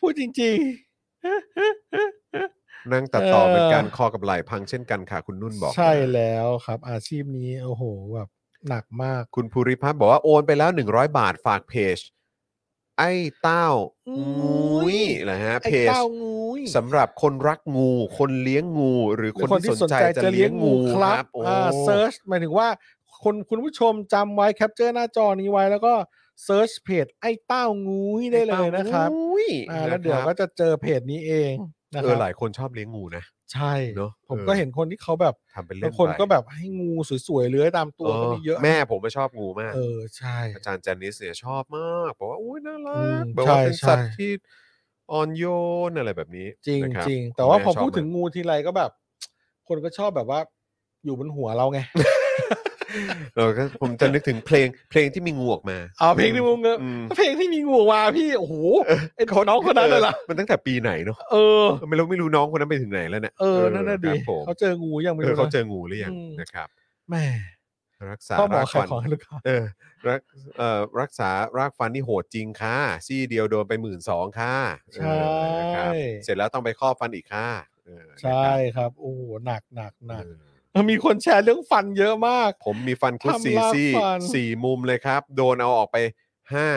Speaker 3: พูดจริง ๆ
Speaker 2: นั่งตัดต่อ
Speaker 3: เออ
Speaker 2: เหมือนกันคอกับไหล่พังเช่นกันค่ะคุณนุ่นบอก
Speaker 3: ใช่แล้วครับ อาชีพนี้โอ้โหแบบหนักมาก
Speaker 2: คุณภูริพัฒน์บอกว่าโอนไปแล้ว 100 บาทฝากเพจ ไอ้เต้างูยนะฮะ
Speaker 3: ไอ้
Speaker 2: เพจ
Speaker 3: เต้างูย
Speaker 2: สำหรับคนรักงู คนเลี้ยงงู หรือคนที่สนใจจะเลี้ยงงูครับโอ้
Speaker 3: เซิร์ชหมายถึงว่าคนคุณผู้ชมจำไว้แคปเจอร์หน้าจอนี้ไว้แล้วก็เซิร์ชเพจไอ้เต้างูยได้เลยนะครับ
Speaker 2: อุ้ย
Speaker 3: อ่าแล้วเดี๋ยวก็จะเจอเพจนี้เองนะ
Speaker 2: เอ
Speaker 3: ครั
Speaker 2: อห
Speaker 3: บ
Speaker 2: ลายคนชอบเลี้ยงงูนะ
Speaker 3: ใช่
Speaker 2: เนอะ
Speaker 3: ผม
Speaker 2: เออ
Speaker 3: ก็เห็นคนที่เขาแบบ
Speaker 2: ทำเป็นเล่
Speaker 3: บาน งคน
Speaker 2: ไป
Speaker 3: ก็แบบให้งูสวยๆเลื้อยตามตัวก็มีเยอะ
Speaker 2: แม่ผมมาชอบงูมาก
Speaker 3: เออใช่
Speaker 2: อาจารย์แจนิสเนี่ยชอบมากบอกว่าอุ้ยน่ารั
Speaker 3: อื
Speaker 2: ก
Speaker 3: ม
Speaker 2: แบบ
Speaker 3: ใช่
Speaker 2: ว่าเป็นสัตว์
Speaker 3: ใช่
Speaker 2: ที่อ่อนโยนอะไรแบบนี้
Speaker 3: จริง
Speaker 2: นะคบ
Speaker 3: จริง
Speaker 2: คุณ
Speaker 3: แต่ว่า
Speaker 2: ม่
Speaker 3: พอ
Speaker 2: ชบ
Speaker 3: พูดถึง
Speaker 2: มาก
Speaker 3: งูทีไรก็แบบ คนก็ชอบแบบว่าอยู่บนหัวเราไง
Speaker 2: เออก็ผมจะนึกถึงเพลงเพลงที่มีงูออกมา
Speaker 3: เอาเพลงที่มึงเง
Speaker 2: อืม
Speaker 3: เพลงที่มีงูออกมาพี่โอ้โหไอ้น้องคนนั้นเลยล่ะ
Speaker 2: มันตั้งแต่ปีไหนเนาะ
Speaker 3: เออ
Speaker 2: ไม่รู้ไม่รู้น้องคนนั้นไปถึงไหนแล้วเนี่ย
Speaker 3: เออ นั่นน่ะ
Speaker 2: ค
Speaker 3: ดี
Speaker 2: รับผม
Speaker 3: เขาเจองูยังไม่
Speaker 2: เออ
Speaker 3: รู้
Speaker 2: เขา
Speaker 3: นะ
Speaker 2: เจองูหรือยัง
Speaker 3: อืม
Speaker 2: นะครับ
Speaker 3: แหม่
Speaker 2: รักษา
Speaker 3: พ่อหมอ
Speaker 2: ราก
Speaker 3: ขาย
Speaker 2: ฟัน
Speaker 3: ของให้ลูกค้า
Speaker 2: เออรักเอ่อรักษารากฟันนี่โหดจริงค่ะ ซี่เดียวโดนไปหมื่นสองค่ะเอ
Speaker 3: ใช่
Speaker 2: อนะครับเสร็จแล้วต้องไปครอบฟันอีกค่ะเออ
Speaker 3: ใช่ครับ โอ้โหหนักหนักหนั
Speaker 2: นะค
Speaker 3: ก
Speaker 2: รับ
Speaker 3: มีคนแชร์เรื่องฟันเยอะมาก
Speaker 2: ผมมีฟันครุดสี่
Speaker 3: ทำราก
Speaker 2: ซี่
Speaker 3: ฟัน
Speaker 2: สี่มุมเลยครับ โดนเอาออกไปห้า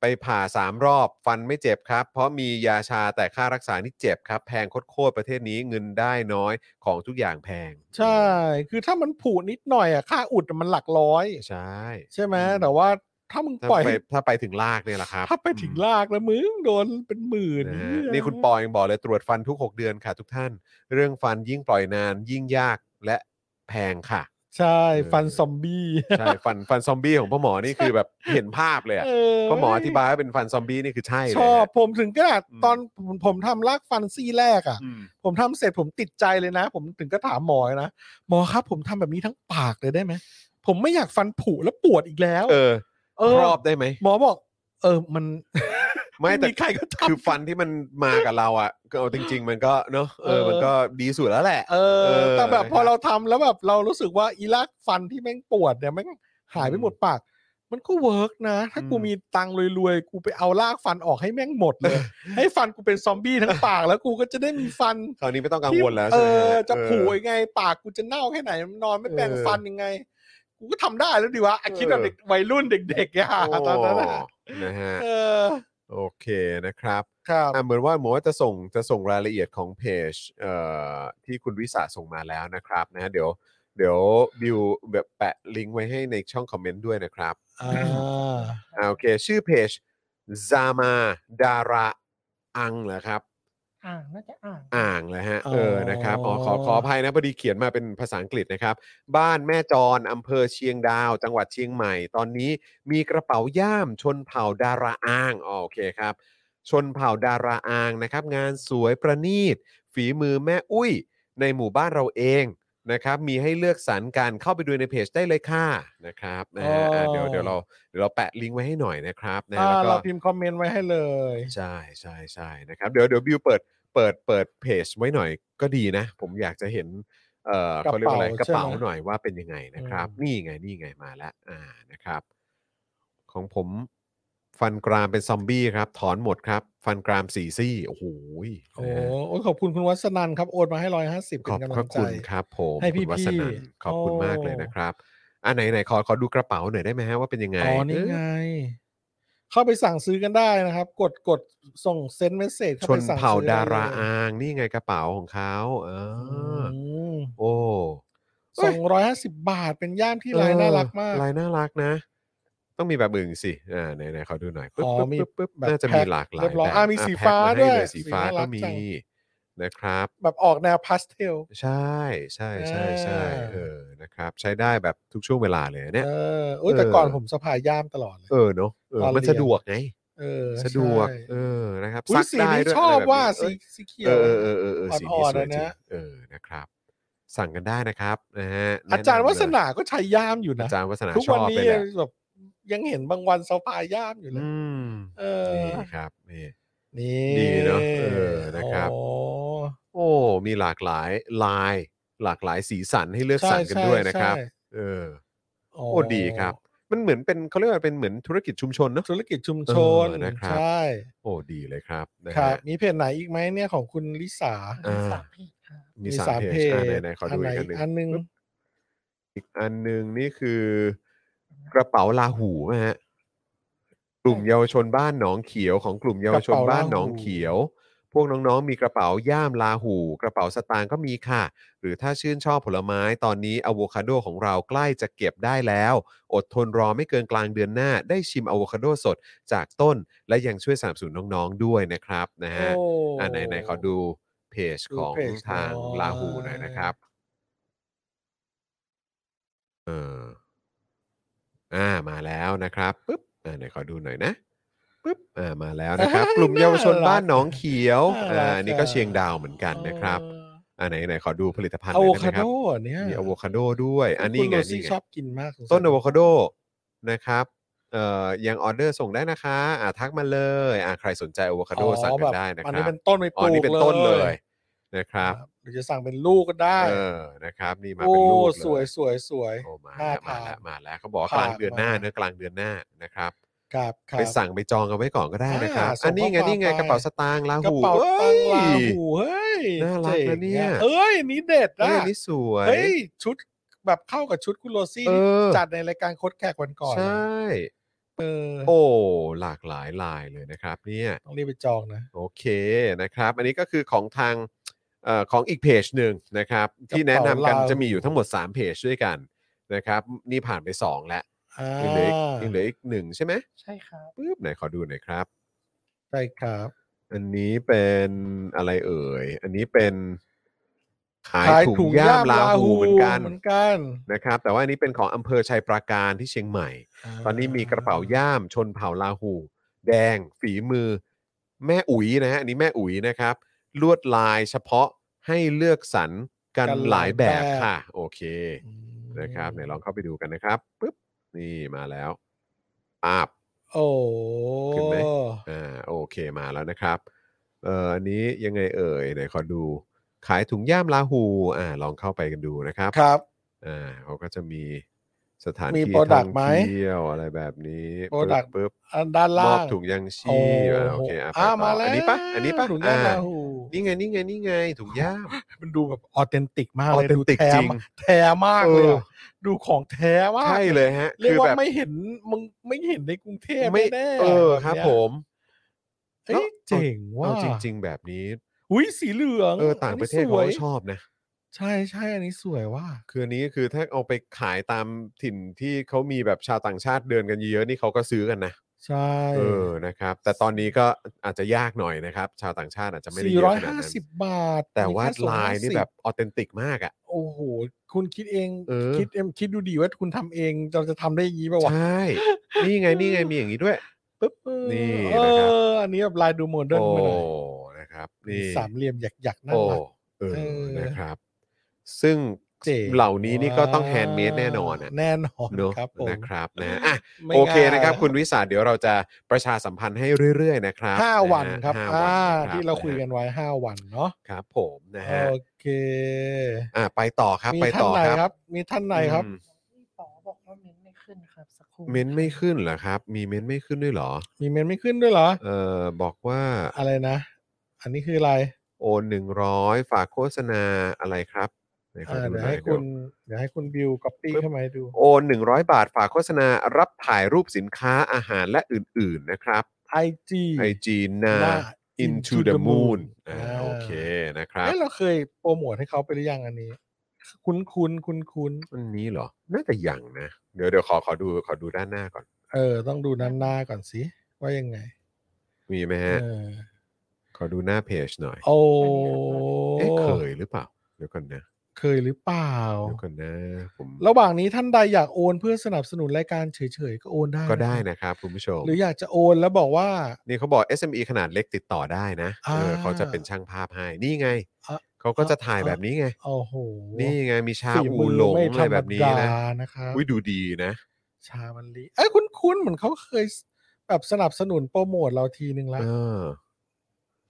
Speaker 2: ไปผ่าสามรอบฟันไม่เจ็บครับ เพราะมียาชาแต่ค่ารักษานี่เจ็บครับ แพงโคตรๆประเทศนี้เงินได้น้อยของทุกอย่างแพง
Speaker 3: ใช่ คือถ้ามันผุนิดหน่อยอ่ะค่าอุดมันหลักร้อย
Speaker 2: ใช่
Speaker 3: ใช่ไหมแต่ว่าถ้ามึง
Speaker 2: ถ้า
Speaker 3: ปล่อย
Speaker 2: ไปถ้าไปถึงลากเนี่ยแหละครับ
Speaker 3: ถ้าไปถึง
Speaker 2: อืม
Speaker 3: ลากแล้วมึงโดนเป็นหมื่น
Speaker 2: นะฮะนี่คุณปอยังบอกเลยตรวจฟันทุก 6 เดือนค่ะทุกท่าน เรื่องฟันยิ่งปล่อยนานยิ่งยากและแพงค่ะ
Speaker 3: ใช่
Speaker 2: เออ
Speaker 3: ฟันซอมบี้
Speaker 2: ใช่ ฟันฟันซอมบี้ของพ่อหมอนี่คือแบบเห็นภาพเลยอะ
Speaker 3: เ
Speaker 2: พ่อหมออธิบายว่าเป็นฟันซอมบี้นี่คือใช่เลย
Speaker 3: ช
Speaker 2: นะ
Speaker 3: อบผมถึงกระดาษ
Speaker 2: อืม
Speaker 3: ตอนผมผมทำลากฟันซี่แรกอ่ะ
Speaker 2: อืม
Speaker 3: ผมทำเสร็จผมติดใจเลยนะ ผมถึงก็ถามหมอนะหมอครับผมทำแบบนี้ทั้งปากเลยได้ไหมผมไม่อยากฟันผุแล้วปวดอีกแล้ว
Speaker 2: เออ
Speaker 3: เออ
Speaker 2: ครอบได้ไหม
Speaker 3: หมอบอก เออมัน
Speaker 2: ไม่แต่
Speaker 3: มีใครก็ทำ
Speaker 2: คือฟันที่มันมากับเราอ่ะก็เอาจริง ๆ มันก็เนาะเออ
Speaker 3: เออ
Speaker 2: มันก็ดีสุดแล้วแหละ
Speaker 3: เออ
Speaker 2: เออ
Speaker 3: แต่แบบพอ
Speaker 2: นะครับ
Speaker 3: เราทำแล้วแบบเรารู้สึกว่าอีลากฟันที่แม่งปวดเนี่ยแม่งหายไป
Speaker 2: อืม
Speaker 3: หมดปาก มันก็เวิร์กนะ ถ้ากู
Speaker 2: อืม
Speaker 3: มีตังค์รวยๆกูไปเอาลากฟันออกให้แม่งหมดเลย ให้ฟันกูเป็นซอมบี้ทั้งปากแล้วกูก็จะได้มีฟัน
Speaker 2: คราวนี้ไม่ต้องกัง
Speaker 3: ที่
Speaker 2: วลแล้ว
Speaker 3: เอ
Speaker 2: ใช่ไหมฮ
Speaker 3: อจะผู
Speaker 2: เออ
Speaker 3: ยังไง ปากกูจะเน่าแค่ไหนนอนไม่แปรง
Speaker 2: เออ
Speaker 3: ฟันยังไง กูก็ทำได้แล้วดิวะอ่ะคิดแบบ
Speaker 2: เออ
Speaker 3: เด็กวัยรุ่นเด็กๆอ่ะตอนนั้นอะ
Speaker 2: โอ้นะฮะ
Speaker 3: เออ
Speaker 2: โอเคนะครับ
Speaker 3: ครับ
Speaker 2: อ่ะเหมือนว่าหมอว่าจะส่งจะส่งรายละเอียดของเพจเอ่อที่คุณวิสาส่งมาแล้วนะครับนะเดี๋ยวเดี๋ยวบิวแบบแปะลิงก์ไว้ให้ในช่องคอมเมนต์ด้วยนะครับ
Speaker 3: อ่า
Speaker 2: อ่าโอเค ชื่อเพจ Zama ดาราอังเหรอครับ
Speaker 4: อ่างน่าจะอ่าง
Speaker 2: อ่างเลยฮะเออนะครับอ๋อขอขออภัยนะพอดีเขียนมาเป็นภาษาอังกฤษนะครับ บ้านแม่จรอำเภอเชียงดาว จังหวัดเชียงใหม่ ตอนนี้มีกระเป๋าย่ามชนเผ่าดาราอ่างอ๋อโอเคครับ ชนเผ่าดาราอ่างนะครับ งานสวยประณีต ฝีมือแม่อุ้ย ในหมู่บ้านเราเองนะครับ มีให้เลือกสรรการเข้าไปดูในเพจได้เลยค่ะนะครับนะฮะอ่ะเดี๋ยวเดี๋ยวเราเดี๋ยวเราแปะลิงก์ไว้ให้หน่อยนะครับนะ
Speaker 3: อ่า
Speaker 2: แล้วก็
Speaker 3: เราพิมพ์คอมเมนต์ไว้ให้เลย
Speaker 2: ใช่ใช่ใช่นะครับเดี๋ยวเดี๋ยวบิวเปิดเปิดเปิดเพจไว้หน่อยก็ดีนะ ผมอยากจะเห็นเอ่อเขาเรียกว่าอะไรกระเป๋าหน่อยว่าเป็นยังไงนะครับ นี่ไงนี่ไงมาแล้วอ่านะครับ ของผมฟันกรามเป็นซอมบี้ครับ ถอนหมดครับ ฟันกรามสี่ซี่โอ้โห
Speaker 3: โอ้โอ้ยขอบคุณคุณวัฒนันครับโอนมาให้ร้อยห้าสิบ
Speaker 2: ข
Speaker 3: เป็นกำ
Speaker 2: อบพ
Speaker 3: ลั
Speaker 2: ระ
Speaker 3: งใจ
Speaker 2: คุณครับผม
Speaker 3: ให้พี่
Speaker 2: คุณวัฒนันท์
Speaker 3: ๆ
Speaker 2: ขอบคุณ
Speaker 3: โอ้
Speaker 2: มากเลยนะครับอ่ะไหนไหนขอขอดูกระเป๋าหน่อยได้ไหมฮะว่าเป็นยังไง
Speaker 3: อ๋อนี่
Speaker 2: เ
Speaker 3: ไง เข้าไปสั่งซื้อกันได้นะครับ กดกดส่งเซนเมสเซจ
Speaker 2: ชนเผ่าดาราอางนี่ไงกระเป๋าของเขาเออโอ้
Speaker 3: สองร้อยห้าสิบบาทเป็นย่ามที่ลาย
Speaker 2: เออ
Speaker 3: น่ารักมาก
Speaker 2: ลายน่ารักนะ ต้องมีแบบอื่นสิอ่าไหนๆขอดูหน่อยปึ๊บ
Speaker 3: อ๋อ
Speaker 2: ปึ๊บ
Speaker 3: มี
Speaker 2: ปึ๊บปึ๊บ
Speaker 3: แบบ
Speaker 2: น่าจะ
Speaker 3: แพ็
Speaker 2: มี
Speaker 3: ค
Speaker 2: หลากหลาย
Speaker 3: เรียบร้อย
Speaker 2: แบบ
Speaker 3: อ่ะมีสี
Speaker 2: แพ็ค
Speaker 3: ฟ้า
Speaker 2: ให้
Speaker 3: ด้วย
Speaker 2: เลสีฟ้า
Speaker 3: สีน่ารั
Speaker 2: ก็
Speaker 3: ก
Speaker 2: มี
Speaker 3: จัง
Speaker 2: นะครับ
Speaker 3: แบบออกแนวพาสเทล
Speaker 2: ใช่ใช่ใช่ใช่
Speaker 3: อ่า
Speaker 2: เออนะครับ ใช้ได้แบบทุกช่วงเวลาเลยเนี่ย
Speaker 3: เออโอ้ย
Speaker 2: เออ
Speaker 3: แต่ก่อนผมสะพายย่ามตลอดเลย
Speaker 2: เออเนาะเออ
Speaker 3: ตอน
Speaker 2: มัน
Speaker 3: เรียน
Speaker 2: สะดวกไง
Speaker 3: เออ
Speaker 2: สะดวก
Speaker 3: ใช่
Speaker 2: เออนะครับ
Speaker 3: อุ้ยสีนี้ชอบว่าสีสีเขีย
Speaker 2: เอ
Speaker 3: ว
Speaker 2: อเออเออเออสีนี้
Speaker 3: อ่อน
Speaker 2: ส
Speaker 3: ๆ
Speaker 2: วย
Speaker 3: นะ
Speaker 2: จริง
Speaker 3: นะ
Speaker 2: เออนะครับ สั่งกันได้นะครับนะฮะแนะนำ
Speaker 3: อาจารย์วัฒ
Speaker 2: เล
Speaker 3: นาก็ใช้ย่ามอยู่นะ
Speaker 2: อาจารย์วัฒนา
Speaker 3: ทุก
Speaker 2: ช
Speaker 3: วั
Speaker 2: อบ
Speaker 3: นี้
Speaker 2: เลยแหละ
Speaker 3: แบบยังเห็นบางวันสะพายย่ามอยู่เลย
Speaker 2: อืม
Speaker 3: เออ
Speaker 2: นี่ครับนี่
Speaker 3: นี่
Speaker 2: ดีเนอะเออนะครับ
Speaker 3: โอ้
Speaker 2: โอ้ มีหลากหลายลาย หลากหลายสีสันให้เลือกสรรกันด้วยนะครับ เออ โอ้ดีครับ มันเหมือนเป็นเขาเรียกว่าเป็นเหมือนธุรกิจชุมชนเนอะ
Speaker 3: ธุรกิจชุมชน
Speaker 2: เออนะครับ
Speaker 3: ใช่
Speaker 2: โอ้ดีเลยครับนะ
Speaker 3: ครั
Speaker 2: ฮะ
Speaker 3: บมีเพจไหนอีกไหมเนี่ยของคุณลิสา
Speaker 2: อ่า
Speaker 4: สามเพจครับ
Speaker 2: มีสามเพจอ่ะไหนๆขอดู
Speaker 3: ไหน
Speaker 2: อีกอันห
Speaker 3: อี
Speaker 2: นึ่
Speaker 3: ก
Speaker 2: ง
Speaker 3: อันหนึง
Speaker 2: อีกอันหนึ่งนี่คือ กระเป๋าลาหูไหมฮะกลุ่มเยาวชนบ้านหนองเขียวของกลุ่มเยาวชนบ้านหนองเขียว พวกน้องๆ มีกระเป๋าย่ามลาหู กระเป๋าสตางค์ก็มีค่ะ หรือถ้าชื่นชอบผลไม้ตอนนี้อะโวคาโดของเราใกล้จะเก็บได้แล้ว อดทนรอไม่เกินกลางเดือนหน้า ได้ชิมอะโวคาโดสดจากต้น และยังช่วยสนับสนุนน้องๆด้วยนะครับนะฮะ
Speaker 3: โ
Speaker 2: อ่าไหนไหนขอดูเพจ
Speaker 3: ดู
Speaker 2: ของ
Speaker 3: เพจ
Speaker 2: ทาง
Speaker 3: หน่อย
Speaker 2: ลาหูหน่อยนะครับเอออ่ามาแล้วนะครับปึ๊บอ่าไหนขอดูหน่อยนะปึ๊บอ่ามาแล้ว นะครับ กลุ่มเยาวชนบ้านหนองเขียวอ่าอันนี่ก็เชียงดาวเหมือนกันนะครับอ่าไหนไหนขอดูผลิตภัณฑ์ห
Speaker 3: อะ
Speaker 2: น่
Speaker 3: โว
Speaker 2: อยได้
Speaker 3: คา
Speaker 2: ไหมค
Speaker 3: โด
Speaker 2: รับ
Speaker 3: อ่ะเนี่ย
Speaker 2: มีอะโวคาโดด้วยอันนี้ไง
Speaker 3: คุณโรซี่
Speaker 2: นี่ไง
Speaker 3: ชอบกินมากสงสัย
Speaker 2: ต้นอะโวคาโดนะครับเอ่อยังออเดอร์ส่งได้นะคะ อ่าทักมาเลยอ่าใครสนใจอะโวคาโด
Speaker 3: อ๋อ
Speaker 2: สั่งกัน
Speaker 3: แบบ
Speaker 2: ได้นะค
Speaker 3: อัน
Speaker 2: รั
Speaker 3: นี้
Speaker 2: บ
Speaker 3: เป็นต้นไปป
Speaker 2: อ๋
Speaker 3: ลู
Speaker 2: อก นี่เป็นต้นเลยนะครับ
Speaker 3: หรือจะสั่งเป็นลูกก็ได้
Speaker 2: เออนะครับนี่มา
Speaker 3: โอ้
Speaker 2: เป็นลูกเลย
Speaker 3: สวยสวยสวย
Speaker 2: โอ้มาแล้วมา
Speaker 3: น่า
Speaker 2: แล้ว
Speaker 3: ทาน
Speaker 2: มาแล้วเขาบอกว่า
Speaker 3: ค่ะ
Speaker 2: กลางเดือนหน้า
Speaker 3: มา
Speaker 2: เนื้อะกลางเดือนหน้านะครับ
Speaker 3: ครับครับ
Speaker 2: ไปสั่งไปจองกันไว้ก่อนก็ได้นะครับ
Speaker 3: อ่าส่ง
Speaker 2: อันนี้ไง
Speaker 3: ข้อความ
Speaker 2: นี่ไง
Speaker 3: ไป
Speaker 2: กระเป๋าสตางค์ลาก
Speaker 3: ระ
Speaker 2: หู
Speaker 3: เป๋าตังค์ลา
Speaker 2: เอ้ย
Speaker 3: หูเฮ้ย
Speaker 2: น่ารักนะเนี่ย
Speaker 3: เอ้ยนี่เด็ด
Speaker 2: เอ้
Speaker 3: นะ
Speaker 2: ยอันนี้สวย
Speaker 3: เฮ้ยชุดแบบเข้ากับชุดคุณโรซี่
Speaker 2: เอ
Speaker 3: ที่
Speaker 2: อ
Speaker 3: จัดในรายการโคดแขกวันก่อน
Speaker 2: ใช่
Speaker 3: เออ
Speaker 2: โอ้หลากหลายลายเลยนะครับ เนี่ย
Speaker 3: ต้องรีบไปจองนะ
Speaker 2: โอเคนะครับ อันนี้ก็คือของทางเอ่อของอีกเพจหนึ่งนะครับ ที่แนะนำกัน
Speaker 3: กระเป๋าลาว
Speaker 2: จะมีอยู่ทั้งหมด 3 เพจด้วยกันนะครับ นี่ผ่านไป 2 แล้ว
Speaker 3: อ่า
Speaker 2: ยังเหลืออีกยังเหลืออีกหนึ่งใช่ไหม
Speaker 4: ใช่ครับ
Speaker 2: ปึ๊บไหนขอดูหน่อยครับ
Speaker 3: ใช่ครับ
Speaker 2: อันนี้เป็นอะไรเอ่ย อันนี้เป็นขายถุง
Speaker 3: ข
Speaker 2: ย่ามลาหูเหมือนกัน
Speaker 3: เหมือนกัน
Speaker 2: นะครับ แต่ว่าอันนี้เป็นของอำเภอชัยปราการที่เชียงใหม่ ตอนนี้มีกระเป๋าย่ามชนเผ่าลาหู แดง ฝีมือ แม่อุ๋ยนะฮะอันนี้แม่อุ๋ยนะครับ ลวดลายเฉพาะให้เลือกสรรกันหลายแบบค่ะ โอเค
Speaker 3: อืม
Speaker 2: นะครับไหนลองเข้าไปดูกันนะครับปึ๊บนี่มาแล้วปาบ
Speaker 3: โอ้
Speaker 2: ขึ้นไหม อ่าโอเคมาแล้วนะครับเอ่ออันนี้ยังไงเอ่ยไหนขอดู ขายถุงย่ามลาหูอ่าลองเข้าไปกันดูนะครับ
Speaker 3: ครับ
Speaker 2: อ่าเขาก็จะมีสถาน
Speaker 3: มี
Speaker 2: ที่ท่
Speaker 3: product
Speaker 2: อง
Speaker 3: ไหม
Speaker 2: เที่ยวอะไรแบบนี้ปึ๊บ
Speaker 3: product
Speaker 2: ปึ๊บ
Speaker 3: อันด้านล่าม
Speaker 2: อบ
Speaker 3: ง
Speaker 2: ถุงยางชี
Speaker 3: โอ้
Speaker 2: พอ่ะโอเคอ่ะไป
Speaker 3: อ่ะ
Speaker 2: ต่อ
Speaker 3: มาแล้ว
Speaker 2: อันนี้ปะอันนี้ปะ
Speaker 3: ถุงย่าม
Speaker 2: อ่ะ
Speaker 3: ลาหู
Speaker 2: นี่ไงนี่ไงนี่ไงถุงย่าม
Speaker 3: มันดูแบบออเทนติกมากเลย
Speaker 2: authentic
Speaker 3: ดูแท้
Speaker 2: จริง
Speaker 3: มากแท้มากเลยอะ
Speaker 2: เออ
Speaker 3: ดูของแท้มาก
Speaker 2: ใช่เลยฮะ
Speaker 3: เรียก
Speaker 2: คือ
Speaker 3: ว่า
Speaker 2: แบบ
Speaker 3: ไม่เห็นมึงไม่เห็นในกรุงเทพ
Speaker 2: ไม่
Speaker 3: แน่ๆ
Speaker 2: เออ
Speaker 3: แบบ
Speaker 2: ครับ
Speaker 3: เนี้ย
Speaker 2: ผม
Speaker 3: เอ้ยเจ๋งว่า
Speaker 2: เอาจริง ๆ แบบนี้
Speaker 3: อุ้ยสีเหลือง
Speaker 2: เออต่างประเทศ
Speaker 3: อัน
Speaker 2: เขา
Speaker 3: นี้สวย
Speaker 2: ก็ชอบนะ
Speaker 3: ใช่ใช่อันนี้สวยว่า
Speaker 2: คืออันนี้คือถ้าเอาไปขายตามถิ่นที่เขามีแบบชาวต่างชาติเดินกันเยอะๆนี่เขาก็ซื้อกันนะ
Speaker 3: ใช่
Speaker 2: เออนะครับ แต่ตอนนี้ก็อาจจะยากหน่อยนะครับ ชาวต่างชาติอาจจะไม่ได้
Speaker 3: สี่
Speaker 2: เย
Speaker 3: ร้
Speaker 2: อะ
Speaker 3: อย
Speaker 2: ขนาด
Speaker 3: ห้า
Speaker 2: นั้น
Speaker 3: สิบบาท
Speaker 2: แต่ว่า
Speaker 3: มีค่ส่ง
Speaker 2: ลายนี่
Speaker 3: 50
Speaker 2: แบบออเทนติกมากอ่ะ
Speaker 3: โอ้โห คุณคิดเอง
Speaker 2: เออ
Speaker 3: คิดเองคิดดูดีว่าคุณทำเองเราจะทำได้อย่างนี้ป่าวะ
Speaker 2: ใช่นี่ไงนี่ไงมีอย่างนี้ด้วย
Speaker 3: ปึ๊บ
Speaker 2: นี่
Speaker 3: เอ
Speaker 2: นะครับ
Speaker 3: ออันนี้แบบลายดูโมเดิร์น
Speaker 2: โอ้
Speaker 3: ไปหน่อย
Speaker 2: นะครับ
Speaker 3: มี
Speaker 2: นี่
Speaker 3: สามเหลี่ยมหยักๆน่า
Speaker 2: โอ้
Speaker 3: รัก
Speaker 2: เออ
Speaker 3: เออ
Speaker 2: นะครับ ซึ่ง
Speaker 3: เจ๋ง
Speaker 2: เหล่านี้นี่ก็ต้อง
Speaker 3: ว่ะ
Speaker 2: แฮนด์เมดแน่นอนอะ
Speaker 3: แน่นอน
Speaker 2: เนอะ
Speaker 3: ครับผม
Speaker 2: นะครับนะอ่ะ
Speaker 3: ไม่
Speaker 2: โอเค
Speaker 3: ง่าย
Speaker 2: นะครับ คุณวิสาเดี๋ยวเราจะประชาสัมพันธ์ให้เรื่อยๆนะครับ
Speaker 3: ห้า
Speaker 2: ะฮะ
Speaker 3: วันครับ
Speaker 2: ห้า
Speaker 3: อ่า
Speaker 2: วัน
Speaker 3: ที่เราคุยกันไว้ห้าวันเนาะ
Speaker 2: ครับ ผมนะฮะ
Speaker 3: โอเค
Speaker 2: อ่ะไปต่อครับ
Speaker 3: มี
Speaker 2: ไป
Speaker 3: ท่าน
Speaker 2: ต่อ
Speaker 3: ไหน
Speaker 2: ค
Speaker 3: ค
Speaker 2: รั
Speaker 3: รั
Speaker 2: บบ
Speaker 3: มีท่านไหนครับ
Speaker 2: อืม
Speaker 4: ต่อบอกว่าเม้นไม่ขึ้นครับสักครู่
Speaker 2: เม้นต์ไม่ขึ้นเหรอครับ มีเม้นต์ไม่ขึ้นด้วยเหรอ
Speaker 3: มีเมนไม่ขึ้นด้วยเหรอ
Speaker 2: เออบอกว่า
Speaker 3: อะไรนะ อันนี้คืออะไร
Speaker 2: โอนหนึ่งร้อยฝากโฆษณาอะไรครับไหนขอ
Speaker 3: อ่า
Speaker 2: ดู
Speaker 3: เดี๋ยว
Speaker 2: น่อ
Speaker 3: ให้
Speaker 2: ย
Speaker 3: คุณ
Speaker 2: เดี๋ยว
Speaker 3: เดี๋ยวให้คุณบิวก๊อปปี้
Speaker 2: ปึ๊บ
Speaker 3: เข้ามาให้ดู
Speaker 2: โอน100 บาทฝากโฆษณารับถ่ายรูปสินค้าอาหารและอื่น ๆ นะครับ
Speaker 3: IG
Speaker 2: IG นา
Speaker 3: หน้า
Speaker 2: Into the Moon อ่า
Speaker 3: อ่า
Speaker 2: โอเคนะครับ
Speaker 3: เอ้ยเราเคยโปรโมทให้เขาไปหรือยังอันนี้ คุ้นคุ้นคุ้นคุ้น
Speaker 2: อันนี้เหรอ น่าจะยังนะ เดี๋ยวเดี๋ยวขอขอดูขอดูด้านหน้าก่อน
Speaker 3: ๆเออ ต้องดูน้านหน้าก่อนสิว่ายังไง
Speaker 2: มีไหม
Speaker 3: เอ
Speaker 2: ฮะ
Speaker 3: อ
Speaker 2: ขอดูหน้าเพจหน่อย
Speaker 3: โอ้
Speaker 2: เอ๊ะเคยหรือเปล่า เดี๋ยวก่อนนะ
Speaker 3: เคยหรือเปล่า
Speaker 2: เดี๋ยวก่อนนะ ผม
Speaker 3: ระหว่างนี้ท่านใดอยากโอนเพื่อสนับสนุนรายการเฉยๆ ก็โอนได้
Speaker 2: ก็ได้
Speaker 3: นะ
Speaker 2: นะครับคุณผู้
Speaker 3: ค
Speaker 2: ช
Speaker 3: รั
Speaker 2: ม
Speaker 3: บหรืออยากจะโอนแล้วบอกว่า
Speaker 2: นี่เขาบอก SME ขนาดเล็กติดต่อได้นะ เออ
Speaker 3: อ่า
Speaker 2: เขาจะเป็นช่างภาพให้ นี่ไง
Speaker 3: อ่ะ
Speaker 2: เขาก็จะ
Speaker 3: อ่ะ
Speaker 2: ถ่ายแบบนี้ไง
Speaker 3: โอ้โห
Speaker 2: นี่ไงมีชา
Speaker 3: ฝี
Speaker 2: อู
Speaker 3: มื
Speaker 2: หลง
Speaker 3: ไม่
Speaker 2: อะ
Speaker 3: ธ
Speaker 2: ไร
Speaker 3: ม
Speaker 2: แบบนี้
Speaker 3: ดา
Speaker 2: นะ
Speaker 3: นะครับ
Speaker 2: อุ้ยดูดีนะ
Speaker 3: ชามันลีเอ้ยคุ้นๆเหมือนเขาเคยแบบสนับสนุนโปรโมทเราทีนึงแล้ว
Speaker 2: เออ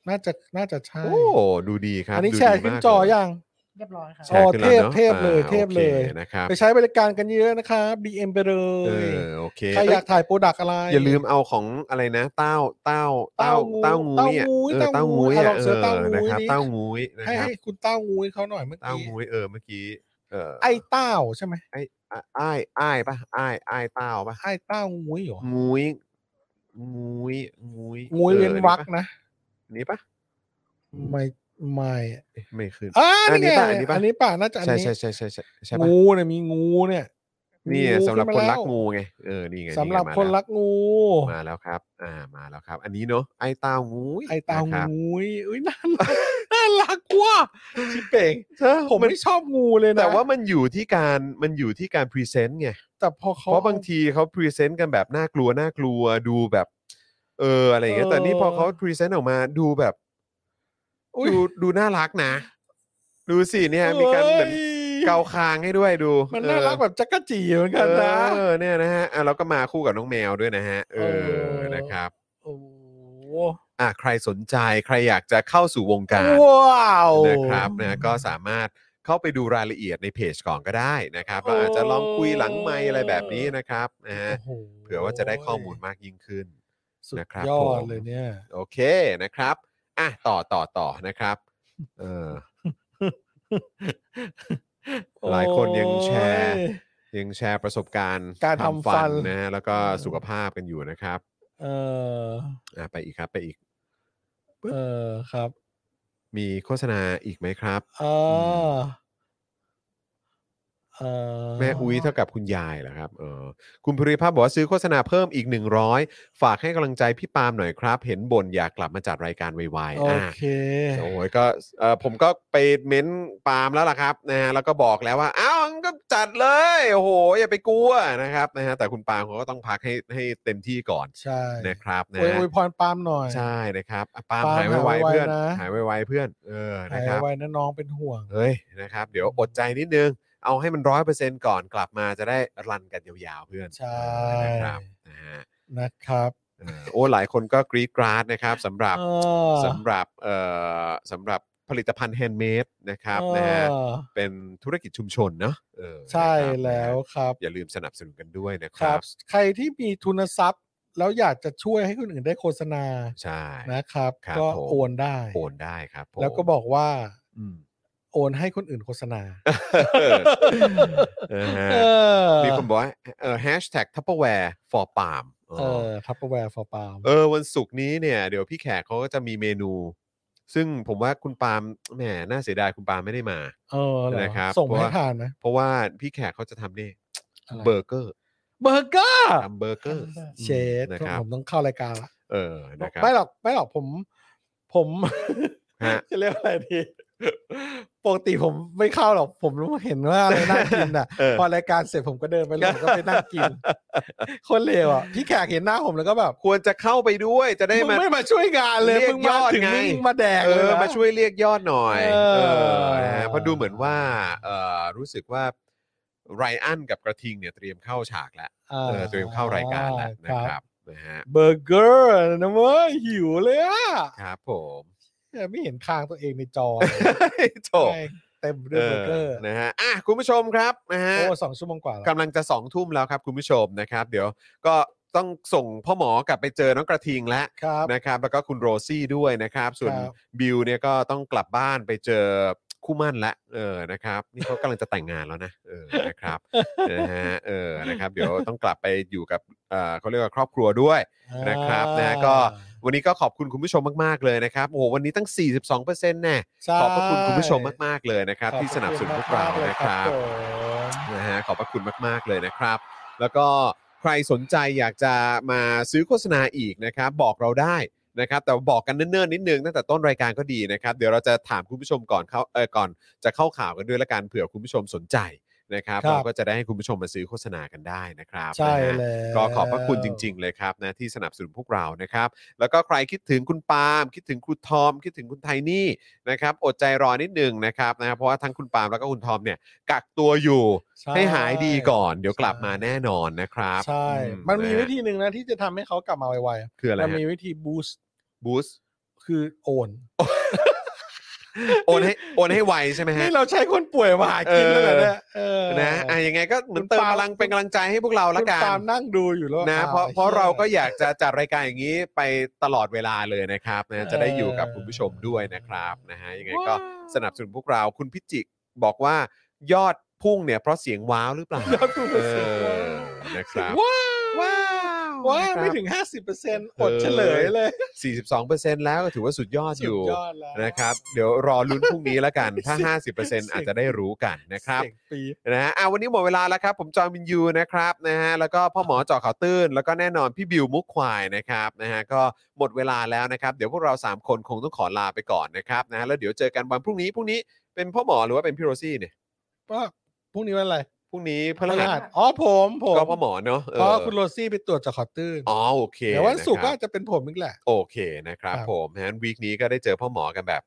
Speaker 3: น่าจะน่าจะใช่
Speaker 2: โอ้ดูดีครับ
Speaker 3: อันนี้
Speaker 2: ดู
Speaker 3: แชร์
Speaker 2: ดี
Speaker 3: ขึ้น
Speaker 2: มาก
Speaker 3: จอ
Speaker 2: เล
Speaker 3: ยัง
Speaker 4: เรียบร้อยครับ
Speaker 2: แชร์ขึ้นแล้ว
Speaker 3: อ๋
Speaker 2: เนาะ
Speaker 3: อเทพเทพเลย
Speaker 2: อ่า
Speaker 3: เทพเลย
Speaker 2: โอคนะครับ
Speaker 3: ไปใช้บริการกันเยอะนะครับ DM ไปเล
Speaker 2: เอย อโอเค
Speaker 3: ใครอยากถ่ายโปรดักอะไร
Speaker 2: อย่าลืมเอาของอะไรนะ เต้าเต้าเต้าเต้า
Speaker 3: เต้างู
Speaker 2: งูอ่ะเออ
Speaker 3: เต้า
Speaker 2: เต้า
Speaker 3: งู
Speaker 2: งู
Speaker 3: อ่ะ
Speaker 2: อ่ะ
Speaker 3: ลอง
Speaker 2: เอ
Speaker 3: เสิร์ชเต้า
Speaker 2: อ
Speaker 3: งู
Speaker 2: นะครับ
Speaker 3: นี้
Speaker 2: เต้างูนะ
Speaker 3: ให้
Speaker 2: ครับ
Speaker 3: ให้คุณเต้างูให้เขาหน่อยเมื่อ
Speaker 2: เต้า
Speaker 3: กี้
Speaker 2: งูเออเมื่อกี้เออ
Speaker 3: ไอ้เต้าใช่ไหม
Speaker 2: ไอ้ไอ้อ้ายอ้ายป่ะอ้ายอ้ายเต้าป่ะ
Speaker 3: ไอ้เต้างูเหรอ
Speaker 2: งูยงูยงูย
Speaker 3: งูเว้นวักนะ
Speaker 2: นี่ป่ะ
Speaker 3: ไม่ไม่
Speaker 2: ไม่ขึ้น
Speaker 3: อ่า
Speaker 2: อัน
Speaker 3: นี่
Speaker 2: นี้
Speaker 3: ไง
Speaker 2: ป่ะอันนี้ป่ะ
Speaker 3: อันนี้ป่ะน่าจะอัน
Speaker 2: ใช่
Speaker 3: นี้
Speaker 2: ใช่ใช่ใช่ใช่ใช่ป่ะ
Speaker 3: งูเนี่ยมีงูเนี่ย
Speaker 2: นี่
Speaker 3: มีงู
Speaker 2: สำหรับคนรัก
Speaker 3: ขึ้
Speaker 2: งูไงเออนี่ไง
Speaker 3: สำหรับ
Speaker 2: ไงมา
Speaker 3: คน
Speaker 2: แล้ว
Speaker 3: รักงู
Speaker 2: มาแล้วครับ อ่า มาแล้วครับ อันนี้เนอะไอเตางูย
Speaker 3: ไอ้เต้า
Speaker 2: นะครับ
Speaker 3: งูเอ้ยน่ารักน่ารักว่ะชิเป่งผม
Speaker 2: มัน
Speaker 3: ไม่ชอบงูเลยนะ
Speaker 2: แต่ว่ามันอยู่ที่การ มันอยู่ที่การพรีเซนต์ไง
Speaker 3: แต่พอเขา
Speaker 2: เพราะบางทีเขาพรีเซนต์กันแบบน่ากลัว น่ากลัว ดูแบบ เออ อะไรอย่างเงี้ย
Speaker 3: เออ
Speaker 2: แต่นี่พอเขาพรีเซนต์ออกมา ดูแบบ
Speaker 3: อุ๊ย
Speaker 2: ดู ดูน่ารักนะ ดูสิเนี่ย มีการเหมือน
Speaker 3: เอ้ย
Speaker 2: เกาคางให้ด้วยดู
Speaker 3: มันน่ารัก
Speaker 2: เออ
Speaker 3: แบบจักรจีเหมือนกันนะ
Speaker 2: เออ เนี่ยนะฮะอ่ะแล้วก็มาคู่กับน้องแมวด้วยนะฮะ เอ
Speaker 3: เอ
Speaker 2: อ
Speaker 3: อ
Speaker 2: นะครับ
Speaker 3: โอ้โห
Speaker 2: อ่ะ ใครสนใจ ใครอยากจะเข้าสู่วงการ
Speaker 3: ว้าว
Speaker 2: นะครับนะก็สามารถเข้าไปดูรายละเอียดในเพจก่อนก็ได้นะครับเราอาจจะลองคุยหลังไมค์อะไรแบบนี้นะครับนะฮะ
Speaker 3: โอ้โห
Speaker 2: เผื่อว่าจะได้ข้อมูลมากยิ่งขึ้น
Speaker 3: สุด
Speaker 2: นะครับ
Speaker 3: ยอ
Speaker 2: ผ
Speaker 3: ด
Speaker 2: ม
Speaker 3: เลยเนี่ย
Speaker 2: โอเคนะครับอ่ะต่อต่อต่อนะครับเออ หลายคนยังแชร์
Speaker 3: โอ้ย
Speaker 2: ยังแชร์ประสบการณ์
Speaker 3: การทำฟัน
Speaker 2: นะฮะแล้วก็
Speaker 3: เออ
Speaker 2: สุขภาพกันอยู่นะครับ
Speaker 3: เออ
Speaker 2: อ่ะไปอีกครับไปอีก
Speaker 3: เออครับ
Speaker 2: มีโฆษณาอีกไหมครับ
Speaker 3: เออเออ
Speaker 2: แม่อุ้ยเท่ากับคุณยายเหรอครับเออคุณภูริภาพบอกว่าซื้อโฆษณาเพิ่มอีก 100 ฝากให้กำลังใจพี่ปาล์มหน่อยครับ เห็นบ่นอยากกลับมาจัดรายการไวๆ
Speaker 3: โอ
Speaker 2: อ่ะ
Speaker 3: เค
Speaker 2: โอ้ยก็เออผมก็ไปเม้นปาล์มแล้วล่ะครับนะฮะแล้วก็บอกแล้วว่าอ้าวงั้นก็จัดเลยโอ้โหอย่าไปกลัวนะครับนะฮะแต่คุณปาล์มเขาก็ต้องพักให้ให้เต็มที่ก่อน
Speaker 3: ใช่
Speaker 2: นะครับนะ
Speaker 3: อวย
Speaker 2: ฮะ
Speaker 3: อวยพรปาล์มหน่อย
Speaker 2: ใช่นะครับอ่ะปาล์ม
Speaker 3: ปาล์
Speaker 2: หาย
Speaker 3: ม
Speaker 2: ไวๆ
Speaker 3: หายไวๆ
Speaker 2: เพื่อน
Speaker 3: นะ
Speaker 2: หายไวๆเพื่อนเออ
Speaker 3: หาย
Speaker 2: นะครับ
Speaker 3: ไวนะน้องเป็นห่วง
Speaker 2: เฮ้ยนะครับเดี๋ยวอดใจนิดนึง เอาให้มันร้อยเปอร์เซ็นต์ก่อนกลับมาจะได้รันกันยาวๆเพื่อน
Speaker 3: ใช่
Speaker 2: นะครับนะฮะ
Speaker 3: นะครับ
Speaker 2: เออโอ้หลายคนก็กรี๊ดกราดนะครับสำหรับ
Speaker 3: เออ
Speaker 2: สำหรับเอ่อสำหรับผลิตภัณฑ์แฮนด์เมดนะครับนะฮะ
Speaker 3: เออ
Speaker 2: เป็นธุรกิจชุมชนเนาะเออ
Speaker 3: ใช่
Speaker 2: นะครับนะ
Speaker 3: แล้
Speaker 2: ฮะ
Speaker 3: วครับ
Speaker 2: อย่าลืมสนับสนุนกันด้วยนะค
Speaker 3: ค
Speaker 2: รั
Speaker 3: รับ บ ใครที่มีทุนทรัพย์ แล้วอยากจะช่วยให้คนอื่นได้โฆษณา
Speaker 2: ใช่
Speaker 3: นะครับ
Speaker 2: ครับ
Speaker 3: ก็
Speaker 2: ผม
Speaker 3: โอนได้
Speaker 2: โอนได้ครับผม
Speaker 3: แล้วก็บอกว่า
Speaker 2: อืม
Speaker 3: โอนให้คนอื่นโฆษณา
Speaker 2: เออฮะ
Speaker 3: เออ
Speaker 2: มีคนบอกว่าเออแฮชแท็กทัพเปอร์แวร์ for palm อ๋อ
Speaker 3: เออทัพแวร์ฟอร์ปาล์ม
Speaker 2: เออวันศุกร์นี้เนี่ยเดี๋ยวพี่แขกเขาก็จะมีเมนู ซึ่งผมว่าคุณปาล์มแหมน่าเสียดายคุณปาล์มไม่ได้มา
Speaker 3: เออเหอ
Speaker 2: นะครับ
Speaker 3: ส่ง
Speaker 2: เพราะ
Speaker 3: ให้
Speaker 2: ว่า
Speaker 3: ทานไหม
Speaker 2: เพราะว่าพี่แขกเขาจะทำนี่
Speaker 3: อะไร
Speaker 2: เบอร์เกอร์
Speaker 3: เบอร์เกอร์
Speaker 2: ทำเบอร์เกอร์
Speaker 3: เชด
Speaker 2: อืมนะครับ
Speaker 3: ผมต้องเข้ารายการละ
Speaker 2: เออนะครับ
Speaker 3: ไม่หรอกไม่หรอกผม ผม
Speaker 2: ฮะ
Speaker 3: จะเรียกว่าอะไรดีปกติผมไม่เข้าหรอก ผมรู้เห็นว่าอะไรน่ากินอ่ะ
Speaker 2: เออ
Speaker 3: พอรายการเสร็จผมก็เดินไปเลย ผมก็ไปนั่งกิน คนเลวอ่ะพี่แขกเห็นหน้าผมแล้วก็แบบ
Speaker 2: ควรจะเข้าไปด้วยจะได้
Speaker 3: มึง
Speaker 2: มา
Speaker 3: ไม่มาช่วยงานเลย
Speaker 2: เรียก
Speaker 3: มึงมาย
Speaker 2: อด
Speaker 3: ถึง
Speaker 2: ไง
Speaker 3: มึงมาแดก
Speaker 2: เอ
Speaker 3: เลย
Speaker 2: อ
Speaker 3: นะ
Speaker 2: มาช่วยเรียกยอดหน่อย
Speaker 3: เออ
Speaker 2: นะฮะเพราะดูเหมือนว่าเออรู้สึกว่าไรอันกับกระทิงเนี่ยเตรียมเข้าฉากแล้ว
Speaker 3: อ่า
Speaker 2: เออเตรียมเข้ารายการแล้วนะค
Speaker 3: บ
Speaker 2: รับนะฮะ
Speaker 3: เบอร์เกอร์นะเว้ยหิวเลยอะ
Speaker 2: ครับผม
Speaker 3: เนี่ยไม่เห็นคางตัวเองในจอ
Speaker 2: โถ
Speaker 3: แม่งเต็มด้วยเบอร์เกอร์
Speaker 2: นะฮะอ่ะคุณผู้ชมครับนะฮะ
Speaker 3: โอ้สองชั่วโมงกว่าแล้ว
Speaker 2: กำลังจะสองทุ่มแล้วครับคุณผู้ชมนะครับ เดี๋ยวก็ต้องส่งพ่อหมอกลับไปเจอน้องกระทิงแล้ว
Speaker 3: ครับ
Speaker 2: นะครับ แล้วก็คุณโรซี่ด้วยนะครับ ส่วน
Speaker 3: ครับ
Speaker 2: บิวเนี่ยก็ต้องกลับบ้านไปเจอคู่มั่นละเออนะครับนี่เขากำลังจะแต่งงานแล้วนะเออ นะครับนะฮะเออนะครับ เดี๋ยวต้องกลับไปอยู่กับเอ่อเขาเรียกว่าครอบครัวด้วย นะครับนะฮะก็ วันนี้ก็ขอบคุณคุณผู้ชมมากๆเลยนะครับโอ้โหวันนี้ตั้ง 42%แน่
Speaker 3: ใช่
Speaker 2: ขอบพระคุณคุณผู้ชมมากๆเลยนะครับ
Speaker 3: ขอบ
Speaker 2: ที่สนับสนุนพวก
Speaker 3: คุณ
Speaker 2: เรา
Speaker 3: มๆลย
Speaker 2: นะครับ
Speaker 3: ผม
Speaker 2: นะฮะขอบพระคุณมาก ๆ เลยนะครับ แล้วก็ใครสนใจอยากจะมาซื้อโฆษณาอีกนะครับ บอกเราได้นะครับ แต่บอกกันเนิ่นๆนิดนึงตั้งแต่ต้นรายการก็ดีนะครับ เดี๋ยวเราจะถามคุณผู้ชมก่อนเข้าเออก่อนจะเข้าข่าวกันด้วยละกันเผื่อคุณผู้ชมสนใจนะครับเราก็จะได้ให้คุณผู้ชมมาซื้อโฆษณากันได้นะครับ
Speaker 3: ใช่
Speaker 2: นะฮะ
Speaker 3: แล้ว
Speaker 2: ก็ขอบพระคุณจริง ๆ เลยครับนะที่สนับสนุนพวกเรานะครับ แล้วก็ใครคิดถึงคุณปาล์มคิดถึงครูทอม คิดถึงคุณไทนี่นะครับอดใจรอนิดหนึ่งนะครับนะเพราะว่าทั้งคุณปาล์มแล้วก็คุณทอมเนี่ยกักตัวอยู่
Speaker 3: ช่
Speaker 2: ให้หายดีก่อน เดี๋ยวกลับ
Speaker 3: ใช่
Speaker 2: มาแน่นอนนะครับ
Speaker 3: ใช่
Speaker 2: อื
Speaker 3: มันมีวิ
Speaker 2: ะฮะ
Speaker 3: ธีหนึ่งนะที่จะทำให้เขากลับมาไว
Speaker 2: คืออะไร
Speaker 3: ๆมัน
Speaker 2: ฮะ
Speaker 3: มีวิธีบูสต์
Speaker 2: บูสต์
Speaker 3: คือโอน
Speaker 2: โอนให้โอนให้ไวใช่ไหมฮะ
Speaker 3: นี่เราใช้คนป่วยมาหากินเลยเหรอเนี่ยเออ
Speaker 2: นะอ่ะยังไงก็เหมือนเติม
Speaker 3: คุณปาล์
Speaker 2: พ
Speaker 3: ม
Speaker 2: ลังเป็นกำลังใจให้พวกเราละ
Speaker 3: คุณ
Speaker 2: กั
Speaker 3: ปาล์
Speaker 2: น
Speaker 3: มนั่งดูอยู่แล้ว
Speaker 2: นะ
Speaker 3: อ่
Speaker 2: เพราะ
Speaker 3: ไอ้
Speaker 2: เพราะ
Speaker 3: หี้ย
Speaker 2: เราก็อยากจะจัดรายการอย่างนี้ไปตลอดเวลาเลยนะครับนะจะได้อยู่กับคุณผู้ชมด้วยนะครับนะฮะยังไงก็สนับสนุนพวกเราคุณพิจิกบอกว่ายอดพุ่งเนี่ยเพราะเสียงว้าวหรือเปล่าย
Speaker 3: อดพุ่งเพราะเสียงว้าว
Speaker 2: เออนะครับ
Speaker 3: ว้าวว้าวว้าวไม่ถึง 50%อดเฉลยเลย
Speaker 2: 42%แล้วก็ถือว่าสุดยอด
Speaker 3: สุด
Speaker 2: อยู่
Speaker 3: ยอดแล้ว
Speaker 2: นะครับเดี๋ยวรอลุ้นพรุ่งนี้ละกัน ถ้า 50%อาจจะได้รู้กันนะครับ
Speaker 3: เสียงปี๊ด
Speaker 2: นะฮะอ่ะวันนี้หมดเวลาแล้วครับ ผมจอห์นวินยูนะครับนะฮะแล้วก็พ่อหมอเจอข่าวตื้น แล้วก็แน่นอนพี่บิวมุกควายนะครับนะฮะก็หมดเวลาแล้วนะครับ เดี๋ยวพวกเรา 3 คนคงต้องขอลาไปก่อนนะครับนะฮะแล้วเดี๋ยวเจอกันวันพรุ่งนี้พรุ่งนี้เป็นพ่อหมอหรือว่าเป็นพี่โรซี่เนี่ย
Speaker 3: ก็พรุ่งนี้วันอะไร
Speaker 2: พรุ่งนี้
Speaker 3: พ
Speaker 2: พฤ
Speaker 3: ฤ
Speaker 2: หั
Speaker 3: หั
Speaker 2: ส
Speaker 3: สอ๋อผมผม
Speaker 2: ก็พ่อหมอเนาะเออ
Speaker 3: เพราะคุณโรซี่ไปตรวจจากขอตื้น
Speaker 2: อ๋อโอเค
Speaker 3: เดี๋ยววันศุกร์ก็
Speaker 2: ะคบ
Speaker 3: อาจจะเป็นผมอีกแหละ
Speaker 2: โอเคนะครับ
Speaker 3: ครับ
Speaker 2: ผมงั้นวีคนี้ก็ได้เจอพ่อหมอกันแบบ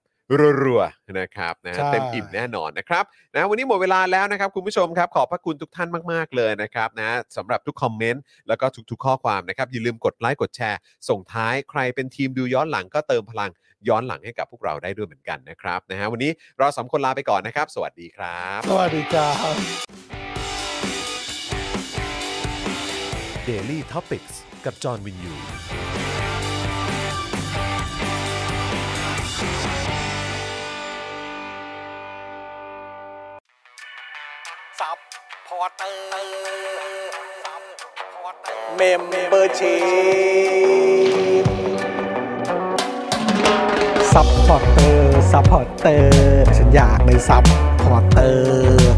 Speaker 2: รัวๆนะครับนะฮะ
Speaker 3: ใช่
Speaker 2: เต็มอิ่มแน่นอนนะครับนะวันนี้หมดเวลาแล้วนะครับคุณผู้ชมครับ ขอบพระคุณทุกท่านมากๆเลยนะครับนะสำหรับทุกคอมเมนต์แล้วก็ทุกๆข้อความนะครับ อย่าลืมกดไลค์กดแชร์ ส่งท้ายใครเป็นทีมดูย้อนหลังก็เติมพลังย้อนหลังให้กับพวกเราได้ด้วยเหมือนกันนะครับนะฮะวันนี้เราสามคนลาไปก่อนนะครับ สวัสดีครับ
Speaker 3: สวัสดีจ้า
Speaker 1: Daily Topics กับจอห์นวินยู
Speaker 5: ซับพอร์เตอร์ซับพอร์เตอร์
Speaker 6: เมมเบอร์ชีซัพพอร์เตอร์ซัพพอร์เตอร์ฉันอยากเป็นซัพพอร์เตอร์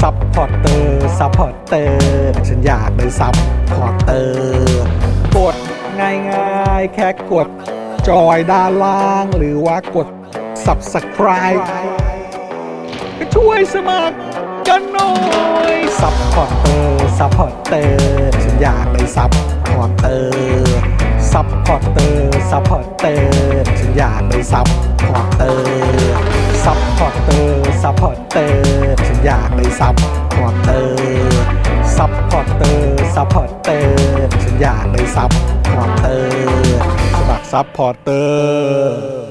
Speaker 6: ซัพพอร์เตอร์ซัพพอร์เตอร์ฉันอยากเป็นซัพพอร์เตอร์กดง่ายๆ แค่กดจอยด้านล่าง หรือว่ากด subscribe ก็ช่วยสมัครกันหน่อยซัพพอร์เตอร์ซัพพอร์เตอร์ฉันอยากเป็นซัพพอร์เตอร์ซัพพอร์เตอร์ซัพพอร์เตอร์ฉันอยากเป็นซัพพอร์เตอร์ซัพพอร์เตอร์ซัพพอร์เตอร์ฉันอยากเป็นซัพพอร์เตอร์ซัพพอร์เตอร์ซัพพอร์เตอร์ฉันอยากเป็นซัพพอร์เตอร์สมัครซัพพอร์เตอร์